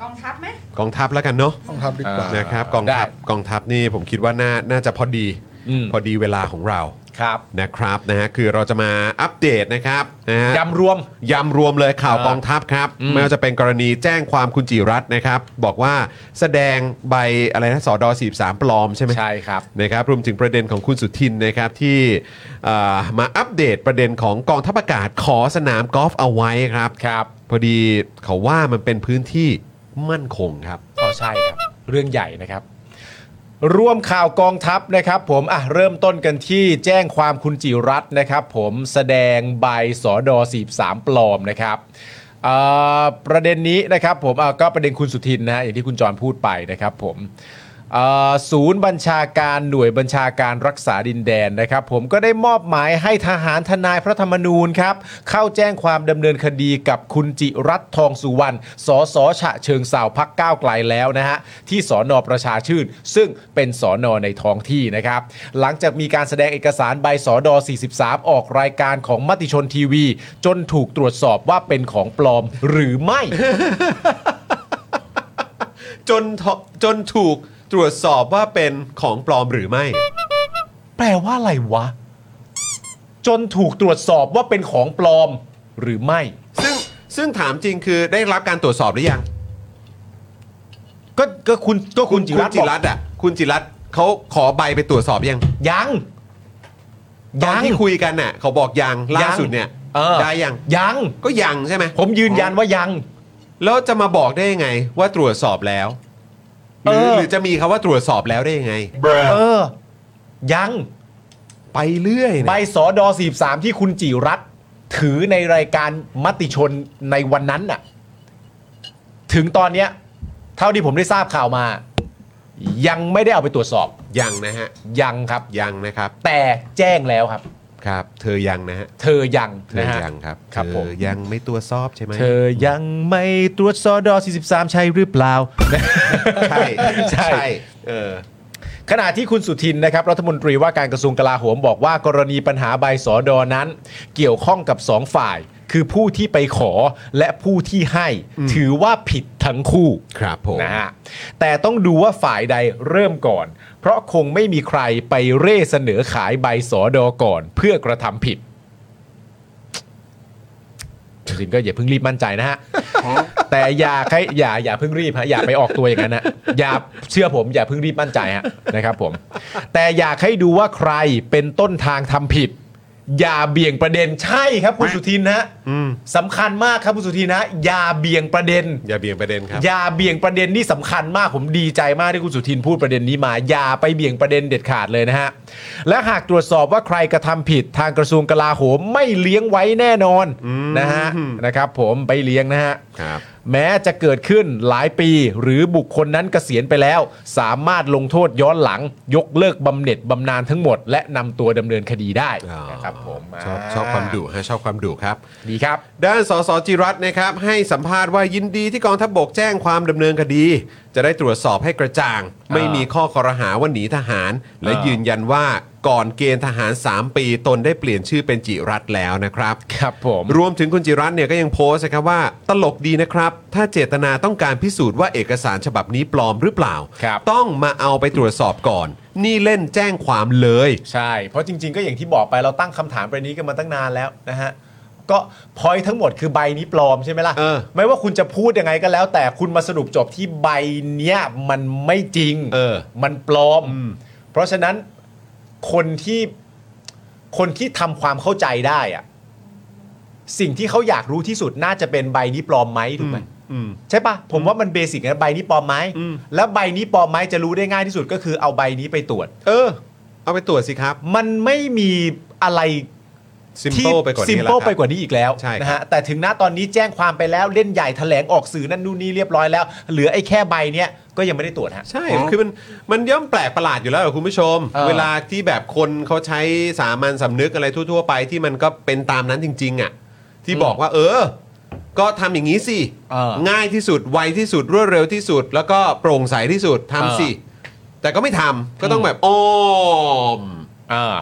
Speaker 5: กองทัพไหม
Speaker 1: กองทัพแล้วกันเนาะ
Speaker 3: ต้องทำดีกว่า
Speaker 2: อ่า
Speaker 1: นะครับกองทัพ
Speaker 2: ได้
Speaker 1: กองทัพนี่ผมคิดว่าน่าน่าจะพอดี
Speaker 2: อืม
Speaker 1: พอดีเวลาของเรา
Speaker 2: ครับ
Speaker 1: นะครับนะฮะคือเราจะมาอัปเดตนะครับนะฮะ
Speaker 2: ยำรวม
Speaker 1: ยำรวมเลยข่าว
Speaker 2: อ่าก
Speaker 1: กองทัพครับไม่ว่าจะเป็นกรณีแจ้งความคุณจิรัตน์นะครับบอกว่าแสดงใบอะไรนะสอดอ43 ปลอมใช่ไหม
Speaker 2: ใช่ครับ
Speaker 1: นะครับรวมถึงประเด็นของคุณสุทินนะครับที่เอ่อมาอัปเดตประเด็นของกองทัพอากาศขอสนามกอล์ฟเอาไว้ครับ
Speaker 2: ครับ
Speaker 1: พอดีเขาว่ามันเป็นพื้นที่มั่นคงครับ
Speaker 2: พอใช่ครับ เรื่องใหญ่นะครับ ร่วมข่าวกองทัพนะครับ ผมอ่ะเริ่มต้นกันที่แจ้งความคุณจิรัตน์นะครับ ผมแสดงใบสอดอ43 ปลอมนะครับเอ่อประเด็นนี้นะครับผมอ่ะก็ประเด็นคุณสุทินนะฮะอย่างที่คุณจรพูดไปนะครับผมเ เอ่อศูนย์บัญชาการหน่วยบัญชาการรักษาดินแดนนะครับ ผมก็ได้มอบหมายให้ทหารทนายพระธรรมนูญครับ เข้าแจ้งความดำเนินคดีกับคุณจิรัตน์ทองสุวรรณสสฉะเชิงสาวพักก้าวไกลแล้วนะฮะ ที่สอนอประชาชื่น ซึ่งเป็นสอนอในท้องที่นะครับ หลังจากมีการแสดงเอกสารใบสอดอ43 ออกรายการของมติชนทีวี จนถูกตรวจสอบว่าเป็นของปลอมหรือไม่
Speaker 1: จนทจนถูกตรวจสอบว่าเป็นของปลอมหรือไม่
Speaker 2: แปลว่าอะไรวะ จนถูกตรวจสอบว่าเป็นของปลอมหรือไม่
Speaker 1: ซึ่งซึ่งถามจริงคือได้รับการตรวจสอบหรือยัง
Speaker 2: ก็ก็คุณก็คุณจิรัตน์
Speaker 1: จิ
Speaker 2: บอก
Speaker 1: รัตน์อ่ะคุณจิรัตน์เขาขอใบไปตรวจสอบยัง
Speaker 2: ยัง
Speaker 1: ตอนที่คุยกันน่ะเขาบอกยังล่าสุดเนี่ย
Speaker 2: ออ
Speaker 1: ได้ยัง
Speaker 2: ยัง
Speaker 1: ก็ยังใช่ไหม
Speaker 2: ผมยืนยันว่ายัง
Speaker 1: แล้วจะมาบอกได้ยังไงว่าตรวจสอบแล้วหรือ
Speaker 2: เออ
Speaker 1: หรือจะมีคำว่าตรวจสอบแล้วได้ยังไง
Speaker 2: เออ ยัง
Speaker 1: ไปเรื่อยนะ
Speaker 2: ใบสอดอสีสามที่คุณจิรัตน์ถือในรายการมติชนในวันนั้นน่ะ ถึงตอนเนี้ย เท่าที่ผมได้ทราบข่าวมา ยังไม่ได้เอาไปตรวจสอบ
Speaker 1: ยังนะฮะ
Speaker 2: ยังครับ
Speaker 1: ยังนะครับ
Speaker 2: แต่แจ้งแล้วครับ
Speaker 1: ครับ เธอยังนะฮะ
Speaker 2: เธอยัง
Speaker 1: เธอ
Speaker 2: นะฮะ
Speaker 1: ยังครับ
Speaker 2: ครับ
Speaker 1: เธ
Speaker 2: ผ
Speaker 1: อ
Speaker 2: ม
Speaker 1: ยังไม่ตรวจสอบใช่ไหม
Speaker 2: เธอยังไม่ตรวจสอดอ43 ใช่หรือเปล่า
Speaker 1: ใช่
Speaker 2: ใช่
Speaker 1: ใช่เออ
Speaker 2: ขณะที่คุณสุทินนะครับรัฐมนตรีว่าการกระทรวงกลาโหมบอกว่ากรณีปัญหาใบสอดอนั้น เกี่ยวข้องกับสองฝ่าย คือผู้ที่ไปขอและผู้ที่ให้ ถือว่าผิดทั้งคู่
Speaker 1: ครับผม
Speaker 2: นะฮะแต่ต้องดูว่าฝ่ายใดเริ่มก่อน เพราะคงไม่มีใครไปเร่เสนอขายใบสอดอก่อน เพื่อกระทำผิดสุทินก็อย่าเพิ่งรีบมั่นใจนะฮะ แต่อย่าใครอย่าอย่าเพิ่งรีบฮะอย่าไปออกตัวอย่างนั้นนะอย่าเชื่อผมอย่าเพิ่งรีบมั่นใจฮะนะครับผม แต่อยากให้ดูว่าใครเป็นต้นทางทำผิด อย่าเบี่ยงประเด็นใช่ครับคุณสุทินนะสำคัญมากครับคุณสุทินนะอย่าเบี่ยงประเด็น
Speaker 1: อย่าเบี่ยงประเด็นครับ
Speaker 2: อย่าเบี่ยงประเด็นนี่สำคัญมากผมดีใจมากที่คุณสุทินพูดประเด็นนี้มา อย่าไปเบี่ยงประเด็นเด็ดขาดเลยนะฮะ และหากตรวจสอบว่าใครกระทำผิดทางกระทรวงกลาโหมไม่เลี้ยงไว้แน่นอนนะฮะนะครับผมไปเลี้ยงนะฮะ
Speaker 1: ครับ
Speaker 2: แม้จะเกิดขึ้นหลายปีหรือบุคคลนั้นเกษียณไปแล้ว สามารถลงโทษย้อนหลัง ยกเลิกบำเหน็จบำนาญทั้งหมด และนำตัวดำเนินคดีได้นะครับผม
Speaker 1: ชอบชอบความดุฮะชอบความดุครับ
Speaker 2: ดีครับ
Speaker 1: ด้านสสจิรัตน์นะครับ ให้สัมภาษณ์ว่ายินดีที่กองทัพบกแจ้งความดำเนินคดี จะได้ตรวจสอบให้กระจ่าง ไม่มีข้อคอรหาว่าหนีทหาร และยืนยันว่าก่อนเกณฑ์ทหาร 3 ปีตนได้เปลี่ยนชื่อเป็นจิรัตน์แล้วนะครับ
Speaker 2: ครับผม
Speaker 1: รวมถึงคุณจิรัตน์เนี่ยก็ยังโพสต์นะครับว่าตลกดีนะครับ ถ้าเจตนาต้องการพิสูจน์ว่าเอกสารฉบับนี้ปลอมหรือเปล่า
Speaker 2: ครับ
Speaker 1: ต้องมาเอาไปตรวจสอบก่อน นี่เล่นแจ้งความเลย
Speaker 2: ใช่ เพราะจริงๆ ก็อย่างที่บอกไปเราตั้งคำถามประเด็นนี้กันมาตั้งนานแล้วนะฮะ ก็พอยทั้งหมดคือใบนี้ปลอมใช่ไหมล่ะ
Speaker 1: เออ
Speaker 2: ไม่ว่าคุณจะพูดยังไงก็แล้ว แต่คุณมาสรุปจบที่ใบเนี้ยมันไม่จริง
Speaker 1: เออ
Speaker 2: มันปลอม เพราะฉะนั้นคนที่คนที่ทำความเข้าใจได้อะสิ่งที่เขาอยากรู้ที่สุดน่าจะเป็นใบนี้ปลอมไหมถูกไหม
Speaker 1: อืม
Speaker 2: ใช่ปะผมว่ามันเบสิกนะใบนี้ปลอมไหม
Speaker 1: อืม
Speaker 2: แล้วใบนี้ปลอมไหมจะรู้ได้ง่ายที่สุดก็คือเอาใบนี้ไปตรวจ
Speaker 1: เออ เอาไปตรวจสิครับ
Speaker 2: มันไม่มีอะไร
Speaker 1: ซิมเปิลไปกว่า
Speaker 2: ซิ
Speaker 1: นี้
Speaker 2: ม
Speaker 1: แล้วค
Speaker 2: เปิลไป
Speaker 1: รับ
Speaker 2: กว่านี้อีกแล้ว
Speaker 1: ใช่ครับ
Speaker 2: นะฮะแต่ถึงหน้าตอนนี้แจ้งความไปแล้วเล่นใหญ่แถลงออกสื่อนั่นนู่นนี่เรียบร้อยแล้ว เหลือไอ้แค่ใบเนี้ยก็ยังไม่ได้ตรวจฮะ
Speaker 1: ใช่ คือมันมันย่อมแปลกประหลาดอยู่แล้วเหรอคุณผู้ชม
Speaker 2: เออ
Speaker 1: เวลาที่แบบคนเขาใช้สามัญสำนึกอะไรทั่ว ๆ ไปที่มันก็เป็นตามนั้นจริง ๆ อ่ะ ที่บอกว่า เออ ก็ทำอย่างนี้สิ
Speaker 2: เออ
Speaker 1: ง่ายที่สุด ไวที่สุด รวดเร็วที่สุด แล้วก็โปร่งใสที่สุดทำสิ แต่ก็ไม่ทำก็ต้องแบบอ้อม
Speaker 2: อ่า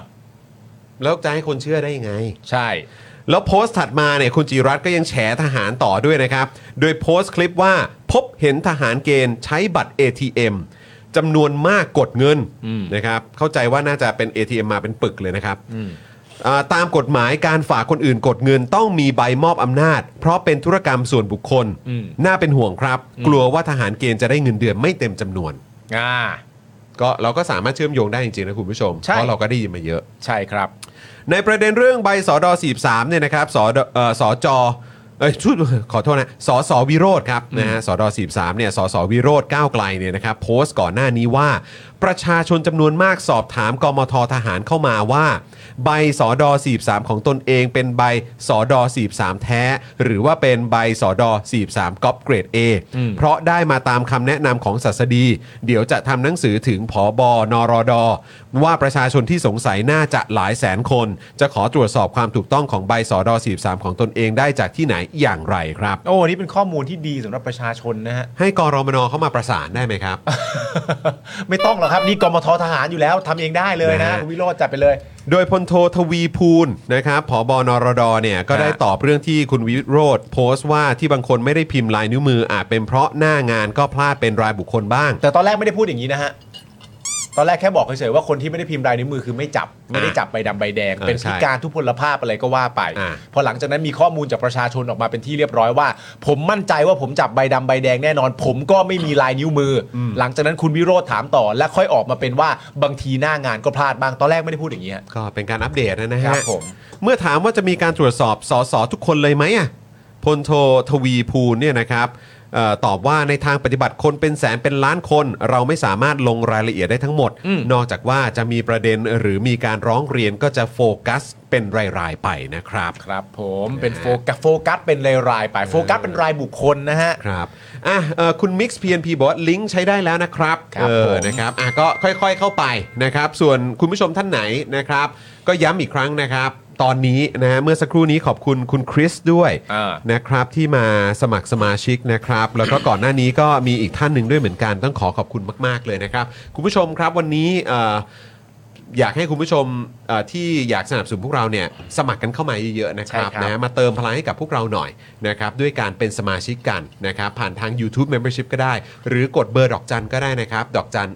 Speaker 1: แล้วจะให้คนเชื่อได้ยังไง
Speaker 2: ใช่
Speaker 1: แล้วโพสต์ถัดมาเนี่ยคุณจิรัตน์ก็ยังแฉทหารต่อด้วยนะครับ โดยโพสต์คลิปว่าพบเห็นทหารเกณฑ์ใช้บัตร ATM จำนวนมากกดเงิน
Speaker 2: อืม
Speaker 1: นะครับ เข้าใจว่าน่าจะเป็น ATM มาเป็นปึกเลยนะครับ
Speaker 2: อืม
Speaker 1: อ่าตามกฎหมายการฝากคนอื่นกดเงินต้องมีใบมอบอำนาจ เพราะเป็นธุรกรรมส่วนบุคคล
Speaker 2: อืม
Speaker 1: น่าเป็นห่วงครับ กลัวว่าทหารเกณฑ์จะได้เงินเดือนไม่เต็มจำนวน
Speaker 2: อ่า
Speaker 1: ก็เราก็สามารถเชื่อมโยงได้จริงๆนะคุณผู้ชม
Speaker 2: ใช่
Speaker 1: เพราะเราก็ได้ยินมาเยอะ
Speaker 2: ใช่ครับ
Speaker 1: ในประเด็นเรื่องใบสอดอ43เนี่ยนะครับสอดเอ่อสอจอเอ้ย ชุดขอโทษนะสอสอวิโรธครับนะฮะสอดอ43เนี่ยสอสอวิโรธก้าวไกลเนี่ยนะครับโพสต์ก่อนหน้านี้ว่า ประชาชนจำนวนมากสอบถามกมททหารเข้ามาว่า ใบสอดอ43 ของตนเองเป็นใบสอดอ43 แท้ หรือว่าเป็นใบสอดอ43ก๊อปเกรด A เพราะได้มาตามคำแนะนำของศาสดี เดี๋ยวจะทำหนังสือถึงผอบอนรด ว่าประชาชนที่สงสัยน่าจะหลายแสนคน จะขอตรวจสอบความถูกต้องของใบสอดอ43 ของตนเองได้จากที่ไหนอย่างไรครับ
Speaker 2: โอ้นี่เป็นข้อมูลที่ดีสำหรับประชาชนนะฮ ะ
Speaker 1: ให้กรมนเข้ามาประสานได้ไหมครับ
Speaker 2: ไม่ต้องหรอกครับ นี่กมททหารอยู่แล้วทำเองได้เลย
Speaker 1: นะ
Speaker 2: นะ
Speaker 1: ฮะ
Speaker 2: คุณวิโรจน์จัดไปเลย
Speaker 1: โดยพลโททวีภูลนะครับผอบอนรดเนี่ยก็ได้ตอบเรื่องที่คุณวิโรธโพสต์ว่าที่บางคนไม่ได้พิมพ์ลายนิ้วมืออาจเป็นเพราะหน้างานก็พลาดเป็นรายบุคคลบ้าง
Speaker 2: แต่ตอนแรกไม่ได้พูดอย่างนี้นะฮะ ตอนแรกแค่บอกเฉยๆว่าคนที่ไม่ได้พิมพ์ลายนิ้วมือคือไม่จับ ไม่ได้จับใบดำใบแดง
Speaker 1: เออ
Speaker 2: เป็นพิการทุพพลภาพอะไรก็ว่าไป
Speaker 1: อ่า
Speaker 2: พอหลังจากนั้นมีข้อมูลจากประชาชนออกมาเป็นที่เรียบร้อยว่า ผมมั่นใจว่าผมจับใบดำใบแดงแน่นอน ผมก็ไม่มีลายนิ้วมืออหลังจากนั้นคุณวิโรธถามต่อ และค่อยออกมาเป็นว่าบางทีหน้างานก็พลาดบ้าง ตอนแรกไม่ได้พูดอย่างนี้ฮะ
Speaker 1: ก็เป็นการอัปเดตนะฮะ
Speaker 2: ครับผม
Speaker 1: เมื่อถามว่าจะมีการตรวจสอบสอสอทุกคนเลยไหมอ่ะพลโททวีภูลเนี่ยนะครับเออตอบว่าในทางปฏิบัติคนเป็นแสนเป็นล้านคน เราไม่สามารถลงรายละเอียดได้ทั้งหมด นอกจากว่าจะมีประเด็นหรือมีการร้องเรียนก็จะโฟกัสเป็นรายๆไปนะครับ
Speaker 2: ครับ ผมเป็นโฟกัสโฟกัสเป็นรายๆไปโฟกัสเป็นรายบุคคลนะฮะ
Speaker 1: ครับอ่ะเอ่อคุณ Mix PNP บอกว่าลิงก์ใช้ได้แล้วนะครับ
Speaker 2: ครับ
Speaker 1: เอ
Speaker 2: ผ
Speaker 1: อ
Speaker 2: ม
Speaker 1: นะครับอ่ะก็ค่อยๆเข้าไปนะครับ ส่วนคุณผู้ชมท่านไหนนะครับ ก็ย้ำอีกครั้งนะครับ ตอนนี้นะฮะเมื่อสักครู่นี้ขอบคุณคุณคริสด้วย
Speaker 2: อ่า
Speaker 1: นะครับที่มาสมัครสมาชิกนะครับ แล้วก็ก่อนหน้านี้ก็มีอีกท่านหนึ่งด้วยเหมือนกันต้องขอขอบคุณมาก ๆ เลยนะครับ คุณผู้ชมครับวันนี้เอ่อ อยากให้คุณผู้ชมเอ่อที่อยากสนับสนุนพวกเราเนี่ยสมัครกันเข้ามาเยอะๆนะครับ
Speaker 2: ใช่ครับ
Speaker 1: นะมาเติมพลังให้กับพวกเราหน่อยนะครับด้วยการเป็นสมาชิกกันนะครับผ่านทาง YouTube Membership ก็ได้ หรือกดเบอร์ดอกจันก็ได้นะครับ ดอกจัน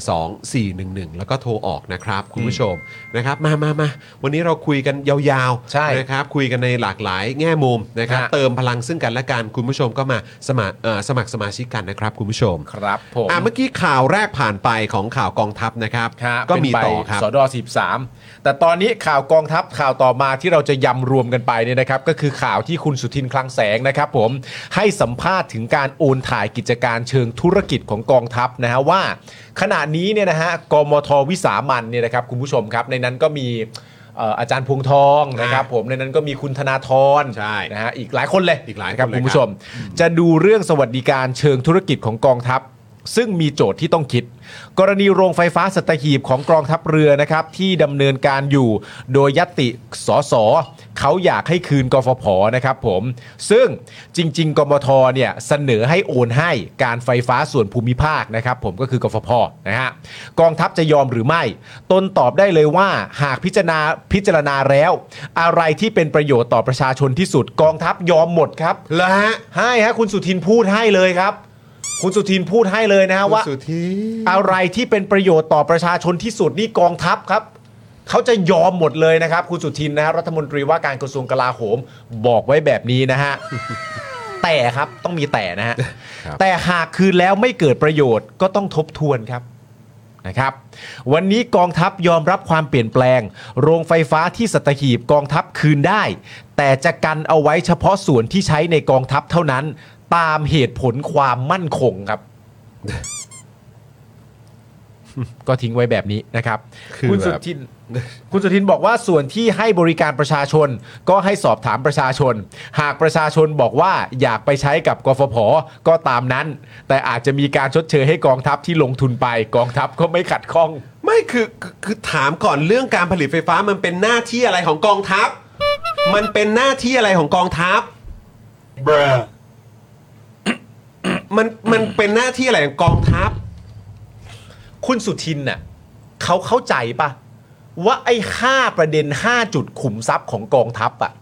Speaker 1: 489 912 411 แล้วก็โทรออกนะครับ คุณผู้ชมนะครับมามามาวันนี้เราคุยกันยาวๆ
Speaker 2: ใช่
Speaker 1: นะครับคุยกันในหลากหลายแง่มุมนะครับ
Speaker 2: ฮะ
Speaker 1: เติมพลังซึ่งกันและกันคุณผู้ชมก็มาสมัครเอ่อสมัครสมาชิกกันนะครับคุณผู้ชม
Speaker 2: ครับผม
Speaker 1: อ่ะเมื่อกี้ข่าวแรกผ่านไปของข่าวกองทัพนะครับ
Speaker 2: ครับ
Speaker 1: ก็มีต่อ
Speaker 2: เป็น
Speaker 1: ครับ
Speaker 2: ใสดอ13 แต่ตอนนี้ข่าวกองทัพข่าวต่อมาที่เราจะยำรวมกันไปเนี่ยนะครับ ก็คือข่าวที่คุณสุทินคลังแสงนะครับผมให้สัมภาษณ์ถึงการโอนถ่ายกิจการเชิงธุรกิจของกองทัพนะฮะว่า ขณะนี้เนี่ยนะฮะกมทวิสามันเนี่ยนะครับคุณผู้ชมครับ ในนั้นก็มีเอ่ออาจารย์พวงทองนะครับผมในนั้นก็มีคุณธนาธร
Speaker 1: ใช่
Speaker 2: นะฮะอีกหลายคนเลย
Speaker 1: อีกหลายคนเลย
Speaker 2: ะรับคุ
Speaker 1: ครั
Speaker 2: ณ
Speaker 1: บ
Speaker 2: ผู้ชม จะดูเรื่องสวัสดิการเชิงธุรกิจของกองทัพ ซึ่งมีโจทย์ที่ต้องคิด กรณีโรงไฟฟ้าสัตหีบของกองทัพเรือนะครับ ที่ดำเนินการอยู่โดยยติสสเขาอยากให้คืนกฟผนะครับผม ซึ่งจริง ๆ กมทเนี่ยเสนอให้โอนให้การไฟฟ้าส่วนภูมิภาคนะครับผมก็คือกฟผนะฮะกองทัพจะยอมหรือไม่ ตนตอบได้เลยว่าหากพิจารณาพิจารณาแล้ว อะไรที่เป็นประโยชน์ต่อประชาชนที่สุดกองทัพยอมหมดครับ
Speaker 1: แล้วฮะ
Speaker 2: ให้ฮะคุณสุทินพูดให้เลยครับ คุณสุทินพูดให้เลยนะฮะว่า
Speaker 1: คุณสุธี
Speaker 2: อะไรที่เป็นประโยชน์ต่อประชาชนที่สุดนี่กองทัพครับ เขาจะยอมหมดเลยนะครับ คุณสุทินนะฮะรัฐมนตรีว่าการกระทรวงกลาโหมบอกไว้แบบนี้นะฮะ แต่ครับต้องมีแต่นะฮะ แต่หากคืนแล้วไม่เกิดประโยชน์ก็ต้องทบทวนครับ นะครับวันนี้กองทัพยอมรับความเปลี่ยนแปลง โรงไฟฟ้าที่สัตหีบกองทัพคืนได้ แต่จะกันเอาไว้เฉพาะส่วนที่ใช้ในกองทัพเท่านั้น ตามเหตุผลความมั่นคง ครับ ก็ทิ้งไว้แบบนี้นะครับ
Speaker 1: คือ
Speaker 2: คุณ
Speaker 1: แบ
Speaker 2: สุ
Speaker 1: บ
Speaker 2: ทิน คุณสุทินบอกว่าส่วนที่ให้บริการประชาชน ก็ให้สอบถามประชาชน หากประชาชนบอกว่าอยากไปใช้กับกฟผก็ตามนั้น แต่อาจจะมีการชดเชยให้กองทัพที่ลงทุนไปกองทัพก็ไม่ขัดข้อง
Speaker 1: ไม่คือคือคือถามก่อนเรื่องการผลิตไฟฟ้ามันเป็นหน้าที่อะไรของกองทัพ มันเป็นหน้าที่อะไรของกองทัพ มันมันเป็นหน้าที่อะไรของกองทัพ
Speaker 2: คุณสุทินน่ะเขาเข้าใจปะว่าไอ้ห้าประเด็นห้าจุดขุมทรัพย์ของกองทัพอะ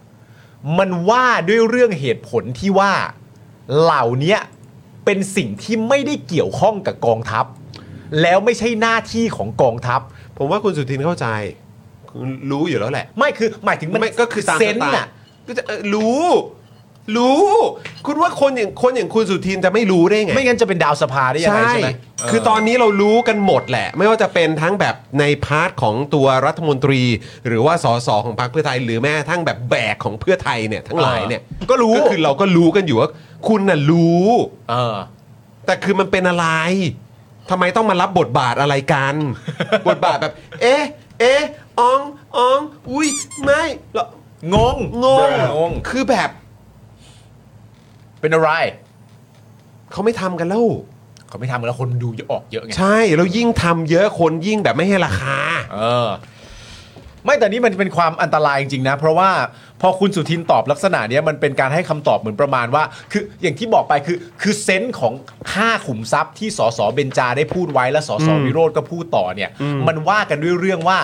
Speaker 2: มันว่าด้วยเรื่องเหตุผลที่ว่าเหล่าเนี้ยเป็นสิ่งที่ไม่ได้เกี่ยวข้องกับกองทัพ แล้วไม่ใช่หน้าที่ของกองทัพ
Speaker 1: ผมว่าคุณสุทินเข้าใจคุณรู้อยู่แล้วแหละ
Speaker 2: ไม่คือหมายถึงมัน
Speaker 1: ไม่ก็คือตาม
Speaker 2: เซ
Speaker 1: ส
Speaker 2: น
Speaker 1: ไต
Speaker 2: ต์
Speaker 1: ล์
Speaker 2: น่ะ
Speaker 1: ก็จะเออรู้ รู้ คุณว่าคนอย่างคนอย่างคุณสุทินจะไม่รู้ได้ไง
Speaker 2: ไม่งั้นจะเป็นดาวสภาได้ยังไง
Speaker 1: ใช่
Speaker 2: ใช่ไหม
Speaker 1: คือตอนนี้เรารู้กันหมดแหละ ไม่ว่าจะเป็นทั้งแบบในพาร์ทของตัวรัฐมนตรี หรือว่าสสของพรรคเพื่อไทย หรือแม้กระทั้งแบบแบกของเพื่อไทยเนี่ยทั้งหลายเนี่ย
Speaker 2: ก็รู้
Speaker 1: ก็คือเราก็รู้กันอยู่ว่าคุณน่ะรู้
Speaker 2: เออ
Speaker 1: แต่คือมันเป็นอะไร ทำไมต้องมารับบทบาทอะไรกัน บทบาทแบบ เอ๊ะ เอ๊ะอองอองอุ้ยไม่แล้ว
Speaker 2: งง
Speaker 1: งง
Speaker 2: งง
Speaker 1: คือแบบ
Speaker 2: เป็นอะไร
Speaker 1: เขาไม่ทำกันแล้ว
Speaker 2: เขาไม่ทำกันแล้วคนดูจะออกเยอะไง
Speaker 1: ใช่แล้วยิ่งทำเยอะคนยิ่งแบบไม่ให้ราคา
Speaker 2: เออ ไม่แต่นี่มันเป็นความอันตรายจริงๆนะ เพราะว่าพอคุณสุทินตอบลักษณะเนี้ยมันเป็นการให้คำตอบเหมือนประมาณว่า คืออย่างที่บอกไปคือ คือเซนส์ของ 5 ขุมทรัพย์ที่สสเบนจาได้พูดไว้และสสวิโรธก็พูดต่อเนี่ย มันว่ากันด้วยเรื่องว่า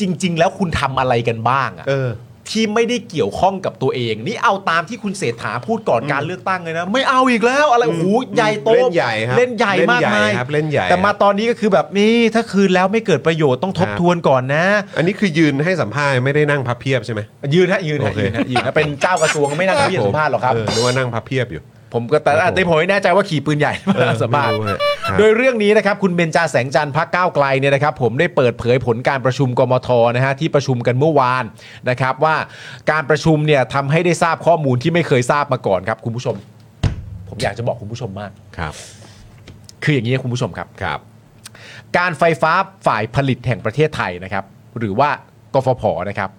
Speaker 2: จริง ๆ แล้วคุณทำอะไรกันบ้างอะ
Speaker 1: เออ
Speaker 2: ที่ไม่ได้เกี่ยวข้องกับตัวเอง นี่เอาตามที่คุณเศรษฐาพูดก่อนการเลือกตั้งเลยนะ ไม่เอาอีกแล้วอะไรโอ้โหใหญ่โต
Speaker 1: เล่นใหญ่ครับ
Speaker 2: เล่นใหญ่มากมา
Speaker 1: เล่นให
Speaker 2: ย
Speaker 1: ญ่ครับเล่นใหญ่
Speaker 2: แต่มาตอนนี้ก็คือแบบนี่ถ้าคืนแล้วไม่เกิดประโยชน์ต้องทบ
Speaker 1: ครับ
Speaker 2: ทวนก่อนนะ
Speaker 1: อันนี้คือยืนให้สัมภาษณ์ไม่ได้นั่งพับเพียบใช่ไหม
Speaker 2: ยืนฮะยืนฮะ
Speaker 1: โอเค
Speaker 2: ยืนฮะยืนฮะเป็นเจ้ากระทรวงไม่น่าจะเรียนสัมภาษณ์หรอกครับ
Speaker 1: เนึกว่านั่งพับเพียบอยู่
Speaker 2: ผมก็แต่แต่ผมไม่แน่ใจว่าขี่ปืนใหญ่หรือเปล่า
Speaker 1: เออ
Speaker 2: สัมภาษณ์
Speaker 1: ไม่รู้ฮะครับ
Speaker 2: โดยเรื่องนี้นะครับคุณเบญจาแสงจันทร์พักก้าวไกลเนี่ยนะครับผมได้เปิดเผยผลการประชุมกมทนะฮะที่ประชุมกันเมื่อวานนะครับว่าการประชุมเนี่ยทำให้ได้ทราบข้อมูลที่ไม่เคยทราบมาก่อนครับคุณผู้ชม ผมอยากจะบอกคุณผู้ชมมาก
Speaker 1: ครับ
Speaker 2: คืออย่างนี้ครับคุณผู้ชมครับ
Speaker 1: ครับ
Speaker 2: การไฟฟ้าฝ่ายผลิตแห่งประเทศไทยนะครับ หรือว่ากฟผนะครับ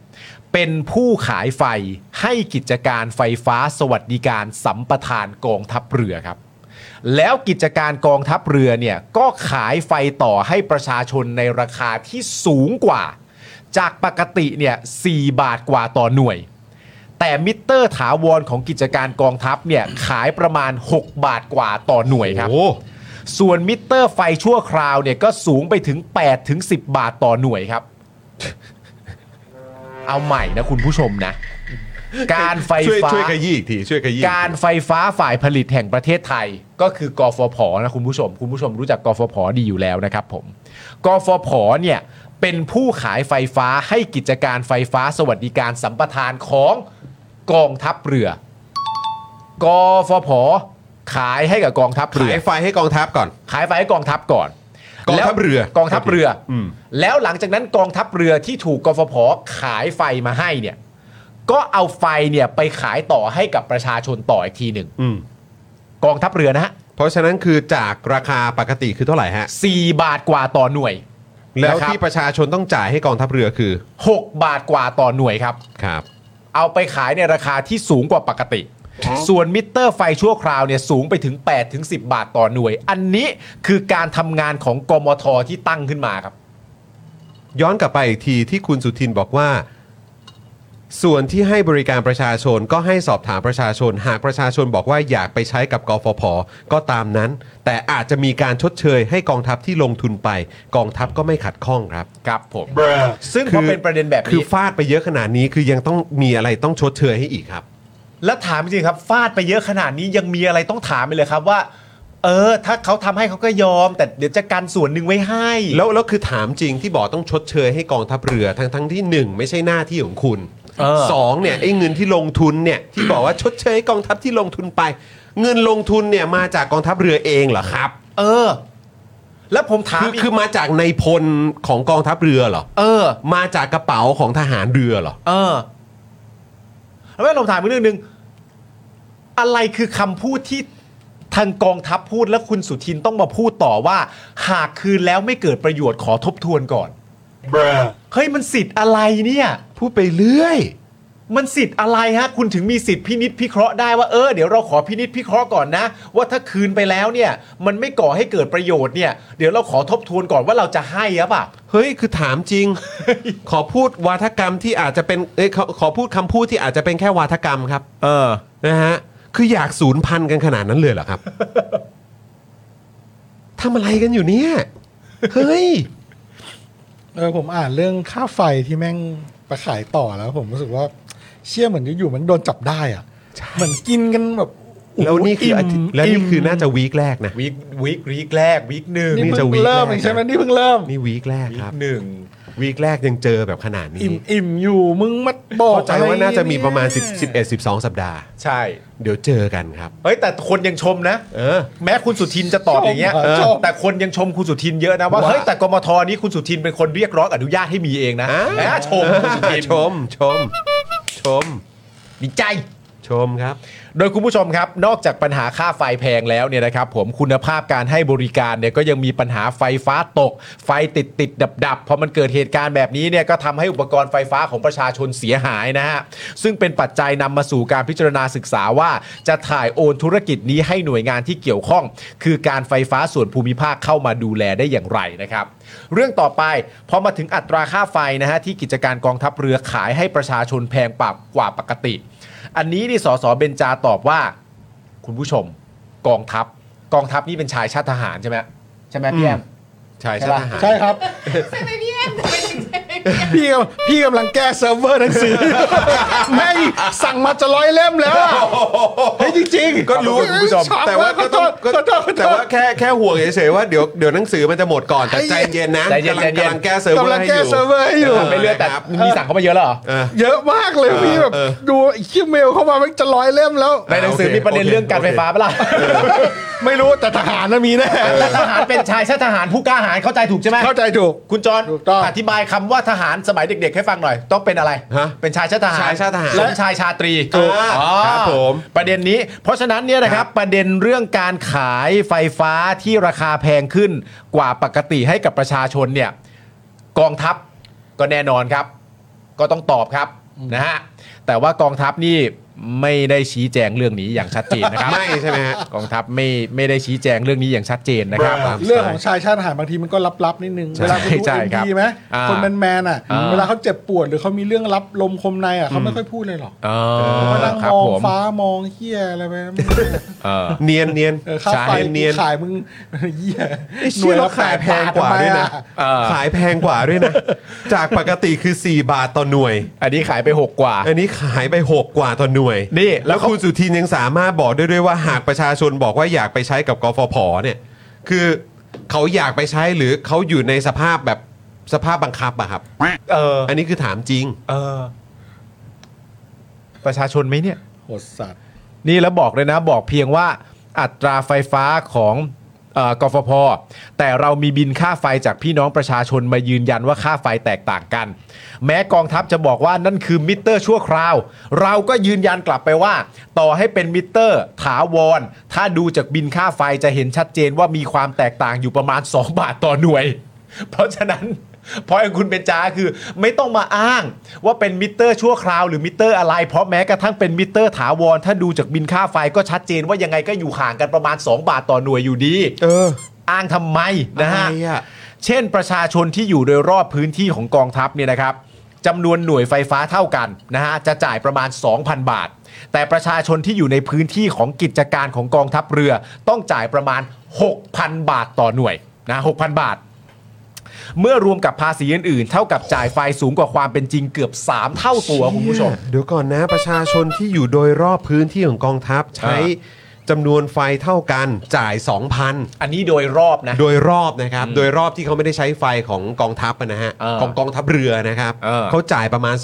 Speaker 2: เป็นผู้ขายไฟให้กิจการไฟฟ้าสวัสดิการสัมปทานกองทัพเรือครับ แล้วกิจการกองทัพเรือเนี่ยก็ขายไฟต่อให้ประชาชนในราคาที่สูงกว่า จากปกติเนี่ย4บาทกว่าต่อหน่วย แต่มิเตอร์ถาวรของกิจการกองทัพเนี่ยขายประมาณ 6 บาทกว่าต่อหน่วยครับ
Speaker 1: โอ้
Speaker 2: ส่วนมิเตอร์ไฟชั่วคราวเนี่ยก็สูงไปถึง 8 ถึง 10 บาทต่อหน่วย ครับ เอาใหม่นะคุณผู้ชมนะ การไฟ
Speaker 1: ช่วย
Speaker 2: ฟ้า
Speaker 1: ช่วยขยี้อีกทีช่วยขยี้อีที
Speaker 2: การไฟฟ้าฝ่ายผลิตแห่งประเทศไทยก็คือกฟผนะคุณผู้ชม คุณผู้ชมรู้จักกฟผดีอยู่แล้วนะครับผมกฟผเนี่ยเป็นผู้ขายไฟฟ้าให้กิจการไฟฟ้าสวัสดิการสัมปทานของกองทัพเรือกฟผขายให้กับกองทัพเรือ
Speaker 1: ขายไฟให้กองทัพก่อน
Speaker 2: ขายไฟให้กองทัพก่อน
Speaker 1: กองทัพ
Speaker 2: แล้ว
Speaker 1: เรือก
Speaker 2: องทัพเรืออ
Speaker 1: ม
Speaker 2: แล้วหลังจากนั้นกองทัพเรือที่ถูกกฟผขายไฟมาให้เนี่ย ก็เอาไฟเนี่ยไปขายต่อให้กับประชาชนต่ออีกทีหนึ่ง
Speaker 1: อืม
Speaker 2: กองทัพเรือนะฮะ
Speaker 1: เพราะฉะนั้นคือจากราคาปกติคือเท่าไหร่ฮะ
Speaker 2: สี่บาทกว่าต่อหน่วย
Speaker 1: แล้ว
Speaker 2: นะครับ
Speaker 1: ที่ประชาชนต้องจ่ายให้กองทัพเรือคือ
Speaker 2: หกบาทกว่าต่อหน่วยครับ
Speaker 1: ครับ
Speaker 2: เอาไปขายในราคาที่สูงกว่าปกติ ส่วนมิเตอร์ไฟชั่วคราวเนี่ยสูงไปถึง8ถึง10 บาทต่อหน่วย อันนี้คือการทำงานของกมทที่ตั้งขึ้นมาครับ
Speaker 1: ย้อนกลับไปอีกทีที่คุณสุทินบอกว่า ส่วนที่ให้บริการประชาชนก็ให้สอบถามประชาชน หากประชาชนบอกว่าอยากไปใช้กับกฟผก็ตามนั้น แต่อาจจะมีการชดเชยให้กองทัพที่ลงทุนไป กองทัพก็ไม่ขัดข้องครับ
Speaker 2: ครับผม ซึ่งพอเป็นประเด็นแบบ
Speaker 1: คือ
Speaker 2: นี้
Speaker 1: ฟาดไปเยอะขนาดนี้คือยังต้องมีอะไรต้องชดเชยให้อีกครับ
Speaker 2: แล้วถามจริงๆครับฟาดไปเยอะขนาดนี้ยังมีอะไรต้องถามไปเลยครับว่า เออ ถ้าเขาทำให้เขาก็ยอม แต่เดี๋ยวจะกันส่วนหนึ่งไว้ให้
Speaker 1: แล้วแล้วคือถามจริงที่บอกต้องชดเชยให้กองทัพเรือทั้งทั้งที่หนึ่งไม่ใช่หน้าที่ของคุณ
Speaker 2: เออ
Speaker 1: สองเนี่ยไอ้เงินที่ลงทุนเนี่ยที่บอกว่าชดเชยให้กองทัพที่ลงทุนไป เงินลงทุนเนี่ยมาจากกองทัพเรือเองเหรอครับ
Speaker 2: เออ แล้วผมถาม
Speaker 1: คือ
Speaker 2: อีก
Speaker 1: คือมาจากในพลของกองทัพเรือเหรอ
Speaker 2: เออ
Speaker 1: มาจากกระเป๋าของทหารเรือเหรอ
Speaker 2: เออแล้วแม่ผมถามอีกเรื่องหนึ่งอะไรคือคำพูดที่ทางกองทัพพูดแล้วคุณสุทินต้องมาพูดต่อว่า หากคืนแล้วไม่เกิดประโยชน์ขอทบทวนก่อนเฮ้ยมันสิทธิ์อะไรเนี่ย
Speaker 1: พูดไปเรื่อย
Speaker 2: มันสิทธิ์อะไรฮะ คุณถึงมีสิทธิ์พินิษพิเคราะห์ได้ว่าเออเดี๋ยวเราขอพินิษพิเคราะห์ก่อนนะ ว่าถ้าคืนไปแล้วเนี่ย มันไม่ก่อให้เกิดประโยชน์เนี่ย เดี๋ยวเราขอทบทวนก่อนว่าเราจะให้หรือเปล่า
Speaker 1: เฮ้ย คือถามจริง ขอพูดวาทกรรมที่อาจจะเป็นเอ้ยขอขอพูดคำพูดที่อาจจะเป็นแค่วาทกรรมครับ เออ นะฮะ คืออยากศูนย์พันกันขนาดนั้นเลยเหรอ ครับ ทำอะไรกันอยู่เนี่ย เฮ้ย
Speaker 3: เออผมอ่านเรื่องค่าไฟที่แม่งไปขายต่อแล้ว ผมรู้สึกว่าเชี่ยเหมือนอยู่ๆมันโดนจับได้อ่ะเหมือนกินกันแบบ
Speaker 1: แล้วนี่คืออาทิตย์แล้วนี่คือน่าจะวีคแรกนะ
Speaker 2: วีควีควีคแรกวีคหนึ่ง
Speaker 3: นี่
Speaker 1: จะ
Speaker 3: เพิ่ง
Speaker 1: วีค
Speaker 3: เริ่ม
Speaker 1: แรก
Speaker 3: เองใช่ไหมนี่เพิ่งเริ่ม
Speaker 1: นี่วีคแรก
Speaker 2: วี
Speaker 1: ครั
Speaker 2: ค
Speaker 1: บ
Speaker 2: หนึ่ง
Speaker 1: วีคแรกยังเจอแบบขนาดนี้
Speaker 3: อิ่มอิ่มอยู่มึงมาบอก
Speaker 1: เข้าใจ
Speaker 3: อไ
Speaker 1: ว่าน่าจะมีประมาณ
Speaker 3: เนี่ย
Speaker 1: 10 11 12 สัปดาห์
Speaker 2: ใช่
Speaker 1: เดี๋ยวเจอกันครับ
Speaker 2: เฮ้ยแต่คนยังชมนะ
Speaker 1: เออ
Speaker 2: แม้คุณสุทินจะตอบอย่างเงี้ย
Speaker 3: ชมเหรอชม
Speaker 2: แต่คนยังชมคุณสุทินเยอะนะว่าเฮ้ยแต่กมทนี้คุณสุทินเป็นคนเรียกร้องอนุญาตให้มีเองนะ
Speaker 1: อ่า
Speaker 2: แหมชมคุณสุทิน
Speaker 1: ชม ชม ชม
Speaker 2: ดีใจ
Speaker 1: ชมครับ
Speaker 2: โดยคุณผู้ชมครับ นอกจากปัญหาค่าไฟแพงแล้วเนี่ยนะครับผมคุณภาพการให้บริการเนี่ยก็ยังมีปัญหาไฟฟ้าตก ไฟติดติดดับดับๆพอมันเกิดเหตุการณ์แบบนี้เนี่ยก็ทำให้อุปกรณ์ไฟฟ้าของประชาชนเสียหายนะฮะซึ่งเป็นปัจจัยนำมาสู่การพิจารณาศึกษาว่า จะถ่ายโอนธุรกิจนี้ให้หน่วยงานที่เกี่ยวข้อง คือการไฟฟ้าส่วนภูมิภาคเข้ามาดูแลได้อย่างไรนะครับ เรื่องต่อไปพอมาถึงอัตราค่าไฟนะฮะที่กิจการกองทัพเรือขายให้ประชาชนแพงปรับกว่าปกติ อันนี้นี่สสเบนจาตอบว่า คุณผู้ชม กองทัพ กองทัพนี่เป็นชายชาติทหารใช่ไหมใช่ไหมพี่แอม
Speaker 1: ชายชาติทหาร
Speaker 7: ใช่ครับ
Speaker 8: ใช่ไหมพี่แอมทำไมถึงใช่ไหม
Speaker 3: พี่กำลังพี่กำลังแก้เซิร์ฟเวอร์หนัง สือ ไม่สั่งมาจะร้อยเล่มแล้วอะเฮ้ยจริงๆ
Speaker 1: ก็รู้คุณผู้ชม
Speaker 3: ช็อก
Speaker 1: แต่ว่า
Speaker 3: ข
Speaker 1: ก็
Speaker 3: อโท
Speaker 1: ต้อง
Speaker 3: ษขอโทษขอโทษ
Speaker 1: แต่ว่าแค่แค่ห่วงเฉยๆว่าเดี๋ยวเดี๋ยวหนังสือมันจะหมดก่อนแต่ใจเย็นนะ
Speaker 2: ใจเย็น
Speaker 1: กำลัง
Speaker 2: ใจเย็น
Speaker 1: กำลังแก้เซิร์ฟเวอร์
Speaker 3: กำลัง
Speaker 1: ให้อยู่
Speaker 3: แก้เซิร์ฟเวอร์ให้อยู่
Speaker 2: ไปเรื่อยแต่
Speaker 1: ครับ
Speaker 2: มีสั่งเข้ามาเยอะแล้วเหรอ
Speaker 1: เออ
Speaker 3: เยอะมากเลยพี่แบบ
Speaker 1: เออ
Speaker 3: ดูคิวเมลเข้ามามันจะร้อยเล่มแล้ว
Speaker 2: ในหนังสือมีประเด็นเรื่องการไฟฟ้าปะล่ะ
Speaker 3: ไม่รู้แต่ทหารน่ะมีแน่
Speaker 2: แต่ทหารเป็นชายชาติทหารผู้กล้าหาญเข้าใจถูกใช่ไหม
Speaker 3: เข้าใจถูก
Speaker 2: คุณจร
Speaker 3: ถูกต้อง
Speaker 2: อธิบายคำว่าทหารสมัยเด็ก ๆ ให้ฟังหน่อย ต้องเป็นอะไร
Speaker 1: ฮะ
Speaker 2: เป็นชายชาติทหาร
Speaker 1: ชายชาติทหาร
Speaker 2: สมชายชาตรี
Speaker 1: ถูก
Speaker 2: อ๋อ
Speaker 1: ครับผม
Speaker 2: ประเด็นนี้ เพราะฉะนั้นเนี่ยนะค
Speaker 1: ครั
Speaker 2: รับ บ ประเด็นเรื่องการขายไฟฟ้าที่ราคาแพงขึ้นกว่าปกติให้กับประชาชนเนี่ยกองทัพก็แน่นอนครับ ก็ต้องตอบครับนะฮะแต่ว่ากองทัพนี่ไม่ได้ชี้แจงเรื่องนี้อย่างชัดเจนนะครับ
Speaker 1: ไม่ใช่ไหมฮะ
Speaker 2: กองทัพไม่ไม่ได้ชี้แจงเรื่องนี้อย่างชัดเจนนะครับ
Speaker 1: ครับ
Speaker 3: เรื่องของชายชาติทหารบางทีมันก็ลับๆนิดนึง
Speaker 2: ใช่
Speaker 3: เวลาคุณดู
Speaker 2: ใช่
Speaker 3: เอ็ม
Speaker 2: ครับ
Speaker 3: ดีไหม
Speaker 2: อ่า
Speaker 3: คนแมนๆอ่ะ
Speaker 2: อ่า
Speaker 3: เวลาเขาเจ็บปวดหรือเขามีเรื่องรับลมคมในอ่ะเขาไม่ค่อยพูดเลยหรอก
Speaker 2: เอ
Speaker 3: เขาก็
Speaker 2: อ
Speaker 3: นั่ง
Speaker 2: ครับ
Speaker 3: มอง
Speaker 2: ผม
Speaker 3: ฟ้ามองเฮียอะไรไปนะ
Speaker 2: เออ
Speaker 1: เนียนเนียน
Speaker 3: เออค่าไฟ
Speaker 1: เนียนเนียน
Speaker 3: ขายมึง เฮีย
Speaker 1: เชื่อเราขายแพงกว่าด้วยนะ
Speaker 2: เออ
Speaker 1: ขายแพงกว่าด้วยนะ จากปกติคือ 4 บาทต่อหน่วย
Speaker 2: อันนี้ขายไป 6 กว่า
Speaker 1: อันนี้ขายไป 6 กว่าต่อหน่วย
Speaker 2: นี่แล้
Speaker 1: แล้ว ว
Speaker 2: เขา
Speaker 1: คุณสุทินยังสามารถบอกได้ด้วยว่าหากประชาชนบอกว่าอยากไปใช้กับกฟผเนี่ยคือเขาอยากไปใช้หรือเขาอยู่ในสภาพแบบสภาพบังคับอะครับ
Speaker 2: เออ
Speaker 1: อันนี้คือถามจริง
Speaker 2: เออ ประชาชนไหมเนี่ย
Speaker 3: โหดสัตว์
Speaker 2: นี่แล้วบอกเลยนะ บอกเพียงว่าอัตราไฟฟ้าของเอ่อกฟพ แต่เรามีบินค่าไฟจากพี่น้องประชาชนมายืนยันว่าค่าไฟแตกต่างกัน แม้กองทัพจะบอกว่านั่นคือมิเตอร์ชั่วคราว เราก็ยืนยันกลับไปว่า ต่อให้เป็นมิเตอร์ถาวร ถ้าดูจากบินค่าไฟจะเห็นชัดเจนว่ามีความแตกต่างอยู่ประมาณ 2 บาทต่อหน่วย เพราะฉะนั้นพอยของคุณเบนจาคือไม่ต้องมาอ้างว่าเป็นมิเตอร์ชั่วคราวหรือมิเตอร์อะไร เพราะแม้กระทั่งเป็นมิเตอร์ถาวร ถ้าดูจากบินค่าไฟก็ชัดเจนว่ายังไงก็อยู่ห่างกันประมาณ 2 บาทต่อหน่วยอยู่ดี
Speaker 1: เออ
Speaker 2: อ้างทำไมนะฮะ
Speaker 1: อไรอ
Speaker 2: เช่นประชาชนที่อยู่โดยรอบพื้นที่ของกองทัพเนี่ยนะครับจำนวนหน่วยไฟฟ้าเท่ากันนะฮะจะจ่ายประมาณ 2,000 บาท แต่ประชาชนที่อยู่ในพื้นที่ของกิจการของกองทัพเรือ ต้องจ่ายประมาณ 6,000 บาทต่อหน่วยนะ6,000 บาท เมื่อรวมกับภาษีอื่นๆ เท่ากับจ่ายไฟสูงกว่าความเป็นจริงเกือบ 3 เท่าตัวคุณผู้ชม
Speaker 1: เดี๋ยวก่อนนะประชาชนที่อยู่โดยรอบพื้นที่ของกองทัพใช้
Speaker 2: อ่
Speaker 1: จำนวนไฟเท่ากันจ่าย 2,000
Speaker 2: อันนี้โดยรอบนะ
Speaker 1: โดยรอบนะครับ โดยรอบที่เขาไม่ได้ใช้ไฟของกองทัพอะนะฮะ
Speaker 2: เออ
Speaker 1: ของกองทัพเรือนะครับ
Speaker 2: เออ
Speaker 1: จ่ายประมาณ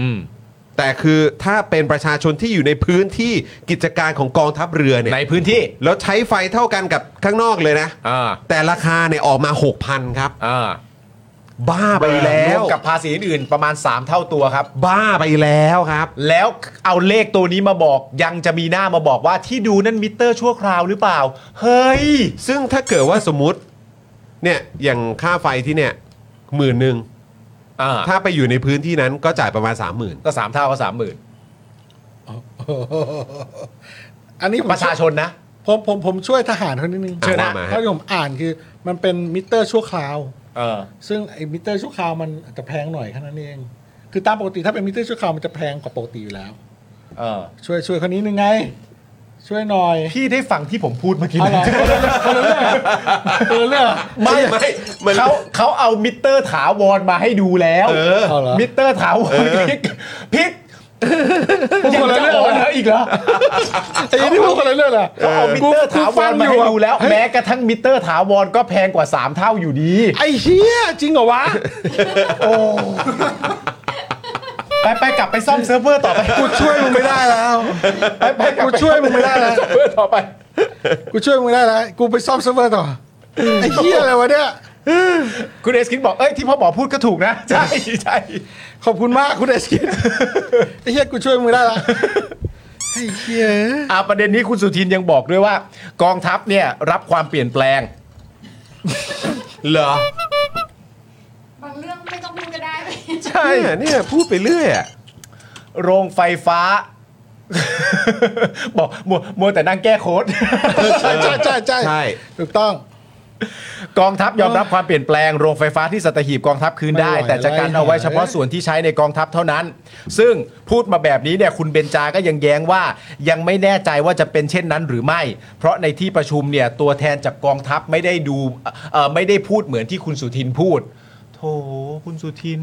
Speaker 2: อืม
Speaker 1: 2,000 แต่คือถ้าเป็นประชาชนที่อยู่ในพื้นที่กิจการของกองทัพเรือเนี่ย
Speaker 2: ในพื้นที่
Speaker 1: แล้วใช้ไฟเท่ากันกับข้างนอกเลยนะ
Speaker 2: อ่า
Speaker 1: แต่ราคาเนี่ยออกมา 6,000 ครับ
Speaker 2: อ่า
Speaker 1: บ้าไปแล้ว
Speaker 2: รวมกับภาษีอื่นๆประมาณ 3 เท่าตัวครับ
Speaker 1: บ้าไปแล้วครับ
Speaker 2: แล้วเอาเลขตัวนี้มาบอกยังจะมีหน้ามาบอกว่าที่ดูนั่นมิเตอร์ชั่วคราวหรือเปล่า เฮ้ย
Speaker 1: ซึ่งถ้าเกิดว่าสมมติเนี่ยอย่างค่าไฟที่เนี่ยหมื่นหนึ่ง
Speaker 2: อ่า
Speaker 1: ถ้าไปอยู่ในพื้นที่นั้นก็จ่ายประมาณ 3 0,000ื่น
Speaker 2: ก็สามเท่าก็สามหมื่น
Speaker 3: อันนี้ผม
Speaker 2: ประชาชนนะ
Speaker 3: ผมผมผมช่วยทหารเขานิดนึง
Speaker 2: เชิญนะ
Speaker 1: มา
Speaker 3: เพ
Speaker 1: ฮะ
Speaker 3: ราะที่ผมอ่านคือมันเป็นมิเตอร์ชั่วคราว
Speaker 2: เออ
Speaker 3: ซึ่งไอ้มิเตอร์ชั่วคราวมันอาจจะแพงหน่อยแค่นั้นเอง คือตามปกติถ้าเป็นมิเตอร์ชั่วคราวมันจะแพงกว่าปกติอยู่แล้ว
Speaker 2: เออ
Speaker 3: ช่วยช่วยคนนี้หนึ่งไง ช่วยหน่อย
Speaker 2: พี่ได้ฟังที่ผมพูดเมื่อกี้ไห
Speaker 3: เอา
Speaker 2: ม
Speaker 3: เหรอคนละเรื่องคนละเรื่อง
Speaker 1: ไม่ไม่มัน
Speaker 2: เขาเขาเอามิเตอร์ถาวรมาให้ดูแล้ว
Speaker 1: เออ
Speaker 3: เอาเหรอ
Speaker 2: มิเตอร์ถาวรพิกพิกยังจะโอนอีกเหรอ
Speaker 3: ไอ้นี่พูดคนละเรื่องอะ
Speaker 2: เขาเอามิเตอร์ถาวรมาให้ดูแล้ว
Speaker 3: เฮ้ย
Speaker 2: แม้กระทั่งมิเตอร์ถาวรก็แพงกว่าสามเท่าอยู่ดี
Speaker 3: ไอ้เหี้ยจริงเหรอวะ
Speaker 2: ไปไปกลับไปซ่อมเซิร์ฟเวอร์ต่อไป
Speaker 3: กูช่วยมึงไม่ได้แล้ว
Speaker 2: ไปไปกลับ
Speaker 3: กู
Speaker 2: ไป
Speaker 3: ช่วยมึงไม่ได้แล้ว
Speaker 2: เซิร์ฟเวอร์ต่อไป
Speaker 3: กูช่วยมึงไม่ได้แล้ว กูไปซ่อมเซิร์ฟเวอร์ต่อ ไอ้เหี้ยอะไรวะเนี่ย
Speaker 2: คุณเอสคิดบอก เอ้ย ที่พ่อหมอพูดก็ถูกนะ ใช่ใช่
Speaker 3: ขอบคุณมากคุณเอสกินไอ้เหี้ยกูช่วยมึงได้ละ ไอ้เหี้ย
Speaker 2: อ่าประเด็นนี้คุณสุทินยังบอกด้วยว่า กองทัพเนี่ยรับความเปลี่ยนแปลง
Speaker 1: เหรอบ
Speaker 5: างเรื่องไม่ต้องพูดก็ได้
Speaker 1: ใช่ยเนี่ยพูดไปเรื่อยอะ
Speaker 2: โรงไฟฟ้า บอกมัวมัวแต่นั่งแก้โค้ด
Speaker 3: ใช่ใช่ใช่ใช่
Speaker 1: ใช่
Speaker 3: ถูกต้อง
Speaker 2: กองทัพยอมรับความเปลี่ยนแปลงโรงไฟฟ้าที่สัตหีบกองทัพคืนได้
Speaker 3: ไม่ไหว
Speaker 2: แต่จะกันเอาไว้
Speaker 3: แล้ว
Speaker 2: เฉพาะส่วนที่ใช้ในกองทัพเท่านั้น ซึ่งพูดมาแบบนี้เนี่ยคุณเบนจาก็ยังแย้งว่า ยังไม่แน่ใจว่าจะเป็นเช่นนั้นหรือไม่ เพราะในที่ประชุมเนี่ยตัวแทนจากกองทัพไม่ได้ดูเอ่อไม่ได้พูดเหมือนที่คุณสุทินพูดโถคุณสุทิน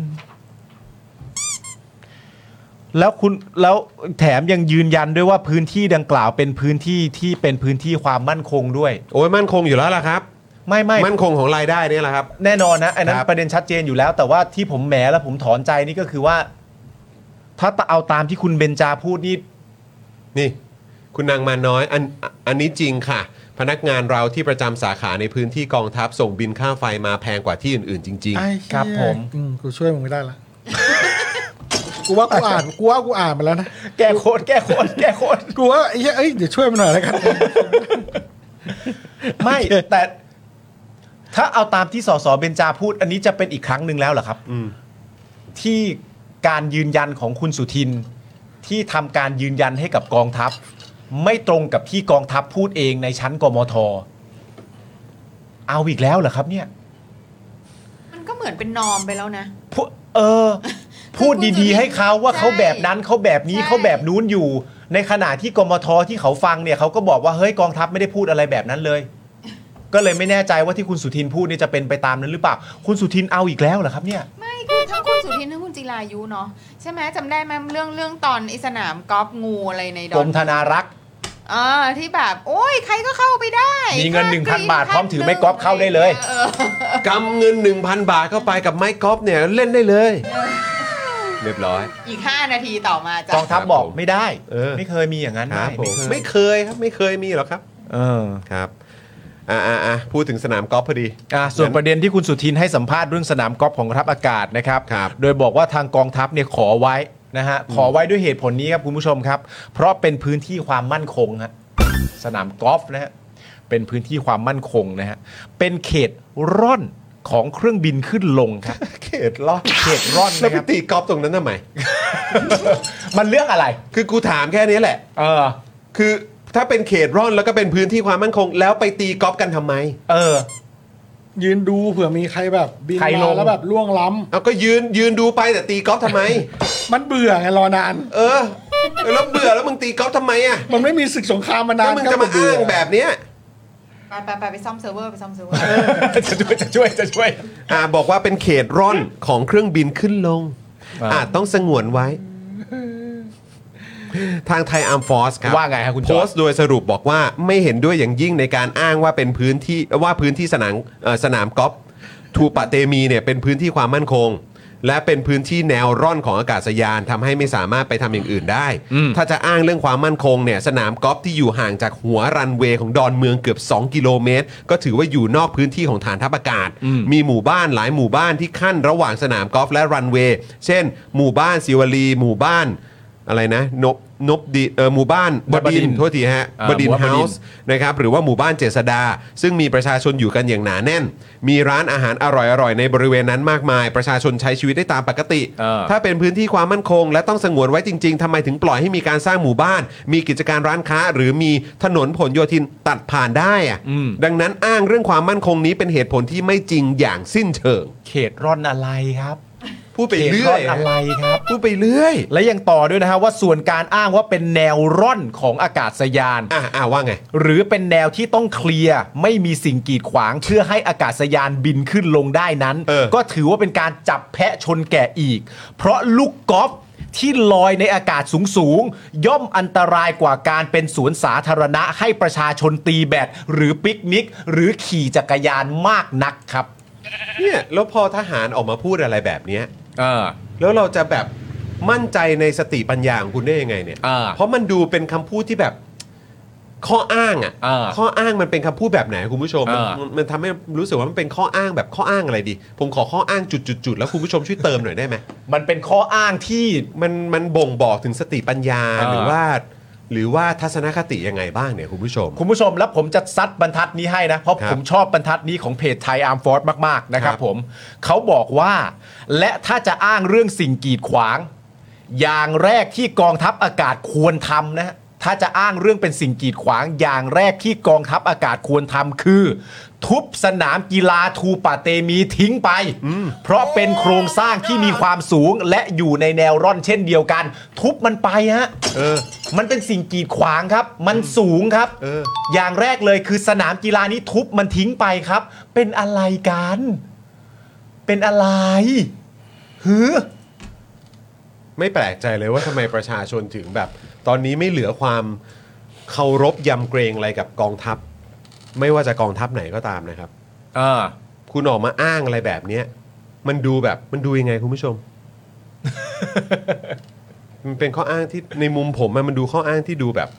Speaker 2: แล้วคุณแล้วแถมยังยืนยันด้วยว่าพื้นที่ดังกล่าวเป็นพื้นที่ที่เป็นพื้นที่ความมั่นคงด้วย
Speaker 1: โอ้ยมั่นคงอยู่แล้วล่ะครับ
Speaker 2: ไม่ไม่
Speaker 1: มั่นคงของรายได้เนี่ยแหละครับ
Speaker 2: แน่นอนนะอันนั้
Speaker 1: คน รับ
Speaker 2: ประเด็นชัดเจนอยู่แล้ว แต่ว่าที่ผมแหมแล้วผมถอนใจนี่ก็คือว่า ถ้าเอาตามที่คุณเบนจาพูดนี่
Speaker 1: นี่ คุณนางมาน้อยอันอันนี้จริงค่ะ พนักงานเราที่ประจำสาขาในพื้นที่กองทัพส่งบินค่าไฟมาแพงกว่าที่อื่น ๆ จริง
Speaker 3: ไอ้เหี้ย
Speaker 2: ครับผม
Speaker 3: อืกูช่วยมึงไม่ได้ละ กูว่ากูอ่านกูว่ากูอ่านมาแล้วนะ
Speaker 2: แก้โคตรแก้โคตรแก้โคตร
Speaker 3: กูว่าไอ้เหี้ยเอ้ยเดี๋ยวช่วยมันหน่อยแล้วกัน
Speaker 2: ไม่
Speaker 3: โอเค
Speaker 2: แต่ ถ้าเอาตามที่สสเบนจาพูด อันนี้จะเป็นอีกครั้งหนึ่งแล้วเหรอครับ
Speaker 1: อืม
Speaker 2: ที่การยืนยันของคุณสุทิน ที่ทำการยืนยันให้กับกองทัพ ไม่ตรงกับที่กองทัพพูดเองในชั้นกมทเอาอีกแล้วเหรอครับ เนี่ย
Speaker 5: มันก็เหมือนเป็นนอมไปแล้วนะ
Speaker 2: พูดเอ อ พูดดีๆ ให้เขาว่าเขาแบบนั้นเขาแบบนี้
Speaker 5: ใช่
Speaker 2: เขาแบบนู้นอยู่ ในขณะที่กมทที่เขาฟังเนี่ยเขาก็บอกว่าเฮ้ยกองทัพไม่ได้พูดอะไรแบบนั้น เลย ก็เลยไม่แน่ใจว่าที่คุณสุทินพูดเนี่ยจะเป็นไปตามนั้นหรือเปล่า คุณสุทินเอาอีกแล้วเหรอครับเนี่ย
Speaker 5: ไม่คือทั้งคุณสุทินทั้งคุณจิรายุเนาะใช่ไหมจำได้ไหมเรื่องเรื่องตอนไอสนามกอล์ฟงูอะไรในด
Speaker 2: ก
Speaker 5: อ
Speaker 2: ร
Speaker 5: น
Speaker 2: มธนารักษ์
Speaker 5: เออที่แบบ โอ้ยใครก็เข้าไปได้
Speaker 2: มีเงิน
Speaker 5: ค่า
Speaker 2: 1,000
Speaker 5: ก
Speaker 2: บาทพร้อมถือไม้กอล์ฟเข้าได้เลย
Speaker 5: ออ
Speaker 1: ๆกำเงิน 1,000 บาทเข้าไปกับไม้กอล์ฟเนี่ยเล่นได้เลย เรียบร้อย
Speaker 5: อีก 5 นาทีต่อมาจ้ะ
Speaker 2: กองทัพ
Speaker 1: ครับ
Speaker 2: บอก
Speaker 1: ผม
Speaker 2: ไม่ได้
Speaker 1: เออ
Speaker 2: ไม่เคยมีอย่างนั้น
Speaker 1: ครับผม
Speaker 2: ไม่
Speaker 1: ไม่
Speaker 2: เค
Speaker 1: เค
Speaker 2: ย
Speaker 1: ยครับไม่เคยมีหรอกครับ
Speaker 2: เออ
Speaker 1: ครับอ่าอ่าพูดถึงสนามกอล์ฟพอดี
Speaker 2: อ่ะส่วนประเด็นที่คุณสุทินให้สัมภาษณ์เรื่องสนามกอล์ฟของทัพอากาศนะครับ
Speaker 1: ครับ
Speaker 2: โดยบอกว่าทางกองทัพเนี่ยขอไว้นะฮะขอไว้ด้วยเหตุผลนี้ครับคุณผู้ชมครับ เพราะเป็นพื้นที่ความมั่นคงฮะสนามกอล์ฟนะฮะเป็นพื้นที่ความมั่นคงนะฮะเป็นเขตร่อนของเครื่องบินขึ้นลงครับ
Speaker 1: เขตล้อ
Speaker 2: เขตร่อน
Speaker 1: แล้ว
Speaker 2: นะ
Speaker 1: ไป
Speaker 2: ครับ
Speaker 1: ตีกอล์ฟตรงนั้นทำไม
Speaker 2: มันเรื่องอะไร
Speaker 1: คือกูถามแค่นี้แหละ
Speaker 2: เออ
Speaker 1: คือถ้าเป็นเขตร่อนแล้วก็เป็นพื้นที่ความมั่นคง แล้วไปตีกอล์ฟกันทำไม
Speaker 2: เออ
Speaker 3: ยืนดูเผื่อมีใครแบบบิน
Speaker 2: ใครล
Speaker 3: มาง แล้วแบบล่วงล้
Speaker 1: เอาก็ยืนยืนดูไปแต่ตีกอล์ฟทำไม
Speaker 3: ำมันเบื่อไงรอนาน
Speaker 1: เออแล้วเบื่อแล้วมึงตีกอล์ฟทำไมอ่ะ
Speaker 3: มันไม่มีศึกสงครามมานา
Speaker 1: ถ้าน มึงจะมา
Speaker 3: ก็เบื่
Speaker 1: อ้างแบบเนี้ย
Speaker 5: ไปไปไปไปซ่อมเซิร์ฟเวอร์ ไปซ่อมเซิร์ฟเวอร์
Speaker 2: จะช่วยจะช่วยจะช่วย
Speaker 1: อ่าบอกว่าเป็นเขตร่อนของเครื่องบินขึ้นลง
Speaker 2: อ่า
Speaker 1: อาจต้องสงวนไว้ ทางไทยอาร์มฟอร์สครับ
Speaker 2: ว่าไงครับคุณจอร์
Speaker 1: โพ
Speaker 2: จ
Speaker 1: สต์โดยสรุปบอกว่าไม่เห็นด้วยอย่างยิ่งในการอ้างว่าเป็นพื้นที่ว่าพื้นที่สนามเอ่อสนามกอล์ฟทูปะเตมีเนี่ยเป็นพื้นที่ความมั่นคง และเป็นพื้นที่แนวร่อนของอากาศยานทำให้ไม่สามารถไปทำอย่างอื่นได้ ถ้าจะอ้างเรื่องความมั่นคงเนี่ยสนามกอล์ฟที่อยู่ห่างจากหัวรันเวย์ของดอนเมืองเกือบ 2 กิโลเมตร ก็ถือว่าอยู่นอกพื้นที่ของฐานทัพอากาศ มีหมู่บ้านหลายหมู่บ้านที่ขั้นระหว่างสนามกอล์ฟและรันเวย์เช่น หมู่บ้านศิวลี หมู่บ้าน อะไรนะนบนบดีเออหมู่บ้านบดินทร์
Speaker 2: บดินทร์
Speaker 1: โทษทีฮะ
Speaker 2: อ่า
Speaker 1: บดิน
Speaker 2: หมู่
Speaker 1: เฮา
Speaker 2: บ้านบดินทร์
Speaker 1: ส์นะครับหรือว่าหมู่บ้านเจษดา ซึ่งมีประชาชนอยู่กันอย่างหนาแน่น มีร้านอาหารอร่อยๆ ในบริเวณนั้นมากมาย ประชาชนใช้ชีวิตได้ตามปกติ
Speaker 2: เออ
Speaker 1: ถ้าเป็นพื้นที่ความมั่นคง และต้องสงวนไว้จริง ๆทำไมถึงปล่อยให้มีการสร้างหมู่บ้าน มีกิจการร้านค้า หรือมีถนนผลโยธินตัดผ่านได้อะดังนั้นอ้างเรื่องความมั่นคงนี้เป็นเหตุผลที่ไม่จริงอย่างสิ้นเชิง
Speaker 2: เขตร่อนอะไรครับ
Speaker 1: พูดไป
Speaker 2: เขต
Speaker 1: เรื่
Speaker 2: ร่
Speaker 1: อ
Speaker 2: อย นอะไรครับ
Speaker 1: พูดไปเรื่อย
Speaker 2: และยังต่อด้วยนะฮะว่าส่วนการอ้างว่าเป็นแนวร่อนของอากาศยาน
Speaker 1: อ่ะอ่ะว่าไง
Speaker 2: หรือเป็นแนวที่ต้องเคลียร์ไม่มีสิ่งกีดขวางเพื่อให้อากาศยานบินขึ้นลงได้นั้น
Speaker 1: เออ
Speaker 2: ก็ถือว่าเป็นการจับแพะชนแกะอีก เพราะลูกกอล์ฟที่ลอยในอากาศสูงสูงๆย่อมอันตรายกว่าการเป็นสวนสาธารณะให้ประชาชนตีแบดหรือปิกนิก หรือขี่จักรยานมากนักครับ
Speaker 1: เนี่ยแล้วพอทหารออกมาพูดอะไรแบบเนี้ย
Speaker 2: เออ
Speaker 1: แล้วเราจะแบบมั่นใจในสติปัญญาของคุณได้ยังไงเนี่ย
Speaker 2: อ่า
Speaker 1: เพราะมันดูเป็นคำพูดที่แบบข้ออ้างอ่ะ
Speaker 2: อ่า
Speaker 1: ข้ออ้างมันเป็นคำพูดแบบไหนคุณผู้ชม มัน
Speaker 2: อ่ามั
Speaker 1: นมันทำให้รู้สึกว่ามันเป็นข้ออ้างแบบข้ออ้างอะไรดี ผมขอข้ออ้างจุดๆๆแล้วคุณผู้ชมช่วยเติมหน่อยได้ไหม
Speaker 2: มันเป็นข้ออ้างที่
Speaker 1: มันมันบ่งบอกถึงสติปัญญา
Speaker 2: อ่า
Speaker 1: หรือว่า หรือว่าทัศนคติยังไงบ้างเนี่ยคุณผู้ชม
Speaker 2: คุณผู้ชมแล้วผมจะซัดบรรทัดนี้ให้นะ เพราะ
Speaker 1: ครับ
Speaker 2: ผมชอบบรรทัดนี้ของเพจไทยอาร์มฟอร์สมาก ๆ นะครับ
Speaker 1: ครับ
Speaker 2: ผมเขาบอกว่า และถ้าจะอ้างเรื่องสิ่งกีดขวาง อย่างแรกที่กองทัพอากาศควรทำนะฮะถ้าจะอ้างเรื่องเป็นสิ่งกีดขวาง อย่างแรกที่กองทัพอากาศควรทำคือ ทุบสนามกีฬาทูปาเตมีทิ้งไป เพราะเป็นโครงสร้างที่มีความสูงและอยู่ในแนวร่อนเช่นเดียวกัน ทุบมันไปฮะ
Speaker 1: เออ
Speaker 2: มันเป็นสิ่งกีดขวางครับ มันสูงครับ
Speaker 1: เออ
Speaker 2: อย่างแรกเลยคือสนามกีฬานี้ทุบมันทิ้งไปครับ เป็นอะไรกัน เป็นอะไรหือ
Speaker 1: ไม่แปลกใจเลยว่าทำไมประชาชนถึงแบบ ตอนนี้ไม่เหลือความเคารพยำเกรงอะไรกับกองทัพ ไม่ว่าจะกองทัพไหนก็ตามนะครับ
Speaker 2: เออ
Speaker 1: คุณออกมาอ้างอะไรแบบเนี้ยมันดูแบบมันดูยังไงคุณผู้ชม มันเป็นข้ออ้างที่ในมุมผมอะมันดูข้ออ้างที่ดูแบบ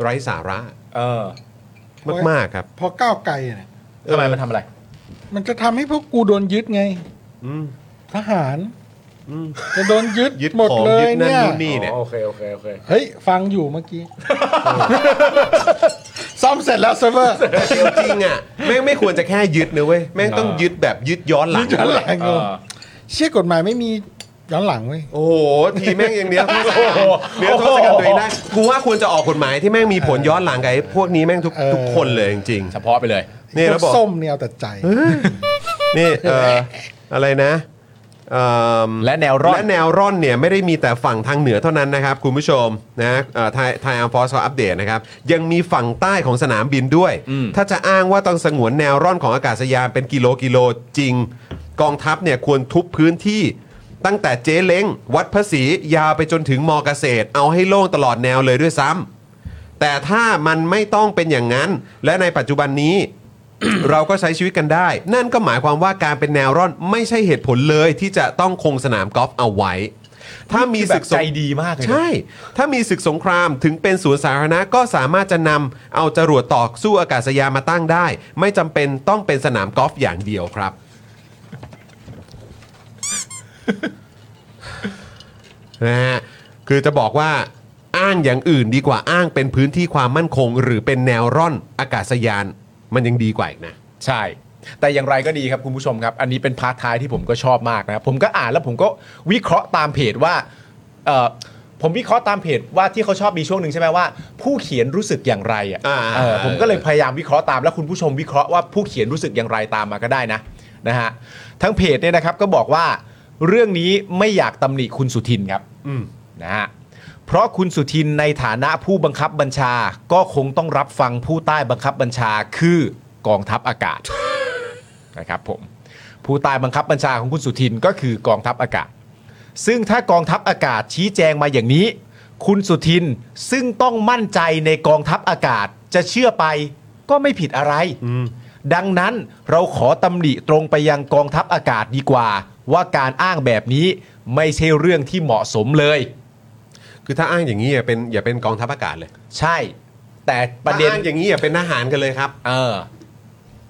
Speaker 1: ไร้สาระ
Speaker 2: เออ
Speaker 1: มาก ๆ ครับ
Speaker 3: พอก้าวไกลเนี่ย
Speaker 2: ทำไมมันทำอะไร
Speaker 3: มันจะทำให้พวกกูโดนยึดไง
Speaker 1: อืม
Speaker 3: ทหาร
Speaker 1: อืม
Speaker 3: จะโดนยึด
Speaker 1: ยึด
Speaker 3: หมด
Speaker 1: ของ
Speaker 3: เล
Speaker 1: ยึ
Speaker 3: ย
Speaker 1: ดนั่น
Speaker 3: เนี่ย
Speaker 1: นู่นนี่เนี่ย
Speaker 9: อ๋อโอเคโอเคโอเค
Speaker 3: เฮ้ย ฟังอยู่เมื่อกี้ ซ่อมเสร็จแล้วเซิร์ฟเวอร์
Speaker 1: แต่เอาจริงอ่ะแม่งไม่ควรจะแค่ยึดนะเว้ยแม่งต้องยึดแบบยึดย้อนหลัง
Speaker 3: ย้อนหลัง
Speaker 1: ด้วย
Speaker 3: เออเชี่ยกฎหมายไม่มีย้อนหลังเว้ย
Speaker 1: โอ้โหทีมแม่งอย่างเนี้ยเนื้อโทษกันตัวเองได้กูว่าควรจะออกกฎหมายที่แม่งมีผลย้อนหลังกับไอ้พวกนี้แม่งทุก
Speaker 3: เออ
Speaker 1: ทุกคนเลยจริง
Speaker 2: เฉพาะไปเลย
Speaker 1: ๆนี่แล้วบอก
Speaker 3: ส้มเนี่ยเอาแต่ใจ
Speaker 1: นี่เอ่ออะไรนะเอิ่ม
Speaker 2: และแนวร่อน
Speaker 1: และแนวร่อนเนี่ยไม่ได้มีแต่ฝั่งทางเหนือเท่านั้นนะครับ คุณผู้ชมนะไทยไทยอาร์มฟอสเขาอัปเดตนะครับ ยังมีฝั่งใต้ของสนามบินด้วย ถ้าจะอ้างว่าต้องสงวนแนวร่อนของอากาศยานเป็นกิโลกิโลจริง กองทัพเนี่ยควรทุบพื้นที่ ตั้งแต่เจ๊เล้ง วัดพระศรียาวไปจนถึงมอเกษตร เอาให้โล่งตลอดแนวเลยด้วยซ้ำ แต่ถ้ามันไม่ต้องเป็นอย่างนั้น และในปัจจุบันนี้ เราก็ใช้ชีวิตกันได้ นั่นก็หมายความว่าการเป็นแนวร่อนไม่ใช่เหตุผลเลยที่จะต้องคงสนามกอล์ฟเอาไว้ ถ้ามีศึกสง
Speaker 2: ใจดีมากเลยนะ
Speaker 1: ใช่ ถ้ามีศึกสงครามถึงเป็นสวนสาธารณะก็สามารถจะนำเอาจรวดตอกสู้อากาศยานมาตั้งได้ ไม่จำเป็นต้องเป็นสนามกอล์ฟอย่างเดียวครับ นะฮะคือจะบอกว่าอ้างอย่างอื่นดีกว่าอ้างเป็นพื้นที่ความมั่นคง หรือเป็นแนวร่อนอากาศยานมันยังดีกว่าอีกนะ
Speaker 2: ใช่ แต่อย่างไรก็ดีครับคุณผู้ชมครับ อันนี้เป็นพาร์ทท้ายที่ผมก็ชอบมากนะครับ ผมก็อ่านแล้วผมก็วิเคราะห์ตามเพจว่าเอ่อผมวิเคราะห์ตามเพจว่าที่เขาชอบมีช่วงหนึ่งใช่ไหมว่า ผู้เขียนรู้สึกอย่างไรอ่ะ
Speaker 1: อ่า
Speaker 2: เออผมก็เลยพยายามวิเคราะห์ตามแล้วคุณผู้ชมวิเคราะห์ว่าผู้เขียนรู้สึกอย่างไรตามมาก็ได้นะนะฮะทั้งเพจเนี่ยนะครับก็บอกว่าเรื่องนี้ไม่อยากตำหนิคุณสุทินครับ นะฮะ เพราะคุณสุทินในฐานะผู้บังคับบัญชา ก็คงต้องรับฟังผู้ใต้บังคับบัญชาคือกองทัพอากาศ นะครับผม ผู้ใต้บังคับบัญชาของคุณสุทินก็คือกองทัพอากาศ ซึ่งถ้ากองทัพอากาศชี้แจงมาอย่างนี้ คุณสุทินซึ่งต้องมั่นใจในกองทัพอากาศจะเชื่อไปก็ไม่ผิดอะไร ดังนั้นเราขอตำหนิตรงไปยังกองทัพอากาศดีกว่า ว่าการอ้างแบบนี้ไม่ใช่เรื่องที่เหมาะสมเลย
Speaker 1: คือถ้าอ้างอย่างนี้อย่าเป็นอย่าเป็นกองทัพอากาศเลย
Speaker 2: ใช่ แต่ประเด็น
Speaker 1: ถ้าอ้างอย่างนี้อย่าเป็นทหารกันเลยครับ
Speaker 2: เออ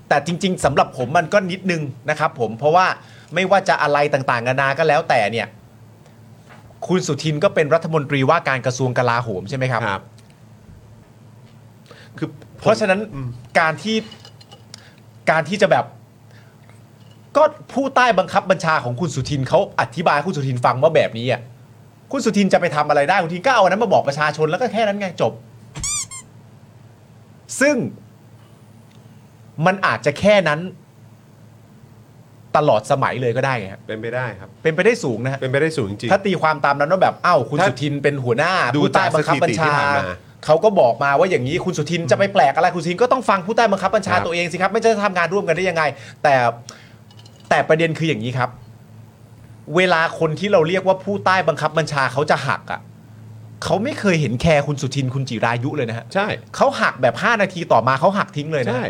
Speaker 2: แต่จริง ๆสำหรับผมมันก็นิดนึงนะครับ ผมเพราะว่าไม่ว่าจะอะไรต่างๆนานาก็แล้วแต่เนี่ย คุณสุทินก็เป็นรัฐมนตรีว่าการกระทรวงกลาโหมใช่ไหมครับ
Speaker 1: ครับ คือผม
Speaker 2: เพราะฉะนั้นการที่การที่จะแบบ ก็ผู้ใต้บังคับบัญชาของคุณสุทินเขาอธิบายให้คุณสุทินฟังว่าแบบนี้อ่ะคุณสุทินจะไปทำอะไรได้คุณสุทินก็เอาอันนั้นมาบอกประชาชนแล้วก็แค่นั้นไงจบ ซึ่งมันอาจจะแค่นั้น ตลอดสมัยเลยก็ได้ไงฮะ
Speaker 1: เป็นไปได้ครับ
Speaker 2: เป็นไปได้สูงนะฮะ
Speaker 1: เป็นไปได้สูงจริง
Speaker 2: ถ้าตีความตามนั้นว่าแบบเอ้าคุณ
Speaker 1: ถ้า
Speaker 2: สุทินเป็นหัวหน้า
Speaker 1: ดู
Speaker 2: ผู้ใต้บังคับบัญ
Speaker 1: จากสถิติที่
Speaker 2: ชา
Speaker 1: ผ่านมา
Speaker 2: เขาก็บอกมาว่าอย่างนี้คุณสุทินจะไปแปลกอะไรคุณสุทินก็ต้องฟังผู้ใต้บังคับบัญชา
Speaker 1: ครับ
Speaker 2: ตัวเองสิครับ ไม่ใช่จะทำงานร่วมกันได้ยังไง แต่แต่ประเด็นคืออย่างนี้ครับ เวลาคนที่เราเรียกว่าผู้ใต้บังคับบัญชาเขาจะหักอ่ะเขาไม่เคยเห็นแคร์คุณสุทินคุณจิรายุเลยนะฮะ
Speaker 1: ใช่
Speaker 2: เขาหักแบบ 5 นาทีต่อมาเขาหักทิ้งเลยนะ
Speaker 1: ใช่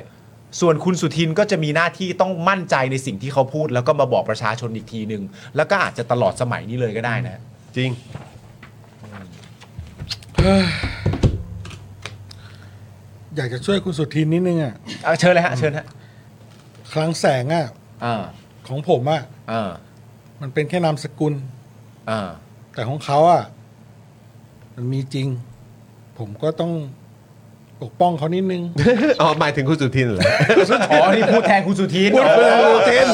Speaker 2: ส่วนคุณสุทินก็จะมีหน้าที่ต้องมั่นใจในสิ่งที่เขาพูด แล้วก็มาบอกประชาชนอีกทีหนึ่งแล้วก็อาจจะตลอดสมัยนี้เลยก็ได้นะ
Speaker 1: จริง
Speaker 3: อยากจะช่วยคุณสุทินนิดนึงอ่ะ
Speaker 2: เอาเชิญเลยฮะ เชิญฮะ
Speaker 3: คลังแสงอ่ะ
Speaker 2: อ่า
Speaker 3: ของผมอ่ะ
Speaker 2: อ่า
Speaker 3: มันเป็นแค่นามสกุล
Speaker 2: อ่า
Speaker 3: แต่ของเขาอ่ะ มันมีจริง ผมก็ต้องปกป้องเขานิดนึง
Speaker 1: อ๋อหมายถึงคุณสุทินเหรอ
Speaker 10: อ๋อนี่พูดแทนคุณสุทิน
Speaker 3: พูดไปเลยคุณสุทิน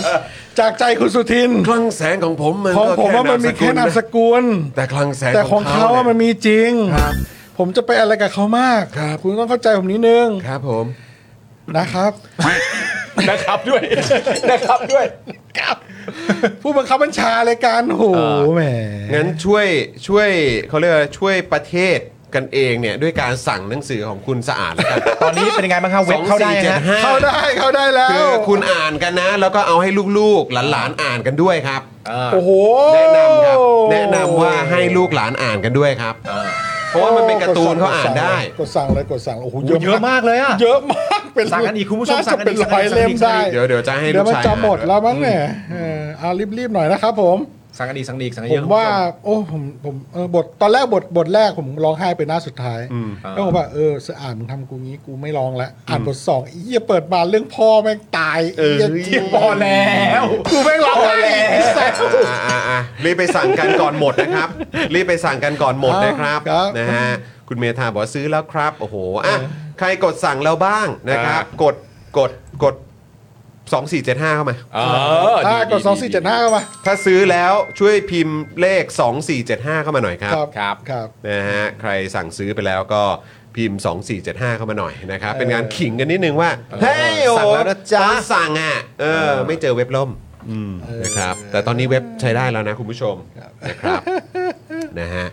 Speaker 3: จากใจคุณสุทิน
Speaker 1: คลังแสงของผมมัน
Speaker 3: ของ
Speaker 1: ก็
Speaker 3: ผมว่ามันมีแค่นามสกุล
Speaker 1: แต่คลังแสง
Speaker 3: แต่ของเขาอะมันมีจริง ผมจะไปอะไรกับเขามากคุณต้องเข้าใจผมนิดนึง
Speaker 1: ครับผม
Speaker 3: นะครับ
Speaker 2: นะครับด้วย นะครับด้วย
Speaker 3: ผู้บังคับบัญชาเลยการโหแหม
Speaker 1: งั้นช่วยช่วยเขาเรียกว่าช่วยประเทศกันเองเนี่ยด้วยการสั่งหนังสือของคุณสะอาดแล้วกัน
Speaker 10: ตอนนี้เป็นยังไงบ้างครับเว็บเข้าได้
Speaker 1: สองสี่เจ็ด
Speaker 10: นะ
Speaker 1: ห้า
Speaker 3: เข้าได้เข้าได้แล้
Speaker 1: คื
Speaker 3: ว
Speaker 1: อคุณอ่านกันนะ แล้วก็เอาให้ลูกๆหลานๆอ่านกันด้วยครับ
Speaker 3: โอ้โห
Speaker 1: แนะนำครับแนะนำว่าให้ลูกหลานอ่านกันด้วยครับ เพราะว่ามันเป็นการ์ตูนเขาอ่านได้
Speaker 3: กดสั่งเลยกดสั่งโอ้โห
Speaker 10: โอ้เยอะมากเลยอะ
Speaker 3: เยอะมากเป็น
Speaker 10: สั่งกันอีกคุณผู้ชม
Speaker 3: น่า
Speaker 10: สั่
Speaker 3: จะ
Speaker 10: งกันอีก
Speaker 3: เป็นร้อย
Speaker 10: สั่งกันอีก
Speaker 3: เล่มได้
Speaker 1: เดี๋ยวเดี๋ยวจะให้
Speaker 3: เดี๋ยว
Speaker 1: ลูก
Speaker 3: มัน
Speaker 1: ชาย
Speaker 3: จะหมด
Speaker 1: อ่านด้วย
Speaker 3: แล้วมั้งเนี่ยเออเอารีบๆหน่อยนะครับผม
Speaker 10: สังกัดีสังกัดีสังกั
Speaker 3: ผ
Speaker 10: ดี
Speaker 3: มว่า โอ้ผมผมเออบทตอนแรกบทบทแรกผมร้องไห้ไปหน้าสุดท้ายแล้วผมว่าเออสะอ่านมึงทำกูงี้กูไม่ร้องละอ่านบทสองไอ้เหี้ยเปิดมาเรื่องพ่อแม่งตายไอ้เหี้ยเจี๊ยบพอแล้ว
Speaker 10: ว
Speaker 3: กูแม่งร้องไห้อีกไอ้สัส
Speaker 1: อ่ะอ่ะอ่ะรีบไปสั่งกันก่อนหมด นะครับ รีบไปสั่งกันก่อนหมดนะครับ
Speaker 3: ครับ
Speaker 1: นะฮะคุณเมธาบอกว่าซื้อแล้วครับ โอ้โหอ่ะใครกดสั่งแล้วบ้างนะครับ กดกดกด 2475 เข้ามา
Speaker 2: เออ
Speaker 3: อ่ะกดสองสี่เจ็ดห้าเข้ามา
Speaker 1: ถ้าซื้อแล้วช่วยพิมพ์เลข 2475 เข้ามาหน่อยครับ
Speaker 3: ครับครับ
Speaker 1: นะฮะใครสั่งซื้อไปแล้วก็พิมพ์ 2475 เข้ามาหน่อยนะครับ เป็นงานขิงกันนิดนึงว่าเฮ้ยโอ้
Speaker 10: สั่งแล้วนะจ๊ะ
Speaker 1: ตอนสั่งอ่ะเออไม่เจอเว็บล่มนะครับแต่ตอนนี้เว็บใช้ได้แล้วนะคุณผู้ชมนะครับนะฮะ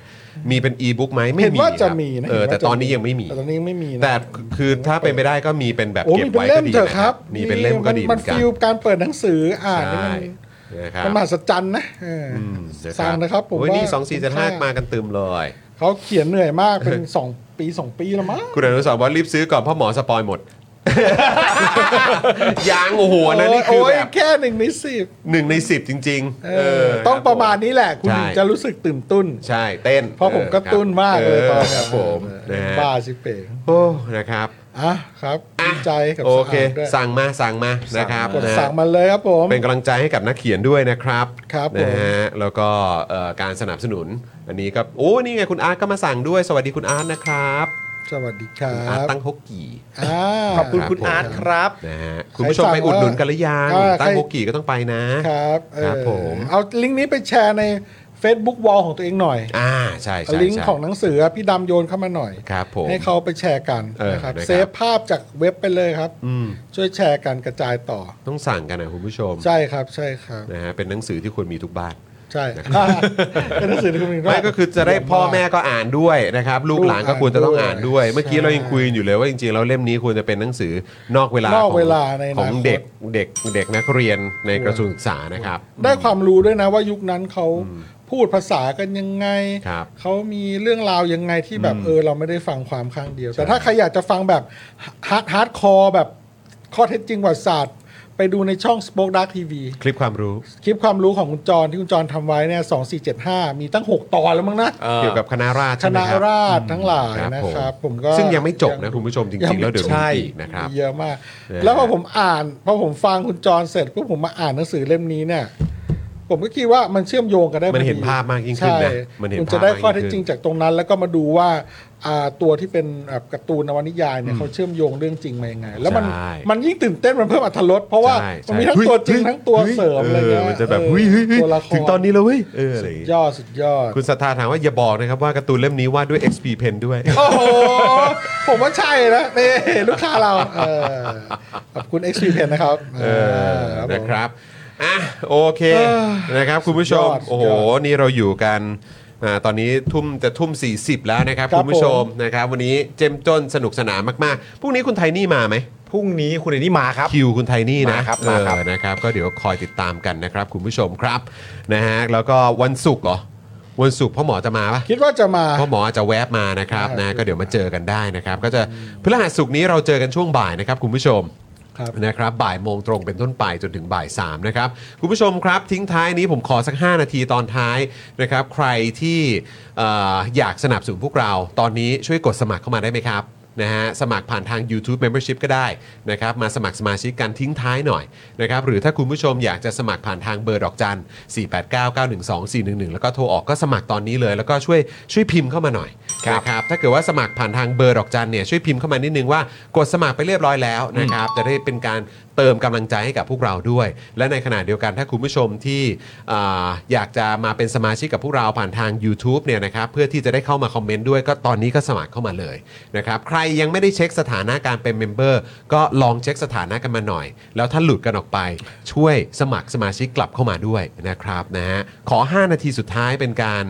Speaker 1: มีเป็นอีบุ๊กไหมไม่
Speaker 3: เห็น
Speaker 1: มี
Speaker 3: ว่าจะ
Speaker 1: ครับ
Speaker 3: มีนะ
Speaker 1: เออ
Speaker 3: เห็ว่า
Speaker 1: แต่
Speaker 3: จะ
Speaker 1: ตอนนี้ยังไม่มี
Speaker 3: แต่ตอนนี้ยังไม่มีนะ
Speaker 1: แต่คือถ้าเป็นไปได้ก็มีเป็นแบบ
Speaker 3: โอ้
Speaker 1: เก็บ
Speaker 3: มีเป็น
Speaker 1: ไว้
Speaker 3: เล่
Speaker 1: ก็
Speaker 3: ม
Speaker 1: ดี
Speaker 3: เถอะ
Speaker 1: นะครับ มีเป็นเล่มก็ดีเห
Speaker 3: มั
Speaker 1: มื
Speaker 3: น
Speaker 1: อนกัน
Speaker 3: ฟิลการเปิดหนังสืออ่าน
Speaker 1: ใช่นะครับ
Speaker 3: มันมหัศจรรย์นะเออ
Speaker 1: นะครับ
Speaker 3: สร้างนะครับผม
Speaker 1: โอ้ยนี่
Speaker 3: ว่า
Speaker 1: สองสี่เจ็ดห้า
Speaker 3: คุ้มค่าม
Speaker 1: มากันเตึมเลย
Speaker 3: เขาเขียนเหนื่อยมากเป็น สองปีสองปีแล้วมั้ง
Speaker 1: คุณอนุสรณ์ว่ารีบซื้อก่อนเพ่อหมอสปอย หมด ยางโอ้โหอันนั่นนี่คือ
Speaker 3: โอ้ย
Speaker 1: แบบ
Speaker 3: แค่หนึ่งในสิบ
Speaker 1: หนึ่งในสิบจริงๆ
Speaker 3: เอ
Speaker 1: เอ
Speaker 3: อ
Speaker 1: อ
Speaker 3: ต้องประมาณนี้แหละ คุณ
Speaker 1: ใช่
Speaker 3: ถึงจะรู้สึกตื่นตุ้น
Speaker 1: ใช่เต้น
Speaker 3: เพราะผม
Speaker 1: ออ
Speaker 3: ก็ตุ้นมากเลยตอน
Speaker 1: ครับผม
Speaker 3: เอ
Speaker 1: นะ
Speaker 3: อ
Speaker 1: ฮะ
Speaker 3: บ้าสิเป๋ง
Speaker 1: โอ้นะครับ
Speaker 3: อ่ะครับดีใจกับ
Speaker 1: โอ
Speaker 3: สะ
Speaker 1: เค
Speaker 3: อาดด้วย
Speaker 1: สั่งมาสั่งมานะครับ
Speaker 3: กด
Speaker 1: นะฮะ
Speaker 3: สั่งมาเลยครับผม
Speaker 1: เป็นกำลังใจให้กับนักเขียนด้วยนะครับ
Speaker 3: ครับผม
Speaker 1: นะฮะแล้วก็เอ่อการสนับสนุน อันนี้ก็โอ้นี่ไงคุณอาร์ตก็มาสั่งด้วย สวัสดีคุณอาร์ตนะครับ
Speaker 3: สวัสดีครั
Speaker 1: อาร์ต
Speaker 3: บ
Speaker 1: ตั้งฮกกี่
Speaker 3: อ่า
Speaker 10: ขอบคุณคุณอาร์ตครับ
Speaker 1: นะฮะคุณผู้ชมไปอุดหนุนกันหรือยัง
Speaker 3: เออ
Speaker 1: ตั้ง
Speaker 3: ใคร
Speaker 1: โมกี่ก็ต้องไปนะ
Speaker 3: ครับเออ
Speaker 1: ครับผม
Speaker 3: เอาลิงก์นี้ไปแชร์ใน Facebook วอลของตัวเองหน่อย
Speaker 1: อ่าใช่
Speaker 3: เอา
Speaker 1: ใช่
Speaker 3: ลิงก์
Speaker 1: ใช่
Speaker 3: ของหนังสือพี่ดำโยนเข้ามาหน่อย
Speaker 1: ครับผม
Speaker 3: ให้เขาไปแชร์กัน
Speaker 1: เออ
Speaker 3: นะครับ
Speaker 1: นะครับ
Speaker 3: เซฟภาพจากเว็บไปเลยครับ
Speaker 1: อืม
Speaker 3: ช่วยแชร์กันกระจายต่อ
Speaker 1: ต้องสั่งกันนะคุณผู้ชม
Speaker 3: ใช่ครับใช่ครับ
Speaker 1: นะฮะเป็นหนังสือที่ควรมีทุกบ้าน
Speaker 3: ใช่
Speaker 1: นะครับ
Speaker 3: เป็นหนังสือที่คุณมี
Speaker 1: ไม่ก็คือจะได้พ่อแม่ก็อ่านด้วยนะครับลูกหลานก็ควรจะต้องอ่านด้วย
Speaker 3: ใช่
Speaker 1: เมื่อกี้เรายังคุยอยู่เลยว่าจริงๆแล้วเล่มนี้ควรจะเป็นหนังสือนอกเวลาน ข
Speaker 3: อ
Speaker 1: อก ง
Speaker 3: เวลาในอนาคต
Speaker 1: ของเด็กเด็กเด็กนักเรียนในกระทรวงศึกษานะครับ
Speaker 3: ได้ความรู้ด้วยนะว่ายุคนั้นเขาพูดภาษากันยังไง
Speaker 1: ครับ
Speaker 3: เขามีเรื่องราวยังไงที่แบบเออเราไม่ได้ฟังความข้างเดียว แต่ถ้าใครอยากจะฟังแบบฮาร์ดฮาร์ดคอร์แบบข้อเท็จจริงประวัติศาสตร์ ไปดูในช่อง Spoke Dark TV
Speaker 1: คลิปความรู้
Speaker 3: คลิปความรู้ของคุณจรที่คุณจรทำไว้เนี่ยสองสี่เจ็ดห้ามีตั้งหกตอนแล้วมั้งนะ
Speaker 1: เกี่ยวกับคณะราษฎร
Speaker 3: ค
Speaker 1: ใช่ไหม
Speaker 3: ณะ
Speaker 1: ครับ
Speaker 3: ราษฎรทั้งหลาย
Speaker 1: ครับ
Speaker 3: นะ
Speaker 1: ผม
Speaker 3: ครับ ผมก็
Speaker 1: ซึ่งยังไม่จบนะคุณผู้ชมจริงๆ แล้วเดี๋ยวมี
Speaker 10: ใช่
Speaker 1: อีกนะครับ
Speaker 3: เยอะมาก
Speaker 1: นะฮะ
Speaker 3: แล้วพอผมอ่านพอผมฟังคุณจรเสร็จปุ๊บผมมาอ่านหนังสือเล่มนี้เนี่ย ผมก็คิดว่ามันเชื่อมโยงกันได้
Speaker 1: มันเห็น
Speaker 3: พอดี
Speaker 1: ภาพมากยิ่งขึ้นนะ
Speaker 3: ใช่
Speaker 1: มันเห็น
Speaker 3: คุณ
Speaker 1: ภาพ
Speaker 3: จะได้
Speaker 1: มากยิ่ง
Speaker 3: ข้อเท็จจริง
Speaker 1: ขึ้น
Speaker 3: จากตรงนั้น แล้วก็มาดูว่าอ่าตัวที่เป็นแบบการ์ตูนนวนิยายเนี่ยเขาเชื่อมโยงเรื่องจริงมายังไง แล้วมัน
Speaker 1: ใช่
Speaker 3: มันยิ่งตื่นเต้นมันเพิ่มอรรถรสเพราะว่า
Speaker 1: ใช่ใช่
Speaker 3: มันมีทั้งตัวจริง
Speaker 1: เฮ้ย
Speaker 3: ทั้งตัวเสริมอะไรเงี้ย
Speaker 1: เมันจะแบบ
Speaker 3: เออ
Speaker 1: เฮ้ยเฮ้ยเฮ้ย
Speaker 3: ตัวละคร
Speaker 1: ถึงตอนนี้แล้วเว้ยเอออะไรอย่าง
Speaker 3: สุด
Speaker 1: เงี้ย
Speaker 3: ยอดสุดยอด
Speaker 1: คุณสัทธาถามว่าอย่าบอกนะครับว่าการ์ตูนเล่มนี้วาดด้วย XP Pen ด้วย
Speaker 3: โอ้โหผมว่าใช่นะนี่ลูกค้าเราเออขอบคุณเอ็กซ์พีเพนนะครับ
Speaker 1: เออ
Speaker 3: ครับผม
Speaker 1: นะครับอ่ะโอเคนะครับคุณผู้ชม
Speaker 3: สุดยอด
Speaker 1: โอ้โห นี่เราอยู่กันอ่าตอนนี้ทุ่มจะทุ่ม 40 แล้วนะครับ
Speaker 3: ครับ
Speaker 1: คุณผู้ชม
Speaker 3: ผม
Speaker 1: นะครับวันนี้เจ้มจนสนุกสนานมากๆพรุ่งนี้คุณไทนี่มาไหม
Speaker 10: พรุ่งนี้คุณไอ้นี่มาครับ
Speaker 1: คิวคุณไทนี่นะ
Speaker 10: มาครับมาครับ
Speaker 1: เออนะครับ ก็เดี๋ยวคอยติดตามกันนะครับ คุณผู้ชมครับนะฮะแล้วก็วันศุกร์เหรอวันศุกร์พ่อหมอจะมาปะ
Speaker 3: คิดว่าจะมา
Speaker 1: พ่อหมออาจจะแวบมานะครับ
Speaker 3: ครับ
Speaker 1: นะก็เดี๋ยวมาเจอกันได้นะครับ ก็จะพฤหัสศุกร์นี้เราเจอกันช่วงบ่ายนะครับคุณผู้ชม
Speaker 3: ครับ
Speaker 1: นะครับบ่ายโมงตรงเป็นต้นไปจนถึงบ่ายสามนะครับคุณผู้ชมครับ ทิ้งท้ายนี้ผมขอสัก 5 นาทีตอนท้ายนะครับ ใครที่เอ่ออยากสนับสนุนพวกเราตอนนี้ช่วยกดสมัครเข้ามาได้ไหมครับ นะฮะสมัครผ่านทาง YouTube Membership ก็ได้นะครับมาสมัครสมาชิกกันทิ้งท้ายหน่อยนะครับหรือถ้าคุณผู้ชมอยากจะสมัครผ่านทางเบอร์ดอกจัน 489912411 แล้วก็โทรออกก็สมัครตอนนี้เลย แล้วก็ช่วยช่วยพิมพ์เข้ามาหน่อย
Speaker 2: ครับ
Speaker 1: นะครับถ้าเกิดว่าสมัครผ่านทางเบอร์ดอกจันเนี่ยช่วยพิมพ์เข้ามานิดนึงว่ากดสมัครไปเรียบร้อยแล้วนะครับจะได้เป็นการเติมกำลังใจให้กับพวกเราด้วย และในขณะเดียวกันถ้าคุณผู้ชมที่อ่าอยากจะมาเป็นสมาชิกกับพวกเราผ่านทาง u t u b e เนี่ยนะครับเพื่อที่จะได้เข้ามาคอมเมนต์ด้วยก็ตอนนี้ก็สมัครเข้ามาเลยนะครับใครยังไม่ได้เช็คสถานะการเป็นเมมเบอร์ก็ลองเช็คสถานะกันมาหน่อย แล้วถ้าหลุดกันออกไป ช่วยสมัครสมาชิกกลับเข้ามาด้วยนะครับนะฮะขอ 5 นาทีสุดท้ายเป็นการ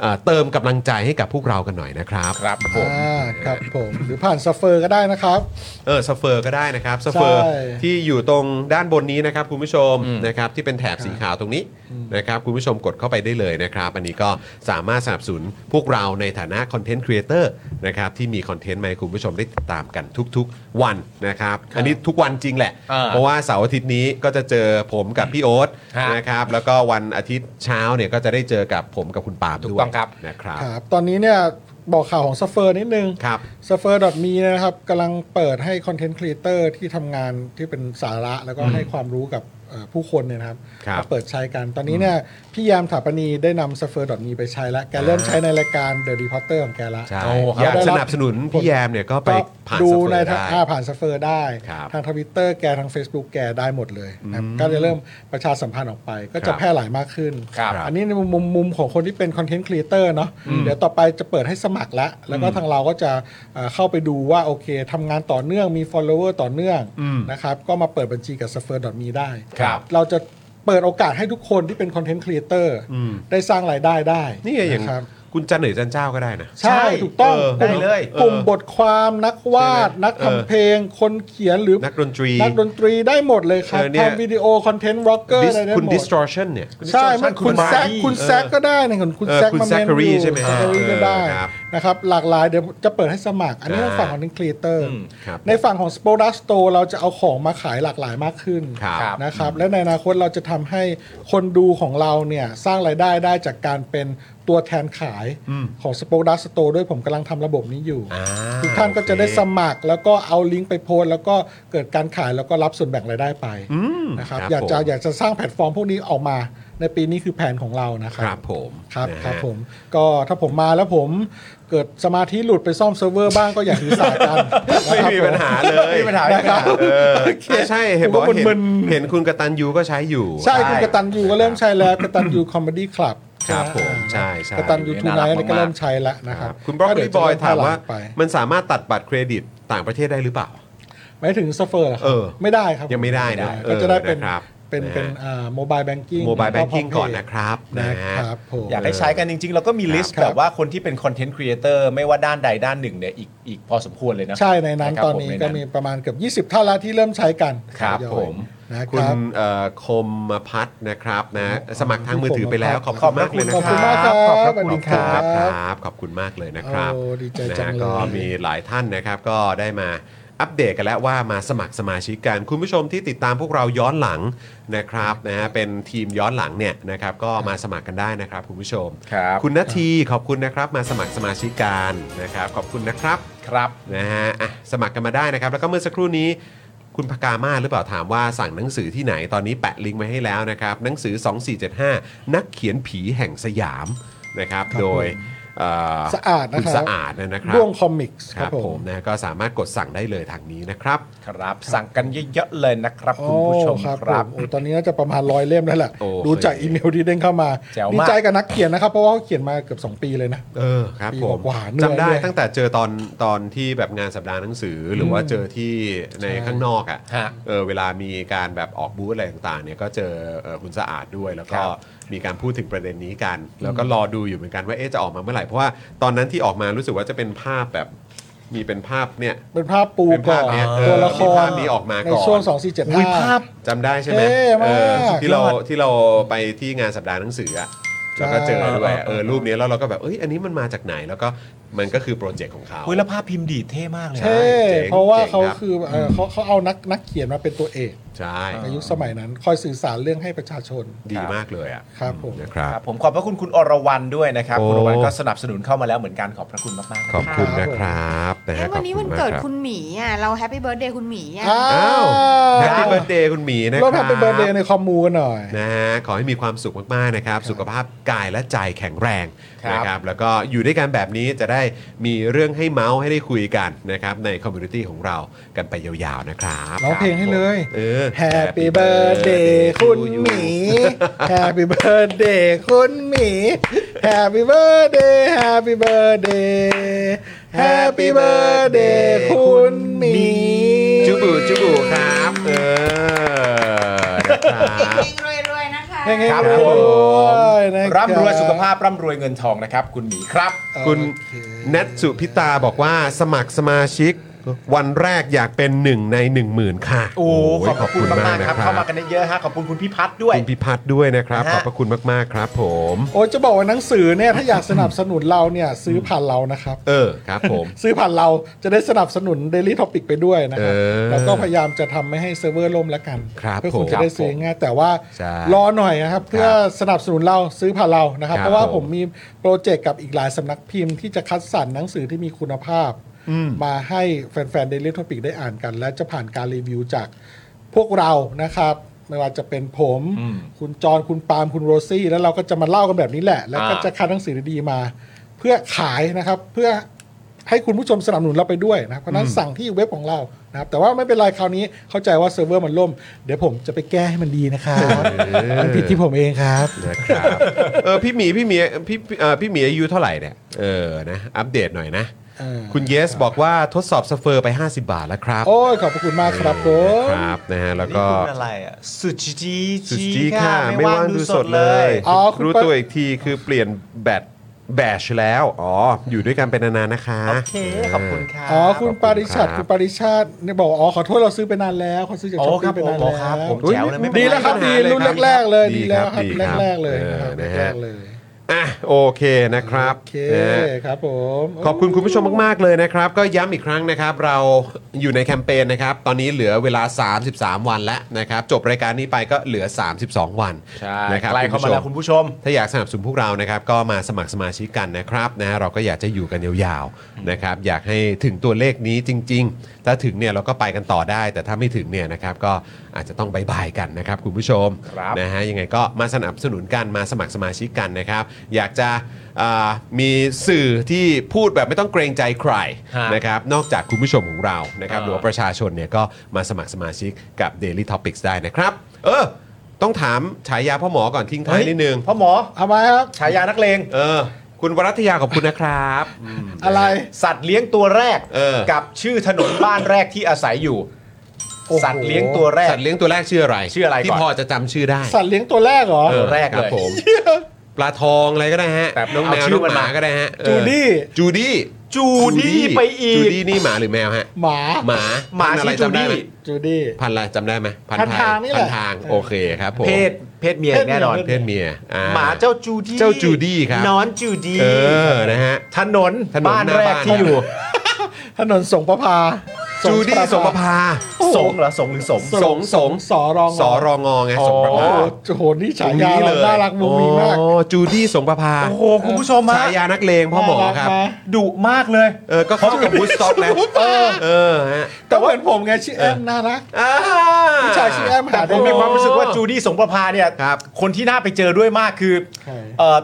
Speaker 1: เอ่อเติมกำลังใจให้กับพวกเรากันหน่อยนะครับ
Speaker 2: ครับผม
Speaker 3: อ่าครับผมหรือผ่านซัฟเฟอร์ก็ได้นะครับ
Speaker 1: เออสเฟอร์ก็ได้นะครับสเฟอร์
Speaker 3: ใช่
Speaker 1: ที่อยู่ตรงด้านบนนี้นะครับคุณผู้ชมนะครับที่เป็นแถบสีขาวตรงนี้นะครับคุณผู้ชมกดเข้าไปได้เลยนะครับ อันนี้ก็สามารถสนับสนุนพวกเราในฐานะคอนเทนต์ครีเอเตอร์นะครับที่มีคอนเทนต์มาให้คุณผู้ชมได้ติดตามกันทุกๆวันนะครับอันนี้ทุกวันจริงแหละ
Speaker 2: อ่า
Speaker 1: เพราะว่าเสาร์อาทิตย์นี้ก็จะเจอผมกับพี่โอ๊ต
Speaker 2: ฮะ
Speaker 1: นะครับแล้วก็วันอาทิตย์เช้าเนี่ยก็จะได้เจอกับผมกับคุณปาล์ม
Speaker 2: ถู
Speaker 1: ด้
Speaker 2: ก
Speaker 1: วย
Speaker 2: ต้องครับ
Speaker 1: นะครับ
Speaker 3: ครับตอนนี้เนี่ยบอกข่าวของซัฟเฟอร์นิดนึง
Speaker 1: ครับ
Speaker 3: s u f f e r m e นะครับกำลังเปิดให้คอนเทนต์ครีเอเตอร์ที่ทำงานที่เป็นสาระแล้วก็ให้ความรู้กับเอ่อผู้คนเนี่ยนะครับ
Speaker 1: ครับ
Speaker 3: มาเปิดใช้กัน ตอนนี้เนี่ยพี่ยามถาปนีได้นำ s u f f e r m e ไปใช้แล้ว แกเริ่มใช้ในรายการ The Reporter ของแกละ
Speaker 1: ใช่
Speaker 2: โอ้ครับ
Speaker 1: อยากสนับสนุนพี่แยมเนี่ยก็ไป
Speaker 3: ก็
Speaker 1: ผ่าน
Speaker 3: ดู
Speaker 1: สเฟอ
Speaker 3: ใน
Speaker 1: ร์
Speaker 3: ทาง
Speaker 1: ได้
Speaker 3: อ่าผ่านซัฟเฟอร์ได้
Speaker 1: ครับ
Speaker 3: ทางทวิตเตอร์แกทาง Facebook แกได้หมดเลยนะครับก็จะเริ่มประชาสัมพันธ์ออกไป ก็จะแพร่หลายมากขึ้น
Speaker 2: ครับ
Speaker 3: อันนี้ในมุมมุมมุมของคนที่เป็นคอนเทนต์ครีเอเตอร์เนาะเดี๋ยวต่อไปจะเปิดให้สมัครละแล้วก็ทางเราก็จะเอ่อเข้าไปดูว่า โอเคทำงานต่อเนื่องมี follower ต่อเนื่องนะครับก็มาเปิดบัญชีกับ s u f f e r m e ได้
Speaker 2: ครับ
Speaker 3: เราจะเปิดโอกาสให้ทุกคนที่เป็นคอนเทนต์ครีเอเตอร์ได้สร้างรายได้ได้
Speaker 1: นี่ไงอย่าง
Speaker 3: ะครับ
Speaker 1: คุณจันหรือจันเจ้าก็ได้นะ
Speaker 3: ใช่ ถูกต้อง
Speaker 1: เออก
Speaker 3: ม
Speaker 1: ได้เลย
Speaker 3: กลุ่ม
Speaker 1: เออบ
Speaker 3: ทความนักวาด
Speaker 1: ใช่ไหม
Speaker 3: นัก
Speaker 1: เออ
Speaker 3: ทำเพลง คนเขียนหรือ
Speaker 1: นักดนตรี
Speaker 3: นักดนตรีได้หมดเลยครับ
Speaker 1: เออเนี่ย
Speaker 3: ทำวิดีโอ คอนเทนต์ร็อกเกอร์
Speaker 1: Dis-
Speaker 3: อะไรได้
Speaker 1: คุณ
Speaker 3: หมด
Speaker 1: distortion เนี่ย
Speaker 3: ใช่ไม่
Speaker 2: Distortion
Speaker 3: คุณแซก
Speaker 2: Barney
Speaker 3: คุณแซกก็ได้นะคุณคุณ
Speaker 1: เออ
Speaker 3: แซก
Speaker 1: คุณ
Speaker 3: มาเมน
Speaker 1: Zachary
Speaker 3: อยู่
Speaker 1: ใช่ไหม
Speaker 3: แซค
Speaker 1: เอ
Speaker 3: ก็
Speaker 1: อ
Speaker 3: ได้
Speaker 1: ครับ
Speaker 3: นะครับหลากหลายเดี๋ยวจะเปิดให้สมัคร อันนี้
Speaker 1: อ่า
Speaker 3: ทางฝั่งของครีเอเตอร์
Speaker 1: อืมครับ
Speaker 3: ในฝั่งของ s p o r a s t o r e เราจะเอาของมาขายหลากหลายมากขึ้น
Speaker 1: ครับ
Speaker 3: นะครับและในอนาคตเราจะทำให้คนดูของเราเนี่ยสร้างรายได้ได้จากการเป็นตัวแทนขายของ s p o r a s t o r e ด้วยผมกำลังทำระบบนี้อยู่
Speaker 1: อ่
Speaker 3: ทุกท่านก็จะได้สมัครแล้วก็เอาลิงก์ไปโพสต์แล้วก็เกิดการขายแล้วก็รับส่วนแบ่งรายได้ไปนะครับ
Speaker 1: ครับ
Speaker 3: อยากจะ
Speaker 1: ผม
Speaker 3: อยากจะสร้างแพลตฟอร์มพวกนี้ออกมา ในปีนี้คือแผนของเรานะค
Speaker 1: ค
Speaker 3: รั
Speaker 1: รั
Speaker 3: บบ
Speaker 1: ผม
Speaker 3: ครับ
Speaker 1: นะฮะ
Speaker 3: ครับผมก็ถ้าผมมาแล้วผมเกิดสมาธิหลุดไปซ่อมเซิร์ฟเวอร์บ้างก็อย่าถือสากัน
Speaker 1: ไม่มีปัญหาเลย
Speaker 2: ไม่มีปัญหา
Speaker 3: นะครับผม
Speaker 1: เออ
Speaker 3: โอค
Speaker 1: ใช่เห็นบอกว่า
Speaker 3: ผม
Speaker 1: เห็น
Speaker 3: มึนๆ
Speaker 1: เห็นคุณกตันยูก็ใช้อยู่
Speaker 3: ใช่คุณกตันยูก็เริ่มใช้แล้วกตันยูคอมเมดี้คลับ
Speaker 1: ครับผมใช่ใช่
Speaker 3: กตันยูทูไนท์
Speaker 2: น่ารักมาก
Speaker 3: ก็เริ่มใช้แล้วนะ
Speaker 1: ค
Speaker 3: ค
Speaker 1: รั
Speaker 3: รั
Speaker 1: บบ คุณบรอกโคลี
Speaker 3: ก็เดี๋
Speaker 1: บ
Speaker 3: ว
Speaker 1: อย
Speaker 3: จะเริ่
Speaker 1: ถามว่า
Speaker 3: แพร่หลไป
Speaker 1: มันสามารถตัดบัตรเครดิตต่างประเทศได้หรือเปล่า
Speaker 3: ไม่ถึงซัฟเฟอร์เหรอครั
Speaker 1: เออ
Speaker 3: ไม่ได้ครับ
Speaker 1: ยังไม่ได้นะเออ
Speaker 3: ก็จะได้เป็น
Speaker 1: นะครับ
Speaker 3: เป็นเป็น
Speaker 1: นะฮะ
Speaker 3: อ่าโมบายแบงกิ้ง
Speaker 1: โมบายแบงกิ้งก่อนนะครับนะฮะ
Speaker 3: ครับผม
Speaker 2: อยากให้ใช้กันจริงๆ เราก็มีลิสต์
Speaker 3: ครับ
Speaker 2: แบบว่าคนที่เป็นคอนเทนต์ครีเอเตอร์ไม่ว่าด้านใดด้านหนึ่งเนี่ยอีกอีกพอสมควรเลยนะ
Speaker 3: ใช่ในนั้นะ
Speaker 2: ครับ
Speaker 3: ตอนนี้
Speaker 2: ผใ
Speaker 3: ก็มีประมาณเกือบ20 ท่านละที่เริ่มใช้กัน
Speaker 2: ครับ
Speaker 3: ทยอย
Speaker 2: ผม
Speaker 3: นะค
Speaker 1: คุณ
Speaker 3: รับ
Speaker 1: เอ่อคมพัฒน์นะครับนะสมัครทางมือถือไปแล้วขอบ
Speaker 3: ข
Speaker 1: คุ
Speaker 3: อบ
Speaker 1: ณ
Speaker 3: พ
Speaker 1: มาก
Speaker 3: ระ
Speaker 1: เลยนะ
Speaker 3: คุณ
Speaker 1: ครับ
Speaker 3: ขอบพระ
Speaker 1: ข
Speaker 3: คุ
Speaker 1: อบ
Speaker 3: ณ
Speaker 1: คุณ
Speaker 3: ค
Speaker 1: ค
Speaker 3: รั
Speaker 1: รับบ ครับขอบคุณมากเลยนะครับ
Speaker 3: โอ้ดีใจจังเลย
Speaker 1: นะฮะก็มีหลายท่านนะครับก็ได้มาอัปเดตกันแล้วว่ามาสมัครสมาชิกกันคุณผู้ชมที่ติดตามพวกเราย้อนหลังนะครับนะฮะเป็นทีมย้อนหลังเนี่ยนะครับก็มาสมัครกันได้นะครับคุณผู้ชม
Speaker 2: ครับ
Speaker 1: คุณนาทีขอบคุณนะครับมาสมัครสมาชิกกันนะครับขอบคุณนะครับ
Speaker 2: ครับ
Speaker 1: นะฮะอ่ะสมัครกันมาได้นะครับ แล้วก็เมื่อสักครู่นี้ คุณพกามาศหรือเปล่าถามว่าสั่งหนังสือที่ไหนตอนนี้แปะลิงก์ไว้ให้แล้วนะครับ หนังสือ 2475 นักเขียนผีแห่งสยามนะครับ
Speaker 3: ครับ
Speaker 1: โดย
Speaker 3: ผม
Speaker 1: เอ่
Speaker 3: สะอาดนะครับ
Speaker 1: คุณสะอาดนะครับ
Speaker 3: ด้วงคอมิกส์
Speaker 1: ค
Speaker 3: ค
Speaker 1: รั
Speaker 3: รั
Speaker 1: บบ ผ
Speaker 3: ผม ม
Speaker 1: นะก็สามารถกดสั่งได้เลยทางนี้นะครับ
Speaker 2: ครับ สั่งกันเยอะๆเลยนะครับคุณผู้ชม
Speaker 3: โอ้ครับ
Speaker 2: ครับ
Speaker 3: ผมโอ้ตอนนี้น่าจะประมาณร้อยเล่มแล้วแหละ
Speaker 1: โอ้
Speaker 3: ดูจากอีเมลที่เด้งเข้ามา
Speaker 2: แจ๋วมาก
Speaker 3: ดีใจกับนักเขียนนะครับ เพราะว่าเขาเขียนมาเกือบ 2 ปีเลยนะ
Speaker 1: เออครับ
Speaker 3: ปี
Speaker 1: ผม
Speaker 3: กว่าๆเหนื่อย
Speaker 1: จำได้
Speaker 3: ด้วย
Speaker 1: ตั้งแต่เจอตอนตอนที่แบบงานสัปดาห์หนังสือหรือว่าเจอที่ในข้างนอกอ่ะ
Speaker 2: ฮะ
Speaker 1: เออเวลามีการแบบออกบูธอะไรต่างๆเนี่ยก็เจอเอ่อคุณสะอาดด้วย แล้วก็
Speaker 2: ครับ
Speaker 1: มีการพูดถึงประเด็นนี้กัน แล้วก็รอดูอยู่เหมือนกันว่าเอ๊ะจะออกมาเมื่อไหร่เพราะว่าตอนนั้นที่ออกมารู้สึกว่าจะเป็นภาพแบบมีเป็นภาพเนี่ย
Speaker 3: เป็นภาพปู
Speaker 1: เป็น
Speaker 3: ก่
Speaker 1: ภา
Speaker 3: อ
Speaker 1: พ
Speaker 3: น
Speaker 1: เนี่ยเออ
Speaker 3: ตัวละค
Speaker 1: มี
Speaker 3: ร
Speaker 1: ภาพนี้ออกมาก่อน
Speaker 3: ในช่วง 2 4 7
Speaker 2: อุ้ยภาพ
Speaker 3: 5
Speaker 1: จำได้ใช่ไหม
Speaker 3: เท่มาก
Speaker 1: เออที่เรา
Speaker 2: สุดยอด
Speaker 1: ที่เราไปที่งานสัปดาห์หนังสืออะแล้วก็เจอด้วยอะเออรูปนี้แล้วเราก็แบบเอ้ยอันนี้มันมาจากไหนแล้วก็มันก็คือโปรเจกต์ของเขา
Speaker 2: เฮ้ยแล้วภาพพิมพ์ดีดเท่มากเลยนะ
Speaker 3: เท่
Speaker 1: เจ๋ง
Speaker 3: เพราะว่า
Speaker 1: เจ๋ง
Speaker 3: เขา
Speaker 1: ครับ
Speaker 3: คือเอ่อเขาเขาเอานักนักเขียนมาเป็นตัวเอก
Speaker 1: ใช่
Speaker 3: ในยุคสมัยนั้น คอยสื่อสารเรื่องให้ประชาชน
Speaker 1: ดีมากเลยอ่ะ
Speaker 3: ครับผม
Speaker 1: นะครับ
Speaker 2: ครับผมขอบพระคุณคุณอรวรรณด้วยนะครับ
Speaker 1: โอ้
Speaker 2: คุณอรวรรณก็สนับสนุนเข้ามาแล้วเหมือนกันขอบพระคุณมากๆนะ
Speaker 1: ข
Speaker 2: ค
Speaker 1: อ
Speaker 2: รั
Speaker 1: บบ คุณนะครับนะฮะ
Speaker 10: เอ้ยวันนี้
Speaker 1: ขอบ
Speaker 10: วัน
Speaker 1: มาก
Speaker 10: เกิด
Speaker 1: รับ
Speaker 10: คุณหมีอ่ะ เราแฮปปี้เบิร์ดเดย์คุณหมีอ่ะ
Speaker 3: อ้า
Speaker 1: อ้าว
Speaker 3: ว
Speaker 1: แฮปปี้เบิร์ดเดย์คุณหมีนะค
Speaker 3: เรา
Speaker 1: รับ
Speaker 3: ทำเป็นเบอร์เดย์ในคอมมูกันหน่อย
Speaker 1: นะฮะขอให้มีความสุขมากๆนะครับ สุขภาพกายและใจแข็งแรง
Speaker 2: ครับ
Speaker 1: นะครับแล้วก็อยู่ด้วยกันแบบนี้จะได้มีเรื่องให้เมาส์ให้ได้คุยกันนะครับในคอมมูนิตี้ของเรากันไปยาวๆนะครับ
Speaker 3: ร้องเพลงให้เลย
Speaker 1: เออ
Speaker 3: Happy Birthday คุณหมี Happy Birthday คุณหมี Happy Birthday Happy Birthday Happy Birthday คุณหมี
Speaker 1: จูบูจูบูครับเออนะครับ
Speaker 10: เฮงๆรวยๆนะคะ
Speaker 3: เฮงๆ
Speaker 2: ครับผม
Speaker 3: ด้วยนะครับ
Speaker 2: ร่ำรวยสุขภาพร่ำรวยเงินทองนะครับ คุณหมีครับ
Speaker 1: คุณแนทสุพิตาบอกว่าสมัครสมาชิก วันแรกอยากเป็นหนึ่งใน 1 0,000 ค่ะ
Speaker 2: โอ้ขอบพระคุณมากๆครับ
Speaker 1: นะ
Speaker 2: เข้ามากันเยอะๆฮะขอบคุณคุณพี่พัฒน์ด้วย
Speaker 1: คุณพิพัฒน์ด้วยนะครับ
Speaker 2: นะฮะ
Speaker 1: ขอบพระคุณมากๆครับ ผม
Speaker 3: โอ้ยจะบอกว่าหนังสือเนี่ยถ้าอยากสนับสนุนเราเนี่ยซื้อผ่านเรานะครับ
Speaker 1: เออครับผม
Speaker 3: ซื้อผ่านเราจะได้สนับสนุน Daily Topic ไปด้วยนะครับ
Speaker 1: เออ
Speaker 3: แล้วก็พยายามจะทำไม่ให้เซิร์ฟเวอร์ล่มละกัน
Speaker 1: ครับ
Speaker 3: เพื่อคุณ
Speaker 1: ผม
Speaker 3: จะได้ซื้อง่ายแต่ว่า
Speaker 1: ใช่
Speaker 3: รอหน่อยนะครับ เพื่อสนับสนุนเราซื้อผ่านเรานะครับ
Speaker 1: ครับ
Speaker 3: เพราะว่า
Speaker 1: ผ
Speaker 3: ผม มมีโปรเจกต์กับอีกหลายสำนักพิมพ์ที่จะคัดสรรหนังสือที่มีคุณภาพ มาให้แฟนๆ Daily Topic ได้อ่านกัน และจะผ่านการรีวิวจากพวกเรานะครับ ไม่ว่าจะเป็นผม คุณจรคุณปาล์มคุณโรซี่ แล้วเราก็จะมาเล่ากันแบบนี้แหละ แล้วก็
Speaker 1: อ่า
Speaker 3: จะคัดหนังสือดีๆมา เพื่อขายนะครับเพื่อให้คุณผู้ชมสนับสนุนเราไปด้วยนะครับเพราะฉะนั้นสั่งที่เว็บของเรานะครับแต่ว่าไม่เป็นไรคราวนี้เข้าใจว่าเซิร์ฟเวอร์มันล่ม เดี๋ยวผมจะไปแก้ให้มันดีนะครับมันผิดที่ผมเองครับ
Speaker 1: นะครับเออพี่หมีพี่หมีพี่พี่เอ่อพี่หมีอายุเท่าไหร่เนี่ยเออนะอัปเดตหน่อยนะ
Speaker 3: เออ
Speaker 1: คุณเยสบอกว่าทดสอบสเฟอร์ไป 50 บาทแล้วครับ
Speaker 3: โอ้ยขอบพระคุณมากครับผม
Speaker 1: ครับนะฮะแล้วก็
Speaker 2: นี่คุณอะไรอ่ะ สุจิจี
Speaker 1: สุดจีค่ะไม่ว่างดูสดเลย
Speaker 3: อ๋อคุณ
Speaker 1: รู้
Speaker 3: เปิ้ล
Speaker 1: ตัวอีกทีคือเปลี่ยนแบตแบชแล้ว อ๋อ อยู่ด้วยกันเป็นนานๆนะคะ
Speaker 2: โอเค ขอบคุณครับ
Speaker 3: อ๋อคุณปาริชาติ
Speaker 1: ครับ
Speaker 3: คุณปาริชาติเนี่ยบอกว่าอ๋อขอโทษเราซื้อไปนานแล้วเขาซื้อจาก
Speaker 2: โอ้
Speaker 3: ช้อป
Speaker 2: ครั
Speaker 3: ปี้
Speaker 2: บ
Speaker 3: ไปนาน
Speaker 2: ผม
Speaker 3: แล้
Speaker 2: ครับ
Speaker 3: ว
Speaker 2: ผมแจ๋วเลยไม่เป็น
Speaker 3: ดี
Speaker 2: ไร
Speaker 3: แล้วครับดีรุ่นแรกๆเลยดีแล้วครับ
Speaker 1: ดี
Speaker 3: แรกๆเลย
Speaker 1: อ
Speaker 3: นะค
Speaker 1: อ
Speaker 3: รับ
Speaker 1: นะ
Speaker 3: แร
Speaker 1: ฮะ
Speaker 3: กๆเลย
Speaker 1: อ่ะโอเคนะครับ
Speaker 3: โอเค
Speaker 1: นะฮะ
Speaker 3: ครับผม
Speaker 1: ขอบคุณคุณผู้ชมมาก ๆ เลยนะครับ ก็ย้ำอีกครั้งนะครับ เราอยู่ในแคมเปญนะครับ ตอนนี้เหลือเวลา 33 วันแล้วนะครับ จบรายการนี้ไปก็เหลือ 32 วัน
Speaker 2: ใช่
Speaker 1: นะครับ
Speaker 2: ใกล้เข้ามาแล้ว
Speaker 1: ณ
Speaker 2: คุณ
Speaker 1: ผู้ช
Speaker 2: ผู้ชม
Speaker 1: ถ้าอยากสนับสนุนพวกเรานะครับ ก็มาสมัครสมาชิกกันนะครับนะฮะเราก็อยากจะอยู่กันยาวๆนะครับ อยากให้ถึงตัวเลขนี้จริง ๆ ถ้าถึงเนี่ยเราก็ไปกันต่อได้ แต่ถ้าไม่ถึงเนี่ยนะครับก็อาจจะต้องบายบายกันนะครับคุณผู้ชม
Speaker 2: ครับ
Speaker 1: นะฮะยังไงก็มาสนับสนุนกันมาสมัครสมาชิกกันนะครับ อยากจะอ่ามีสื่อที่พูดแบบไม่ต้องเกรงใจใคร
Speaker 2: ฮะ
Speaker 1: นะครับนอกจากคุณผู้ชมของเรานะครับห
Speaker 2: อ่า
Speaker 1: รือว่าประชาชนเนี่ยก็มาสมัครสมาชิกกับ Daily Topics ได้นะครับ เออ ต้องถามฉายาพ่อหมอก่อนทิ้งท้ายนิดนึง
Speaker 2: พ่อหมอ
Speaker 3: เอามาครับ
Speaker 2: ฉายานักเลง
Speaker 1: เออ คุณวรัตยาขอบคุณนะครับอืม
Speaker 3: อะไร
Speaker 2: สัตว์เลี้ยงตัวแรก
Speaker 1: เออ
Speaker 2: กับชื่อถนนบ้านแรกที่อาศัยอยู่
Speaker 3: โอ้โห
Speaker 2: สัตว์เลี้ยงตัวแรก
Speaker 1: สัตว์เลี้ยงตัวแรกชื่ออะไร
Speaker 2: ชื่ออะไรก่อน
Speaker 1: ที่พอจะจำชื่อได้
Speaker 3: สัตว์เลี้ยงตัวแรกเหรอ
Speaker 1: เออ
Speaker 2: แรก
Speaker 1: ค
Speaker 2: เลย
Speaker 1: บผมปลาทองอะไรก็ได้ฮะ
Speaker 2: แต่
Speaker 1: น้องแมว
Speaker 2: เอาชื่
Speaker 1: น้อ
Speaker 2: อง มัน
Speaker 1: หมา
Speaker 2: มา
Speaker 1: ก็ได้ฮะเออ
Speaker 3: จูดี้
Speaker 1: จูดี้
Speaker 2: จูดี้ไปอี
Speaker 1: จู
Speaker 2: ก
Speaker 1: ดี้นี่หมาหรือแมวฮะ
Speaker 3: หมา
Speaker 1: หมา
Speaker 2: หมา
Speaker 1: พันธุ์อะไร
Speaker 2: ชื่อจู
Speaker 1: จำได้
Speaker 2: ดี้
Speaker 1: ไหม
Speaker 3: จูดี้
Speaker 1: พันธุ์อะไรจำได้ไหม
Speaker 3: พันธุ์ทางนี่
Speaker 1: พั
Speaker 3: แห
Speaker 1: น
Speaker 3: ละ
Speaker 1: ธุ์ทางโอเคครับผม
Speaker 2: เพศเพศเมียแน่นอน
Speaker 1: เพศเมียอ่
Speaker 2: หมาเจ้าจูดี้
Speaker 1: เจ้าจูดี้ครับ
Speaker 2: นอนจูดี้
Speaker 1: เออนะฮะ
Speaker 2: ถนน
Speaker 1: ถนน
Speaker 2: บ้าน
Speaker 1: หน้า
Speaker 2: แรก
Speaker 1: บ้าน
Speaker 2: ที่อยู่
Speaker 3: ถนนสงประพา
Speaker 1: จูดี้สมประพา
Speaker 2: สงเหรอสงหรือสม
Speaker 1: สงสง
Speaker 3: สอรอง
Speaker 1: สรองอไงสมประ
Speaker 3: โอ้
Speaker 1: พา
Speaker 3: โหนี่ฉายาเราน่ารักมุ้งมิ้งมาก
Speaker 1: อ๋อจูดี้สมประพา
Speaker 2: โอ้โห คุณผู้ชมมา
Speaker 1: ฉายานักเลงพ่อหมอครับ
Speaker 3: น่า
Speaker 2: ดุมากเลย
Speaker 1: เออก็เข้ากับบูสต็อกแล้ว
Speaker 3: กนะ
Speaker 1: เออฮะ
Speaker 3: แต่ว่าเหมือนผมไงชื่อแอมน่ารัก
Speaker 1: อ่า
Speaker 3: ผู้ชายชื่อแอมหาได้
Speaker 2: แต่ผมมีความรู้สึกว่าจูดี้สงประภาเนี่ย
Speaker 1: ครับ
Speaker 2: คนที่น่าไปเจอด้วยมากคือ
Speaker 3: ใคร
Speaker 2: เอ่อ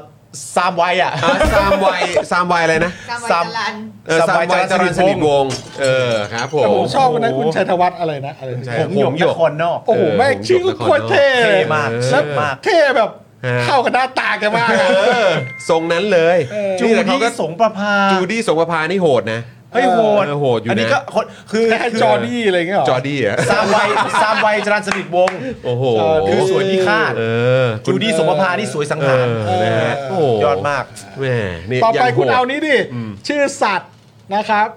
Speaker 2: ซามไวอ่ะ
Speaker 1: อ่าสามวัยสามวัยอะไรนะ
Speaker 10: กามไว
Speaker 2: ซ้ำ
Speaker 10: จรัน
Speaker 1: เออสามวัยจรัญสนิทวงศ์เออครับผม
Speaker 3: แต่ผมชอบคนนั้นคุณชัยธวัฒน์อะไรนะอะไร
Speaker 1: ใช่
Speaker 3: นะ
Speaker 2: ผมหยกนครนอก
Speaker 3: โอ้โหแม่งชื่อโคตรเท่
Speaker 2: เท่มาก
Speaker 3: แล้
Speaker 2: เท่
Speaker 3: ว
Speaker 2: มาก
Speaker 3: เท่แบบ
Speaker 1: ฮะ
Speaker 3: เข้ากับหน้าตาแกมากอะ
Speaker 1: เออทรงนั้นเลย
Speaker 3: เออ
Speaker 2: จู
Speaker 1: นี่แต่เขา
Speaker 2: ดี้
Speaker 1: ก็
Speaker 2: สงประภา
Speaker 1: จูดี้สงประพานี่โหดนะ
Speaker 2: เฮ้ยโหด
Speaker 1: เออโหดอยู่นะ
Speaker 2: นนี้ก็คนคือ
Speaker 3: แค่
Speaker 2: คือ
Speaker 3: จอร์ดี้อะไรอย่างเงี้ยเหรอ
Speaker 1: จอร์ดี้อ่ะ
Speaker 2: ซามไวซามไวจรันสนิทวงศ์
Speaker 1: โอ้โห
Speaker 2: คือสวยพิฆาต
Speaker 1: เออ
Speaker 2: จูดี้สงประภานี่สวยสัง
Speaker 1: เอ
Speaker 2: หาร
Speaker 1: อนะฮะโโห
Speaker 2: ยอดมาก
Speaker 1: แหมนี่
Speaker 3: ต่อไป
Speaker 1: ยังโหด
Speaker 3: คุณเอานี้ดิ ชื่อสัตว์นะครับ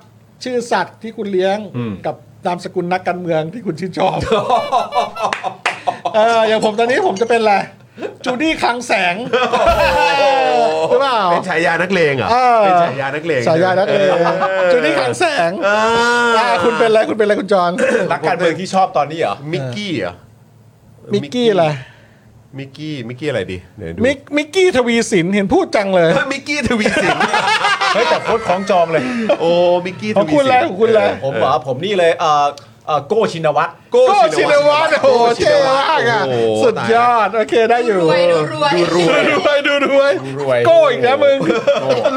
Speaker 3: ชื่อสัตว์ที่คุณเลี้ยงกับนามสกุลนักการเมืองที่คุณชื่นชอบ เอออย่างผมตอนนี้ผมจะเป็นอะไรจูดี้คลังแสงเออ รือเปล่า
Speaker 1: เป็นฉายานักเลงเหรอ
Speaker 3: เออ
Speaker 1: เป็นฉายานักเลง
Speaker 3: ฉายานักเลงจุดนี้ขังแสง
Speaker 1: เออ
Speaker 3: อ่าคุณเป็นอะไรคุณเป็นอะไรคุณจอน
Speaker 10: รักการเมืองที่ชอบตอนนี้เหรอ
Speaker 1: มิกกี้เหรอ
Speaker 3: มิกกี้อะไร
Speaker 1: มิกกี้มิกกี้อะไรดีเดี๋ยวดู
Speaker 3: มิกมิกกี้ทวีสินเห็นพูดจังเลย
Speaker 1: เออมิกกี้ทวีสิน
Speaker 10: เฮ้ยแต่โค้ดของจองเลย
Speaker 1: โอ้มิกกี้ท
Speaker 3: ของ
Speaker 1: วี
Speaker 3: คุณ
Speaker 1: สิ
Speaker 3: แล้วของคุณแล้ว
Speaker 10: ผมเหรอผมนี่เลยเอ่อเอ่อโก้ชินวัตร
Speaker 1: โก้
Speaker 3: โก้ชินวัตรโอ้โหเท่มากอ่ะ
Speaker 1: โโห
Speaker 3: สุดยอด โอเคได้อ
Speaker 5: ดู
Speaker 3: ยู่
Speaker 5: รวยดูรวย
Speaker 3: ดูรวยดูรวย
Speaker 10: ดูรวย
Speaker 3: โก้อีกนะมึง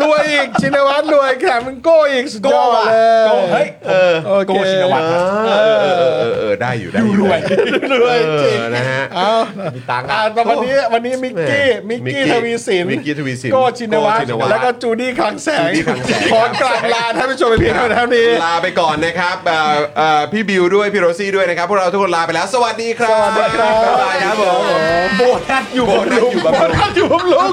Speaker 3: รวยอีกชินวัตรรวยแถมมึงโก้อีกสุดย
Speaker 10: โก้
Speaker 3: อด
Speaker 10: ว่ะ
Speaker 3: เล
Speaker 10: โก้เฮ้
Speaker 3: ย
Speaker 10: ย
Speaker 1: เออ
Speaker 3: โอเค
Speaker 10: โก้ชินวัตรครับ
Speaker 1: เออเออเออเออเออได้อยู่ได้อยู่
Speaker 10: รวย
Speaker 3: รวยจริง
Speaker 1: เออนะฮะ
Speaker 3: เอา
Speaker 10: มีตังค์
Speaker 3: อ่า
Speaker 10: อะ
Speaker 3: แต่วันนี้วันนี้มิกกี้
Speaker 1: แม่
Speaker 3: มิก
Speaker 1: มิก
Speaker 3: กี้
Speaker 1: กี้
Speaker 3: ทวีสิน
Speaker 1: มิกกี้ทวีสิน
Speaker 3: โก้ชินวัต
Speaker 1: โก้
Speaker 3: ร
Speaker 1: ชินวัตร
Speaker 3: แล้วก็จูดี้คลังแสง
Speaker 1: จูดี้คลังแสง
Speaker 3: ขอกลับลาท่านผู้ชมไปเพียงเท่านี้
Speaker 1: ลาไปก่อนนะครับเอ่อเอ่อพี่บิวด้วย พี่โรซี่ด้วยนะครับพวกเราทุกคนลาไปแล้ว สวัสดีครับ
Speaker 3: สวัสดีครับ
Speaker 1: บ๊ายบายครับผม
Speaker 10: โบนัสอยู่บนรูป
Speaker 3: บนท่านอยู่บนลุก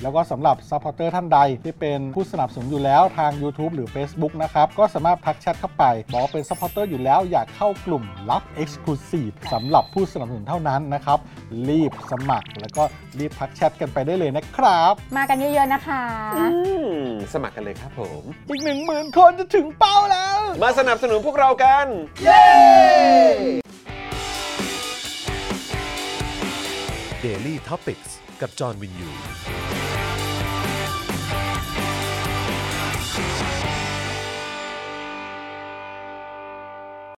Speaker 6: แล้วก็สำหรับ Supporter ท่านใดที่เป็นผู้สนับสนุนอยู่แล้วทาง YouTube หรือ Facebook นะครับ ก็สามารถทักแชทเข้าไป บอกเป็น Supporter อยู่แล้วอยากเข้ากลุ่มลับ Exclusive สำหรับผู้สนับสนุนเท่านั้นนะครับ รีบสมัครแล้วก็รีบทักแชทกันไปได้เลยนะครับ
Speaker 11: มากันเยอะๆนะคะ
Speaker 1: อืมสมัครกันเลยครับผม
Speaker 6: อีก 1 0,000 คนจะถึงเป้าแล้ว
Speaker 1: มาสนับสนุนพวกเรากัน เย้ Daily Topics กับจอห์นวินยู